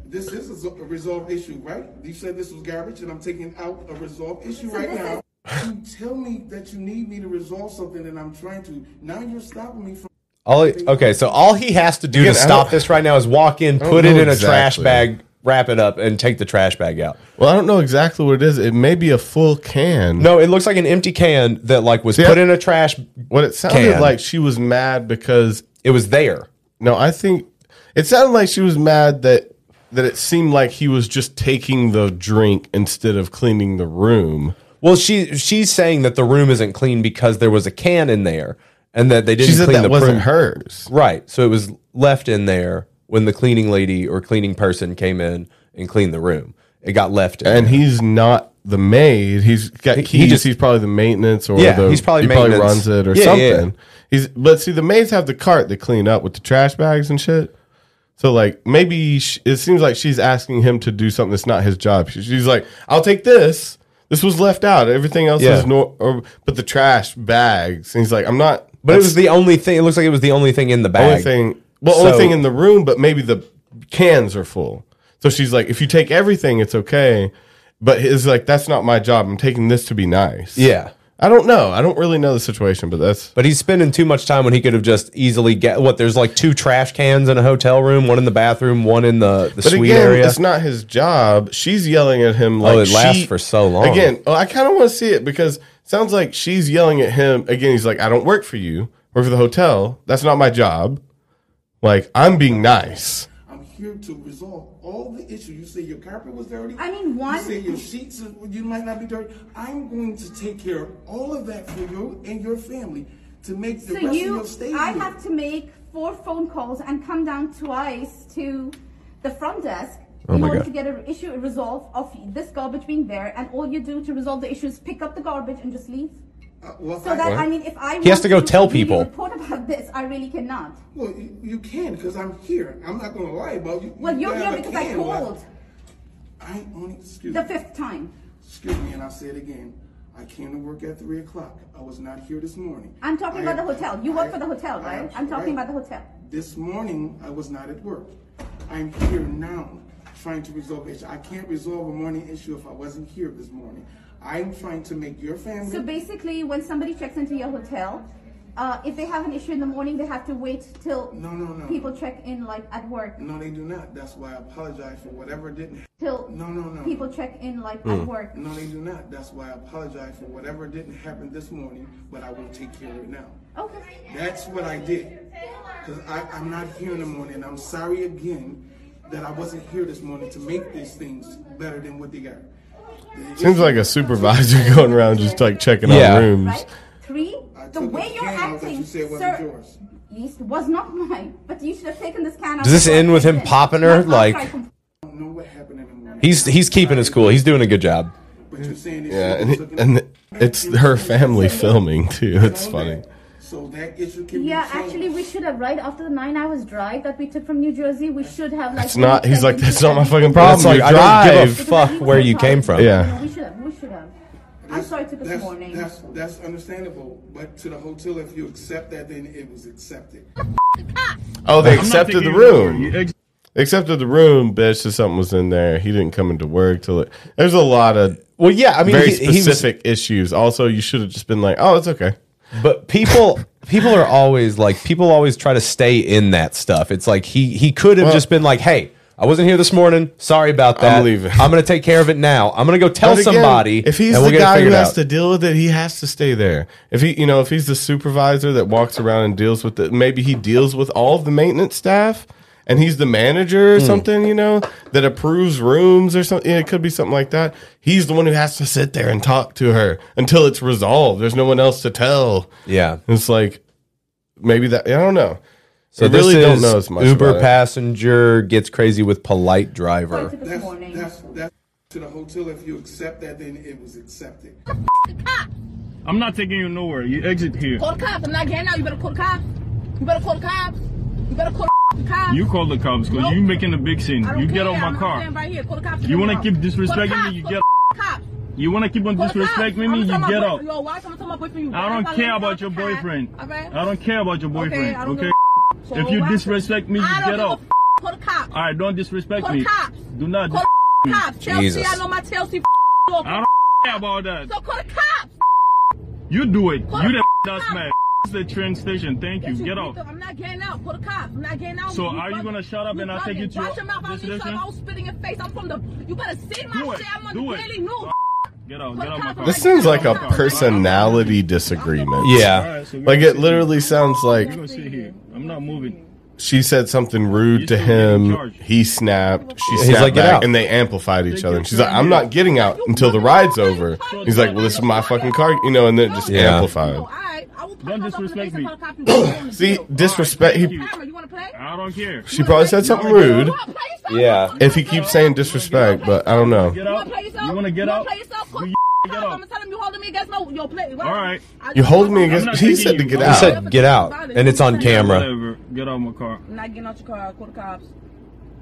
S4: This is a resolved issue, right? You said this was garbage, and I'm taking out a resolved issue
S24: So
S4: right
S24: this
S4: now. You tell me that you need me to resolve something, and I'm trying to. Now you're stopping me from.
S1: All he- okay, so all he has to do
S3: Again,
S1: to
S3: I
S1: stop
S3: don't-
S1: this right now is walk in,
S3: I don't
S1: put it
S3: know
S1: in a trash
S3: exactly.
S1: bag, wrap it up, and take the trash bag out.
S3: Well, I don't know exactly what it is. It may be a full can.
S1: No, it looks like an empty can that like was put in a trash.
S3: What it sounded
S1: can.
S3: like she was mad because
S1: it was there.
S3: No, I think it sounded like she was mad that that it seemed like he was just taking the drink instead of cleaning the room.
S1: Well, she she's saying that the room isn't clean because there was a can in there and that they didn't
S3: She said
S1: clean
S3: that
S1: the
S3: wasn't
S1: room.
S3: hers.
S1: Right. So it was left in there when the cleaning lady or cleaning person came in and cleaned the room. It got left in
S3: And he's not the maid. He's got
S1: He-
S3: keys.
S1: he just-
S3: he's probably the maintenance or
S1: Yeah,
S3: the
S1: he's probably
S3: he probably
S1: maintenance.
S3: runs it or
S1: Yeah,
S3: something.
S1: yeah.
S3: He's but see the maids have the cart they clean up with the trash bags and shit. So like maybe sh it seems like she's asking him to do something that's not his job. She- She's like, "I'll take this. This was left out. Everything else
S1: Yeah.
S3: is nor or but the trash bags." And he's like, "I'm not."
S1: But it
S3: that's
S1: was the only thing. It looks like it was the only thing in the bag.
S3: only thing. Well, only
S1: So-
S3: thing in the room, but maybe the cans are full. So she's like, if you take everything, it's okay. But it's like that's not my job. I'm taking this to be nice.
S1: Yeah.
S3: I don't know. I don't really know the situation, but that's
S1: But he's spending too much time when he could have just easily get what there's like two trash cans in a hotel room, one in the bathroom, one in the the
S3: but
S1: suite
S3: again,
S1: area.
S3: it's not his job. She's yelling at him like
S1: oh, it lasts
S3: she-
S1: for so long.
S3: Again, oh, I kind of want to see it because it sounds like she's yelling at him again. He's like, I don't work for you. I work for the hotel. That's not my job. Like I'm being nice.
S4: I'm here to resolve all the issues. You say your carpet was dirty.
S24: I mean, one-
S4: You say your sheets, are- you might not be dirty. I'm going to take care of all of that for you and your family to make the
S24: So
S4: rest
S24: you,
S4: of your stay
S24: I
S4: here.
S24: have to make four phone calls and come down twice to the front desk
S4: Oh
S24: in
S4: my
S24: order
S4: God.
S24: to get an issue resolved of this garbage being there, and all you do to resolve the issue is pick up the garbage and just leave.
S4: Uh, well,
S24: so that
S4: I-
S24: I mean, if I
S1: He has to go
S24: wanted
S1: tell
S24: really
S1: people.
S24: report about this, I really cannot.
S4: Well, you, you can because I'm here. I'm not going to lie about you.
S24: Well,
S4: You
S24: you're
S4: have
S24: here
S4: a
S24: because I
S4: can. Well,
S24: called
S4: I only excuse
S24: the
S4: me.
S24: fifth time.
S12: Excuse me, and I'll say it again. I came to work at three o'clock. I was not here this morning.
S24: I'm talking
S12: I-
S24: about the hotel. You work
S12: I-
S24: for the hotel,
S12: I-
S24: right? I'm talking about the hotel.
S12: This morning, I was not at work. I'm here now trying to resolve an issue. I can't resolve a morning issue if I wasn't here this morning. I'm trying to make your family.
S24: So basically, when somebody checks into your hotel, uh, if they have an issue in the morning, they have to wait till
S12: no.
S24: people check in, like at work.
S12: no, they do not. That's why I apologize for whatever didn't.
S24: Till
S12: no, no, no.
S24: people check in, like
S12: Mm.
S3: Hmm.
S24: at work.
S12: No, they do not. That's why I apologize for whatever didn't happen this morning, but I will take care of it now.
S24: Okay.
S12: That's what I did. Because I'm not here in the morning. and I'm sorry again that I wasn't here this morning to make these things better than what they got.
S3: Seems like a supervisor *laughs* going around just like checking
S1: Yeah.
S3: out rooms.
S24: Three, the way you're acting, sir, it was not *laughs* mine. But you should have taken this can. out
S1: Does this
S24: before
S1: end with him
S24: it did.
S1: popping her?
S24: Not after
S1: Like-
S24: I com-
S1: He's he's keeping his cool. He's doing a good job.
S3: Yeah, and, and it's her family filming too. It's funny.
S12: So that issue can be
S24: Yeah,
S12: solved.
S24: actually, we should have right after the nine hours drive that we took from New Jersey. We should have like.
S3: It's not. He's like, that's not my fucking problem.
S1: It's like,
S3: You
S1: I don't
S3: drive.
S1: give a fuck where you came from.
S3: Yeah.
S24: We should have. We should have. I'm sorry it took us
S12: That's,
S24: morning.
S12: that's, that's understandable. But to the hotel, if you accept that, then it was accepted.
S3: Oh, they
S12: I'm not
S3: accepted the
S12: taking
S3: room. They accepted the room, bitch. That something was in there. He didn't come into work till it. There's a lot of
S1: well, yeah. I mean,
S3: very
S1: he- he was-
S3: specific issues. Also, you should have just been like, oh, it's okay.
S1: But people people are always like people always try to stay in that stuff. It's like he he could have just been like, "Hey, I wasn't here this morning. Sorry about that. I'm leaving. I'm going to take care of it now. I'm going to go tell
S3: But again,
S1: somebody
S3: If he's
S1: and we'll
S3: the
S1: get it
S3: guy who
S1: figured
S3: has
S1: out."
S3: to deal with it, he has to stay there. If he, you know, if he's the supervisor that walks around and deals with it, maybe he deals with all of the maintenance staff, and he's the manager or
S15: Hmm.
S3: something, you know, that approves rooms or something. Yeah, it could be something like that. He's the one who has to sit there and talk to her until it's resolved. There's no one else to tell.
S1: Yeah,
S3: it's like maybe that. I don't know.
S1: So
S3: I
S1: this
S3: really
S1: is
S3: don't know as much.
S1: Uber
S3: about it.
S1: passenger gets crazy with polite driver.
S12: That's, that's, that's to the hotel. If you accept that, then it was accepted.
S4: I'm not taking you nowhere. You exit here.
S24: Call the cops. I'm not here now. You better call the cops. You better call the cops. You better call the cops.
S4: You call the cops because you making a big scene.
S24: I don't
S4: You get
S24: care.
S4: out
S24: I'm
S4: my
S24: gonna
S4: car.
S24: stand Right here. Call the cops
S4: You
S24: come
S4: wanna
S24: out.
S4: keep
S24: Call the
S4: disrespecting me,
S24: cops.
S4: you
S24: Call
S4: get
S24: the cops.
S4: You want to keep on
S24: Call the cops.
S4: disrespecting me?
S24: I'ma tell
S4: You
S24: my
S4: get
S24: boy-
S4: out.
S24: Yo, why come and tell my boyfriend you
S4: I
S24: better
S4: don't
S24: call
S4: care
S24: him
S4: about
S24: out
S4: your
S24: the car,
S4: boyfriend.
S24: alright?
S4: I don't care about your
S24: Okay,
S4: boyfriend.
S24: I don't
S4: Okay.
S24: give a-
S4: If you
S24: So
S4: disrespect me, you
S24: I don't
S4: get
S24: give a
S4: out.
S24: Call the cops.
S4: All right, don't disrespect
S24: Call
S4: me.
S24: the cops.
S4: Do not.
S24: Call the
S4: me.
S24: cops. Chelsea, I
S4: Jesus.
S24: know my Chelsea.
S4: I don't care about that.
S24: So call the cops.
S4: You do it.
S24: Call
S4: You
S24: the
S4: the that's man. It's the train station. Thank you.
S24: Yes,
S4: Get
S24: picked
S4: out.
S24: up. I'm not getting out. Call the cops. I'm not getting out.
S4: So are you gonna shut up and I'll take you to
S24: Watch
S4: your
S24: your mouth. I'll leave you
S4: destination?
S24: alone. I'll spit in your face. I'm from the. You better see my
S4: Do it.
S24: shit. I'm on
S4: Do
S24: the
S4: it.
S24: daily news.
S4: Get out. Get out my car.
S3: This sounds like a personality disagreement.
S4: Yeah.
S3: Like it literally sounds like
S4: You're gonna sit here. I'm not moving.
S3: she said something rude to him. He snapped. She
S1: He's
S3: snapped
S1: like, "Get
S3: back,
S1: out."
S3: and they amplified each other. And she's like, "I'm not getting out until the ride's over." He's like, "Well, this is my fucking car," you know, and then it just
S1: Yeah.
S3: amplified.
S4: Don't disrespect me.
S3: See, disrespect. He,
S4: I don't care.
S3: she probably said something rude. Yeah. If he keeps saying disrespect, but I don't know.
S4: Get out. You wanna get out?
S24: I'm gonna tell him you holding me against my. Yo, play. All
S4: right.
S3: You hold me against. He said to get out.
S1: He said get out, and it's on camera.
S4: Whatever. Get out of my car.
S24: I'm not getting out your car. I'll Call the cops.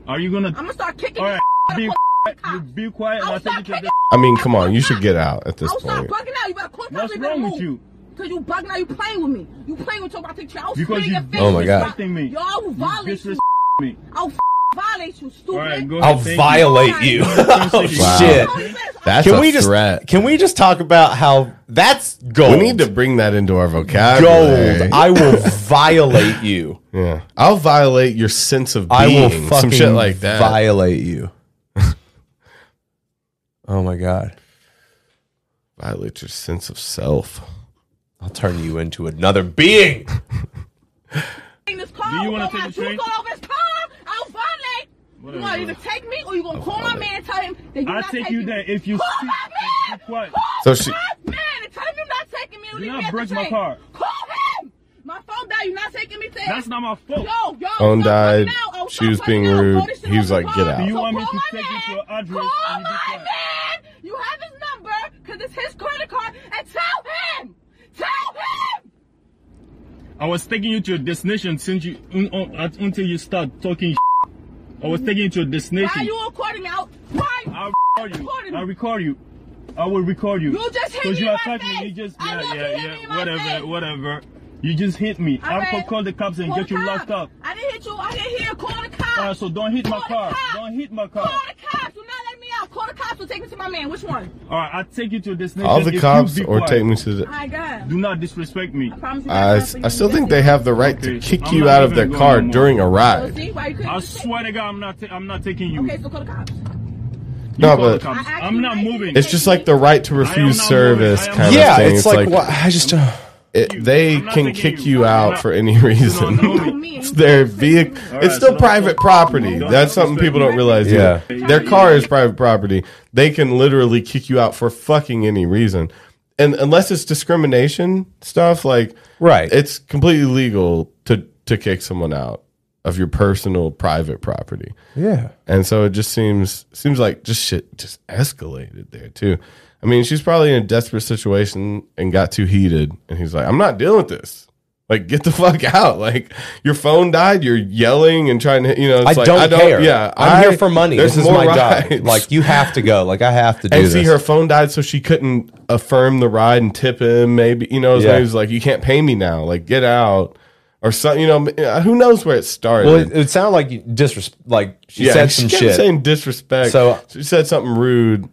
S4: Are you gonna?
S24: I'm gonna start kicking.
S4: All
S24: your
S4: right. Be quiet. You be quiet. And I'll take you to the.
S3: I mean, come on. You should get out at this
S24: I'll start
S3: point.
S24: bugging out. You better call the cops.
S4: What's wrong with you?
S24: Cause you bugging out, you playing with me. You playing with your about picture. I'll
S4: Because
S24: spit in
S4: you
S24: your face.
S1: Oh my God.
S4: disrespecting me.
S24: Yo, I will violate you.
S4: Disrespect me.
S24: I'll f- violate you, stupid.
S4: All right, go ahead.
S1: I'll
S4: Thank
S1: violate you. *laughs* oh
S3: Wow.
S1: shit.
S3: That's
S1: can
S3: a
S1: we just
S3: threat.
S1: can we just talk about how that's
S3: We
S1: gold?
S3: need to bring that into our vocabulary.
S1: gold. I will violate you.
S3: *laughs* Yeah, I'll violate your sense of being.
S1: I will
S3: some
S1: fucking
S3: shit like that.
S1: violate you. oh my god,
S3: violate your sense of self.
S1: I'll turn you into another being.
S24: In this car,
S4: you wanna
S24: throw my
S4: take the train?
S24: juice all over his car. I'll violate.
S4: Whatever.
S24: You gonna either take me or you gonna call my man and tell him that you're
S4: I'll
S24: not
S4: take
S24: taking
S4: you there if you
S24: Call
S4: speak-
S24: my man.
S4: Be quiet.
S3: So she-
S24: my man and tell him you're not taking me. or
S4: Do
S24: leave
S4: not
S24: me at the
S4: break my
S24: train.
S4: car.
S24: Call him. My phone died. You're not taking me. To
S4: That's not my
S24: Yo,
S4: fault.
S24: yo.
S3: Own
S24: stop
S3: died.
S24: bugging out. Oh,
S3: She was
S24: stop
S3: being
S24: bugging out.
S3: rude.
S24: Go to
S3: He was like, "Get
S4: Do
S3: out."
S4: you want me
S24: call
S4: to take you to an address?
S24: Call
S4: and you be
S24: my
S4: quiet?
S24: man! You have his number, because it's his credit card, and tell him! Tell him!
S4: I was taking you to your destination since you un, un, at- until you start talking. s***. I was taking you to your
S24: Why
S4: destination.
S24: you recording out? Why you
S4: I record you.
S24: recording
S4: I
S24: me?
S4: record you. I will record you.
S22: You just hit
S4: Because
S22: me
S4: you
S22: in
S4: attacked
S22: my
S4: me. You
S22: face.
S4: just
S22: I
S4: yeah
S22: know you
S4: yeah
S22: hit
S4: yeah
S22: me in my
S4: whatever
S22: face.
S4: whatever. You just hit me.
S22: All
S4: I'm
S22: right.
S4: gonna call the cops and
S22: Call
S4: get
S22: the
S4: you
S22: cops.
S4: locked up.
S22: I didn't hit you. I didn't hear. Call the cops.
S4: Alright, so don't hit my car. Don't hit my car.
S22: Call the cops. Do not let me out. Call the cops or take me to my man. Which one?
S4: All right, I'll take you to this destination.
S3: Call the
S4: if you
S3: cops
S4: be
S3: or
S4: quiet.
S3: take me to the-
S22: My God.
S4: Do not disrespect me. I
S22: promise
S3: I, I still think they have the right to kick you out of their car during a ride.
S22: See why you couldn't
S4: I
S22: just take-
S4: swear to God, I'm not. i I'm not taking you.
S22: Okay, so call the cops.
S3: No,
S4: call the
S3: but
S4: cops. I'm not moving.
S3: it's just like the right to refuse service kind
S1: Yeah,
S3: of thing.
S1: it's like, wha- I just don't.
S3: it, they can kick you out for any reason. *laughs* It's their vehicle. It's still private property. That's something people don't realize.
S1: Yeah.
S3: Yeah, their car is private property. They can literally kick you out for fucking any reason, and unless it's discrimination stuff, like
S1: right,
S3: it's completely legal to to kick someone out of your personal private property.
S1: Yeah.
S3: and so it just seems seems like just shit just escalated there too. I mean, she's probably in a desperate situation and got too heated, and he's like, "I'm not dealing with this." Like, get the *laughs* fuck out! Like, your phone died. You're yelling and trying to, you know. It's
S1: I, don't
S3: like,
S1: care.
S3: Yeah,
S1: I'm
S3: I-
S1: here for money.
S3: there's
S1: This is
S3: more
S1: my
S3: rides.
S1: job. *laughs* Like you have to go. Like I have to do
S3: and
S1: this.
S3: see, her phone died, so she couldn't affirm the ride and tip him. Maybe you know, so
S1: Yeah.
S3: he was like, "You can't pay me now. Like, get out." Or something, you know. uh, Who knows where it started?
S1: Well, it, it sounded like you disrespect. Like she
S3: Yeah,
S1: said
S3: she
S1: some
S3: kept
S1: shit,
S3: saying disrespect.
S1: So
S3: she said something rude,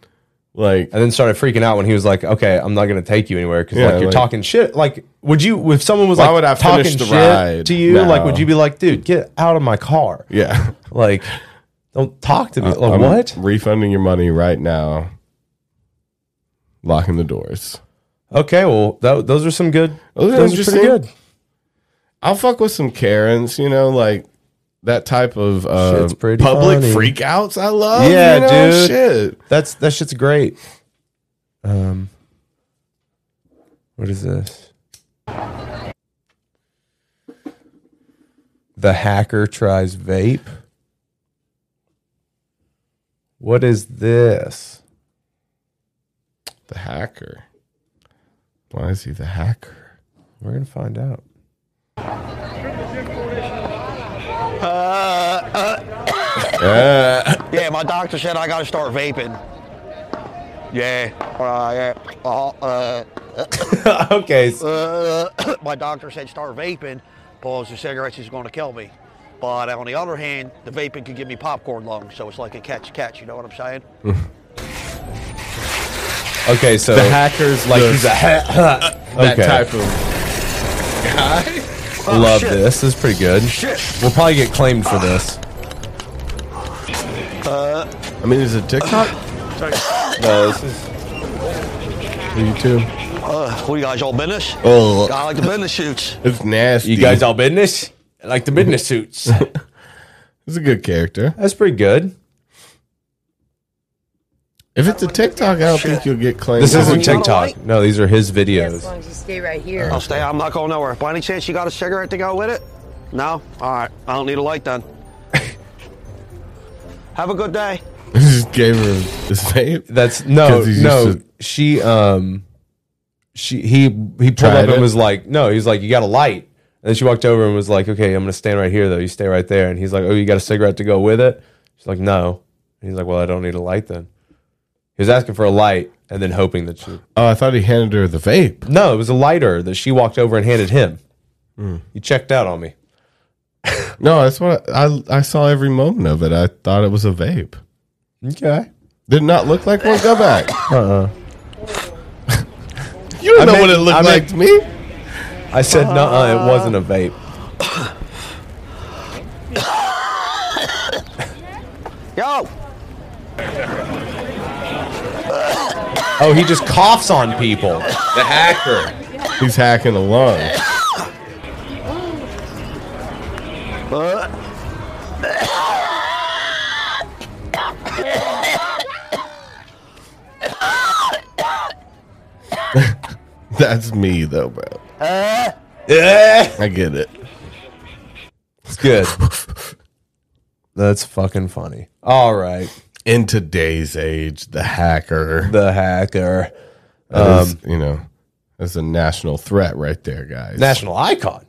S3: like,
S1: and then started freaking out when he was like, "Okay, I'm not going to take you anywhere because
S3: Yeah,
S1: like you're
S3: like-
S1: talking shit." Like, would you if someone was
S3: Why
S1: like
S3: would I
S1: talking
S3: finish the
S1: shit
S3: ride?
S1: to you? Like, would
S3: No.
S1: you be like, "Dude, get out of my car"?
S3: Yeah. Uh,
S1: Like, don't talk *laughs* to me. Like,
S3: I'm
S1: what?
S3: Refunding your money right now. Locking the doors. Oh,
S1: Okay, well, that, those are some good.
S3: Those
S1: Those
S3: are,
S1: are pretty
S3: interesting.
S1: good.
S3: I'll fuck with some Karens, you know, like that type of uh,
S1: Shit's
S3: public
S1: pretty funny.
S3: freakouts. I love.
S1: yeah,
S3: you know,
S1: dude.
S3: Shit.
S1: That's that shit's great. Um, what is this? The hacker tries vape. What is this?
S3: The hacker. Why is he the hacker?
S1: We're gonna find out.
S15: uh,
S10: Uh.
S3: Yeah.
S15: yeah, my doctor said I gotta start vaping. Yeah. Uh, yeah. Uh,
S10: *laughs*
S15: uh,
S1: Okay, s-
S15: Uh, *coughs* my doctor said start vaping because the cigarettes is gonna kill me. But on the other hand, the vaping could give me popcorn lungs, so it's like a catch-catch. You know what I'm saying?
S1: Okay, so
S3: The hacker's
S1: like
S3: the-
S1: he's a ha-
S3: that
S1: Okay.
S3: type of.
S1: Love this. This is pretty good. Ah. We'll probably get claimed for this.
S15: Uh,
S3: I mean, is it TikTok?
S1: no, this is
S3: YouTube.
S15: Uh, who you guys all business?
S3: Oh.
S15: I like the business shoots.
S3: It's nasty.
S1: You guys all business? I like the business
S3: *laughs*
S1: suits.
S3: It's a good character.
S1: That's pretty good.
S3: If it's a TikTok, I don't think you'll get claimed.
S1: This isn't
S3: *laughs*
S1: TikTok. No, these are his videos.
S15: long as you stay right here. I'll stay. I'm not going nowhere. By any chance, you got a cigarette to go with it? No. All right. I don't need a light
S1: *laughs*
S15: then. Have a good day.
S3: just gave her his vape.
S1: That's no,
S3: 'Cause he's
S1: no.
S3: used to-
S1: she, um, she, he, he pulled
S3: Tried
S1: up and
S3: it?
S1: was like, no. He was like, you got a light. And then she walked over and was like, okay, I'm gonna stand right here though. You stay right there. And he's like, oh, you got a cigarette to go with it? She's like, no. And he's like, well, I don't need a light then. He was asking for a light and then hoping that she.
S3: Oh, I thought he handed her the vape.
S1: No, it was a lighter that she walked over and handed him.
S3: Hmm.
S1: You checked out on me.
S3: No, that's what I, I I saw every moment of it. I thought it was a vape.
S1: Okay.
S3: Did not look like one. Go back.
S1: Uh-uh.
S3: You don't
S1: I
S3: know
S1: meant-
S3: what *laughs* it looked
S1: I
S3: like
S1: meant-
S3: to me.
S1: I said, no,
S3: Uh.
S1: it wasn't a
S3: *coughs*
S1: vape.
S15: Yo.
S1: Oh, he just coughs on people.
S3: The hacker. He's hacking the lungs. *laughs* That's me though, bro. Uh, I get it.
S1: It's good. That's fucking funny. All right.
S3: In today's age, the hacker,
S1: the hacker, Um,
S3: That is, you know, that's a national threat right there, guys.
S1: National icon.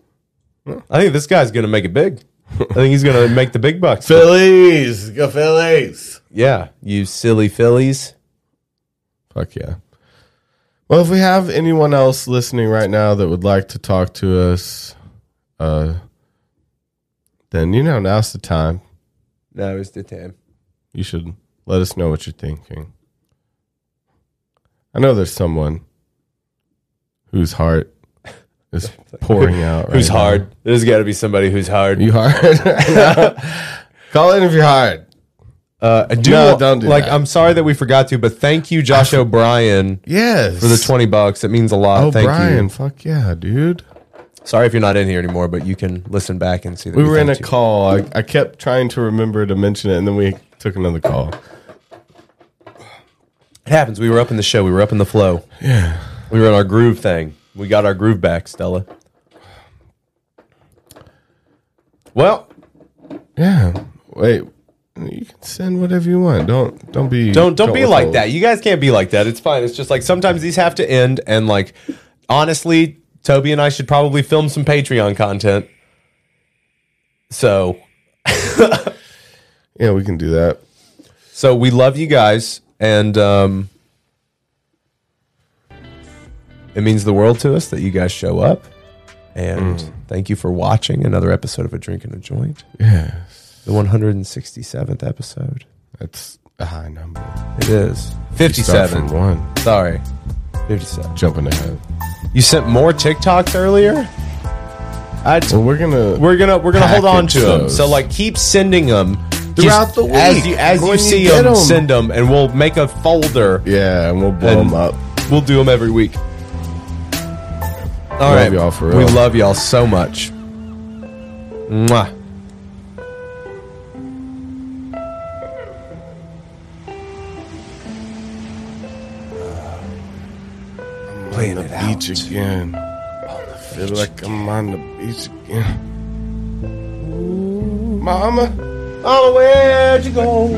S1: I think this guy's going to make it big. I think he's going to make the big bucks.
S3: Phillies, go Phillies!
S1: Yeah, you silly Phillies.
S3: Fuck yeah. Well, if we have anyone else listening right now that would like to talk to us, uh, then you know now's the time.
S1: Now is the time.
S3: You should let us know what you're thinking. I know there's someone whose heart *laughs* is pouring out. Right
S1: Who's
S3: now.
S1: hard? There's got to be somebody who's hard.
S3: You hard?
S1: *laughs*
S3: Call in if you're hard.
S1: Uh, I do
S3: No,
S1: wa-
S3: don't do
S1: like.
S3: that.
S1: I'm sorry that we forgot to, but thank you,
S3: *laughs*
S1: Josh O'Brien.
S3: Yes.
S1: for the twenty bucks, it means a lot.
S3: Oh,
S1: thank
S3: Brian,
S1: you.
S3: fuck yeah, dude.
S1: Sorry if you're not in here anymore, but you can listen back and see. That
S3: We were in a
S1: thanked you.
S3: call. I, I kept trying to remember to mention it, and then we took another call.
S1: It happens. We were up in the show. We were up in the flow.
S3: Yeah.
S1: We were in our groove thing. We got our groove back, Stella. Well,
S3: Yeah. Wait. You can send whatever you want. Don't don't be
S1: don't don't be like
S3: withhold.
S1: that. You guys can't be like that. It's fine. It's just like sometimes these have to end and like honestly, Toby and I should probably film some Patreon content. So, *laughs*
S3: Yeah, we can do that.
S1: so we love you guys and um it means the world to us that you guys show up. And
S3: Mm.
S1: thank you for watching another episode of A Drink and a Joint.
S3: Yes.
S1: The 167th episode.
S3: That's a high number.
S1: It is.
S3: Start
S1: 57.
S3: from one.
S1: Sorry. 57.
S3: Jumping ahead.
S1: You sent more TikToks earlier? I
S3: Well, we're gonna
S1: we're gonna we're gonna hold on to
S3: package
S1: them.
S3: those.
S1: So like keep sending them
S3: Throughout the week.
S1: As you, as you
S3: When you
S1: see
S3: get
S1: them,
S3: 'em.
S1: send them and we'll make a folder.
S3: yeah, and we'll blow
S1: And
S3: them up.
S1: We'll do them every week. All
S3: Love
S1: right.
S3: y'all for
S1: We
S3: real.
S1: love y'all so much. Mwah.
S3: I'm on the beach again. I feel like I'm on the beach again. Mama,
S1: Mama, where'd you go?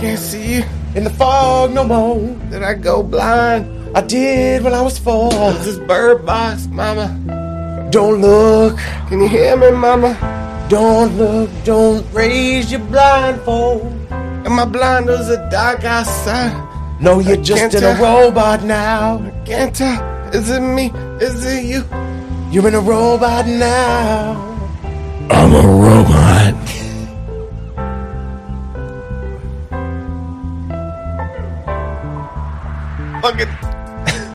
S3: Can't see you
S1: in the fog no more.
S3: Did I go blind?
S1: I did when I was four.
S3: Is this bird box, Mama?
S1: Don't look,
S3: Can you hear me, Mama?
S1: don't look, don't raise your blindfold.
S3: And my blinders are dark outside.
S1: No, you're
S3: can't
S1: just in a
S3: tell.
S1: robot now.
S3: Can't tell. Is it me? Is it you?
S1: You're in a robot now.
S3: I'm a robot.